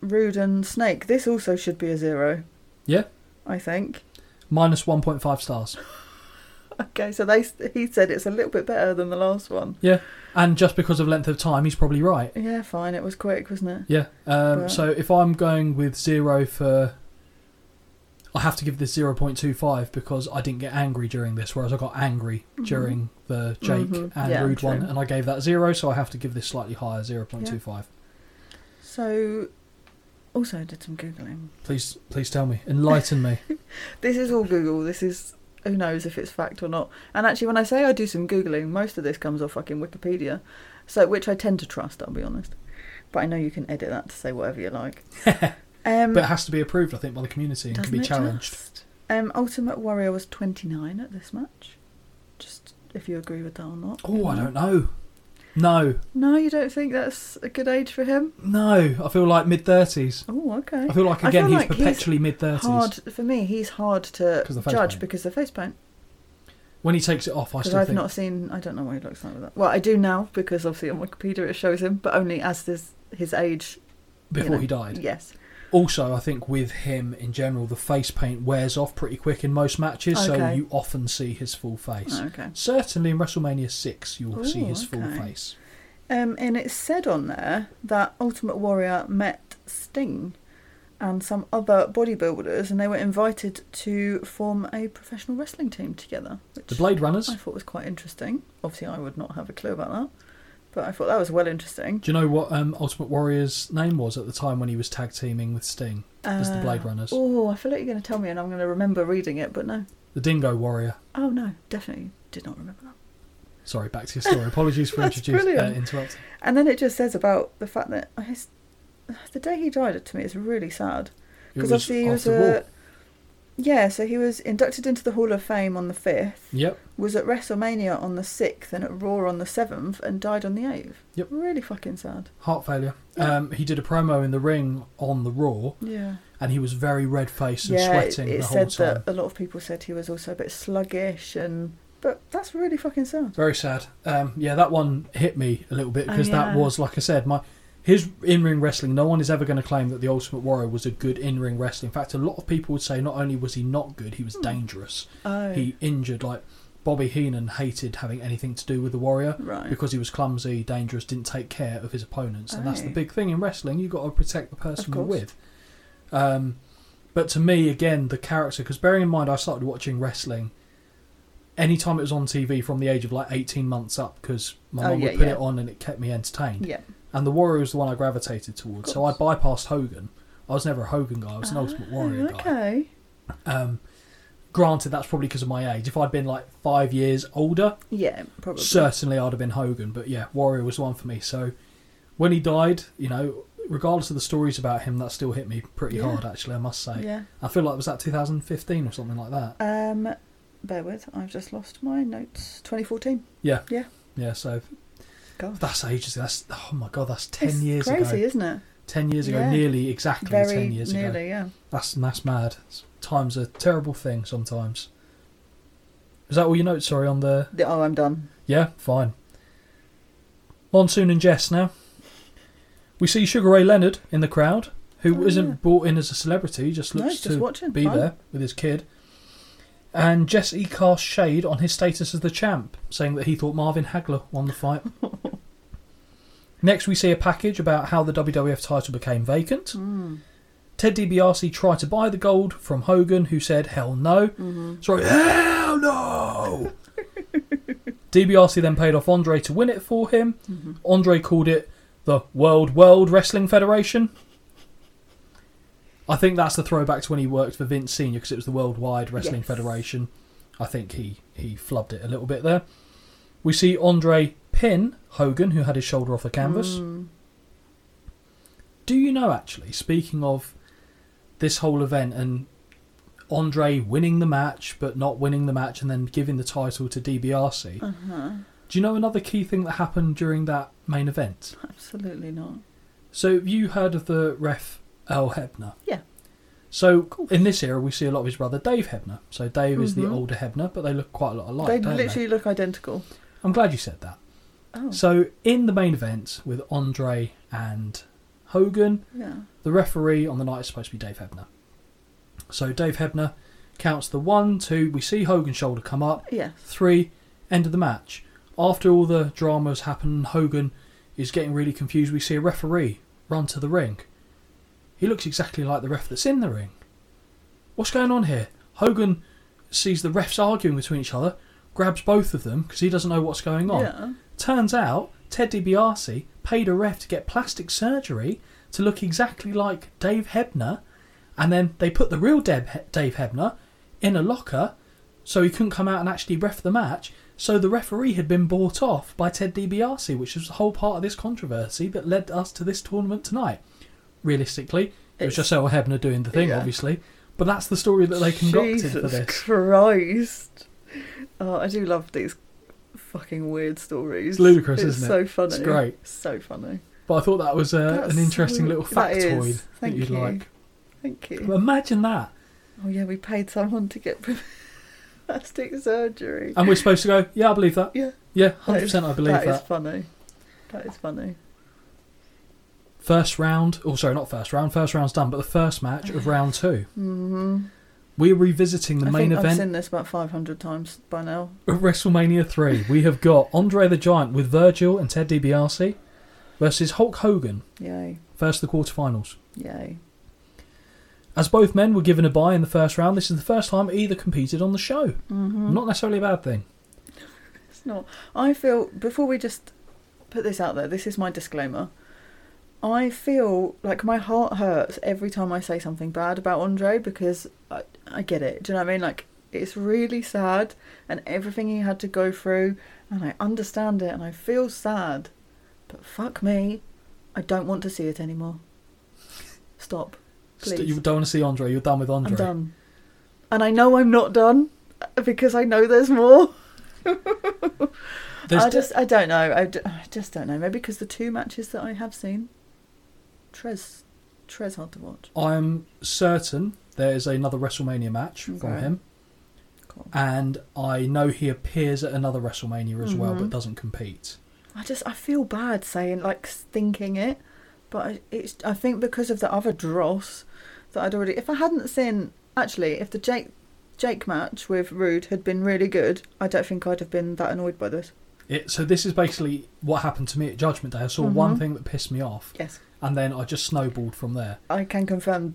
[SPEAKER 3] Rude and Snake, this also should be a zero.
[SPEAKER 1] Yeah.
[SPEAKER 3] I think.
[SPEAKER 1] Minus one point five stars.
[SPEAKER 3] Okay, so they s- he said it's a little bit better than the last one.
[SPEAKER 1] Yeah, and just because of length of time, he's probably right.
[SPEAKER 3] Yeah, fine. It was quick, wasn't it?
[SPEAKER 1] Yeah. Um,
[SPEAKER 3] Right.
[SPEAKER 1] so if I'm going with zero for, I have to give this zero point two five because I didn't get angry during this, whereas I got angry during the Jake
[SPEAKER 3] Mhm.
[SPEAKER 1] and
[SPEAKER 3] Mm-hmm. Yeah,
[SPEAKER 1] Rude
[SPEAKER 3] true.
[SPEAKER 1] one, and I gave that zero, so I have to give this slightly higher zero point two five.
[SPEAKER 3] So, also I did some googling.
[SPEAKER 1] Please, please tell me, enlighten me.
[SPEAKER 3] This is all Google. This is who knows if it's fact or not. And actually, when I say I do some googling, most of this comes off fucking Wikipedia, so which I tend to trust. I'll be honest. But I know you can edit that to say whatever you like. um,
[SPEAKER 1] But it has to be approved, I think, by the community and can be
[SPEAKER 3] doesn't it
[SPEAKER 1] challenged.
[SPEAKER 3] just? Um, Ultimate Warrior was 29 at this match. Just if you agree with that or not.
[SPEAKER 1] Oh, I don't know. No,
[SPEAKER 3] No, you don't think that's a good age for him?
[SPEAKER 1] no. I feel like mid 30s.
[SPEAKER 3] Oh, okay.
[SPEAKER 1] I feel like,
[SPEAKER 3] I
[SPEAKER 1] again,
[SPEAKER 3] feel
[SPEAKER 1] he's
[SPEAKER 3] like he's
[SPEAKER 1] perpetually mid 30s.
[SPEAKER 3] Hard for me. He's hard to
[SPEAKER 1] 'Cause the face
[SPEAKER 3] judge
[SPEAKER 1] paint.
[SPEAKER 3] because of face paint.
[SPEAKER 1] When he takes it off, I
[SPEAKER 3] Because
[SPEAKER 1] still
[SPEAKER 3] I've
[SPEAKER 1] think.
[SPEAKER 3] not seen. I don't know what he looks like with that. Well, I do now because obviously on Wikipedia it shows him, but only as this his age. you
[SPEAKER 1] before
[SPEAKER 3] know.
[SPEAKER 1] he died.
[SPEAKER 3] Yes.
[SPEAKER 1] Also, I think with him in general, the face paint wears off pretty quick in most matches, so
[SPEAKER 3] Okay.
[SPEAKER 1] you often see his full face.
[SPEAKER 3] Oh, okay.
[SPEAKER 1] Certainly in WrestleMania 6, you'll see
[SPEAKER 3] Ooh,
[SPEAKER 1] his full
[SPEAKER 3] okay.
[SPEAKER 1] face.
[SPEAKER 3] Um, and it's said on there that Ultimate Warrior met Sting and some other bodybuilders, and they were invited to form a professional wrestling team together. Which
[SPEAKER 1] The Blade Runners.
[SPEAKER 3] I thought was quite interesting. Obviously, I would not have a clue about that, but I thought that was well interesting.
[SPEAKER 1] Do you know what um, Ultimate Warrior's name was at the time when he was tag teaming with Sting as the
[SPEAKER 3] Uh,
[SPEAKER 1] Blade Runners?
[SPEAKER 3] Oh, I feel like you're going to tell me, and I'm going to remember reading it, but no.
[SPEAKER 1] The Dingo Warrior.
[SPEAKER 3] Oh no, definitely did not remember that.
[SPEAKER 1] Sorry, back to your story. Apologies for
[SPEAKER 3] That's
[SPEAKER 1] introducing, uh,
[SPEAKER 3] brilliant.
[SPEAKER 1] interrupting.
[SPEAKER 3] And then it just says about the fact that I, s- the day he died to me is really sad
[SPEAKER 1] It
[SPEAKER 3] because
[SPEAKER 1] was
[SPEAKER 3] obviously he was
[SPEAKER 1] after war.
[SPEAKER 3] a yeah, so he was inducted into the Hall of Fame on the fifth,
[SPEAKER 1] Yep.
[SPEAKER 3] was at WrestleMania on the sixth, and at Raw on the seventh, and died on the eighth.
[SPEAKER 1] Yep.
[SPEAKER 3] really fucking sad.
[SPEAKER 1] Heart failure. Um, he did a promo in the ring on the Raw,
[SPEAKER 3] Yeah,
[SPEAKER 1] and he was very red faced and
[SPEAKER 3] yeah. It,
[SPEAKER 1] sweating
[SPEAKER 3] it
[SPEAKER 1] the whole
[SPEAKER 3] said
[SPEAKER 1] time.
[SPEAKER 3] that a lot of people said he was also a bit sluggish, and but that's really fucking sad.
[SPEAKER 1] Very sad. Um, yeah, that one hit me a little bit
[SPEAKER 3] Oh,
[SPEAKER 1] because that
[SPEAKER 3] yeah.
[SPEAKER 1] was, like I said, my his in-ring wrestling. No one is ever going to claim that the Ultimate Warrior was a good in-ring wrestler. In fact, a lot of people would say not only was he not good, he was dangerous.
[SPEAKER 3] Hmm. Oh,
[SPEAKER 1] He injured like Bobby Heenan hated having anything to do with the Warrior
[SPEAKER 3] right.
[SPEAKER 1] because he was clumsy, dangerous, didn't take care of his opponents, and that's the
[SPEAKER 3] Oh.
[SPEAKER 1] big thing in wrestling. You've got to protect the person
[SPEAKER 3] Of
[SPEAKER 1] you're
[SPEAKER 3] course.
[SPEAKER 1] with. Um, but to me, again, the character, because bearing in mind, I started watching wrestling anytime it was on TV from the age of like 18 months up, because my
[SPEAKER 3] Oh,
[SPEAKER 1] mum would
[SPEAKER 3] yeah,
[SPEAKER 1] put
[SPEAKER 3] yeah.
[SPEAKER 1] it on and it kept me entertained.
[SPEAKER 3] yeah.
[SPEAKER 1] And The Warrior was the one I gravitated towards, so I
[SPEAKER 3] Of
[SPEAKER 1] bypassed Hogan. I was never a Hogan guy, I was an Ultimate Warrior
[SPEAKER 3] Oh,
[SPEAKER 1] guy.
[SPEAKER 3] Okay.
[SPEAKER 1] Um, granted, that's probably because of my age. If I'd been like five years older,
[SPEAKER 3] Yeah, probably.
[SPEAKER 1] certainly I'd have been Hogan, but yeah, Warrior was one for me. So when he died, you know, regardless of the stories about him, that still hit me pretty
[SPEAKER 3] Yeah.
[SPEAKER 1] hard. Actually, I must say.
[SPEAKER 3] Yeah.
[SPEAKER 1] I feel like was that 2015 or something like that.
[SPEAKER 3] Um, bear with, I've just lost my notes. 2014.
[SPEAKER 1] Yeah.
[SPEAKER 3] Yeah.
[SPEAKER 1] Yeah. So
[SPEAKER 3] God.
[SPEAKER 1] that's ages. That's oh my god. That's ten
[SPEAKER 3] It's
[SPEAKER 1] years
[SPEAKER 3] crazy,
[SPEAKER 1] ago.
[SPEAKER 3] isn't it?
[SPEAKER 1] Ten years ago,
[SPEAKER 3] Yeah.
[SPEAKER 1] nearly exactly
[SPEAKER 3] Very
[SPEAKER 1] ten years ago.
[SPEAKER 3] nearly, yeah.
[SPEAKER 1] That's that's mad. Time's a terrible thing sometimes. Is that all your notes? Sorry, on the
[SPEAKER 3] The, oh, I'm done.
[SPEAKER 1] Yeah, fine. Monsoon and Jess now. We see Sugar Ray Leonard in the crowd, who
[SPEAKER 3] Oh,
[SPEAKER 1] not
[SPEAKER 3] yeah.
[SPEAKER 1] brought in as a celebrity, he just
[SPEAKER 3] No,
[SPEAKER 1] looks
[SPEAKER 3] he's just
[SPEAKER 1] to
[SPEAKER 3] watching.
[SPEAKER 1] be
[SPEAKER 3] Fine.
[SPEAKER 1] there with his kid. And Jesse casts shade on his status as the champ, saying that he thought Marvin Hagler won the fight. Next, we see a package about how the WWF title became vacant.
[SPEAKER 3] Mm.
[SPEAKER 1] Ted DiBiase tried to buy the gold from Hogan, who said, hell no.
[SPEAKER 3] mm-hmm,
[SPEAKER 1] Sorry, hell no! DiBiase then paid off Andre to win it for him.
[SPEAKER 3] mm-hmm.
[SPEAKER 1] Andre called it the World World Wrestling Federation. I think that's the throwback to when he worked for Vince Sr. because it was the Worldwide Wrestling
[SPEAKER 3] Yes.
[SPEAKER 1] Federation. I think he, he flubbed it a little bit there. We see Andre pin Hogan, who had his shoulder off the canvas.
[SPEAKER 3] Mm.
[SPEAKER 1] Do you know actually, speaking of this whole event and Andre winning the match but not winning the match and then giving the title to DiBiase,
[SPEAKER 3] Uh-huh.
[SPEAKER 1] do you know another key thing that happened during that main event?
[SPEAKER 3] Absolutely not.
[SPEAKER 1] So have you heard of the ref Earl Hebner?
[SPEAKER 3] Yeah.
[SPEAKER 1] So
[SPEAKER 3] course.
[SPEAKER 1] in this era we see a lot of his brother Dave Hebner. So Dave is the
[SPEAKER 3] Mhm.
[SPEAKER 1] older Hebner, but they look quite a lot alike.
[SPEAKER 3] they
[SPEAKER 1] don't
[SPEAKER 3] literally look identical.
[SPEAKER 1] I'm glad you said that.
[SPEAKER 3] Oh,
[SPEAKER 1] So in the main event with Andre and Hogan,
[SPEAKER 3] yeah.
[SPEAKER 1] The referee on the night is supposed to be Dave Hebner. So Dave Hebner counts the one, two, we see Hogan's shoulder come up,
[SPEAKER 3] Yes.
[SPEAKER 1] three, end of the match. After all the drama's happened, Hogan is getting really confused. We see a referee run to the ring. He looks exactly like the ref that's in the ring. What's going on here? Hogan sees the refs arguing between each other, grabs both of them because he doesn't know what's going on.
[SPEAKER 3] Yeah.
[SPEAKER 1] Turns out Ted DiBiase paid a ref to get plastic surgery to look exactly like Dave Hebner, and then they put the real Deb, Dave Hebner in a locker so he couldn't come out and actually ref the match. So the referee had been bought off by Ted DiBiase, which was the whole part of this controversy that led us to this tournament tonight. Realistically, it was
[SPEAKER 3] It's-
[SPEAKER 1] just Earl Hebner doing the thing,
[SPEAKER 3] Yeah.
[SPEAKER 1] obviously. But that's the story that they concocted
[SPEAKER 3] Jesus
[SPEAKER 1] for this.
[SPEAKER 3] Christ. Oh, I do love these fucking weird stories.
[SPEAKER 1] It's ludicrous, isn't it?
[SPEAKER 3] so funny.
[SPEAKER 1] It's great.
[SPEAKER 3] So funny.
[SPEAKER 1] But I thought that was uh,
[SPEAKER 3] That's
[SPEAKER 1] an interesting
[SPEAKER 3] so-
[SPEAKER 1] little
[SPEAKER 3] that is.
[SPEAKER 1] factoid that,
[SPEAKER 3] Thank
[SPEAKER 1] you'd
[SPEAKER 3] you.
[SPEAKER 1] like.
[SPEAKER 3] Thank you.
[SPEAKER 1] But imagine that.
[SPEAKER 3] Oh yeah, we paid someone to get plastic surgery.
[SPEAKER 1] And we're supposed to go, yeah, I believe that.
[SPEAKER 3] Yeah.
[SPEAKER 1] Yeah, 100% I believe that.
[SPEAKER 3] That is funny. That is funny.
[SPEAKER 1] First round, oh, sorry, not first round, first round's done, but the first match of round two.
[SPEAKER 3] hmm
[SPEAKER 1] We're revisiting the
[SPEAKER 3] I
[SPEAKER 1] main
[SPEAKER 3] think I've
[SPEAKER 1] event
[SPEAKER 3] seen this about 500 times by now.
[SPEAKER 1] of WrestleMania 3. We have got Andre the Giant with Virgil and Ted DiBiase versus Hulk Hogan,
[SPEAKER 3] Yay.
[SPEAKER 1] first of the quarterfinals.
[SPEAKER 3] Yay.
[SPEAKER 1] As both men were given a bye in the first round, this is the first time either competed on the show.
[SPEAKER 3] Mm-hmm.
[SPEAKER 1] Not necessarily a bad thing.
[SPEAKER 3] It's not. I feel before we just put this out there. This is my disclaimer. I feel like my heart hurts every time I say something bad about Andre because I, I get it. Do you know what I mean? Like it's really sad and everything he had to go through, and I understand it and I feel sad. But fuck me, I don't want to see it anymore. Stop.
[SPEAKER 1] St-
[SPEAKER 3] Please.
[SPEAKER 1] you don't want to see Andre, you're done with Andre.
[SPEAKER 3] I'm done. And I know I'm not done because I know there's more.
[SPEAKER 1] There's
[SPEAKER 3] I just, I don't know. I, d- I just don't know. Maybe because the two matches that I have seen, Trez, Trez hard to watch.
[SPEAKER 1] I'm certain there is another WrestleMania match from
[SPEAKER 3] Okay.
[SPEAKER 1] him,
[SPEAKER 3] Cool.
[SPEAKER 1] and I know he appears at another WrestleMania as well,
[SPEAKER 3] Mhm.
[SPEAKER 1] but doesn't compete.
[SPEAKER 3] I just, I feel bad saying like thinking it, but I, it's, I think because of the other dross that I'd already, if I hadn't seen, actually, if the Jake, Jake match with Rude had been really good, I don't think I'd have been that annoyed by this.
[SPEAKER 1] It, so this is basically what happened to me at Judgment Day. I saw one
[SPEAKER 3] Mhm.
[SPEAKER 1] thing that pissed me off,
[SPEAKER 3] Yes,
[SPEAKER 1] and then I just snowballed from there.
[SPEAKER 3] I can confirm,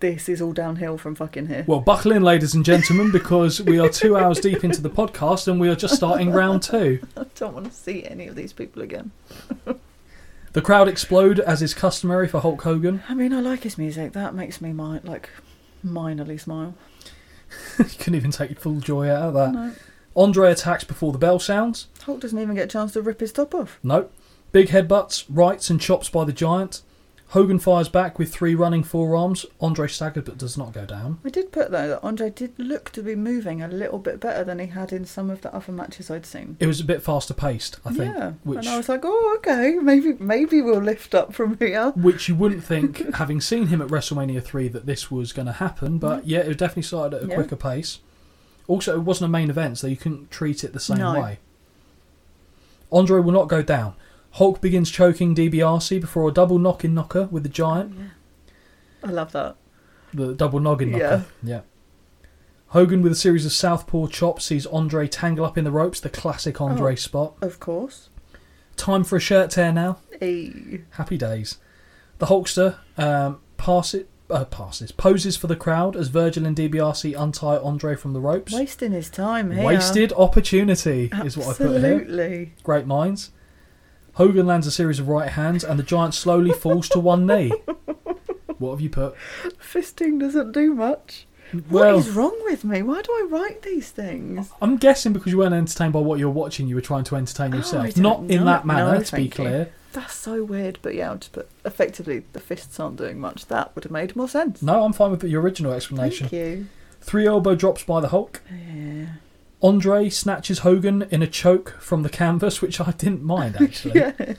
[SPEAKER 3] this is all downhill from fucking here.
[SPEAKER 1] Well, buckle in, ladies and gentlemen, because we are two hours deep into the podcast and we are just starting round two.
[SPEAKER 3] I don't want to see any of these people again.
[SPEAKER 1] The crowd explode as is customary for Hulk Hogan.
[SPEAKER 3] I mean, I like his music. That makes me mi- like minorly smile.
[SPEAKER 1] you couldn't even take full joy out of that.
[SPEAKER 3] No.
[SPEAKER 1] Andre attacks before the bell sounds.
[SPEAKER 3] Hulk doesn't even get a chance to rip his top off.
[SPEAKER 1] Nope. Big headbutts, rights, and chops by the Giant. Hogan fires back with three running forearms. Andre staggers but does not go down.
[SPEAKER 3] I did put though that Andre did look to be moving a little bit better than he had in some of the other matches I'd seen.
[SPEAKER 1] It was a bit faster paced, I think,
[SPEAKER 3] yeah,
[SPEAKER 1] which
[SPEAKER 3] and I was like, oh, okay, maybe maybe we'll lift up from here.
[SPEAKER 1] which you wouldn't think, having seen him at WrestleMania 3, that this was going to happen. But yeah, it definitely started at a
[SPEAKER 3] Yeah.
[SPEAKER 1] quicker pace. Also, it wasn't a main event, so you couldn't treat it the same
[SPEAKER 3] No.
[SPEAKER 1] way. Andre will not go down. Hulk begins choking DBRC before a double knock-in knocker with the Giant.
[SPEAKER 3] I love that.
[SPEAKER 1] The double noggin knocker. Yeah. Hogan with a series of southpaw chops sees Andre tangle up in the ropes, the classic Andre
[SPEAKER 3] Oh.
[SPEAKER 1] spot.
[SPEAKER 3] Of course.
[SPEAKER 1] Time for a shirt tear now.
[SPEAKER 3] E.
[SPEAKER 1] Happy days. The Hulkster um, pass it, uh, passes, poses for the crowd as Virgil and DiBiase untie Andre from the ropes.
[SPEAKER 3] Wasting his time here.
[SPEAKER 1] Wasted opportunity
[SPEAKER 3] Absolutely.
[SPEAKER 1] is what I put here. Great minds. Hogan lands a series of right hands and the giant slowly falls to one knee. What have you put?
[SPEAKER 3] Fisting doesn't do much.
[SPEAKER 1] Well,
[SPEAKER 3] what is wrong with me? Why do I write these things?
[SPEAKER 1] I'm guessing because you weren't entertained by what you're watching, you were trying to entertain
[SPEAKER 3] Oh, I
[SPEAKER 1] yourself.
[SPEAKER 3] don't
[SPEAKER 1] Not in
[SPEAKER 3] know.
[SPEAKER 1] that manner,
[SPEAKER 3] No,
[SPEAKER 1] to be
[SPEAKER 3] thank you.
[SPEAKER 1] clear.
[SPEAKER 3] That's so weird, but yeah, I'll just put effectively the fists aren't doing much. That would have made more sense.
[SPEAKER 1] No, I'm fine with your original explanation.
[SPEAKER 3] Thank you.
[SPEAKER 1] Three elbow drops by the Hulk.
[SPEAKER 3] Yeah.
[SPEAKER 1] Andre snatches Hogan in a choke from the canvas, which I didn't mind actually.
[SPEAKER 3] yeah.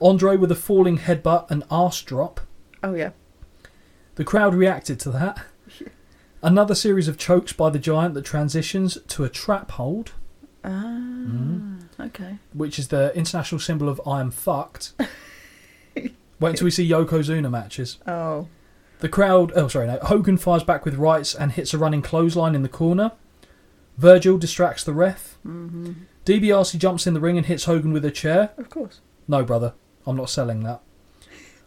[SPEAKER 1] Andre with a falling headbutt and arse drop.
[SPEAKER 3] Oh yeah.
[SPEAKER 1] The crowd reacted to that. Another series of chokes by the giant that transitions to a trap hold,
[SPEAKER 3] Ah.
[SPEAKER 1] Mm-hmm.
[SPEAKER 3] Okay.
[SPEAKER 1] which is the international symbol of I am fucked. Wait until we see Yokozuna matches.
[SPEAKER 3] Oh.
[SPEAKER 1] The crowd, oh sorry, no, Hogan fires back with rights and hits a running clothesline in the corner. Virgil distracts the ref.
[SPEAKER 3] Mm-hmm.
[SPEAKER 1] DiBiase jumps in the ring and hits Hogan with a chair.
[SPEAKER 3] Of course.
[SPEAKER 1] No, brother, I'm not selling that.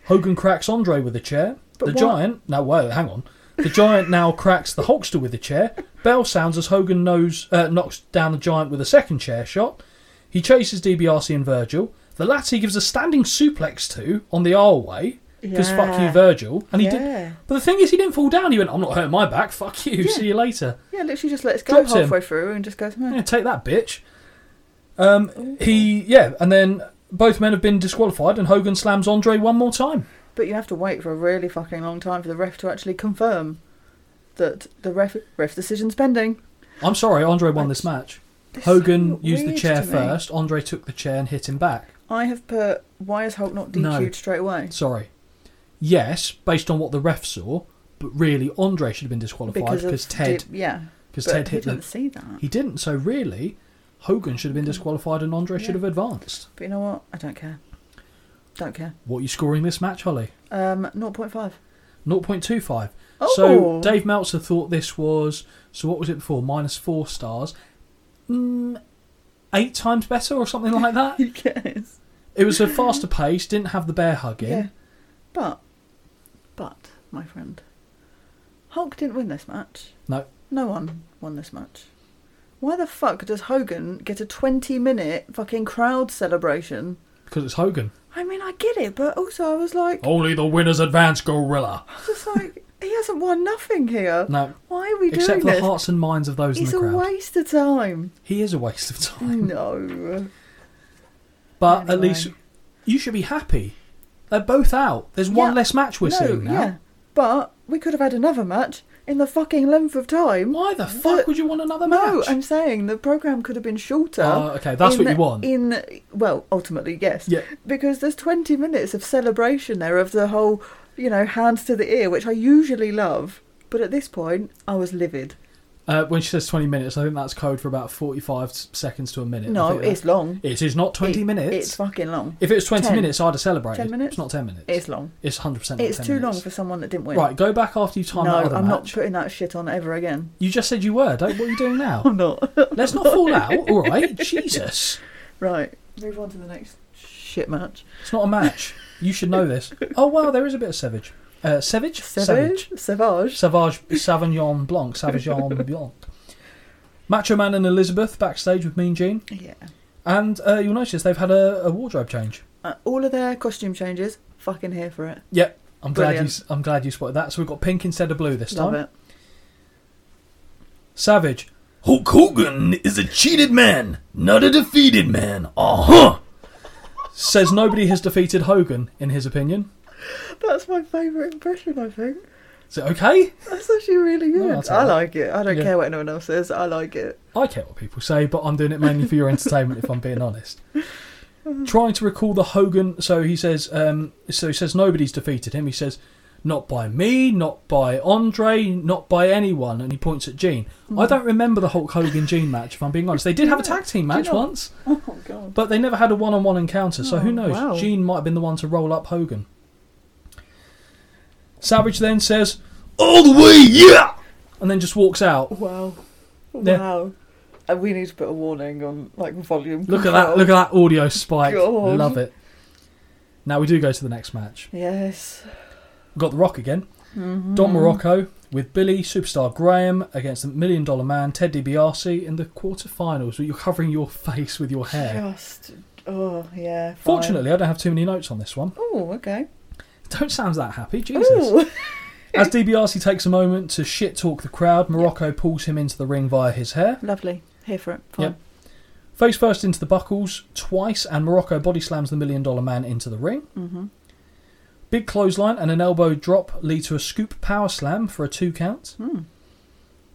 [SPEAKER 1] Hogan cracks Andre with a chair.
[SPEAKER 3] But
[SPEAKER 1] the
[SPEAKER 3] why-
[SPEAKER 1] giant, no, wait, hang on. The giant now cracks the Hulkster with a chair. Bell sounds as Hogan knows, uh, knocks down the giant with a second chair shot. He chases DiBiase and Virgil. The latter he gives a standing suplex to on the R way. Because fuck you,
[SPEAKER 3] Yeah.
[SPEAKER 1] Virgil. And he did
[SPEAKER 3] yeah.
[SPEAKER 1] but the thing is, he didn't fall down. He went, I'm not hurting my back. Fuck you.
[SPEAKER 3] Yeah.
[SPEAKER 1] See you later.
[SPEAKER 3] Yeah. Literally, just "Hmm." let us go
[SPEAKER 1] Dropped him.
[SPEAKER 3] halfway through and just goes. "Meh."
[SPEAKER 1] Yeah, take that, bitch. Um, he yeah, and then both men have been disqualified, and Hogan slams Andre one more time.
[SPEAKER 3] But you have to wait for a really fucking long time for the ref to actually confirm that the ref ref decision's pending.
[SPEAKER 1] I'm sorry, Andre won this match.
[SPEAKER 3] This is
[SPEAKER 1] Hogan
[SPEAKER 3] so
[SPEAKER 1] used the
[SPEAKER 3] weird
[SPEAKER 1] chair
[SPEAKER 3] to me.
[SPEAKER 1] first. Andre took the chair and hit him back.
[SPEAKER 3] I have put why is Hulk not DQ'd
[SPEAKER 1] No.
[SPEAKER 3] straight away?
[SPEAKER 1] Sorry. Yes, based on what the ref saw, but really Andre should have been disqualified
[SPEAKER 3] of
[SPEAKER 1] because Ted
[SPEAKER 3] di- yeah,
[SPEAKER 1] because
[SPEAKER 3] but
[SPEAKER 1] Ted
[SPEAKER 3] he
[SPEAKER 1] hit
[SPEAKER 3] didn't
[SPEAKER 1] the
[SPEAKER 3] see that.
[SPEAKER 1] he didn't. So really, Hogan should have been disqualified and Andre
[SPEAKER 3] Yeah.
[SPEAKER 1] should have advanced.
[SPEAKER 3] But you know what? I don't care. Don't care.
[SPEAKER 1] What are you scoring this match, Holly?
[SPEAKER 3] Um, 0.5.
[SPEAKER 1] 0.25.
[SPEAKER 3] Oh.
[SPEAKER 1] So Dave Meltzer thought this was so. What was it before? Minus four stars. Mm, eight times better or something like that.
[SPEAKER 3] yes.
[SPEAKER 1] it was a faster pace. Didn't have the bear hugging.
[SPEAKER 3] Yeah. But, but, my friend, Hulk didn't win this match.
[SPEAKER 1] No.
[SPEAKER 3] No one won this match. Why the fuck does Hogan get a 20 minute fucking crowd celebration?
[SPEAKER 1] Because it's Hogan.
[SPEAKER 3] I mean, I get it, but also I was like,
[SPEAKER 1] Only the winners advance, Gorilla.
[SPEAKER 3] I was just like, he hasn't won nothing here.
[SPEAKER 1] No,
[SPEAKER 3] Why are we
[SPEAKER 1] except for
[SPEAKER 3] doing
[SPEAKER 1] the
[SPEAKER 3] this?
[SPEAKER 1] hearts and minds of those
[SPEAKER 3] it's
[SPEAKER 1] in the
[SPEAKER 3] a
[SPEAKER 1] crowd.
[SPEAKER 3] waste of time.
[SPEAKER 1] He is a waste of time.
[SPEAKER 3] No.
[SPEAKER 1] But at
[SPEAKER 3] Anyway.
[SPEAKER 1] least you should be happy. They're both out. There's one
[SPEAKER 3] Yeah.
[SPEAKER 1] less match we're
[SPEAKER 3] no,
[SPEAKER 1] seeing now.
[SPEAKER 3] yeah. But we could have had another match in the fucking length of time.
[SPEAKER 1] Why the fuck
[SPEAKER 3] But-
[SPEAKER 1] would you want another
[SPEAKER 3] No,
[SPEAKER 1] match?
[SPEAKER 3] I'm saying the program could have been shorter.
[SPEAKER 1] Oh, okay, that's
[SPEAKER 3] in-
[SPEAKER 1] what you want.
[SPEAKER 3] In well, ultimately, yes.
[SPEAKER 1] Yeah.
[SPEAKER 3] Because there's 20 minutes of celebration there of the whole, you know, hands to the ear, which I usually love, but at this point, I was livid.
[SPEAKER 1] Uh, when she says 20 minutes, I think that's code for about 45 s- seconds to a minute. I
[SPEAKER 3] no,
[SPEAKER 1] think that-
[SPEAKER 3] it's long.
[SPEAKER 1] It is not 20
[SPEAKER 3] It-
[SPEAKER 1] minutes.
[SPEAKER 3] It's fucking long.
[SPEAKER 1] if it was 20
[SPEAKER 3] 10.
[SPEAKER 1] minutes, I'd have celebrated.
[SPEAKER 3] 10 minutes?
[SPEAKER 1] It's not 10 minutes.
[SPEAKER 3] It's long.
[SPEAKER 1] It's 100% not
[SPEAKER 3] It's
[SPEAKER 1] 10
[SPEAKER 3] too long
[SPEAKER 1] minutes.
[SPEAKER 3] for someone that didn't win.
[SPEAKER 1] Right, go back after you time
[SPEAKER 3] No,
[SPEAKER 1] out of the
[SPEAKER 3] I'm not
[SPEAKER 1] match.
[SPEAKER 3] putting that shit on ever again.
[SPEAKER 1] You just said you were. Don't, what are you doing now?
[SPEAKER 3] I'm not.
[SPEAKER 1] Let's not fall out, all right? Jesus.
[SPEAKER 3] right. Move on to the next shit match.
[SPEAKER 1] It's not a match. You should know this. Oh wow, there is a bit of savage. Uh, savage,
[SPEAKER 3] Savage. Savage.
[SPEAKER 1] savage, Savagnon Blanc, Savagnon Blanc. Macho Man and Elizabeth backstage with Mean Gene,
[SPEAKER 3] Yeah.
[SPEAKER 1] and uh, you'll notice they've had a, a wardrobe change.
[SPEAKER 3] Uh, all of their costume changes, fucking here for it.
[SPEAKER 1] Yep, I'm glad you.
[SPEAKER 3] Brilliant.
[SPEAKER 1] s- I'm glad you spotted that. So we've got pink instead of blue this time.
[SPEAKER 3] Love it.
[SPEAKER 1] Savage,
[SPEAKER 2] Hulk Hogan is a cheated man, not a defeated man. Uh huh.
[SPEAKER 1] says nobody has defeated Hogan in his opinion.
[SPEAKER 3] That's my favourite impression, I think.
[SPEAKER 1] Is it okay?
[SPEAKER 3] That's actually really
[SPEAKER 1] No,
[SPEAKER 3] good.
[SPEAKER 1] that's
[SPEAKER 3] I
[SPEAKER 1] alright.
[SPEAKER 3] like it. I don't
[SPEAKER 1] Yeah.
[SPEAKER 3] care what anyone else says. I like it.
[SPEAKER 1] I care what people say, but I'm doing it mainly for your entertainment, if I'm being honest. Trying to recall the Hogan, so he says, um, so he says nobody's defeated him. He says, not by me, not by Andre, not by anyone, and he points at Gene.
[SPEAKER 3] Hmm.
[SPEAKER 1] I don't remember the Hulk Hogan Gene match, if I'm being honest. They did have a tag team match
[SPEAKER 3] not?
[SPEAKER 1] once,
[SPEAKER 3] Oh god.
[SPEAKER 1] but they never had a one-on-one encounter. So
[SPEAKER 3] Oh,
[SPEAKER 1] who knows?
[SPEAKER 3] wow.
[SPEAKER 1] Gene might have been the one to roll up Hogan. Savage then says,
[SPEAKER 2] All the way, yeah.
[SPEAKER 1] and then just walks out.
[SPEAKER 3] Wow.
[SPEAKER 1] Yeah.
[SPEAKER 3] Wow. And we need to put a warning on like volume.
[SPEAKER 1] Look at that! Look at that audio spike.
[SPEAKER 3] God.
[SPEAKER 1] Love it. Now we do go to the next match.
[SPEAKER 3] Yes. Mm-hmm.
[SPEAKER 1] We've got The Rock again. Don
[SPEAKER 3] Mm.
[SPEAKER 1] Morocco with Billy Superstar Graham against the Million Dollar Man Ted DiBiase in the quarterfinals. Where you're covering your face with your hair.
[SPEAKER 3] Just. Oh yeah. fine.
[SPEAKER 1] Fortunately, I don't have too many notes on this one.
[SPEAKER 3] Oh okay.
[SPEAKER 1] Don't sound that happy, Jesus.
[SPEAKER 3] Ooh.
[SPEAKER 1] As DiBiase takes a moment to shit talk the crowd, Morocco pulls him into the ring via his hair.
[SPEAKER 3] Lovely. Here for it. Fine.
[SPEAKER 1] Yep. Face first into the buckles twice, and Morocco body slams the Million Dollar Man into the ring.
[SPEAKER 3] Mhm.
[SPEAKER 1] Big clothesline and an elbow drop lead to a scoop power slam for a two count.
[SPEAKER 3] Mm.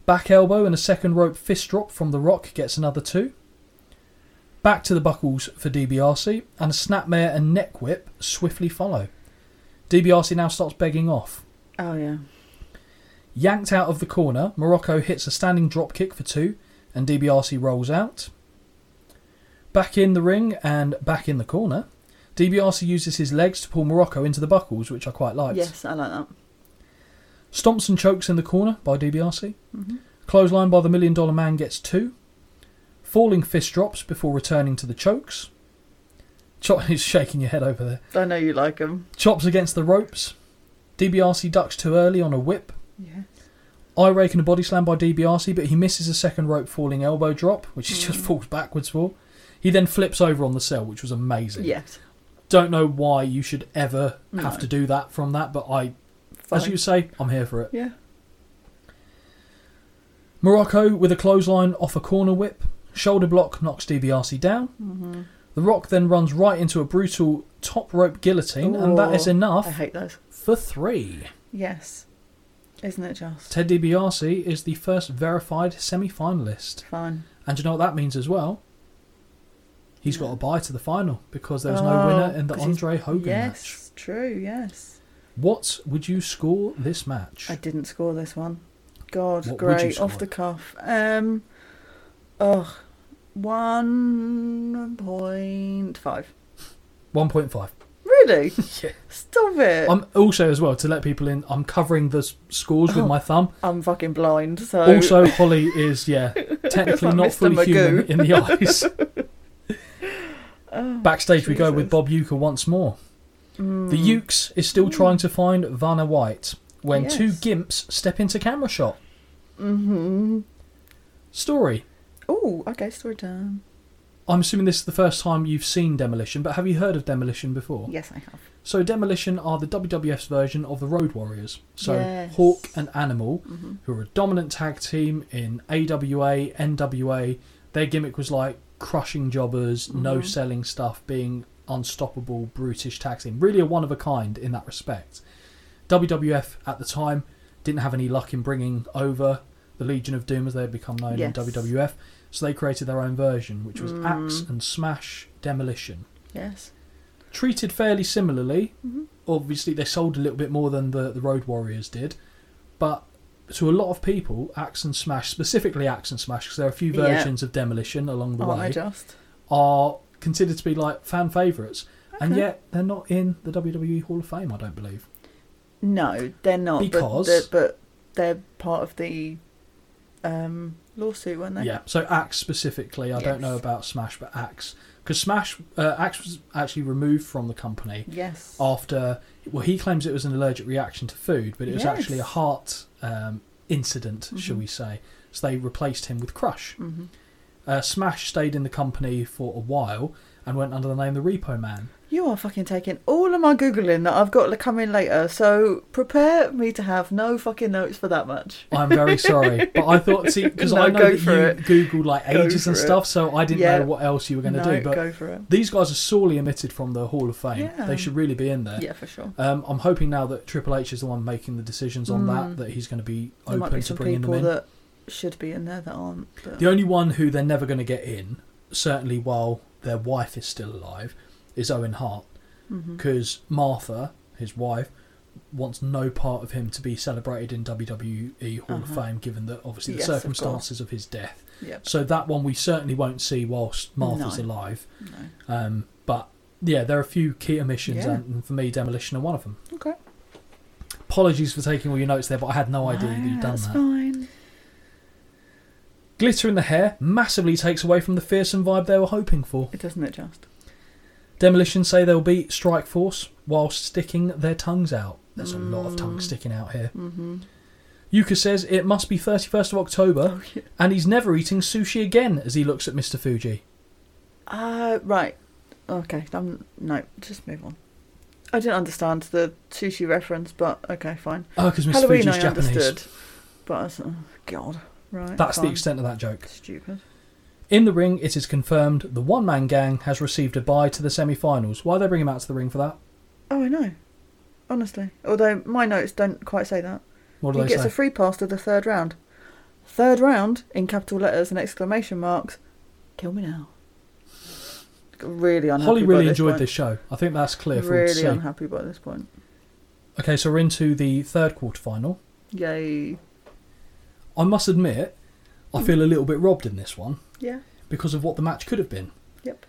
[SPEAKER 1] Back elbow and a second rope fist drop from The Rock gets another two. Back to the buckles for DBRC, and a snapmare and neck whip swiftly follow. DBRC now starts begging off.
[SPEAKER 3] Oh yeah.
[SPEAKER 1] Yanked out of the corner, Morocco hits a standing drop kick for two, and DBRC rolls out. Back in the ring and back in the corner, DBRC uses his legs to pull Morocco into the buckles, which I quite liked.
[SPEAKER 3] Yes, I like that.
[SPEAKER 1] Stomps and chokes in the corner by DBRC.
[SPEAKER 3] Mm-hmm.
[SPEAKER 1] Clothesline by the Million Dollar Man gets two. Falling fist drops before returning to the chokes. Chop is shaking your head over there.
[SPEAKER 3] I know you like them.
[SPEAKER 1] Chops against the ropes. DBRC ducks too early on a whip.
[SPEAKER 3] Yes.
[SPEAKER 1] Eye rake and a body slam by DBRC, but he misses a second rope falling elbow drop, which he
[SPEAKER 3] Mm.
[SPEAKER 1] just falls backwards for. He then flips over on the cell, which was amazing.
[SPEAKER 3] Yes.
[SPEAKER 1] Don't know why you should ever have
[SPEAKER 3] No.
[SPEAKER 1] to do that from that, but I,
[SPEAKER 3] Fine.
[SPEAKER 1] as you say, I'm here for it.
[SPEAKER 3] Yeah.
[SPEAKER 1] Morocco with a clothesline off a corner whip. Shoulder block knocks DiBiase down.
[SPEAKER 3] Mm-hmm.
[SPEAKER 1] The Rock then runs right into a brutal top rope guillotine, and that is
[SPEAKER 3] Ooh,
[SPEAKER 1] enough
[SPEAKER 3] I hate those.
[SPEAKER 1] for three.
[SPEAKER 3] Yes. Isn't it just?
[SPEAKER 1] Ted DiBiase is the first verified semi-finalist,
[SPEAKER 3] Fine.
[SPEAKER 1] and you know what that means as well. He's got a bye to the final because there was no
[SPEAKER 3] Oh,
[SPEAKER 1] winner in the
[SPEAKER 3] 'cause he's-
[SPEAKER 1] Andre Hogan match.
[SPEAKER 3] Yes, true, yes.
[SPEAKER 1] What would you score this match?
[SPEAKER 3] I didn't score this one. God,
[SPEAKER 1] What would you
[SPEAKER 3] great. Off
[SPEAKER 1] score?
[SPEAKER 3] the cuff. Um, ugh. 1.5.
[SPEAKER 1] One point five.
[SPEAKER 3] Really?
[SPEAKER 1] Yeah.
[SPEAKER 3] Stop it. I'm,
[SPEAKER 1] I'm also as well to let people in. I'm covering the s- scores with
[SPEAKER 3] Oh.
[SPEAKER 1] my thumb.
[SPEAKER 3] fucking blind, so.
[SPEAKER 1] Also, Holly is yeah technically
[SPEAKER 3] Like
[SPEAKER 1] not
[SPEAKER 3] Mr.
[SPEAKER 1] fully
[SPEAKER 3] Magoo.
[SPEAKER 1] human in the eyes.
[SPEAKER 3] Oh,
[SPEAKER 1] Backstage, we go with
[SPEAKER 3] Jesus. Hmm.
[SPEAKER 1] Bob Uecker once more. The Ukes is still trying to find Vanna White when two
[SPEAKER 3] Yes.
[SPEAKER 1] gimps step into camera shot. Mm-hmm. Story.
[SPEAKER 3] Oh, mm. okay, story time.
[SPEAKER 1] I'm assuming this is the first time you've seen Demolition, but have you heard of Demolition before?
[SPEAKER 3] Yes, I have.
[SPEAKER 1] So Demolition are the WWF's version of the Road Warriors. So
[SPEAKER 3] Yes. Mm-hmm.
[SPEAKER 1] Hawk and Animal, who are a dominant tag team in AWA, NWA, their gimmick was like crushing jobbers,
[SPEAKER 3] Mm-hmm.
[SPEAKER 1] no selling stuff, being unstoppable, brutish tag team. Really a one of a kind in that respect. WWF at the time didn't have any luck in bringing over the Legion of Doom as they had become known
[SPEAKER 3] Yes.
[SPEAKER 1] in WWF, so they created their own version, which was Axe
[SPEAKER 3] Mm.
[SPEAKER 1] and Smash Demolition
[SPEAKER 3] Yes.
[SPEAKER 1] treated fairly similarly.
[SPEAKER 3] Mm-hmm.
[SPEAKER 1] Obviously, they sold a little bit more than the, the Road Warriors did, but to a lot of people, Axe and Smash, specifically Axe and Smash, because there are a few
[SPEAKER 3] Yeah.
[SPEAKER 1] versions of Demolition along the
[SPEAKER 3] Aren't I
[SPEAKER 1] way,
[SPEAKER 3] just?
[SPEAKER 1] are considered to be like fan favourites. And
[SPEAKER 3] Okay.
[SPEAKER 1] yet, they're not in the WWE Hall of Fame, I don't believe.
[SPEAKER 3] No, they're not. but
[SPEAKER 1] Because-
[SPEAKER 3] they're- But, they're part of the um, lawsuit, weren't they?
[SPEAKER 1] Yeah, so Axe specifically, I don't
[SPEAKER 3] Yes.
[SPEAKER 1] know about Smash, but Axe. Because Smash, uh, Axe was actually removed from the company
[SPEAKER 3] Yes.
[SPEAKER 1] after well he claims it was an allergic reaction to food but it was
[SPEAKER 3] Yes. Mm-hmm.
[SPEAKER 1] actually a heart um, incident shall we say so they replaced him with crush uh, smash stayed in the company for a while and went under the name the repo man
[SPEAKER 3] You are fucking taking all of my googling that I've got coming later, so prepare me to have no fucking notes for that much.
[SPEAKER 1] i'm very sorry but i thought see because
[SPEAKER 3] No,
[SPEAKER 1] i know
[SPEAKER 3] go
[SPEAKER 1] that
[SPEAKER 3] for
[SPEAKER 1] you
[SPEAKER 3] it.
[SPEAKER 1] googled like
[SPEAKER 3] Go
[SPEAKER 1] ages and
[SPEAKER 3] for it.
[SPEAKER 1] stuff so i didn't
[SPEAKER 3] Yeah.
[SPEAKER 1] know what else you were going to
[SPEAKER 3] no,
[SPEAKER 1] do but
[SPEAKER 3] go for it.
[SPEAKER 1] these guys are sorely omitted from the hall of fame
[SPEAKER 3] Yeah.
[SPEAKER 1] they should really be in there
[SPEAKER 3] Yeah, for sure.
[SPEAKER 1] um, i'm hoping now that triple h is the one making the decisions on that that he's going to be
[SPEAKER 3] Mm. There might
[SPEAKER 1] open
[SPEAKER 3] be
[SPEAKER 1] to
[SPEAKER 3] some
[SPEAKER 1] bringing them
[SPEAKER 3] people
[SPEAKER 1] in
[SPEAKER 3] that should be in there that aren't. But...
[SPEAKER 1] The only one who they're never going to get in, certainly while their wife is still alive, is Owen Hart.
[SPEAKER 3] mm-hmm,
[SPEAKER 1] Because Martha, his wife, wants no part of him to be celebrated in WWE Hall of Fame, given that obviously the
[SPEAKER 3] Uh-huh. Yes, of course.
[SPEAKER 1] circumstances of his death.
[SPEAKER 3] Yep.
[SPEAKER 1] So that one we certainly won't see whilst Martha's
[SPEAKER 3] No.
[SPEAKER 1] alive.
[SPEAKER 3] No.
[SPEAKER 1] Um, but yeah, there are a few key omissions,
[SPEAKER 3] Yeah.
[SPEAKER 1] and for me, Demolition are one of them.
[SPEAKER 3] Okay.
[SPEAKER 1] Apologies for taking all your notes there, but I had no idea that
[SPEAKER 3] No,
[SPEAKER 1] you'd done
[SPEAKER 3] that's
[SPEAKER 1] that.
[SPEAKER 3] fine.
[SPEAKER 1] Glitter in the hair massively takes away from the fearsome vibe they were hoping for.
[SPEAKER 3] It doesn't it just?
[SPEAKER 1] Demolition say they'll beat Strike Force whilst sticking their tongues out. There's a lot of
[SPEAKER 3] Mm.
[SPEAKER 1] tongues sticking out here. Mm-hmm. Yuka says it must be 31st of October,
[SPEAKER 3] Oh, yeah.
[SPEAKER 1] and he's never eating sushi again as he looks at Mr. Fuji.
[SPEAKER 3] Uh, right. Okay. Um, no, just move on. I didn't understand the sushi reference, but okay, fine.
[SPEAKER 1] Oh, because Mr.
[SPEAKER 3] Halloween,
[SPEAKER 1] Fuji's
[SPEAKER 3] I
[SPEAKER 1] Japanese.
[SPEAKER 3] understood. But I was, oh, God. Right.
[SPEAKER 1] That's the
[SPEAKER 3] fine.
[SPEAKER 1] extent of that joke.
[SPEAKER 3] Stupid.
[SPEAKER 1] In the ring, it is confirmed the one man gang has received a bye to the semi finals. Why they bring him out to the ring for that?
[SPEAKER 3] Oh, I know. Honestly. Although my notes don't quite say that.
[SPEAKER 1] What do
[SPEAKER 3] He
[SPEAKER 1] they
[SPEAKER 3] gets
[SPEAKER 1] say?
[SPEAKER 3] a free pass to the third round. Third round, in capital letters and exclamation marks, kill me now. Really unhappy.
[SPEAKER 1] Holly
[SPEAKER 3] by
[SPEAKER 1] really
[SPEAKER 3] this
[SPEAKER 1] enjoyed
[SPEAKER 3] point.
[SPEAKER 1] this show. I think that's clear for all to
[SPEAKER 3] Really
[SPEAKER 1] see.
[SPEAKER 3] unhappy by this point.
[SPEAKER 1] Okay, so we're into the third quarter final.
[SPEAKER 3] Yay.
[SPEAKER 1] I must admit, I feel a little bit robbed in this one.
[SPEAKER 3] Yeah.
[SPEAKER 1] because of what the match could have been.
[SPEAKER 3] Yep.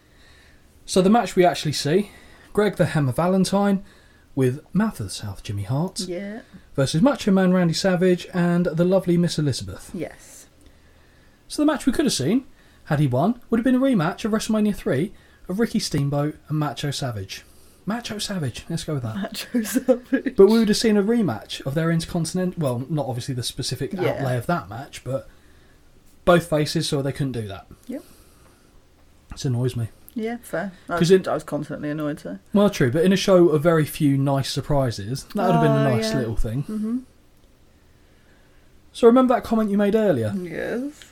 [SPEAKER 1] So the match we actually see, Greg the Hammer Valentine with Mouth of the South Jimmy Hart
[SPEAKER 3] Yeah.
[SPEAKER 1] versus Macho Man Randy Savage and the lovely Miss Elizabeth.
[SPEAKER 3] Yes.
[SPEAKER 1] So the match we could have seen, had he won, would have been a rematch of WrestleMania 3 of Ricky Steamboat and Macho Savage. Macho Savage, let's go with that.
[SPEAKER 3] Macho Savage.
[SPEAKER 1] But we would have seen a rematch of their intercontinental. Well, not obviously the specific
[SPEAKER 3] Yeah.
[SPEAKER 1] outlay of that match, but both faces, so they couldn't do that.
[SPEAKER 3] Yep.
[SPEAKER 1] It annoys me.
[SPEAKER 3] Yeah, fair.
[SPEAKER 1] 'Cause
[SPEAKER 3] Because
[SPEAKER 1] it-
[SPEAKER 3] I was constantly annoyed, so.
[SPEAKER 1] Well, true, but in a show of very few nice surprises, that would have been a
[SPEAKER 3] Oh,
[SPEAKER 1] nice
[SPEAKER 3] yeah.
[SPEAKER 1] little thing. Mm-hmm. So remember that comment you made earlier
[SPEAKER 3] Yes.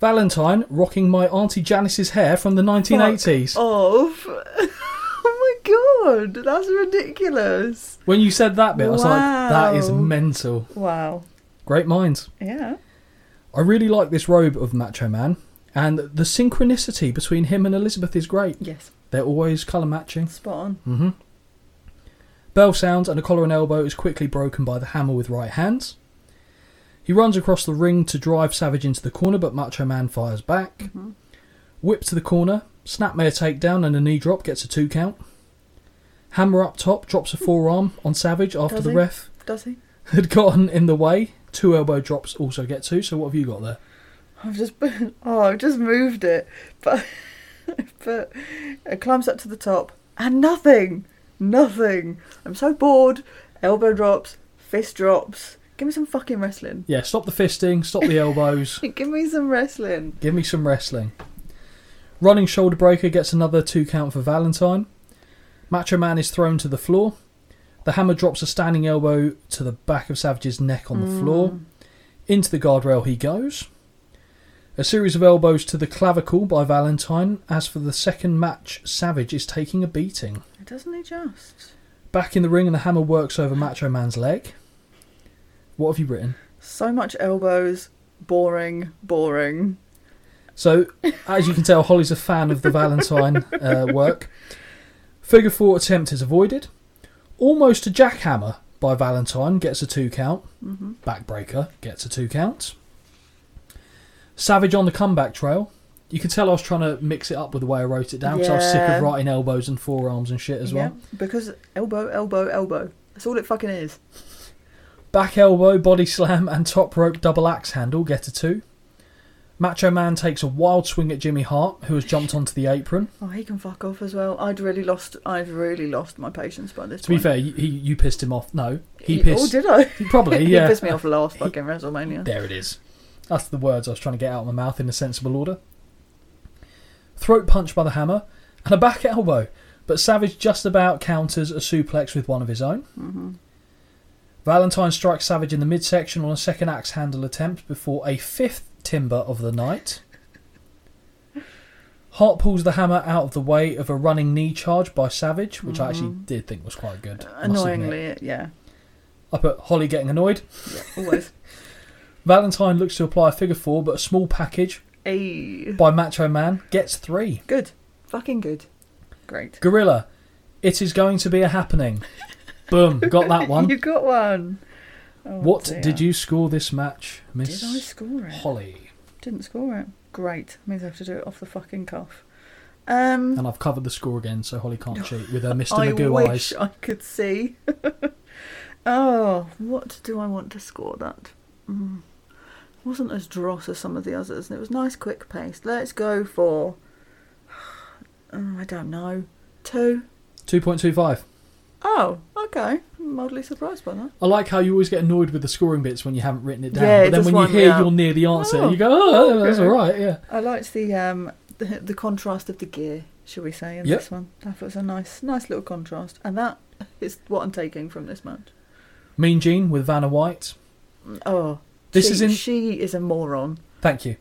[SPEAKER 1] Valentine rocking my Auntie Janice's hair from the 1980s.
[SPEAKER 3] Off. oh my god, that's ridiculous.
[SPEAKER 1] When you said that bit, I was like, that is
[SPEAKER 3] Wow.
[SPEAKER 1] mental.
[SPEAKER 3] Wow.
[SPEAKER 1] Great minds.
[SPEAKER 3] Yeah.
[SPEAKER 1] I really like this robe of Macho Man, and the synchronicity between him and Elizabeth is great.
[SPEAKER 3] Yes.
[SPEAKER 1] They're always colour matching.
[SPEAKER 3] Spot on.
[SPEAKER 1] Mm-hmm. Bell sounds and a collar and elbow is quickly broken by the hammer with right hands. He runs across the ring to drive Savage into the corner, but Macho Man fires back.
[SPEAKER 3] Mm-hmm.
[SPEAKER 1] Whip to the corner, snapmare takedown and a knee drop gets a two count. Hammer up top drops a forearm on Savage after
[SPEAKER 3] Does
[SPEAKER 1] the
[SPEAKER 3] he?
[SPEAKER 1] ref
[SPEAKER 3] Does he?
[SPEAKER 1] had gotten in the way. Two elbow drops also get two. So what have you got there?
[SPEAKER 3] I've just oh, I've just moved it, but but it climbs up to the top and nothing, nothing. I'm so bored. Elbow drops, fist drops. Give me some fucking wrestling.
[SPEAKER 1] Yeah, stop the fisting, stop the elbows.
[SPEAKER 3] Give me some wrestling.
[SPEAKER 1] Give me some wrestling. Running shoulder breaker gets another two count for Valentine. Macho Man is thrown to the floor. The hammer drops a standing elbow to the back of Savage's neck on the floor. Into the guardrail he goes. A series of elbows to the clavicle by Valentine. As for the second match, Savage is taking a beating.
[SPEAKER 3] Doesn't he just
[SPEAKER 1] Back in the ring, and the hammer works over Macho Man's leg. What have you written?
[SPEAKER 3] so much elbows? Boring, boring.
[SPEAKER 1] So, as you can tell, Holly's a fan of the Valentine uh, work. Figure four attempt is avoided. Almost a jackhammer by Valentine gets a two count. Backbreaker gets a two count. Savage on the comeback trail. You can tell I was trying to mix it up with the way I wrote it down because I was sick
[SPEAKER 3] Yeah.
[SPEAKER 1] of writing elbows and forearms and shit as well.
[SPEAKER 3] Yeah, because elbow, elbow, elbow. That's all it fucking is.
[SPEAKER 1] Back elbow, body slam, and top rope double axe handle get a two. Macho Man takes a wild swing at Jimmy Hart, who has jumped onto the apron.
[SPEAKER 3] Oh, he can fuck off as well. I'd really lost. I've really lost my patience by this.
[SPEAKER 1] To be
[SPEAKER 3] point.
[SPEAKER 1] fair, you, he, you pissed him off. No, he
[SPEAKER 3] Ye-
[SPEAKER 1] pissed.
[SPEAKER 3] Oh, did I?
[SPEAKER 1] he probably,
[SPEAKER 3] he
[SPEAKER 1] yeah.
[SPEAKER 3] pissed me off last fucking WrestleMania.
[SPEAKER 1] There it is. That's the words I was trying to get out of my mouth in a sensible order. Throat punch by the hammer and a back elbow, but Savage just about counters a suplex with one of his own.
[SPEAKER 3] Mm-hmm.
[SPEAKER 1] Valentine strikes Savage in the midsection on a second axe handle attempt before a fifth timber of the night. Hart pulls the hammer out of the way of a running knee charge by Savage, which I actually did think was quite good. must admit.
[SPEAKER 3] Mm-hmm. Annoyingly, yeah,
[SPEAKER 1] I put Holly getting annoyed.
[SPEAKER 3] always.
[SPEAKER 1] Valentine looks to apply a figure four, but a small package
[SPEAKER 3] Ay.
[SPEAKER 1] by Macho Man gets three.
[SPEAKER 3] Good, fucking good, great.
[SPEAKER 1] Gorilla, it is going to be a happening. Boom, got that
[SPEAKER 3] You
[SPEAKER 1] one.
[SPEAKER 3] got one. Oh,
[SPEAKER 1] What
[SPEAKER 3] dear.
[SPEAKER 1] did you score this match,
[SPEAKER 3] Did I
[SPEAKER 1] Miss
[SPEAKER 3] score it?
[SPEAKER 1] Holly?
[SPEAKER 3] Didn't score it. Great. Means I have to do it off the fucking cuff. Um,
[SPEAKER 1] And I've covered the score again, so Holly can't cheat with her Mr.
[SPEAKER 3] I
[SPEAKER 1] Magoo
[SPEAKER 3] wish
[SPEAKER 1] eyes.
[SPEAKER 3] I could see. oh, what do I want to score that? Mm. Wasn't as dross as some of the others, and it was nice, quick paced. Let's go for. Oh, I don't know. Two.
[SPEAKER 1] 2.25.
[SPEAKER 3] Oh, okay. I'm mildly surprised by that.
[SPEAKER 1] I like how you always get annoyed with the scoring bits when you haven't written it down.
[SPEAKER 3] Yeah, it
[SPEAKER 1] but then
[SPEAKER 3] does
[SPEAKER 1] when you
[SPEAKER 3] wind me
[SPEAKER 1] hear
[SPEAKER 3] up.
[SPEAKER 1] you're near the answer,
[SPEAKER 3] Oh,
[SPEAKER 1] you go, oh, that's
[SPEAKER 3] okay.
[SPEAKER 1] all right, yeah.
[SPEAKER 3] I liked the um the, the contrast of the gear, shall we say, in
[SPEAKER 1] Yep.
[SPEAKER 3] this one. That was a nice, nice little contrast, and that is what I'm taking from this match.
[SPEAKER 1] Mean Gene with Vanna White.
[SPEAKER 3] Oh,
[SPEAKER 1] This
[SPEAKER 3] she,
[SPEAKER 1] is in-
[SPEAKER 3] She is a moron.
[SPEAKER 1] Thank you.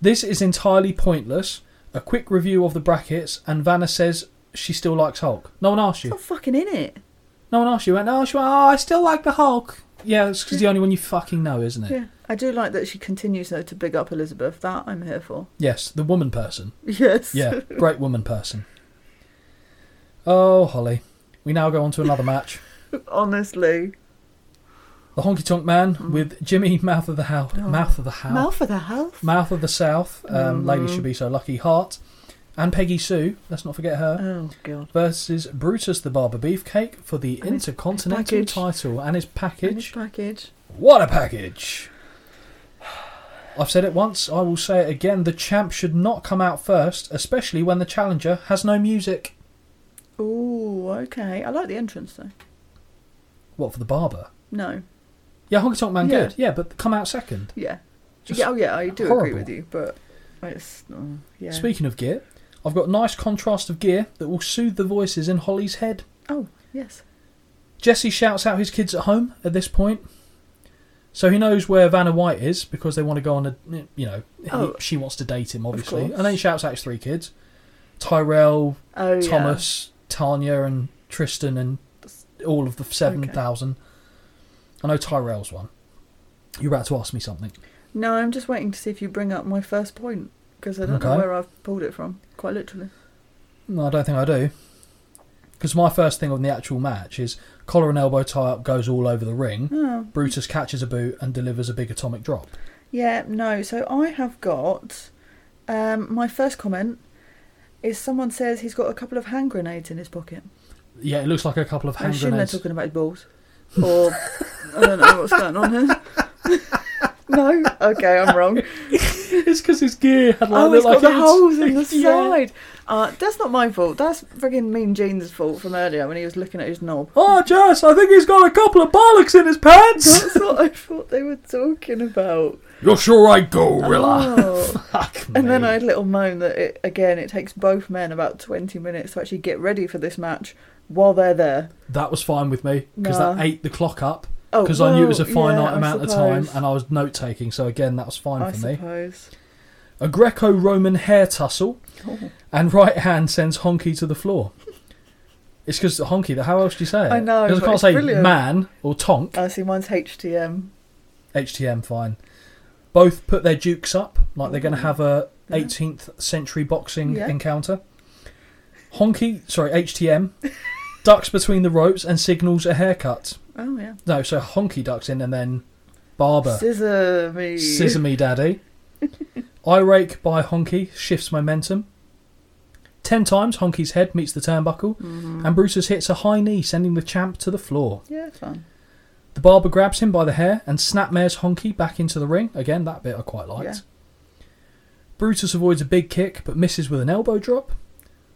[SPEAKER 1] This is entirely pointless. A quick review of the brackets, and Vanna says she still likes Hulk. No one asked
[SPEAKER 3] It's
[SPEAKER 1] you.
[SPEAKER 3] not fucking in it.
[SPEAKER 1] No one asked you. And oh, she went, oh, I still like the Hulk. Yeah, it's because the only one you fucking know, isn't it?
[SPEAKER 3] Yeah, I do like that she continues though to big up Elizabeth. That I'm here for.
[SPEAKER 1] Yes, the woman person.
[SPEAKER 3] Yes.
[SPEAKER 1] Yeah, great woman person. Oh, Holly. We now go on to another match.
[SPEAKER 3] Honestly.
[SPEAKER 1] The Honky Tonk Man with Jimmy Mouth of the Howl. Mouth of the Howl.
[SPEAKER 3] Mal for the health.
[SPEAKER 1] Mouth of the South. Um, Ladies should be so lucky. Hart. And Peggy Sue. Let's not forget her.
[SPEAKER 3] Oh god.
[SPEAKER 1] versus Brutus the Barber Beefcake for the
[SPEAKER 3] And his
[SPEAKER 1] Intercontinental
[SPEAKER 3] package.
[SPEAKER 1] title and his package.
[SPEAKER 3] And his package.
[SPEAKER 1] What a package! I've said it once, I will say it again. The champ should not come out first, especially when the challenger has no music.
[SPEAKER 3] Ooh, okay. I like the entrance though.
[SPEAKER 1] What for the barber?
[SPEAKER 3] No.
[SPEAKER 1] Yeah, Honky Tonk Man,
[SPEAKER 3] Yeah.
[SPEAKER 1] good. Yeah, but come out second.
[SPEAKER 3] Yeah.
[SPEAKER 1] Just
[SPEAKER 3] yeah. Oh yeah. I do agree
[SPEAKER 1] horrible.
[SPEAKER 3] with you, but it's oh, yeah.
[SPEAKER 1] Speaking of gear, I've got nice contrast of gear that will soothe the voices in Holly's head.
[SPEAKER 3] Oh yes.
[SPEAKER 1] Jesse shouts out his kids at home at this point. So he knows where Vanna White is because they want to go on a, you know, he-
[SPEAKER 3] Oh.
[SPEAKER 1] she wants to date him, obviously.
[SPEAKER 3] course.
[SPEAKER 1] And then he shouts out his three kids Tyrell,
[SPEAKER 3] Oh, yeah.
[SPEAKER 1] Thomas, Tanya, and Tristan, and all of the 7,000. I know Tyrell's one. You're about to ask me something.
[SPEAKER 3] No, I'm just waiting to see if you bring up my first point because I don't know
[SPEAKER 1] Okay.
[SPEAKER 3] where I've pulled it from. Quite literally.
[SPEAKER 1] No, I don't think I do. Because my first thing on the actual match is collar and elbow tie up goes all over the ring.
[SPEAKER 3] Oh,
[SPEAKER 1] Brutus catches a boot and delivers a big atomic drop.
[SPEAKER 3] yeah. No. So I have got um, my first comment is someone says he's got a couple of hand grenades in his pocket.
[SPEAKER 1] Yeah, it looks like a couple of
[SPEAKER 3] I
[SPEAKER 1] hand
[SPEAKER 3] assume
[SPEAKER 1] grenades.
[SPEAKER 3] they're talking about his balls. Or I don't know what's going on here. no. Okay, I'm wrong.
[SPEAKER 1] it's because his gear had like,
[SPEAKER 3] oh,
[SPEAKER 1] looked
[SPEAKER 3] he's
[SPEAKER 1] like
[SPEAKER 3] got the
[SPEAKER 1] it-
[SPEAKER 3] holes in the
[SPEAKER 1] Yeah.
[SPEAKER 3] side. Uh, that's not my fault. That's frigging Mean Gene's fault from earlier when he was looking at his knob.
[SPEAKER 1] Oh, Jess, I think he's got a couple of bollocks in his pants.
[SPEAKER 3] That's what I thought they were talking about.
[SPEAKER 2] You're sure I gorilla.
[SPEAKER 3] Oh.
[SPEAKER 1] Fuck
[SPEAKER 3] And then
[SPEAKER 1] me.
[SPEAKER 3] I had a little moan that it, again, it takes both men about 20 minutes to actually get ready for this match while they're there.
[SPEAKER 1] That was fine with me because
[SPEAKER 3] Nah.
[SPEAKER 1] that ate the clock up
[SPEAKER 3] Oh,
[SPEAKER 1] because I knew it was a
[SPEAKER 3] well,
[SPEAKER 1] finite
[SPEAKER 3] yeah, I
[SPEAKER 1] amount of
[SPEAKER 3] suppose.
[SPEAKER 1] time and I was note taking, so again, that was fine
[SPEAKER 3] I
[SPEAKER 1] for me.
[SPEAKER 3] suppose.
[SPEAKER 1] A Greco Roman hair tussle
[SPEAKER 3] Oh.
[SPEAKER 1] and right hand sends Honky to the floor. It's because Honky, that- how else do you say it?
[SPEAKER 3] I know,
[SPEAKER 1] 'Cause I
[SPEAKER 3] but
[SPEAKER 1] can't
[SPEAKER 3] it's
[SPEAKER 1] say
[SPEAKER 3] brilliant.
[SPEAKER 1] man or tonk.
[SPEAKER 3] I see mine's HTM.
[SPEAKER 1] HTM, fine. Both put their dukes up, like they're going to have a
[SPEAKER 3] Mm-hmm. Yeah.
[SPEAKER 1] 18th century boxing
[SPEAKER 3] Yeah.
[SPEAKER 1] encounter. Honky, sorry, HTM, ducks between the ropes and signals a haircut.
[SPEAKER 3] Oh, yeah.
[SPEAKER 1] No, so Honky ducks in and then Barber,
[SPEAKER 3] Scissor me.
[SPEAKER 1] scissor me daddy. I rake by Honky, shifts momentum. Ten times, Honky's head meets the turnbuckle,
[SPEAKER 3] Mhm.
[SPEAKER 1] and Brutus hits a high knee, sending the champ to the floor.
[SPEAKER 3] Yeah, it's fine.
[SPEAKER 1] The barber grabs him by the hair and snapmares Honky back into the ring. Again, that bit I quite liked. Brutus avoids a big kick but misses with an elbow drop.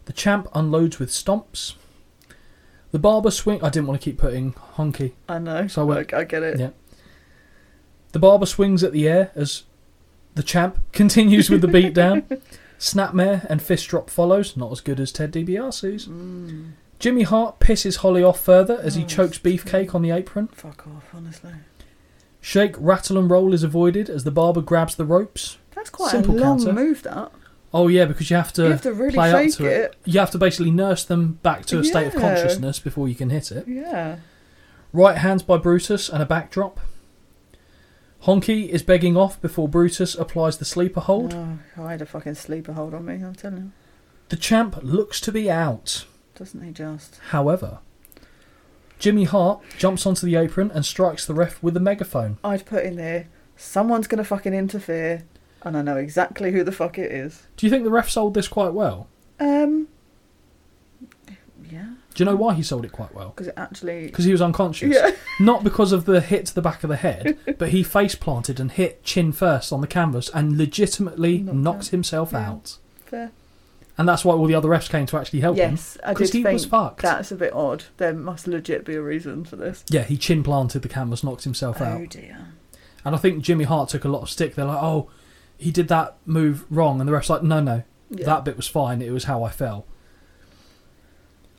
[SPEAKER 1] The champ unloads with stomps. The barber swing. I didn't want to keep putting Honky.
[SPEAKER 3] I know.
[SPEAKER 1] So I went-
[SPEAKER 3] I, I get it.
[SPEAKER 1] Yeah. The barber swings at the air as the champ continues with the beatdown. Snapmare and fist drop follows, not as good as Ted DiBiase's.
[SPEAKER 3] Mm,
[SPEAKER 1] Jimmy Hart pisses Holly off further as he
[SPEAKER 3] Oh,
[SPEAKER 1] chokes Beefcake on the apron.
[SPEAKER 3] fuck off, honestly.
[SPEAKER 1] Shake, rattle, and roll is avoided as the barber grabs the ropes.
[SPEAKER 3] That's quite
[SPEAKER 1] Simple
[SPEAKER 3] a long
[SPEAKER 1] counter.
[SPEAKER 3] move, that.
[SPEAKER 1] Oh yeah, because you have to
[SPEAKER 3] You have to really
[SPEAKER 1] play
[SPEAKER 3] shake
[SPEAKER 1] up to it.
[SPEAKER 3] it.
[SPEAKER 1] You have to basically nurse them back to a state of
[SPEAKER 3] Yeah.
[SPEAKER 1] consciousness before you can hit it.
[SPEAKER 3] Yeah.
[SPEAKER 1] Right hands by Brutus and a backdrop. Honky is begging off before Brutus applies the sleeper hold.
[SPEAKER 3] Oh, I had a fucking sleeper hold on me, I'm telling you.
[SPEAKER 1] The champ looks to be out.
[SPEAKER 3] Doesn't he just?
[SPEAKER 1] However, Jimmy Hart jumps onto the apron and strikes the ref with a megaphone.
[SPEAKER 3] I'd put in there, someone's going to fucking interfere, and I know exactly who the fuck it is.
[SPEAKER 1] Do you think the ref sold this quite well?
[SPEAKER 3] Um. Yeah,
[SPEAKER 1] Do you know why he sold it quite well?
[SPEAKER 3] because it actually.
[SPEAKER 1] Because he was unconscious.
[SPEAKER 3] Yeah.
[SPEAKER 1] Not because of the hit to the back of the head, but he face planted and hit chin first on the canvas and legitimately
[SPEAKER 3] Knocked
[SPEAKER 1] knocked,
[SPEAKER 3] out.
[SPEAKER 1] himself
[SPEAKER 3] Yeah.
[SPEAKER 1] out.
[SPEAKER 3] Fair.
[SPEAKER 1] And that's why all the other refs came to actually help him.
[SPEAKER 3] Yes, I did
[SPEAKER 1] Because he
[SPEAKER 3] think
[SPEAKER 1] was fucked.
[SPEAKER 3] that's a bit odd. There must legit be a reason for this.
[SPEAKER 1] Yeah, he chin planted the canvas, knocked himself out.
[SPEAKER 3] Oh dear.
[SPEAKER 1] And I think Jimmy Hart took a lot of stick. They're like, oh, he did that move wrong. And the ref's like, no, no,
[SPEAKER 3] Yeah.
[SPEAKER 1] that bit was fine. It was how I fell.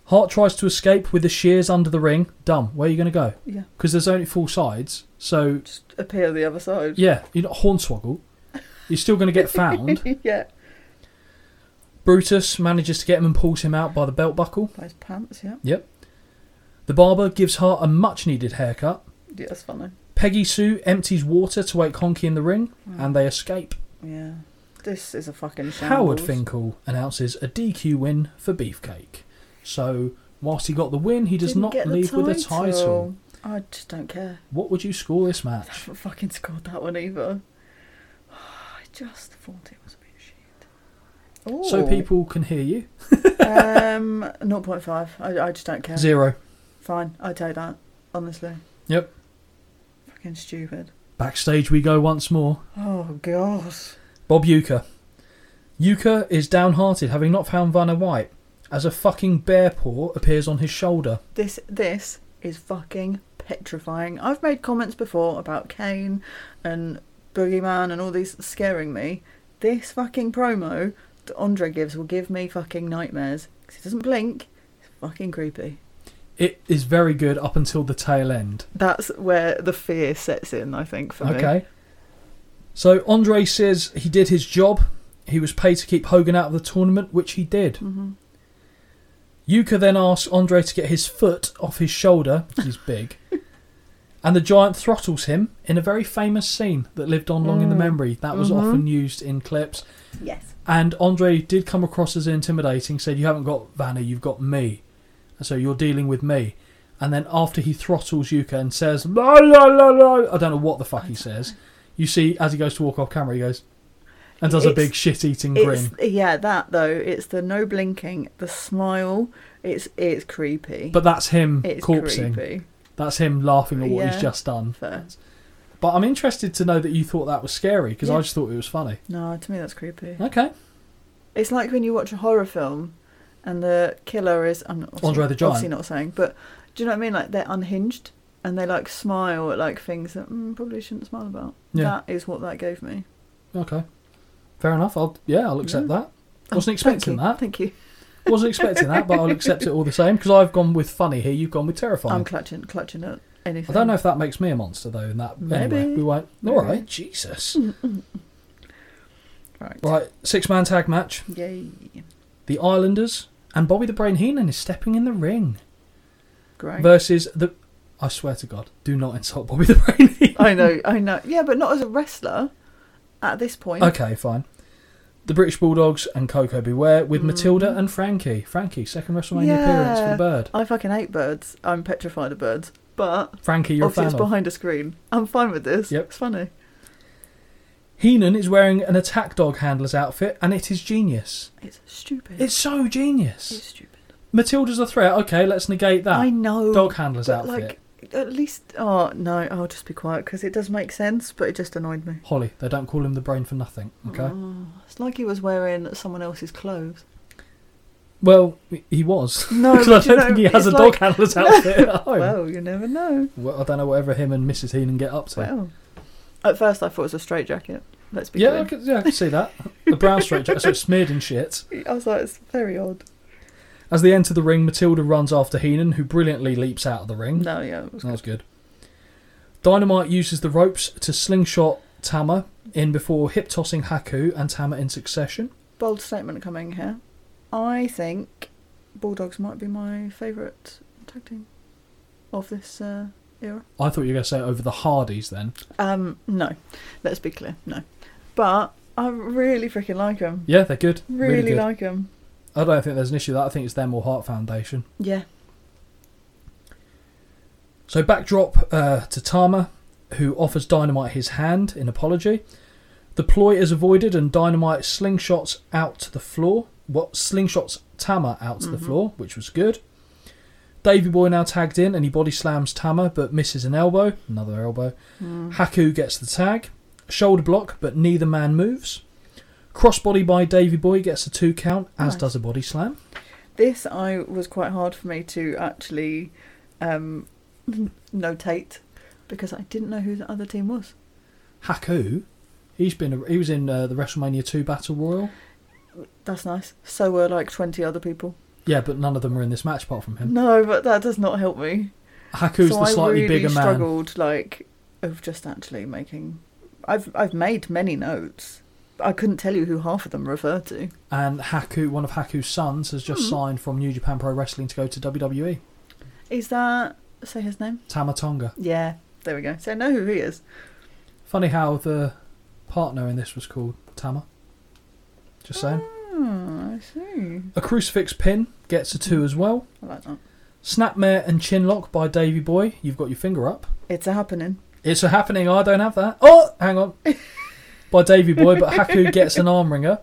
[SPEAKER 1] Hart tries to escape with the shears under the ring. Dumb. Where are you going to go?
[SPEAKER 3] Yeah.
[SPEAKER 1] Because there's only four sides. So,
[SPEAKER 3] Just appear the other side.
[SPEAKER 1] yeah, you're not hornswoggle. You're still going to get found.
[SPEAKER 3] yeah.
[SPEAKER 1] Brutus manages to get him and pulls him out by the belt buckle.
[SPEAKER 3] By his pants, yeah.
[SPEAKER 1] Yep. The barber gives Hart a much needed haircut.
[SPEAKER 3] Yeah, that's funny.
[SPEAKER 1] Peggy Sue empties water to wake Honky in the ring,
[SPEAKER 3] Hmm.
[SPEAKER 1] and they escape.
[SPEAKER 3] Yeah. This is a fucking shambles.
[SPEAKER 1] Howard Finkel announces a DQ win for Beefcake. So, whilst he got the win, he does
[SPEAKER 3] Didn't
[SPEAKER 1] not
[SPEAKER 3] get the
[SPEAKER 1] leave with a title.
[SPEAKER 3] I just don't care.
[SPEAKER 1] What would you score this
[SPEAKER 3] I
[SPEAKER 1] match?
[SPEAKER 3] haven't fucking scored that one either. I just thought it was a bit shit. Ooh.
[SPEAKER 1] So people can hear you.
[SPEAKER 3] um, 0.5. I, I just don't care.
[SPEAKER 1] Zero.
[SPEAKER 3] Fine, I take that. Honestly.
[SPEAKER 1] Yep.
[SPEAKER 3] Fucking stupid.
[SPEAKER 1] Backstage we go once more.
[SPEAKER 3] Oh, God.
[SPEAKER 1] Bob Euchre. Euchre is downhearted, having not found Vanna White, as a fucking bear paw appears on his shoulder.
[SPEAKER 3] This, this is fucking petrifying. I've made comments before about Kane and Boogeyman and all these scaring me. This fucking promo that Andre gives will give me fucking nightmares. Because he doesn't blink. It's fucking creepy.
[SPEAKER 1] It is very good up until the tail end.
[SPEAKER 3] That's where the fear sets in, I think, for me.
[SPEAKER 1] Okay. So Andre says he did his job. He was paid to keep Hogan out of the tournament, which he did. Yuka then asks Andre to get his foot off his shoulder. 'cause He's big. and the giant throttles him in a very famous scene that lived on long in the memory. That was often used in clips.
[SPEAKER 4] Yes.
[SPEAKER 1] And Andre did come across as intimidating, said, You haven't got Vanna, you've got me. And so you're dealing with me. And then after he throttles Yuka and says, la, la, la, la, I don't know what the fuck he says, you see as he goes to walk off camera, he goes, and does a
[SPEAKER 3] It's-
[SPEAKER 1] big shit eating
[SPEAKER 3] It's
[SPEAKER 1] grin.
[SPEAKER 3] yeah, that though. It's the no blinking, the smile. It's it's creepy.
[SPEAKER 1] But that's him
[SPEAKER 3] it's
[SPEAKER 1] corpsing.
[SPEAKER 3] creepy.
[SPEAKER 1] That's him laughing at what
[SPEAKER 3] Yeah.
[SPEAKER 1] he's just done.
[SPEAKER 3] Fair.
[SPEAKER 1] But I'm interested to know that you thought that was scary because I
[SPEAKER 4] Yeah.
[SPEAKER 1] just thought it was funny.
[SPEAKER 3] No, to me that's creepy.
[SPEAKER 1] Okay.
[SPEAKER 3] It's like when you watch a horror film, and the killer is I'm not,
[SPEAKER 1] Andre the Giant.
[SPEAKER 3] Obviously not saying, but do you know what I mean? Like they're unhinged and they like smile at like things that mm, probably shouldn't smile about.
[SPEAKER 1] Yeah.
[SPEAKER 3] That is what that gave me.
[SPEAKER 1] Okay. Fair enough. I'll yeah, I'll accept that. Wasn't expecting
[SPEAKER 3] Thank you.
[SPEAKER 1] that.
[SPEAKER 3] Thank you.
[SPEAKER 1] Wasn't expecting that, but I'll accept it all the same because I've gone with funny here. You've gone with
[SPEAKER 3] I'm
[SPEAKER 1] terrifying.
[SPEAKER 3] clutching clutching at
[SPEAKER 1] I
[SPEAKER 3] anything.
[SPEAKER 1] don't know if that makes me a monster though. In that, anyway,
[SPEAKER 3] Maybe.
[SPEAKER 1] we won't.
[SPEAKER 3] Maybe.
[SPEAKER 1] All right, Jesus.
[SPEAKER 3] Right.
[SPEAKER 1] Right, six man tag match.
[SPEAKER 3] Yay.
[SPEAKER 1] The Islanders and Bobby the Brain Heenan is stepping in the ring
[SPEAKER 3] Great.
[SPEAKER 1] versus the. I swear to God, do not insult Bobby the Brain Heenan.
[SPEAKER 3] I know, I know. Yeah, but not as a wrestler at this point.
[SPEAKER 1] Okay, fine. The British Bulldogs and Coco Beware with Matilda and Frankie. Frankie, second WrestleMania appearance for the
[SPEAKER 3] Mm. Yeah.
[SPEAKER 1] bird.
[SPEAKER 3] I fucking hate birds. I'm petrified of birds. But
[SPEAKER 1] Frankie, you're
[SPEAKER 3] obviously
[SPEAKER 1] a
[SPEAKER 3] it's
[SPEAKER 1] fan of.
[SPEAKER 3] behind a screen. I'm fine with this.
[SPEAKER 1] Yep.
[SPEAKER 3] It's funny.
[SPEAKER 1] Heenan is wearing an attack dog handler's outfit, and it is genius.
[SPEAKER 3] It's stupid.
[SPEAKER 1] It's so genius.
[SPEAKER 3] It's stupid.
[SPEAKER 1] Matilda's a threat. Okay, let's negate that.
[SPEAKER 3] I know.
[SPEAKER 1] Ah, Dog handler's
[SPEAKER 3] but,
[SPEAKER 1] outfit.
[SPEAKER 3] Like, at least. Oh, no, I'll just be quiet because it does make sense, but it just annoyed me.
[SPEAKER 1] Holly, they don't call him the brain for nothing. Okay.
[SPEAKER 3] Oh, It's like he was wearing someone else's clothes.
[SPEAKER 1] Well, he was.
[SPEAKER 3] No,
[SPEAKER 1] 'Cause
[SPEAKER 3] but
[SPEAKER 1] I
[SPEAKER 3] you
[SPEAKER 1] don't think
[SPEAKER 3] know,
[SPEAKER 1] he has a
[SPEAKER 3] it's
[SPEAKER 1] dog
[SPEAKER 3] like-
[SPEAKER 1] handler's outfit at home. Well,
[SPEAKER 3] Well, you never know.
[SPEAKER 1] I don't know whatever him and Mrs. Heenan get up to.
[SPEAKER 3] Well. At first, I thought it was a straight jacket. Let's be
[SPEAKER 1] yeah, I
[SPEAKER 3] clear.
[SPEAKER 1] could, yeah, I could see that. The brown straight jacket, so it's smeared in shit.
[SPEAKER 3] I was like, it's very odd.
[SPEAKER 1] As they enter the ring, Matilda runs after Heenan, who brilliantly leaps out of the ring.
[SPEAKER 3] No, yeah. it was-
[SPEAKER 1] That was good. Dynamite uses the ropes to slingshot Tama in before hip tossing Haku and Tama in succession.
[SPEAKER 3] bold statement coming here. I think Bulldogs might be my favourite tag team of this uh, era.
[SPEAKER 1] I thought you were going to say over the Hardys then.
[SPEAKER 3] Um, no, let's be clear, no. But I really freaking like them.
[SPEAKER 1] Yeah, they're good.
[SPEAKER 3] Really,
[SPEAKER 1] good.
[SPEAKER 3] like them.
[SPEAKER 1] I don't think there's an issue with that. I think it's them or Heart Foundation.
[SPEAKER 3] Yeah.
[SPEAKER 1] So backdrop uh, to Tama, who offers Dynamite his hand in apology. The ploy is avoided and Dynamite slingshots out to the floor. What slingshots Tama out to the
[SPEAKER 3] Mm-hmm.
[SPEAKER 1] floor, which was good. Davy Boy now tagged in and he body slams Tama but misses an elbow, another elbow.
[SPEAKER 3] Mm.
[SPEAKER 1] Haku gets the tag, shoulder block but neither man moves. Crossbody by Davy Boy gets a two count, as
[SPEAKER 3] Nice.
[SPEAKER 1] does a body slam.
[SPEAKER 3] This I was quite hard for me to actually um, notate because I didn't know who the other team was.
[SPEAKER 1] Haku, he's been a, he was in uh, the WrestleMania two battle royal.
[SPEAKER 3] That's nice. So were like 20 other people.
[SPEAKER 1] Yeah, but none of them are in this match apart from him.
[SPEAKER 3] No, but that does not help me.
[SPEAKER 1] Haku's
[SPEAKER 3] so
[SPEAKER 1] the slightly
[SPEAKER 3] I really
[SPEAKER 1] bigger man.
[SPEAKER 3] struggled, like, of just actually making. I've I've made many notes. but I couldn't tell you who half of them refer to.
[SPEAKER 1] And Haku, one of Haku's sons, has
[SPEAKER 3] Hmm.
[SPEAKER 1] just signed from New Japan Pro Wrestling to E. go to WWE.
[SPEAKER 3] Is that say his name?
[SPEAKER 1] Tamatonga.
[SPEAKER 3] Yeah, there we go. So I know who he is.
[SPEAKER 1] Funny how the partner in this was called Tama. Just saying.
[SPEAKER 3] Oh, I see.
[SPEAKER 1] A crucifix pin gets a two as well.
[SPEAKER 3] I like that.
[SPEAKER 1] Snapmare and chinlock by Davy Boy. You've got your finger up.
[SPEAKER 3] It's a happening.
[SPEAKER 1] It's a happening. I don't have that. Oh, hang on. By Davy Boy, but Haku gets an arm ringer.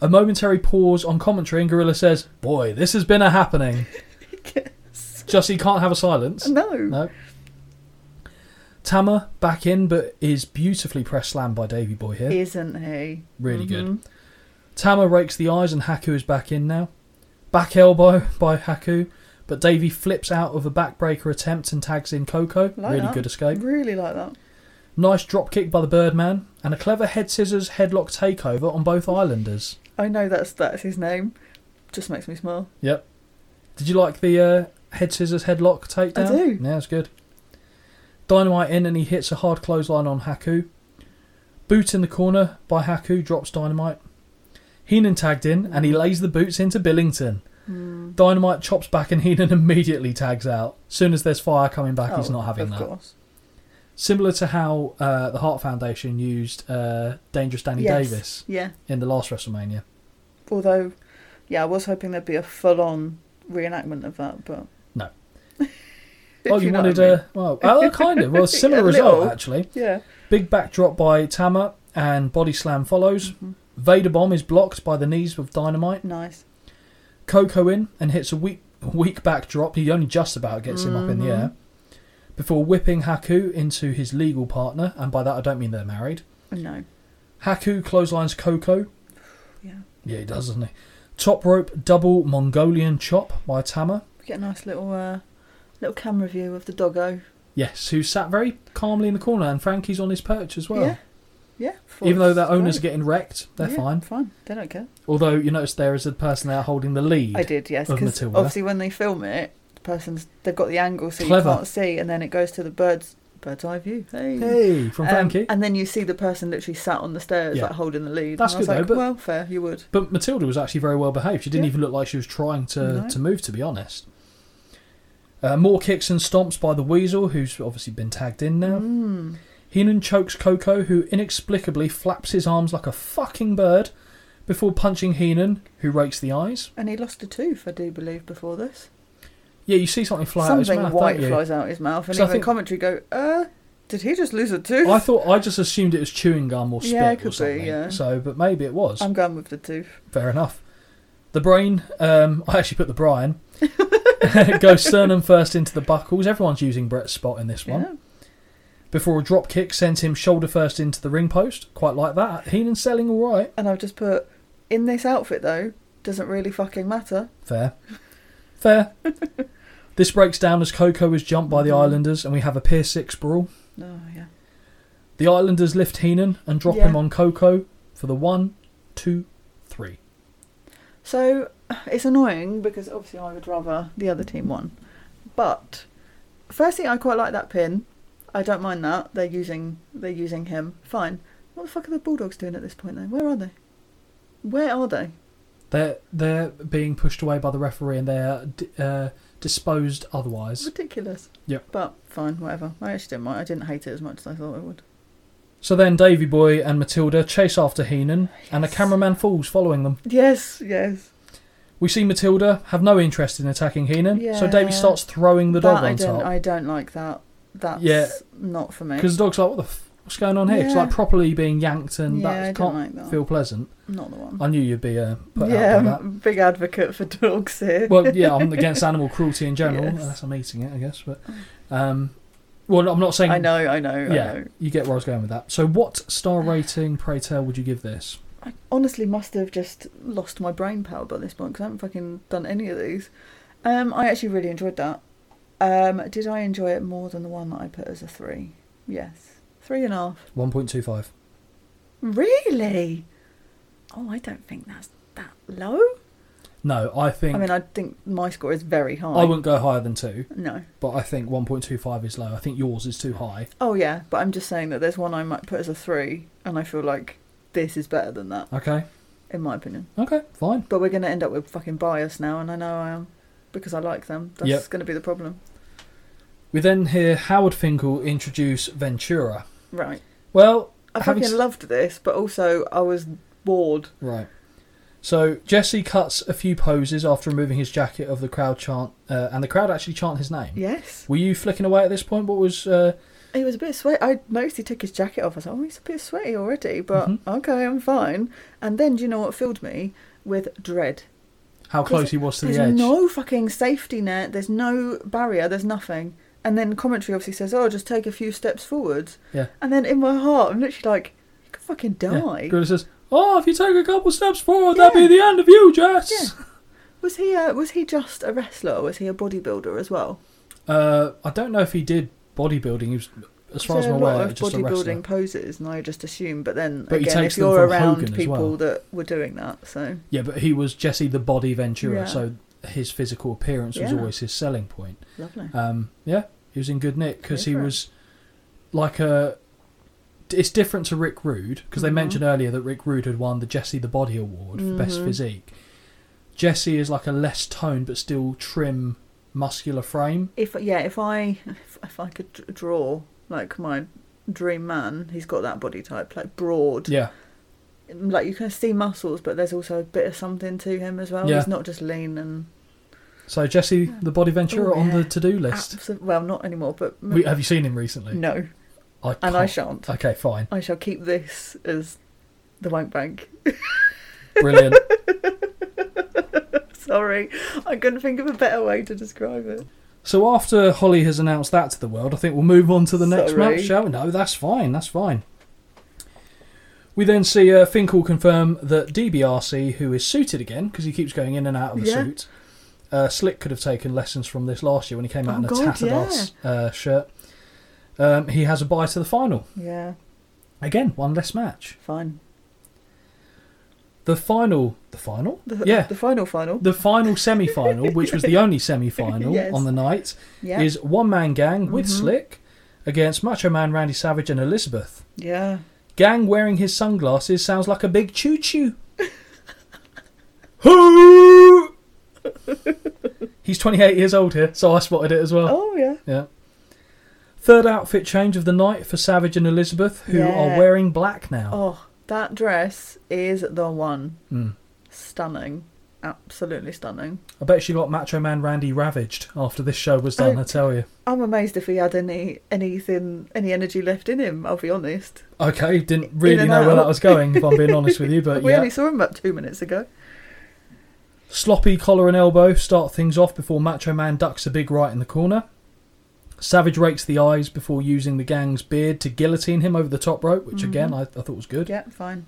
[SPEAKER 1] A momentary pause on commentary, and Gorilla says, "Boy, this has been a happening." Just he can't have a silence.
[SPEAKER 3] No.
[SPEAKER 1] No. Tama back in, but is beautifully press slammed by Davy Boy here.
[SPEAKER 3] Isn't he? Mm-hmm.
[SPEAKER 1] Really good. Tama rakes the eyes, and Haku is back in now. Back elbow by Haku, but Davy flips out of a backbreaker attempt and tags in Coco.
[SPEAKER 3] Like
[SPEAKER 1] really
[SPEAKER 3] that.
[SPEAKER 1] good escape.
[SPEAKER 3] Really like that.
[SPEAKER 1] Nice drop kick by the Birdman, and a clever head scissors headlock takeover on both Islanders.
[SPEAKER 3] I know that's that's his name. Just makes me smile.
[SPEAKER 1] Yep. Did you like the uh, head scissors headlock takedown.
[SPEAKER 3] I do.
[SPEAKER 1] Yeah, it's good. Dynamite in and he hits a hard clothesline on Haku. Boot in the corner by Haku drops Dynamite. Heenan tagged in and he lays the boots into Billington.
[SPEAKER 3] Hmm.
[SPEAKER 1] Dynamite chops back and Heenan immediately tags out. Soon as there's fire coming back, he's
[SPEAKER 3] Oh,
[SPEAKER 1] not having
[SPEAKER 3] of
[SPEAKER 1] that.
[SPEAKER 3] course.
[SPEAKER 1] Similar to how uh, the Hart Foundation used uh, Dangerous Danny
[SPEAKER 3] Yes.
[SPEAKER 1] Davis
[SPEAKER 3] Yeah.
[SPEAKER 1] in the last WrestleMania.
[SPEAKER 3] Although, yeah, I was hoping there'd be a full-on reenactment of that, but
[SPEAKER 1] No.
[SPEAKER 3] If
[SPEAKER 1] Oh, you,
[SPEAKER 3] know what
[SPEAKER 1] wanted
[SPEAKER 3] I mean.
[SPEAKER 1] a well, oh, kind of. Well, similar
[SPEAKER 3] A
[SPEAKER 1] result
[SPEAKER 3] little.
[SPEAKER 1] actually.
[SPEAKER 3] yeah.
[SPEAKER 1] Big backdrop by Tama and body slam follows.
[SPEAKER 3] Mm-hmm.
[SPEAKER 1] Vader bomb is blocked by the knees of Dynamite.
[SPEAKER 3] Nice.
[SPEAKER 1] Coco in and hits a weak weak backdrop. He only just about gets him up in
[SPEAKER 3] Mm-hmm.
[SPEAKER 1] the air before whipping Haku into his legal partner, and by that I don't mean they're married.
[SPEAKER 3] Oh, No.
[SPEAKER 1] Haku clotheslines Coco.
[SPEAKER 3] Yeah.
[SPEAKER 1] Yeah, he does, doesn't he? Top rope double Mongolian chop by Tama.
[SPEAKER 3] We get a nice little uh, little camera view of the doggo.
[SPEAKER 1] Yes, who sat very calmly in the corner, and Frankie's on his perch as well.
[SPEAKER 3] yeah. Yeah. thought
[SPEAKER 1] Even
[SPEAKER 3] it
[SPEAKER 1] though
[SPEAKER 3] was
[SPEAKER 1] their owners are
[SPEAKER 3] great.
[SPEAKER 1] getting wrecked, they're
[SPEAKER 3] Yeah,
[SPEAKER 1] fine.
[SPEAKER 3] Fine. They don't care.
[SPEAKER 1] Although you notice there is a person there holding the lead.
[SPEAKER 3] I did, yes,
[SPEAKER 1] of
[SPEAKER 3] because
[SPEAKER 1] Matilda.
[SPEAKER 3] obviously when they film it, the person's they've got the angle so
[SPEAKER 1] Clever.
[SPEAKER 3] you can't see, and then it goes to the bird's bird's eye view. Hey.
[SPEAKER 1] Hey, from
[SPEAKER 3] Um,
[SPEAKER 1] Frankie.
[SPEAKER 3] and then you see the person literally sat on the stairs,
[SPEAKER 1] Yeah.
[SPEAKER 3] like holding the lead.
[SPEAKER 1] That's
[SPEAKER 3] and I was
[SPEAKER 1] good though,
[SPEAKER 3] like,
[SPEAKER 1] but-
[SPEAKER 3] well, fair, you would.
[SPEAKER 1] But Matilda was actually very well behaved. She didn't
[SPEAKER 3] Yeah.
[SPEAKER 1] even look like she was trying to,
[SPEAKER 3] No.
[SPEAKER 1] to move, to be honest. Uh, more kicks and stomps by the Weasel, who's obviously been tagged in now.
[SPEAKER 3] Mm.
[SPEAKER 1] Heenan chokes Coco, who inexplicably flaps his arms like a fucking bird before punching Heenan, who rakes the eyes.
[SPEAKER 3] And he lost a tooth, I do believe, before this.
[SPEAKER 1] Yeah, you see something fly
[SPEAKER 3] Something
[SPEAKER 1] out his mouth,
[SPEAKER 3] white
[SPEAKER 1] don't you?
[SPEAKER 3] flies out his mouth, and
[SPEAKER 1] So I
[SPEAKER 3] even
[SPEAKER 1] think-
[SPEAKER 3] commentary go, uh, did he just lose a tooth?
[SPEAKER 1] I thought I just assumed it was chewing gum or spit
[SPEAKER 3] Yeah, it could
[SPEAKER 1] or
[SPEAKER 3] be,
[SPEAKER 1] something.
[SPEAKER 3] yeah. Um,
[SPEAKER 1] So, but maybe it was.
[SPEAKER 3] I'm going with the tooth.
[SPEAKER 1] Fair enough. The brain, um, I actually put the Brian, goes sternum first into the buckles. Everyone's using Brett's spot in this one.
[SPEAKER 3] Yeah.
[SPEAKER 1] Before a drop kick sends him shoulder first into the ring post. Quite like that. Heenan's selling all right.
[SPEAKER 3] And I've just put, in this outfit though, doesn't really fucking matter.
[SPEAKER 1] Fair. Fair. this breaks down as Coco is jumped
[SPEAKER 3] Mm-hmm.
[SPEAKER 1] by the Islanders and we have a Pier 6 brawl.
[SPEAKER 3] No, Oh, yeah.
[SPEAKER 1] The Islanders lift Heenan and drop
[SPEAKER 3] Yeah.
[SPEAKER 1] him on Coco for the one, two, three.
[SPEAKER 3] So it's annoying because obviously I would rather the other team won. But firstly, I quite like that pin. I don't mind that they're using they're using him. Fine. What the fuck are the Bulldogs doing at this point though? Where are they? Where are they?
[SPEAKER 1] They're, they're being pushed away by the referee and they're d- uh, disposed otherwise.
[SPEAKER 3] Ridiculous.
[SPEAKER 1] Yep.
[SPEAKER 3] But fine, whatever. I actually didn't mind. I didn't hate it as much as I thought I would.
[SPEAKER 1] So then Davy Boy and Matilda chase after Heenan, and a cameraman falls following them.
[SPEAKER 3] Yes, yes.
[SPEAKER 1] We see Matilda have no interest in attacking Heenan, so
[SPEAKER 3] Yeah.
[SPEAKER 1] Davy starts throwing the dog
[SPEAKER 3] that I
[SPEAKER 1] on
[SPEAKER 3] don't.
[SPEAKER 1] top.
[SPEAKER 3] I don't like that. That's
[SPEAKER 1] Yeah.
[SPEAKER 3] not for me.
[SPEAKER 1] Because the dog's like, what the f- what's going on here? It's
[SPEAKER 3] Yeah.
[SPEAKER 1] like properly being yanked, and
[SPEAKER 3] Yeah, I
[SPEAKER 1] that
[SPEAKER 3] don't
[SPEAKER 1] can't
[SPEAKER 3] like that.
[SPEAKER 1] feel pleasant.
[SPEAKER 3] Not the one.
[SPEAKER 1] I knew you'd be uh, put
[SPEAKER 3] yeah,
[SPEAKER 1] out by
[SPEAKER 3] I'm a big advocate for dogs here.
[SPEAKER 1] that. Well, yeah, I'm against animal cruelty in general,
[SPEAKER 3] Yes.
[SPEAKER 1] unless I'm eating it, I guess. But, um, well, I'm not saying.
[SPEAKER 3] I know, I know, I
[SPEAKER 1] Yeah,
[SPEAKER 3] know.
[SPEAKER 1] you get where I was going with that. So, what star rating, pray tell, would you give this?
[SPEAKER 3] I honestly must have just lost my brain power by this point because I haven't fucking done any of these. Um, I actually really enjoyed that. Um, did I enjoy it more than the one that I put as a three? Yes, three and a half.
[SPEAKER 1] One point two five.
[SPEAKER 3] Really? Oh, I don't think that's that low.
[SPEAKER 1] No, I think
[SPEAKER 3] I mean, I think my score is very high.
[SPEAKER 1] I wouldn't go higher than two.
[SPEAKER 3] No.
[SPEAKER 1] but I think 1.25 is low. I think yours is too high.
[SPEAKER 3] Oh yeah, but I'm just saying that there's one I might put as a three, and I feel like this is better than that
[SPEAKER 1] Okay.
[SPEAKER 3] in my opinion.
[SPEAKER 1] Okay, fine.
[SPEAKER 3] But we're going to end up with fucking bias now, and I know I am because I like them. That's
[SPEAKER 1] Yep.
[SPEAKER 3] going to be the problem,
[SPEAKER 1] We then hear Howard Finkel introduce Ventura.
[SPEAKER 3] right?
[SPEAKER 1] Well,
[SPEAKER 3] I
[SPEAKER 1] Having
[SPEAKER 3] fucking
[SPEAKER 1] s-
[SPEAKER 3] loved this, but also I was bored.
[SPEAKER 1] right. So Jesse cuts a few poses after removing his jacket of the crowd chant, uh, and the crowd actually chant his name.
[SPEAKER 3] Yes,
[SPEAKER 1] Were you flicking away at this point? What was? Uh,
[SPEAKER 3] he was a bit sweaty. I noticed he took his jacket off. I was like, oh, he's a bit sweaty already, but
[SPEAKER 1] Mhm.
[SPEAKER 3] okay, I'm fine. And then, do you know what filled me with dread?
[SPEAKER 1] how close he was to
[SPEAKER 3] there's
[SPEAKER 1] the edge?
[SPEAKER 3] no fucking safety net. There's no barrier. There's nothing. And then commentary obviously says, "Oh, just take a few steps forwards."
[SPEAKER 1] Yeah.
[SPEAKER 3] And then in my heart, I'm literally like, "You could fucking
[SPEAKER 1] Yeah.
[SPEAKER 3] die."
[SPEAKER 1] Gorilla says, "Oh, if you take a couple steps forward,
[SPEAKER 3] Yeah.
[SPEAKER 1] that'd be the end of you, Jess."
[SPEAKER 3] Was he uh, was he just a wrestler or was he a bodybuilder as well?
[SPEAKER 1] Uh, I don't know if he did bodybuilding. He was, as far as
[SPEAKER 3] There
[SPEAKER 1] I'm
[SPEAKER 3] are a lot
[SPEAKER 1] aware,
[SPEAKER 3] of
[SPEAKER 1] just a
[SPEAKER 3] bodybuilding
[SPEAKER 1] wrestler.
[SPEAKER 3] poses, and I just assume. But then
[SPEAKER 1] But he
[SPEAKER 3] again,
[SPEAKER 1] takes
[SPEAKER 3] if
[SPEAKER 1] them
[SPEAKER 3] you're
[SPEAKER 1] from
[SPEAKER 3] around
[SPEAKER 1] Hogan as
[SPEAKER 3] people
[SPEAKER 1] well.
[SPEAKER 3] that were doing that, so
[SPEAKER 1] Yeah, but he was Jesse the Body Ventura,
[SPEAKER 3] Yeah.
[SPEAKER 1] so his physical appearance was
[SPEAKER 3] Yeah.
[SPEAKER 1] always his selling point.
[SPEAKER 3] Lovely.
[SPEAKER 1] Um, yeah, he was in good nick because
[SPEAKER 3] Go
[SPEAKER 1] he
[SPEAKER 3] for it.
[SPEAKER 1] was like a. It's different to Rick Rude because they
[SPEAKER 3] Mhm.
[SPEAKER 1] mentioned earlier that Rick Rude had won the Jesse the Body Award for best
[SPEAKER 3] Mhm.
[SPEAKER 1] physique. Jesse is like a less toned but still trim, muscular frame.
[SPEAKER 3] If yeah, if I if, if I could d- draw like my dream man, he's got that body type, like broad.
[SPEAKER 1] Yeah,
[SPEAKER 3] Like you can see muscles, but there's also a bit of something to him as well.
[SPEAKER 1] Yeah.
[SPEAKER 3] He's not just lean and
[SPEAKER 1] so Jesse the Body Ventura
[SPEAKER 3] Oh,
[SPEAKER 1] on the
[SPEAKER 3] yeah.
[SPEAKER 1] to-do list.
[SPEAKER 3] abso- well, not anymore. But
[SPEAKER 1] We, have you seen him recently?
[SPEAKER 3] no,
[SPEAKER 1] I
[SPEAKER 3] and I
[SPEAKER 1] can't-
[SPEAKER 3] shan't.
[SPEAKER 1] Okay, fine,
[SPEAKER 3] I shall keep this as the wank bank.
[SPEAKER 1] brilliant.
[SPEAKER 3] Sorry, I couldn't think of a better way to describe it.
[SPEAKER 1] So after Holly has announced that to the world, I think we'll move on to the next
[SPEAKER 3] Sorry.
[SPEAKER 1] match, shall we? No, that's fine. That's fine. We then see uh, Finkel confirm that DBRC, who is suited again because he keeps going in and out of the
[SPEAKER 3] Yeah.
[SPEAKER 1] suit, uh, Slick could have taken lessons from this last year when he came out
[SPEAKER 3] Oh,
[SPEAKER 1] in a
[SPEAKER 3] God,
[SPEAKER 1] tattered
[SPEAKER 3] yeah.
[SPEAKER 1] ass, uh, shirt. Um, he has a bye to the final.
[SPEAKER 3] Yeah,
[SPEAKER 1] Again, one less match.
[SPEAKER 3] fine.
[SPEAKER 1] The final. The final?
[SPEAKER 3] The,
[SPEAKER 1] yeah.
[SPEAKER 3] the final final.
[SPEAKER 1] The final semi final, which was the only semi final
[SPEAKER 3] Yes.
[SPEAKER 1] on the night,
[SPEAKER 3] yeah,
[SPEAKER 1] is One Man Gang with
[SPEAKER 3] Mhm.
[SPEAKER 1] Slick against Macho Man Randy Savage and Elizabeth.
[SPEAKER 3] yeah.
[SPEAKER 1] Gang wearing his sunglasses sounds like a big choo choo. Hoo! He's 28 years old here, so I spotted it as well.
[SPEAKER 3] Oh yeah.
[SPEAKER 1] Yeah. Third outfit change of the night for Savage and Elizabeth, who
[SPEAKER 3] Yeah.
[SPEAKER 1] are wearing black now.
[SPEAKER 3] Oh, that dress is the one.
[SPEAKER 1] Mm.
[SPEAKER 3] Stunning. Absolutely stunning.
[SPEAKER 1] I bet she got Macho Man Randy ravaged after this show was done,
[SPEAKER 3] Oh.
[SPEAKER 1] I tell you.
[SPEAKER 3] I'm amazed if he had any anything any energy left in him, I'll be honest.
[SPEAKER 1] Okay, didn't really
[SPEAKER 3] and
[SPEAKER 1] know where
[SPEAKER 3] out.
[SPEAKER 1] that was going, if I'm being honest with you, but
[SPEAKER 3] we
[SPEAKER 1] yeah.
[SPEAKER 3] only saw him about two minutes ago.
[SPEAKER 1] Sloppy collar and elbow start things off before Macho Man ducks a big right in the corner. Savage rakes the eyes before using the gang's beard to guillotine him over the top rope, which again I, I thought was good.
[SPEAKER 3] Mm-hmm. Yeah, fine.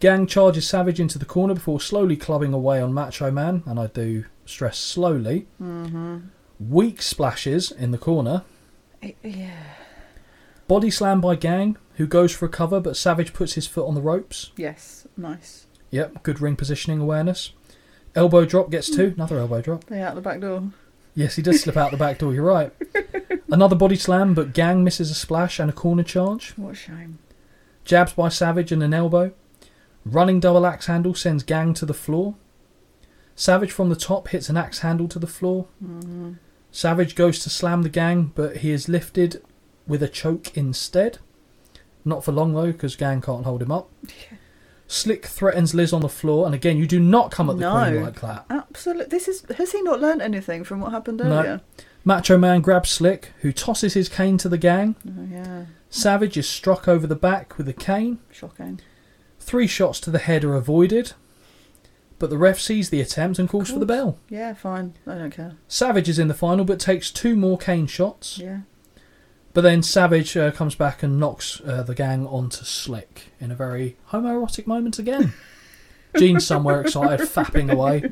[SPEAKER 1] Gang charges Savage into the corner before slowly clubbing away on Macho Man, and I do stress slowly.
[SPEAKER 3] Mm-hmm.
[SPEAKER 1] Weak splashes in the corner.
[SPEAKER 3] I- yeah.
[SPEAKER 1] Body slam by Gang, who goes for a cover, but Savage puts his foot on the ropes.
[SPEAKER 3] Yes. Nice.
[SPEAKER 1] Yep, good ring positioning awareness. Elbow drop gets two, another elbow drop.
[SPEAKER 3] They out the back door.
[SPEAKER 1] Yes, he does slip out the back door, you're right. Another body slam, but Gang misses a splash and a corner charge.
[SPEAKER 3] What a shame.
[SPEAKER 1] Jabs by Savage and an elbow. Running double axe handle sends Gang to the floor. Savage from the top hits an axe handle to the floor. Savage goes to slam the Gang, but he is lifted with a choke instead. Not for long, though, because Gang can't hold him up. Slick threatens Liz on the floor, and again, you do not come at the
[SPEAKER 3] No.
[SPEAKER 1] queen like that.
[SPEAKER 3] Absolutely. This is. Has he not learnt anything from what happened
[SPEAKER 1] No.
[SPEAKER 3] earlier?
[SPEAKER 1] Macho Man grabs Slick, who tosses his cane to the Gang.
[SPEAKER 3] No. Oh, yeah.
[SPEAKER 1] Savage is struck over the back with a cane.
[SPEAKER 3] Shocking.
[SPEAKER 1] Three shots to the head are avoided, but the ref sees the attempt and calls for the bell.
[SPEAKER 3] Yeah, fine. I don't care.
[SPEAKER 1] Savage is in the final but takes two more cane shots.
[SPEAKER 3] Yeah.
[SPEAKER 1] But then Savage uh, comes back and knocks uh, the gang onto Slick in a very homoerotic moment again. Gene's somewhere excited, fapping away.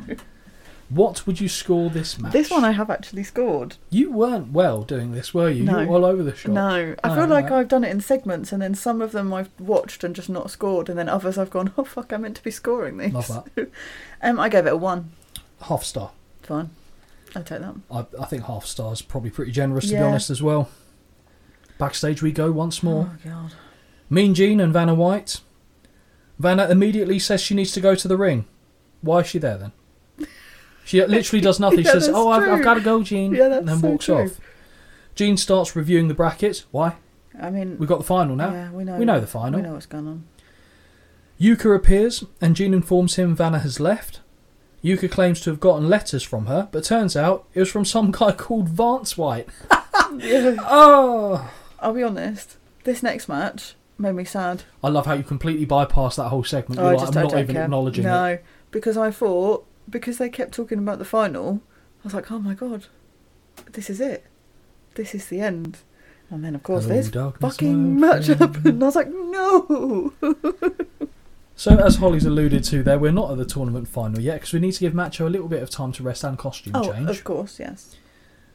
[SPEAKER 1] What would you score this match?
[SPEAKER 3] This one I have actually scored.
[SPEAKER 1] You weren't well doing this, were you?
[SPEAKER 3] No.
[SPEAKER 1] You were all over the shop.
[SPEAKER 3] No, I
[SPEAKER 1] No,
[SPEAKER 3] feel like
[SPEAKER 1] no.
[SPEAKER 3] I've done it in segments, and then some of them I've watched and just not scored, and then others I've gone, oh fuck, I meant to be scoring these.
[SPEAKER 1] Love that.
[SPEAKER 3] Um, I gave it a one.
[SPEAKER 1] Half star.
[SPEAKER 3] Fine, I take that.
[SPEAKER 1] I, I think half star's probably pretty generous to be
[SPEAKER 3] Yeah.
[SPEAKER 1] honest as well. Backstage we go once more.
[SPEAKER 3] Oh god.
[SPEAKER 1] Mean Jean and Vanna White. Vanna immediately says she needs to go to the ring. Why is she there then? She literally does nothing.
[SPEAKER 3] Yeah,
[SPEAKER 1] she says,
[SPEAKER 3] that's
[SPEAKER 1] "Oh, I've, I've
[SPEAKER 3] true.
[SPEAKER 1] got to go, Jean,"
[SPEAKER 3] Yeah, that's
[SPEAKER 1] and then
[SPEAKER 3] so
[SPEAKER 1] walks
[SPEAKER 3] true.
[SPEAKER 1] off. Jean starts reviewing the brackets. Why?
[SPEAKER 3] I mean,
[SPEAKER 1] We've got the final now.
[SPEAKER 3] yeah, we know.
[SPEAKER 1] we know the final.
[SPEAKER 3] We know what's going on.
[SPEAKER 1] Yuka appears, and Jean informs him Vanna has left. Yuka claims to have gotten letters from her, but turns out it was from some guy called Vance White. Oh.
[SPEAKER 3] I'll be honest. This next match made me sad.
[SPEAKER 1] I love how you completely bypass that whole segment. You're
[SPEAKER 3] Oh, I
[SPEAKER 1] like,
[SPEAKER 3] just
[SPEAKER 1] I'm
[SPEAKER 3] I
[SPEAKER 1] not
[SPEAKER 3] don't
[SPEAKER 1] even
[SPEAKER 3] care.
[SPEAKER 1] acknowledging it.
[SPEAKER 3] no, because I thought because they kept talking about the final, I was like, oh my god, this is it. This is the end. And then of course
[SPEAKER 1] Hello,
[SPEAKER 3] this
[SPEAKER 1] darkness,
[SPEAKER 3] fucking
[SPEAKER 1] my
[SPEAKER 3] match
[SPEAKER 1] friend.
[SPEAKER 3] happened. And I was like, no.
[SPEAKER 1] So, as Holly's alluded to there, we're not at the tournament final yet because we need to give Macho a little bit of time to rest and costume
[SPEAKER 3] Oh,
[SPEAKER 1] change.
[SPEAKER 3] of course, yes.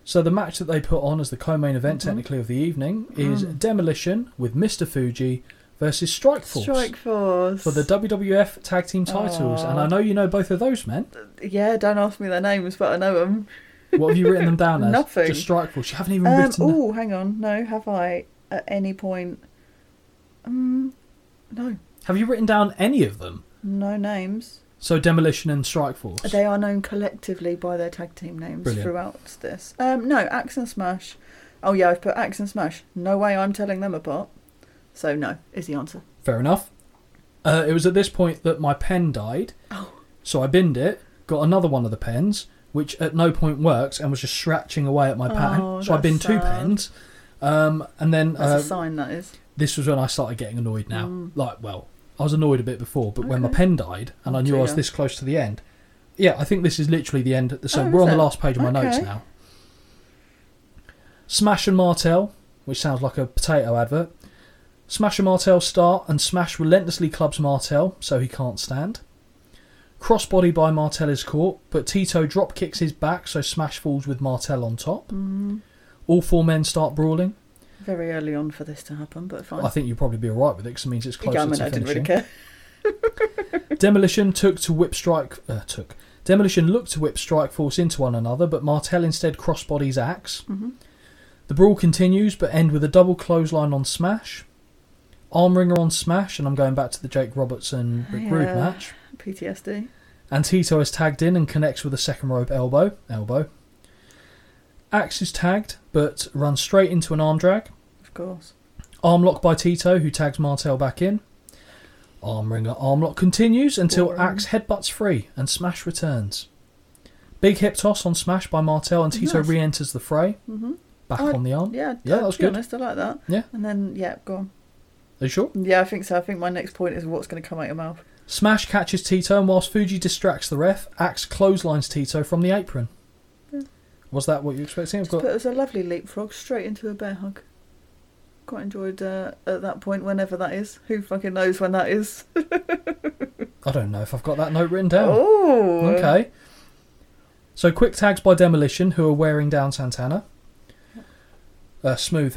[SPEAKER 1] So, the match that
[SPEAKER 3] Mm-hmm. Mm.
[SPEAKER 1] they put on as the co main event, technically, of the evening is Demolition with Mr. Fuji versus Strike Force
[SPEAKER 3] Strike Force.
[SPEAKER 1] for the WWF Tag Team titles. And I know you know both of those men.
[SPEAKER 3] yeah, don't ask me their names, but I know them.
[SPEAKER 1] What have you written them down as?
[SPEAKER 3] Nothing.
[SPEAKER 1] Just Strike Force. You haven't even
[SPEAKER 3] Um,
[SPEAKER 1] written.
[SPEAKER 3] oh, hang on. No, have I at any point? Um, no,
[SPEAKER 1] Have you written down any of them?
[SPEAKER 3] no names.
[SPEAKER 1] So Demolition and Strike Force.
[SPEAKER 3] They are known collectively by their tag team names
[SPEAKER 1] Brilliant.
[SPEAKER 3] throughout this. Um, no, Axe and Smash. Oh yeah, I've put Axe and Smash. No way, I'm telling them apart. So no is the answer.
[SPEAKER 1] Fair enough. Uh, it was at this point that my pen died.
[SPEAKER 3] Oh.
[SPEAKER 1] So I binned it, got another one of the pens, which at no point works and was just scratching away at my pattern.
[SPEAKER 3] Oh,
[SPEAKER 1] so I
[SPEAKER 3] that's
[SPEAKER 1] binned two
[SPEAKER 3] sad.
[SPEAKER 1] pens. Um, and then
[SPEAKER 3] That's a
[SPEAKER 1] uh,
[SPEAKER 3] sign that is.
[SPEAKER 1] this was when I started getting annoyed now.
[SPEAKER 3] Mm.
[SPEAKER 1] Like, well, I was annoyed a bit before, but when my pen died and I
[SPEAKER 3] Oh,
[SPEAKER 1] knew I was
[SPEAKER 3] dear.
[SPEAKER 1] this close to the end. Yeah, I think this is literally the end. So
[SPEAKER 3] Oh,
[SPEAKER 1] we're on
[SPEAKER 3] is
[SPEAKER 1] the
[SPEAKER 3] it?
[SPEAKER 1] last page of my notes
[SPEAKER 3] Okay.
[SPEAKER 1] now. Smash and Martel, which sounds like a potato advert. Smash and Martel start and Smash relentlessly clubs Martel so he can't stand. Crossbody by Martel is caught, but Tito drop kicks his back so Smash falls with Martel on top.
[SPEAKER 3] Mm.
[SPEAKER 1] All four men start brawling.
[SPEAKER 3] Very early on for this to happen, but fine.
[SPEAKER 1] I think you'd probably be alright with it because it means it's closer
[SPEAKER 3] yeah, I mean,
[SPEAKER 1] to
[SPEAKER 3] I
[SPEAKER 1] finishing.
[SPEAKER 3] didn't really care.
[SPEAKER 1] Demolition took to whip strike. Uh, took. Demolition looked to whip strike force into one another, but Martel instead crossbodies Axe.
[SPEAKER 3] Mm-hmm.
[SPEAKER 1] The brawl continues, but end with a double clothesline on Smash, Armringer on Smash, and I'm going back to the Jake Robertson Rick Rude
[SPEAKER 3] Yeah.
[SPEAKER 1] match.
[SPEAKER 3] PTSD.
[SPEAKER 1] And Tito is tagged in and connects with a second rope elbow. Elbow. Axe is tagged, but runs straight into an arm drag.
[SPEAKER 3] Of course.
[SPEAKER 1] Arm lock by Tito, who tags Martel back in. Armringer arm lock continues until
[SPEAKER 3] Boring.
[SPEAKER 1] Axe headbutts free and Smash returns. Big hip toss on Smash by Martel and Tito
[SPEAKER 3] Nice.
[SPEAKER 1] re enters the fray.
[SPEAKER 3] Mhm.
[SPEAKER 1] Back
[SPEAKER 3] I-
[SPEAKER 1] on the arm.
[SPEAKER 3] Yeah,
[SPEAKER 1] Yeah,
[SPEAKER 3] yeah,
[SPEAKER 1] that was
[SPEAKER 3] to be
[SPEAKER 1] good.
[SPEAKER 3] honest, I like that.
[SPEAKER 1] Yeah.
[SPEAKER 3] And then, yeah, go on.
[SPEAKER 1] Are you sure?
[SPEAKER 3] Yeah, I think so. I think my next point is what's going to come out your mouth.
[SPEAKER 1] Smash catches Tito and whilst Fuji distracts the ref, Axe clotheslines Tito from the apron. Was that what you were expecting? I've
[SPEAKER 3] Just put
[SPEAKER 1] got
[SPEAKER 3] it was a lovely leapfrog straight into a bear hug. Quite enjoyed uh, at that point, whenever that is. Who fucking knows when that is?
[SPEAKER 1] I don't know if I've got that note written down.
[SPEAKER 3] Oh.
[SPEAKER 1] Okay. So quick tags by Demolition, who are wearing down Santana. Uh, smooth.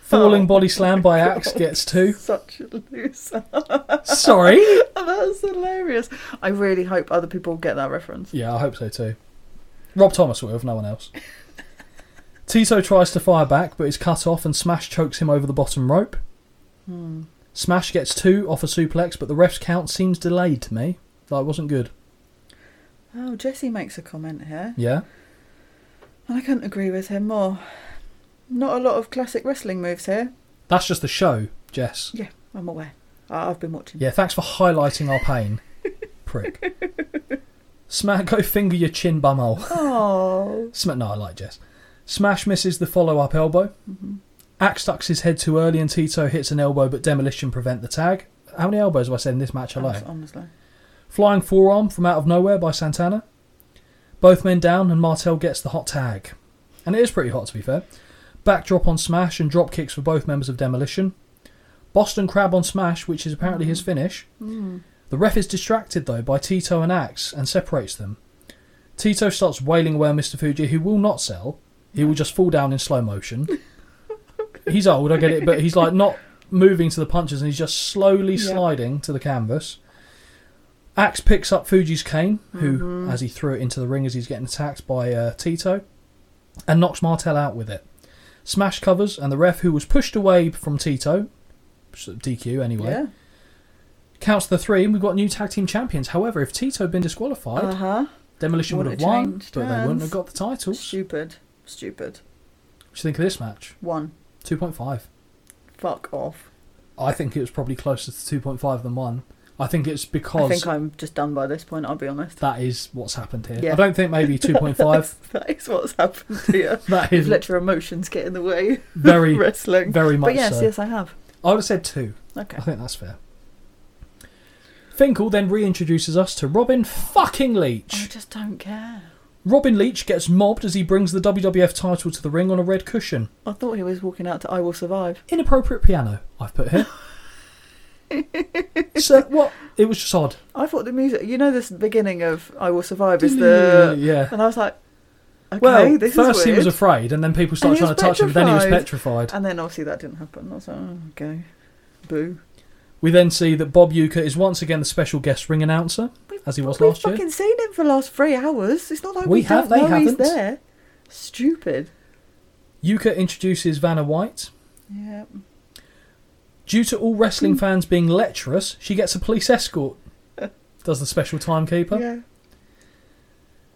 [SPEAKER 1] Falling
[SPEAKER 3] Oh,
[SPEAKER 1] body slam by Axe gets two.
[SPEAKER 3] Such a loser.
[SPEAKER 1] Sorry.
[SPEAKER 3] That's hilarious. I really hope other people get that reference.
[SPEAKER 1] Yeah, I hope so too. Rob Thomas will, if no one else. Tito tries to fire back, but is cut off, and Smash chokes him over the bottom rope. Smash gets two off a suplex, but the ref's count seems delayed to me. That wasn't good.
[SPEAKER 3] Oh, Jesse makes a comment here.
[SPEAKER 1] Yeah.
[SPEAKER 3] I couldn't agree with him more. Not a lot of classic wrestling moves here.
[SPEAKER 1] That's just the show, Jess.
[SPEAKER 3] Yeah, I'm aware. I- I've been watching.
[SPEAKER 1] Yeah, thanks for highlighting our pain, prick. Smack, go finger your chin, bumhole.
[SPEAKER 3] Oh,
[SPEAKER 1] Smack, no, I like Jess. Smash misses the follow up elbow. Axe ducks his head too early and Tito hits an elbow, but Demolition prevent the tag. How many elbows have I said in this match alone?
[SPEAKER 3] honest- honestly.
[SPEAKER 1] Flying forearm from out of nowhere by Santana. Both men down and Martel gets the hot tag. And it is pretty hot to be fair. Backdrop on Smash and drop kicks for both members of Demolition. Boston Crab on Smash, which is apparently his finish. The ref is distracted though by Tito and Axe and separates them. Tito starts wailing away on Mr. Fuji, who will not sell. He will just fall down in slow motion. he's old, I get it, but he's like not moving to the punches and he's just slowly
[SPEAKER 3] Yeah.
[SPEAKER 1] sliding to the canvas. Axe picks up Fuji's cane, who,
[SPEAKER 3] Mm-hmm.
[SPEAKER 1] as he threw it into the ring as he's getting attacked by uh, Tito, and knocks Martel out with it. Smash covers, and the ref, who was pushed away from Tito, sort of DQ anyway,
[SPEAKER 3] Yeah.
[SPEAKER 1] counts the three, and we've got new tag team champions. However, if Tito had been disqualified,
[SPEAKER 3] Uh huh.
[SPEAKER 1] Demolition would
[SPEAKER 3] Wouldn't
[SPEAKER 1] have
[SPEAKER 3] have
[SPEAKER 1] won,
[SPEAKER 3] changed
[SPEAKER 1] but they wouldn't
[SPEAKER 3] hands.
[SPEAKER 1] have got the titles. What
[SPEAKER 3] Stupid. Stupid.
[SPEAKER 1] do you think of this match?
[SPEAKER 3] One.
[SPEAKER 1] 2.5.
[SPEAKER 3] Fuck off.
[SPEAKER 1] I think it was probably closer to 2.5 than 1. I think it's because
[SPEAKER 3] I think I'm just done by this point, I'll be honest.
[SPEAKER 1] that is what's happened here.
[SPEAKER 3] Yeah.
[SPEAKER 1] I don't think maybe 2.5.
[SPEAKER 3] That is what's happened here.
[SPEAKER 1] that
[SPEAKER 3] You've
[SPEAKER 1] is
[SPEAKER 3] let your emotions get in the way.
[SPEAKER 1] very,
[SPEAKER 3] wrestling.
[SPEAKER 1] very much
[SPEAKER 3] but yes,
[SPEAKER 1] so.
[SPEAKER 3] yes, I have.
[SPEAKER 1] I would have said 2.
[SPEAKER 3] Okay.
[SPEAKER 1] I think that's fair. Finkel then reintroduces us to Robin fucking
[SPEAKER 3] I
[SPEAKER 1] Leach.
[SPEAKER 3] just don't care.
[SPEAKER 1] Robin Leach gets mobbed as he brings the WWF title to the ring on a red cushion.
[SPEAKER 3] I thought he was walking out to I Will Survive.
[SPEAKER 1] Inappropriate piano, I've put here. so what? It was just odd.
[SPEAKER 3] I thought the music, you know, this beginning of I Will Survive is the.
[SPEAKER 1] Mm, yeah.
[SPEAKER 3] And I was like, okay,
[SPEAKER 1] Well,
[SPEAKER 3] this
[SPEAKER 1] first
[SPEAKER 3] is
[SPEAKER 1] he
[SPEAKER 3] weird.
[SPEAKER 1] was afraid, and then people started
[SPEAKER 3] And he
[SPEAKER 1] trying to
[SPEAKER 3] was
[SPEAKER 1] touch him. Then he was
[SPEAKER 3] petrified.
[SPEAKER 1] petrified.
[SPEAKER 3] and then obviously that didn't happen. I was like, oh, okay. Boo.
[SPEAKER 1] We then see that Bob Uecker is once again the special guest ring announcer, as he was
[SPEAKER 3] We've
[SPEAKER 1] last year.
[SPEAKER 3] fucking seen him for the last three hours. It's not like we,
[SPEAKER 1] We have,
[SPEAKER 3] don't
[SPEAKER 1] they
[SPEAKER 3] know he's
[SPEAKER 1] haven't.
[SPEAKER 3] there. Stupid.
[SPEAKER 1] Uecker introduces Vanna White.
[SPEAKER 3] Yeah.
[SPEAKER 1] Due to all
[SPEAKER 3] Hmm.
[SPEAKER 1] wrestling fans being lecherous, she gets a police escort. Does the special timekeeper.
[SPEAKER 3] yeah.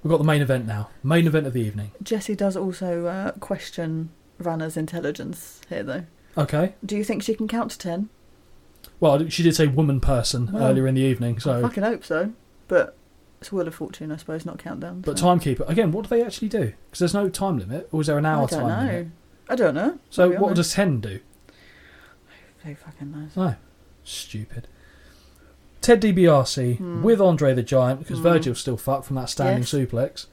[SPEAKER 1] We've got the main event now. Main event of the evening.
[SPEAKER 3] Jesse does also uh, question Vanna's intelligence here, though.
[SPEAKER 1] Okay.
[SPEAKER 3] Do you think she can count to ten?
[SPEAKER 1] Well, she did say woman person
[SPEAKER 3] Well,
[SPEAKER 1] earlier in the evening,
[SPEAKER 3] I
[SPEAKER 1] so.
[SPEAKER 3] fucking hope so. But it's Wheel of Fortune, I suppose, not Countdown.
[SPEAKER 1] But
[SPEAKER 3] so.
[SPEAKER 1] timekeeper. Again, what do they actually do? Because there's no time limit, or is there an hour
[SPEAKER 3] I don't
[SPEAKER 1] time
[SPEAKER 3] know.
[SPEAKER 1] limit?
[SPEAKER 3] I don't know.
[SPEAKER 1] So
[SPEAKER 3] I'll be
[SPEAKER 1] what
[SPEAKER 3] honest.
[SPEAKER 1] does 10 do?
[SPEAKER 3] Who fucking knows?
[SPEAKER 1] No. Stupid. Ted DiBiase with Andre the Giant, because Virgil's still fucked from that standing
[SPEAKER 3] Hmm. Yes.
[SPEAKER 1] suplex,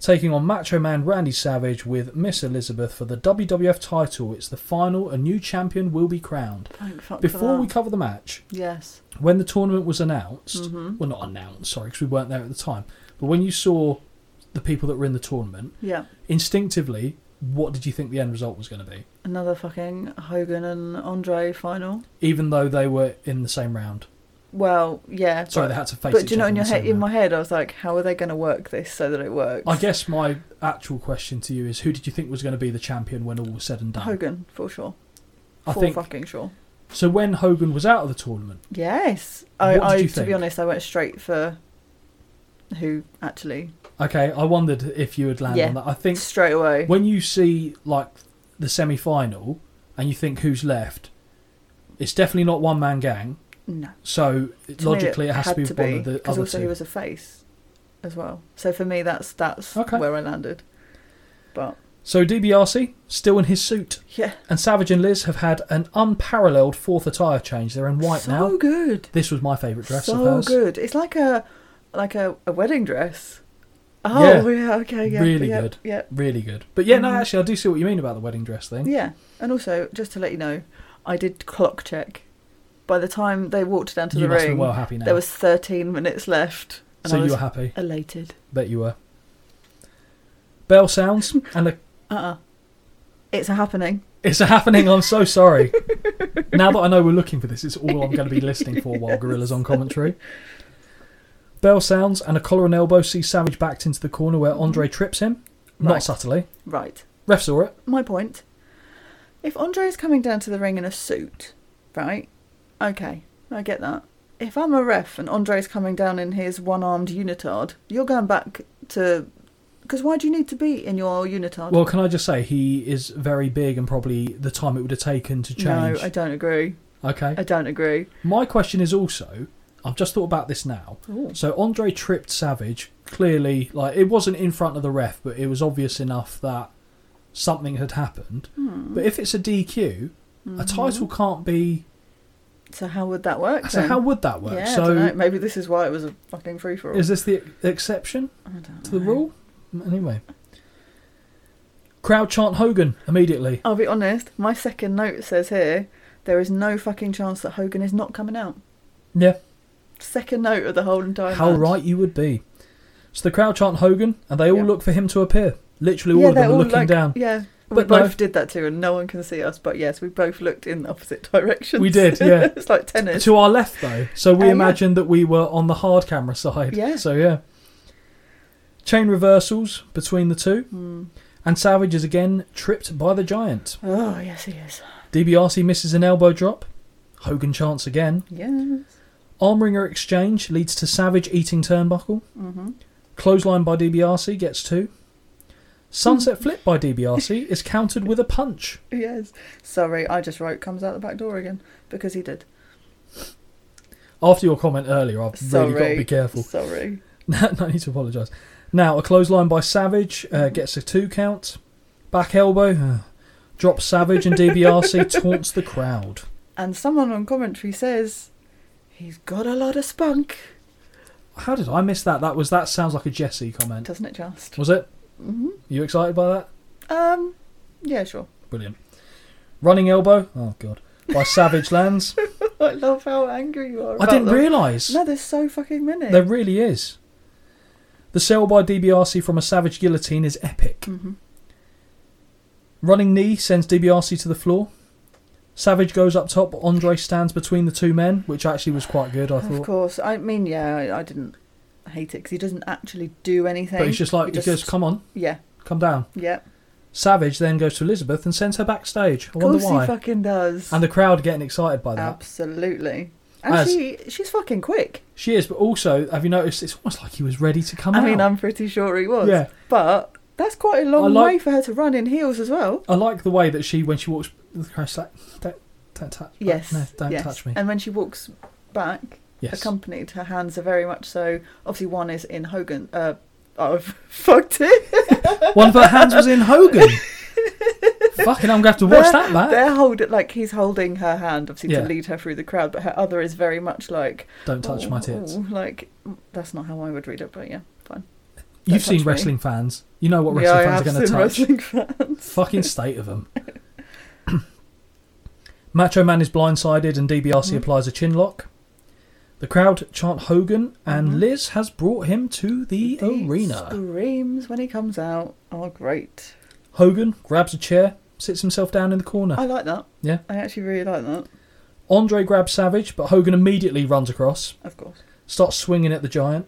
[SPEAKER 1] taking on Macho Man Randy Savage with Miss Elizabeth for the WWF title. It's the final. A new champion will be crowned.
[SPEAKER 3] Thank fuck
[SPEAKER 1] Before
[SPEAKER 3] for
[SPEAKER 1] we
[SPEAKER 3] that.
[SPEAKER 1] cover the match,
[SPEAKER 3] Yes.
[SPEAKER 1] when the tournament was announced,
[SPEAKER 3] Mm-hmm.
[SPEAKER 1] well, not announced, sorry, because we weren't there at the time, but when you saw the people that were in the tournament,
[SPEAKER 3] Yeah.
[SPEAKER 1] instinctively, what did you think the end result was going to be?
[SPEAKER 3] Another fucking Hogan and Andre final.
[SPEAKER 1] Even though they were in the same round.
[SPEAKER 3] Well, yeah.
[SPEAKER 1] Sorry,
[SPEAKER 3] but,
[SPEAKER 1] they had to face
[SPEAKER 3] But
[SPEAKER 1] each
[SPEAKER 3] do you know,
[SPEAKER 1] other
[SPEAKER 3] in, your
[SPEAKER 1] the
[SPEAKER 3] head,
[SPEAKER 1] same
[SPEAKER 3] in
[SPEAKER 1] round.
[SPEAKER 3] my head, I was like, how are they going to work this so that it works?
[SPEAKER 1] I guess my actual question to you is who did you think was going to be the champion when all was said and done?
[SPEAKER 3] Hogan, for sure.
[SPEAKER 1] I
[SPEAKER 3] for
[SPEAKER 1] think
[SPEAKER 3] fucking sure.
[SPEAKER 1] so when Hogan was out of the tournament.
[SPEAKER 3] Yes. I,
[SPEAKER 1] What did
[SPEAKER 3] I
[SPEAKER 1] you
[SPEAKER 3] to
[SPEAKER 1] think?
[SPEAKER 3] be honest, I went straight for who actually
[SPEAKER 1] Okay, I wondered if you would land
[SPEAKER 3] Yeah.
[SPEAKER 1] on that. I think
[SPEAKER 3] straight away.
[SPEAKER 1] when you see like the semi final and you think who's left, it's definitely not one man gang.
[SPEAKER 3] no.
[SPEAKER 1] So
[SPEAKER 3] To me,
[SPEAKER 1] logically it, has to
[SPEAKER 3] had
[SPEAKER 1] be, one of the
[SPEAKER 3] 'cause
[SPEAKER 1] other
[SPEAKER 3] also
[SPEAKER 1] two.
[SPEAKER 3] he was a face as well. So for me, that's that's
[SPEAKER 1] Okay.
[SPEAKER 3] where I landed. But
[SPEAKER 1] So DBRC still in his suit.
[SPEAKER 3] yeah,
[SPEAKER 1] And Savage and Liz have had an unparalleled fourth attire change. They're in white
[SPEAKER 3] so
[SPEAKER 1] now.
[SPEAKER 3] good,
[SPEAKER 1] This was my favourite dress of
[SPEAKER 3] so
[SPEAKER 1] hers.
[SPEAKER 3] good. It's like a like a, a wedding dress. Oh
[SPEAKER 1] Yeah.
[SPEAKER 3] yeah, okay, yeah,
[SPEAKER 1] Really
[SPEAKER 3] yeah,
[SPEAKER 1] good.
[SPEAKER 3] Yeah,
[SPEAKER 1] Really good. But yeah, no,
[SPEAKER 3] Mhm.
[SPEAKER 1] actually I do see what you mean about the wedding dress thing.
[SPEAKER 3] yeah. And also, just to let you know, I did clock check. By the time they walked down to
[SPEAKER 1] you
[SPEAKER 3] the
[SPEAKER 1] must
[SPEAKER 3] ring,
[SPEAKER 1] be well happy now.
[SPEAKER 3] there was 13 minutes left, and
[SPEAKER 1] so
[SPEAKER 3] I was
[SPEAKER 1] you were happy.
[SPEAKER 3] elated.
[SPEAKER 1] Bet you were. Bell sounds and a,
[SPEAKER 3] Uh, uh it's a happening.
[SPEAKER 1] it's a happening. I'm so sorry. now that I know we're looking for this, it's all I'm going to be listening for while Gorilla's on commentary. Bell sounds and a collar and elbow see Savage backed into the corner where Andre trips him. Not
[SPEAKER 3] Right.
[SPEAKER 1] subtly.
[SPEAKER 3] Right.
[SPEAKER 1] Ref saw it.
[SPEAKER 3] my point. If Andre is coming down to the ring in a suit, right? Okay, I get that. If I'm a ref and Andre's coming down in his one armed unitard, you're going back to. Because why do you need to be in your unitard?
[SPEAKER 1] Well, can I just say he is very big and probably the time it would have taken to change.
[SPEAKER 3] no, I don't agree.
[SPEAKER 1] okay.
[SPEAKER 3] I don't agree.
[SPEAKER 1] My question is also, I've just thought about this now.
[SPEAKER 3] Ooh.
[SPEAKER 1] So Andre tripped Savage. Clearly, like it wasn't in front of the ref, but it was obvious enough that something had happened.
[SPEAKER 3] Hmm.
[SPEAKER 1] But if it's a DQ,
[SPEAKER 3] Mm-hmm.
[SPEAKER 1] a title can't be.
[SPEAKER 3] So how would that work?
[SPEAKER 1] So
[SPEAKER 3] then?
[SPEAKER 1] how would that work?
[SPEAKER 3] Yeah, I
[SPEAKER 1] so
[SPEAKER 3] don't know. Maybe this is why it was a fucking free for all.
[SPEAKER 1] is this the exception to the rule? Anyway, crowd chant Hogan immediately.
[SPEAKER 3] I'll be honest. My second note says here there is no fucking chance that Hogan is not coming out.
[SPEAKER 1] Yeah,
[SPEAKER 3] Second note of the whole entire.
[SPEAKER 1] how
[SPEAKER 3] match.
[SPEAKER 1] right you would be. So the crowd chant Hogan, and they all
[SPEAKER 3] Yeah.
[SPEAKER 1] look for him to appear. Literally, all of
[SPEAKER 3] they're
[SPEAKER 1] them are looking
[SPEAKER 3] like-
[SPEAKER 1] down.
[SPEAKER 3] Yeah, we
[SPEAKER 1] But no.
[SPEAKER 3] both did that too, and no one can see us. But yes, we both looked in opposite directions.
[SPEAKER 1] We did, yeah.
[SPEAKER 3] it's like tennis.
[SPEAKER 1] to our left though so we
[SPEAKER 3] Oh, yeah.
[SPEAKER 1] imagined that we were on the hard camera side
[SPEAKER 3] Yeah.
[SPEAKER 1] so yeah chain reversals between the two
[SPEAKER 3] Hmm.
[SPEAKER 1] and savage is again tripped by the giant
[SPEAKER 3] Oh yes, he is.
[SPEAKER 1] DiBiase misses an elbow drop hogan chants again
[SPEAKER 3] Yes.
[SPEAKER 1] armringer exchange leads to savage eating turnbuckle
[SPEAKER 3] Mm-hmm.
[SPEAKER 1] clothesline by DiBiase gets two sunset flip by DiBiase is countered with a punch
[SPEAKER 3] Yes. Sorry, I just wrote comes out the back door again because he did.
[SPEAKER 1] after your comment earlier I've
[SPEAKER 3] Sorry.
[SPEAKER 1] really got to be careful
[SPEAKER 3] Sorry.
[SPEAKER 1] No, no need to apologise. Now, a clothesline by Savage uh, gets a two count. Back elbow uh, drops Savage, and DBRC taunts the crowd.
[SPEAKER 3] And someone on commentary says he's got a lot of spunk,
[SPEAKER 1] How did I miss that? That was that sounds like a Jesse comment.
[SPEAKER 3] doesn't it? Just.
[SPEAKER 1] Was it?
[SPEAKER 3] hmm
[SPEAKER 1] You excited by that?
[SPEAKER 3] Um. Yeah, sure.
[SPEAKER 1] Brilliant. Running elbow. Oh god. By Savage lands.
[SPEAKER 3] I love how angry you are.
[SPEAKER 1] I
[SPEAKER 3] about
[SPEAKER 1] didn't
[SPEAKER 3] them.
[SPEAKER 1] realise.
[SPEAKER 3] No, there's so fucking many.
[SPEAKER 1] There really is. The sell by DBRC from a Savage guillotine is epic.
[SPEAKER 3] Mhm.
[SPEAKER 1] Running knee sends DBRC to the floor. Savage goes up top. Andre stands between the two men, which actually was quite good. I
[SPEAKER 3] Of
[SPEAKER 1] thought.
[SPEAKER 3] course. I mean, yeah, I, I didn't hate it because he doesn't actually do anything.
[SPEAKER 1] But he's just like,
[SPEAKER 3] He
[SPEAKER 1] he goes, "Come on,
[SPEAKER 3] yeah,
[SPEAKER 1] come down."
[SPEAKER 3] yeah.
[SPEAKER 1] Savage then goes to Elizabeth and sends her backstage. I
[SPEAKER 3] Of
[SPEAKER 1] wonder
[SPEAKER 3] course
[SPEAKER 1] why.
[SPEAKER 3] he fucking does.
[SPEAKER 1] and the crowd getting excited by that.
[SPEAKER 3] Absolutely. And
[SPEAKER 1] As-
[SPEAKER 3] she, she's fucking quick.
[SPEAKER 1] She is, but also, have you noticed? It's almost like he was ready to come
[SPEAKER 3] I
[SPEAKER 1] out.
[SPEAKER 3] mean, I'm pretty sure he was.
[SPEAKER 1] Yeah.
[SPEAKER 3] But that's quite a
[SPEAKER 1] I
[SPEAKER 3] long
[SPEAKER 1] like-
[SPEAKER 3] way for her to run in heels as well.
[SPEAKER 1] I like the way that she, when she walks, the crowd's like, "Don't, don't touch,
[SPEAKER 3] Yes.
[SPEAKER 1] no, don't
[SPEAKER 3] yes.
[SPEAKER 1] touch me."
[SPEAKER 3] And when she walks back,
[SPEAKER 1] yes,
[SPEAKER 3] accompanied, her hands are very much so. Obviously, one is in Hogan. Uh, I've fucked it.
[SPEAKER 1] one of her hands was in Hogan. Fucking, I'm gonna have to watch that back.
[SPEAKER 3] They're holding, like, he's holding her hand, obviously,
[SPEAKER 1] Uh. Yeah.
[SPEAKER 3] to lead her through the crowd, but her other is very much like.
[SPEAKER 1] Don't touch my
[SPEAKER 3] "Oh,
[SPEAKER 1] tits.
[SPEAKER 3] oh," Like, that's not how I would read it, but yeah, fine.
[SPEAKER 1] You've seen
[SPEAKER 3] touch me.
[SPEAKER 1] wrestling fans. You know what
[SPEAKER 3] yeah,
[SPEAKER 1] wrestling
[SPEAKER 3] I
[SPEAKER 1] fans are
[SPEAKER 3] have
[SPEAKER 1] going to
[SPEAKER 3] seen
[SPEAKER 1] touch.
[SPEAKER 3] wrestling fans.
[SPEAKER 1] Fucking state of them. Macho Man is blindsided and DBRC
[SPEAKER 3] Mhm.
[SPEAKER 1] applies a chin lock. The crowd chant Hogan, and
[SPEAKER 3] Mhm.
[SPEAKER 1] Liz has brought him to the
[SPEAKER 3] He
[SPEAKER 1] arena.
[SPEAKER 3] Screams when he comes out. Oh, great.
[SPEAKER 1] Hogan grabs a chair, sits himself down in the corner.
[SPEAKER 3] I like that.
[SPEAKER 1] Uh. Yeah.
[SPEAKER 3] I actually really like that,
[SPEAKER 1] Andre grabs Savage, but Hogan immediately runs across,
[SPEAKER 3] of course.
[SPEAKER 1] starts swinging at the giant.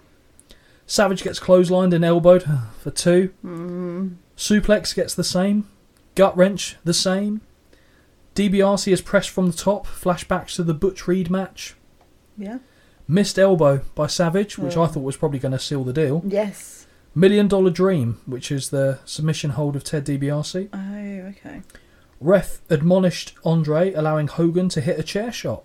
[SPEAKER 1] Savage gets clotheslined and elbowed for two.
[SPEAKER 3] Mm,
[SPEAKER 1] Suplex gets the same. Gut wrench, the same. DBRC is pressed from the top, flashbacks to the Butch Reed match.
[SPEAKER 3] yeah.
[SPEAKER 1] Missed elbow by Savage, which I
[SPEAKER 3] Oh.
[SPEAKER 1] thought was probably going to seal the deal.
[SPEAKER 3] Yes.
[SPEAKER 1] Million Dollar Dream, which is the submission hold of Ted DiBiase.
[SPEAKER 3] Oh, okay.
[SPEAKER 1] Ref admonished Andre, allowing Hogan to hit a chair shot.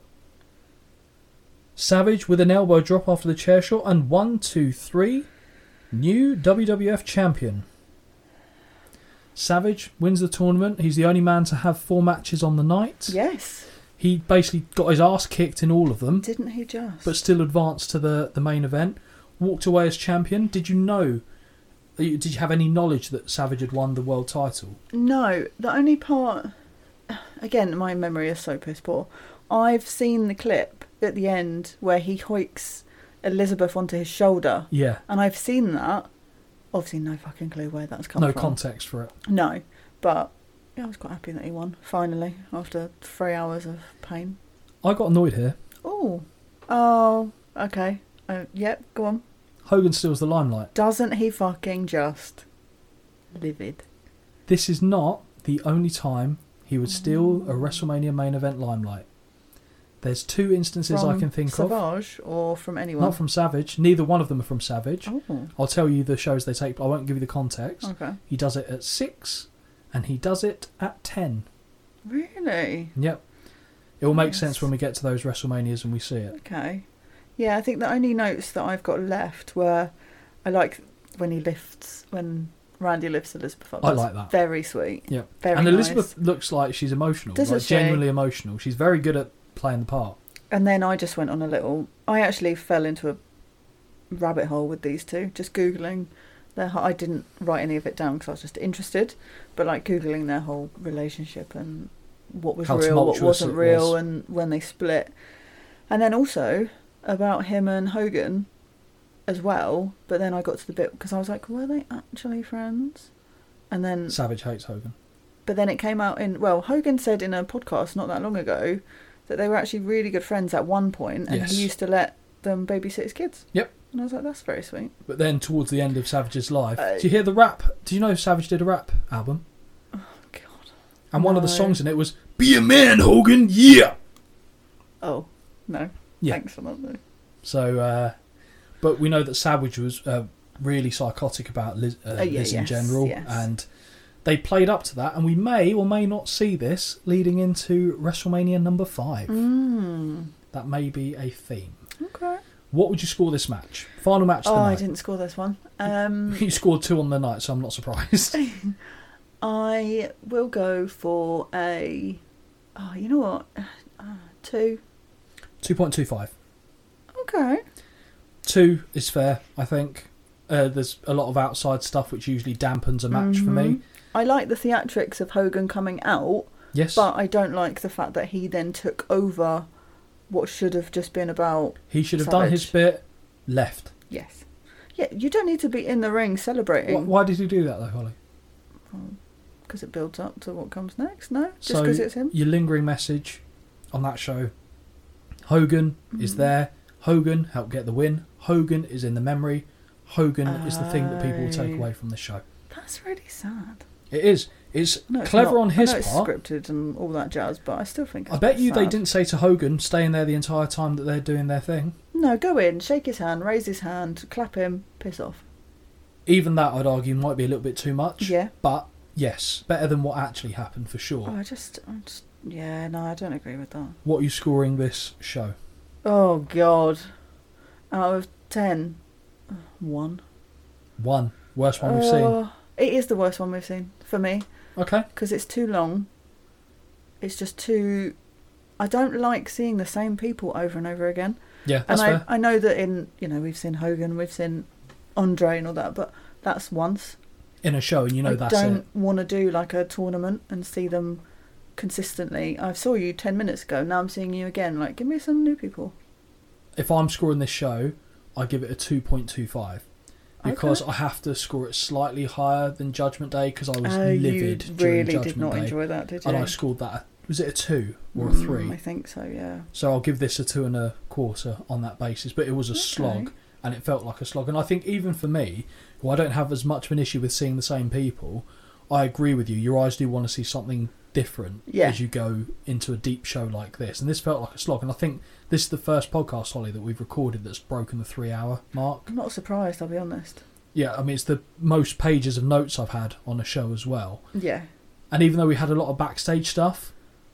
[SPEAKER 1] Savage with an elbow drop after the chair shot, and one, two, three, new WWF champion. Savage wins the tournament. He's the only man to have four matches on the night.
[SPEAKER 3] Yes.
[SPEAKER 1] He basically got his ass kicked in all of them,
[SPEAKER 3] Didn't he just?
[SPEAKER 1] but still advanced to the, the main event. Walked away as champion. Did you know? Did you have any knowledge that Savage had won the world title?
[SPEAKER 3] No, the only part. Again, my memory is so piss poor. I've seen the clip at the end where he hoiks Elizabeth onto his shoulder,
[SPEAKER 1] Yeah.
[SPEAKER 3] and I've seen that. Obviously, no fucking clue where that's come
[SPEAKER 1] No
[SPEAKER 3] from.
[SPEAKER 1] context for it.
[SPEAKER 3] No, but yeah, I was quite happy that he won finally after three hours of pain.
[SPEAKER 1] I got annoyed here.
[SPEAKER 3] Oh, oh, okay. Uh, yep, go on.
[SPEAKER 1] Hogan steals the limelight.
[SPEAKER 3] Doesn't he fucking just livid?
[SPEAKER 1] This is not the only time he would steal a WrestleMania main event limelight. There's two instances I
[SPEAKER 3] From
[SPEAKER 1] can think of.
[SPEAKER 3] Savage or from anyone?
[SPEAKER 1] Not from Savage. Neither one of them are from Savage.
[SPEAKER 3] Oh,
[SPEAKER 1] I'll tell you the shows they take, but I won't give you the context.
[SPEAKER 3] okay.
[SPEAKER 1] He does it at 6 and he does it at 10.
[SPEAKER 3] Really?
[SPEAKER 1] Yep. It will make
[SPEAKER 3] Nice.
[SPEAKER 1] sense when we get to those WrestleManias and we see it.
[SPEAKER 3] Okay. Yeah, I think the only notes that I've got left were I like when he lifts, when Randy lifts Elizabeth up.
[SPEAKER 1] I
[SPEAKER 3] That's
[SPEAKER 1] like that.
[SPEAKER 3] Very sweet.
[SPEAKER 1] Yeah.
[SPEAKER 3] Very
[SPEAKER 1] and
[SPEAKER 3] nice.
[SPEAKER 1] Elizabeth looks like she's emotional,
[SPEAKER 3] Doesn't
[SPEAKER 1] like
[SPEAKER 3] she?
[SPEAKER 1] genuinely emotional. She's very good at playing the part.
[SPEAKER 3] And then I just went on a little. I actually fell into a rabbit hole with these two, just googling their. whole- I didn't write any of it down because I was just interested, but like googling their whole relationship and what was
[SPEAKER 1] How
[SPEAKER 3] real, what
[SPEAKER 1] tumultuous
[SPEAKER 3] wasn't
[SPEAKER 1] it
[SPEAKER 3] real,
[SPEAKER 1] was.
[SPEAKER 3] and when they split, and then also about him and Hogan as well. But then I got to the bit because I was like, were they actually friends? And then
[SPEAKER 1] Savage hates Hogan.
[SPEAKER 3] but then it came out in well, Hogan said in a podcast not that long ago that they were actually really good friends at one point, and
[SPEAKER 1] Yes.
[SPEAKER 3] he used to let them babysit his kids.
[SPEAKER 1] Yep.
[SPEAKER 3] And I was like, that's very sweet.
[SPEAKER 1] But then towards the end of Savage's life,
[SPEAKER 3] Uh,
[SPEAKER 1] do you hear the rap? Do you know Savage did a rap album?
[SPEAKER 3] Oh, God.
[SPEAKER 1] And one of the
[SPEAKER 3] No.
[SPEAKER 1] songs in it was
[SPEAKER 2] Be a man, Hogan. Yeah.
[SPEAKER 3] Oh no.
[SPEAKER 1] Yeah.
[SPEAKER 3] Thanks for that. Though.
[SPEAKER 1] so. Uh, but we know that Savage was uh, really psychotic about Liz, uh,
[SPEAKER 3] Oh, yeah,
[SPEAKER 1] Liz in
[SPEAKER 3] yes,
[SPEAKER 1] general,
[SPEAKER 3] yes.
[SPEAKER 1] and they played up to that. And we may or may not see this leading into WrestleMania number five.
[SPEAKER 3] Mm.
[SPEAKER 1] That may be a theme.
[SPEAKER 3] Okay.
[SPEAKER 1] What would you score this match? Final match
[SPEAKER 3] Oh, I
[SPEAKER 1] tonight.
[SPEAKER 3] didn't score this one. Um,
[SPEAKER 1] You scored two on the night, so I'm not surprised.
[SPEAKER 3] I will go for a. Oh, you know what? Uh, two.
[SPEAKER 1] Two point two five.
[SPEAKER 3] Okay.
[SPEAKER 1] Two is fair, I think. Uh, there's a lot of outside stuff which usually dampens a match for me.
[SPEAKER 3] Mhm. I like the theatrics of Hogan coming out,
[SPEAKER 1] Yes,
[SPEAKER 3] But I don't like the fact that he then took over what should have just been about.
[SPEAKER 1] he should have done
[SPEAKER 3] Savage.
[SPEAKER 1] his bit, left.
[SPEAKER 3] Yes. Yeah, you don't need to be in the ring
[SPEAKER 1] Why,
[SPEAKER 3] celebrating
[SPEAKER 1] why did he do that though, Holly?
[SPEAKER 3] because because it builds up to what comes next. No, just
[SPEAKER 1] So-
[SPEAKER 3] because it's him.
[SPEAKER 1] Your lingering message on that show Hogan
[SPEAKER 3] Mm-hmm.
[SPEAKER 1] is there. Hogan helped get the win. Hogan is in the memory. Hogan is the thing that people will take
[SPEAKER 3] Oh.
[SPEAKER 1] away from the show.
[SPEAKER 3] That's really sad.
[SPEAKER 1] It is. It's
[SPEAKER 3] I know it's
[SPEAKER 1] clever
[SPEAKER 3] not-
[SPEAKER 1] on his
[SPEAKER 3] I know it's
[SPEAKER 1] part.
[SPEAKER 3] scripted and all that jazz, but I still think. It's
[SPEAKER 1] I bet you they
[SPEAKER 3] sad.
[SPEAKER 1] didn't say to Hogan, staying there the entire time that they're doing their thing.
[SPEAKER 3] No, go in, shake his hand, raise his hand, clap him, piss off.
[SPEAKER 1] Even that, I'd argue, might be a little bit too much.
[SPEAKER 3] Yeah.
[SPEAKER 1] But yes, better than what actually happened for sure.
[SPEAKER 3] Oh, I just, I just, yeah, no, I don't agree with that.
[SPEAKER 1] What are you scoring this show?
[SPEAKER 3] Oh God, out of ten, uh, one.
[SPEAKER 1] One. Worst one we've seen.
[SPEAKER 3] Oh, It is the worst one we've seen for me
[SPEAKER 1] Okay.
[SPEAKER 3] because it's too long. It's just too. I don't like seeing the same people over and over again.
[SPEAKER 1] Yeah, that's
[SPEAKER 3] and I,
[SPEAKER 1] fair.
[SPEAKER 3] I know that in you know we've seen Hogan, we've seen Andre and all that, but that's once.
[SPEAKER 1] In a show, and you know
[SPEAKER 3] I
[SPEAKER 1] that's
[SPEAKER 3] don't
[SPEAKER 1] it.
[SPEAKER 3] want to do like a tournament and see them consistently. I saw you ten minutes ago. Now I'm seeing you again. Like, give me some new people.
[SPEAKER 1] If I'm scoring this show, I give it a 2.25 because I have to score it slightly higher than Judgment Day because I was
[SPEAKER 3] Oh,
[SPEAKER 1] livid
[SPEAKER 3] you
[SPEAKER 1] during
[SPEAKER 3] really
[SPEAKER 1] Judgment
[SPEAKER 3] did not
[SPEAKER 1] Day.
[SPEAKER 3] enjoy that, did you?
[SPEAKER 1] and I scored that. a- Was it a two or a
[SPEAKER 3] Mm,
[SPEAKER 1] three?
[SPEAKER 3] I think so. Yeah.
[SPEAKER 1] So I'll give this a two and a quarter on that basis. But it was a slog, and it felt like a slog. And I think even for me, who I don't have as much of an issue with seeing the same people, I agree with you. Your eyes do want to see something different
[SPEAKER 3] Yeah.
[SPEAKER 1] as you go into a deep show like this. And this felt like a slog. And I think this is the first podcast, Holly, that we've recorded that's broken the three-hour mark.
[SPEAKER 3] I'm not surprised. I'll be honest.
[SPEAKER 1] Yeah, I mean it's the most pages of notes I've had on a show as well.
[SPEAKER 3] Yeah.
[SPEAKER 1] And even though we had a lot of backstage stuff,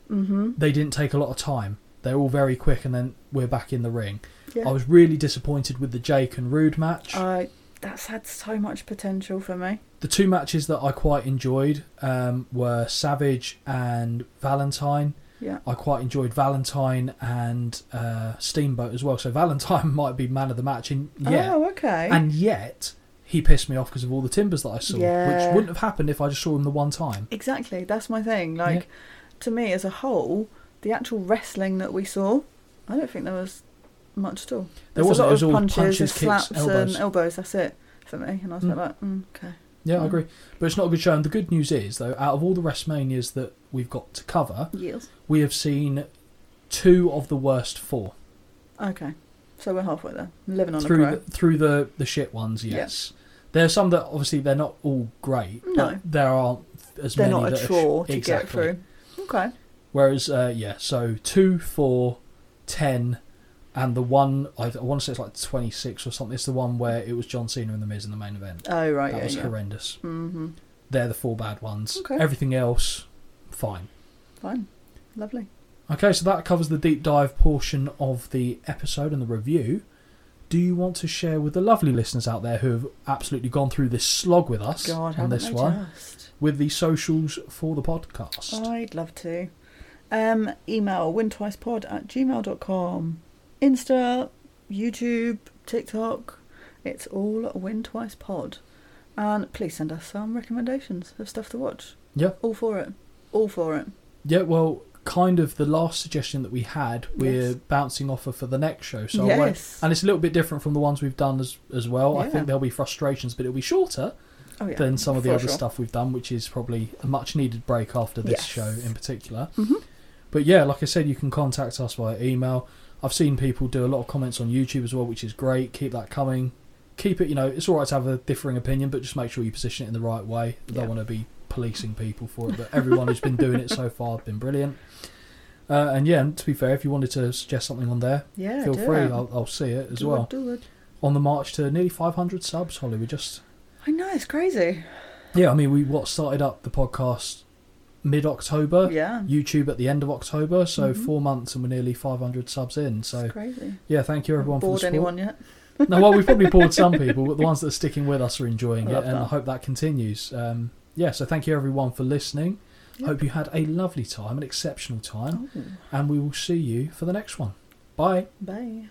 [SPEAKER 3] Mm-hmm.
[SPEAKER 1] they didn't take a lot of time. They're all very quick, and then we're back in the ring.
[SPEAKER 3] Yeah. Uh.
[SPEAKER 1] I was really disappointed with the Jake and Rude match.
[SPEAKER 3] I. That's had so much potential for me.
[SPEAKER 1] the two matches that I quite enjoyed um, were Savage and Valentine.
[SPEAKER 3] Yeah.
[SPEAKER 1] I quite enjoyed Valentine and uh, Steamboat as well. So Valentine might be man of the match, and yeah,
[SPEAKER 3] Oh, okay.
[SPEAKER 1] and yet he pissed me off because of all the timbers that I saw,
[SPEAKER 3] Yeah.
[SPEAKER 1] which wouldn't have happened if I just saw him the one time.
[SPEAKER 3] Exactly, that's my thing. Like, to me as a whole, the actual wrestling that we saw, I don't think there was much at all.
[SPEAKER 1] There
[SPEAKER 3] There's
[SPEAKER 1] wasn't.
[SPEAKER 3] a
[SPEAKER 1] It
[SPEAKER 3] lot
[SPEAKER 1] was
[SPEAKER 3] of
[SPEAKER 1] all
[SPEAKER 3] punches,
[SPEAKER 1] punches,
[SPEAKER 3] and
[SPEAKER 1] kicks,
[SPEAKER 3] slaps,
[SPEAKER 1] elbows.
[SPEAKER 3] and elbows. That's it for me. And I was a bit
[SPEAKER 1] Mm.
[SPEAKER 3] like, mm, okay,
[SPEAKER 1] Yeah, I
[SPEAKER 3] Mm.
[SPEAKER 1] agree. But it's not a good show. And the good news is, though, out of all the WrestleManias that we've got to cover,
[SPEAKER 3] yes,
[SPEAKER 1] we have seen two of the worst four
[SPEAKER 3] okay. So we're halfway there. Living on
[SPEAKER 1] through
[SPEAKER 3] a
[SPEAKER 1] the,
[SPEAKER 3] prayer.
[SPEAKER 1] through the the shit ones.
[SPEAKER 3] Yeah.
[SPEAKER 1] Yes, there are some that obviously they're not all great.
[SPEAKER 3] No.
[SPEAKER 1] but there aren't as
[SPEAKER 3] They're
[SPEAKER 1] many
[SPEAKER 3] not
[SPEAKER 1] that
[SPEAKER 3] a chore
[SPEAKER 1] are sh-
[SPEAKER 3] to
[SPEAKER 1] exactly.
[SPEAKER 3] get through. Okay,
[SPEAKER 1] Whereas, uh, yeah, so two, four, ten, and the one I, I want to say it's like twenty six or something. It's the one where it was John Cena and the Miz in the main event.
[SPEAKER 3] oh right,
[SPEAKER 1] That was
[SPEAKER 3] yeah, yeah.
[SPEAKER 1] horrendous.
[SPEAKER 3] Mm-hmm.
[SPEAKER 1] They're the four bad ones.
[SPEAKER 3] Okay.
[SPEAKER 1] Everything else, fine.
[SPEAKER 3] Fine, lovely.
[SPEAKER 1] Okay, so that covers the deep dive portion of the episode and the review. Do you want to share with the lovely listeners out there who have absolutely gone through this slog with us
[SPEAKER 3] God,
[SPEAKER 1] on
[SPEAKER 3] haven't
[SPEAKER 1] this
[SPEAKER 3] they
[SPEAKER 1] one,
[SPEAKER 3] just?
[SPEAKER 1] with the socials for the podcast?
[SPEAKER 3] I'd love to. Um, email wintwicepod at gmail.com. Insta, YouTube, TikTok. It's all wintwicepod. And please send us some recommendations of stuff to watch.
[SPEAKER 1] Yeah.
[SPEAKER 3] All for it. All for it.
[SPEAKER 1] yeah, well, kind of the last suggestion that we had, we're
[SPEAKER 3] Yes.
[SPEAKER 1] bouncing off of for the next show. So I won't-
[SPEAKER 3] yes.
[SPEAKER 1] and it's a little bit different from the ones we've done as as well. I
[SPEAKER 3] Yeah.
[SPEAKER 1] think there'll be frustrations, but it'll be shorter
[SPEAKER 3] oh, yeah.
[SPEAKER 1] than some of the
[SPEAKER 3] for
[SPEAKER 1] other
[SPEAKER 3] sure.
[SPEAKER 1] stuff we've done, which is probably a much needed break after this
[SPEAKER 3] Yes.
[SPEAKER 1] show in particular.
[SPEAKER 3] Mhm.
[SPEAKER 1] But yeah, like I said, you can contact us via email. I've seen people do a lot of comments on YouTube as well, which is great. Keep that coming. Keep it, you know, it's all right to have a differing opinion, but just make sure you position it in the right way. I don't
[SPEAKER 3] Yeah.
[SPEAKER 1] want to be policing people for it, but everyone who's been doing it so far has been brilliant. Uh, and yeah, and to be fair, if you wanted to suggest something on there,
[SPEAKER 3] Yeah,
[SPEAKER 1] feel
[SPEAKER 3] do
[SPEAKER 1] free.
[SPEAKER 3] it.
[SPEAKER 1] I'll, I'll see it as
[SPEAKER 3] Do it,
[SPEAKER 1] well.
[SPEAKER 3] do it.
[SPEAKER 1] On the march to nearly 500 subs, Holly. We just
[SPEAKER 3] I know, it's crazy.
[SPEAKER 1] yeah, I mean, we what started up the podcast mid October,
[SPEAKER 3] yeah.
[SPEAKER 1] YouTube at the end of October, so
[SPEAKER 3] Mhm.
[SPEAKER 1] four months and we're nearly 500 subs in. So
[SPEAKER 3] It's crazy.
[SPEAKER 1] yeah, thank you everyone for the
[SPEAKER 3] Bored
[SPEAKER 1] support.
[SPEAKER 3] anyone yet?
[SPEAKER 1] no, well, we've probably bored some people, but the ones that are sticking with us are enjoying
[SPEAKER 3] I
[SPEAKER 1] it,
[SPEAKER 3] love
[SPEAKER 1] and I
[SPEAKER 3] that.
[SPEAKER 1] hope that continues. Um, yeah, so thank you everyone for listening.
[SPEAKER 3] Yep.
[SPEAKER 1] Hope you had a lovely time, an exceptional time,
[SPEAKER 3] Oh,
[SPEAKER 1] and we will see you for the next one. Bye.
[SPEAKER 3] bye.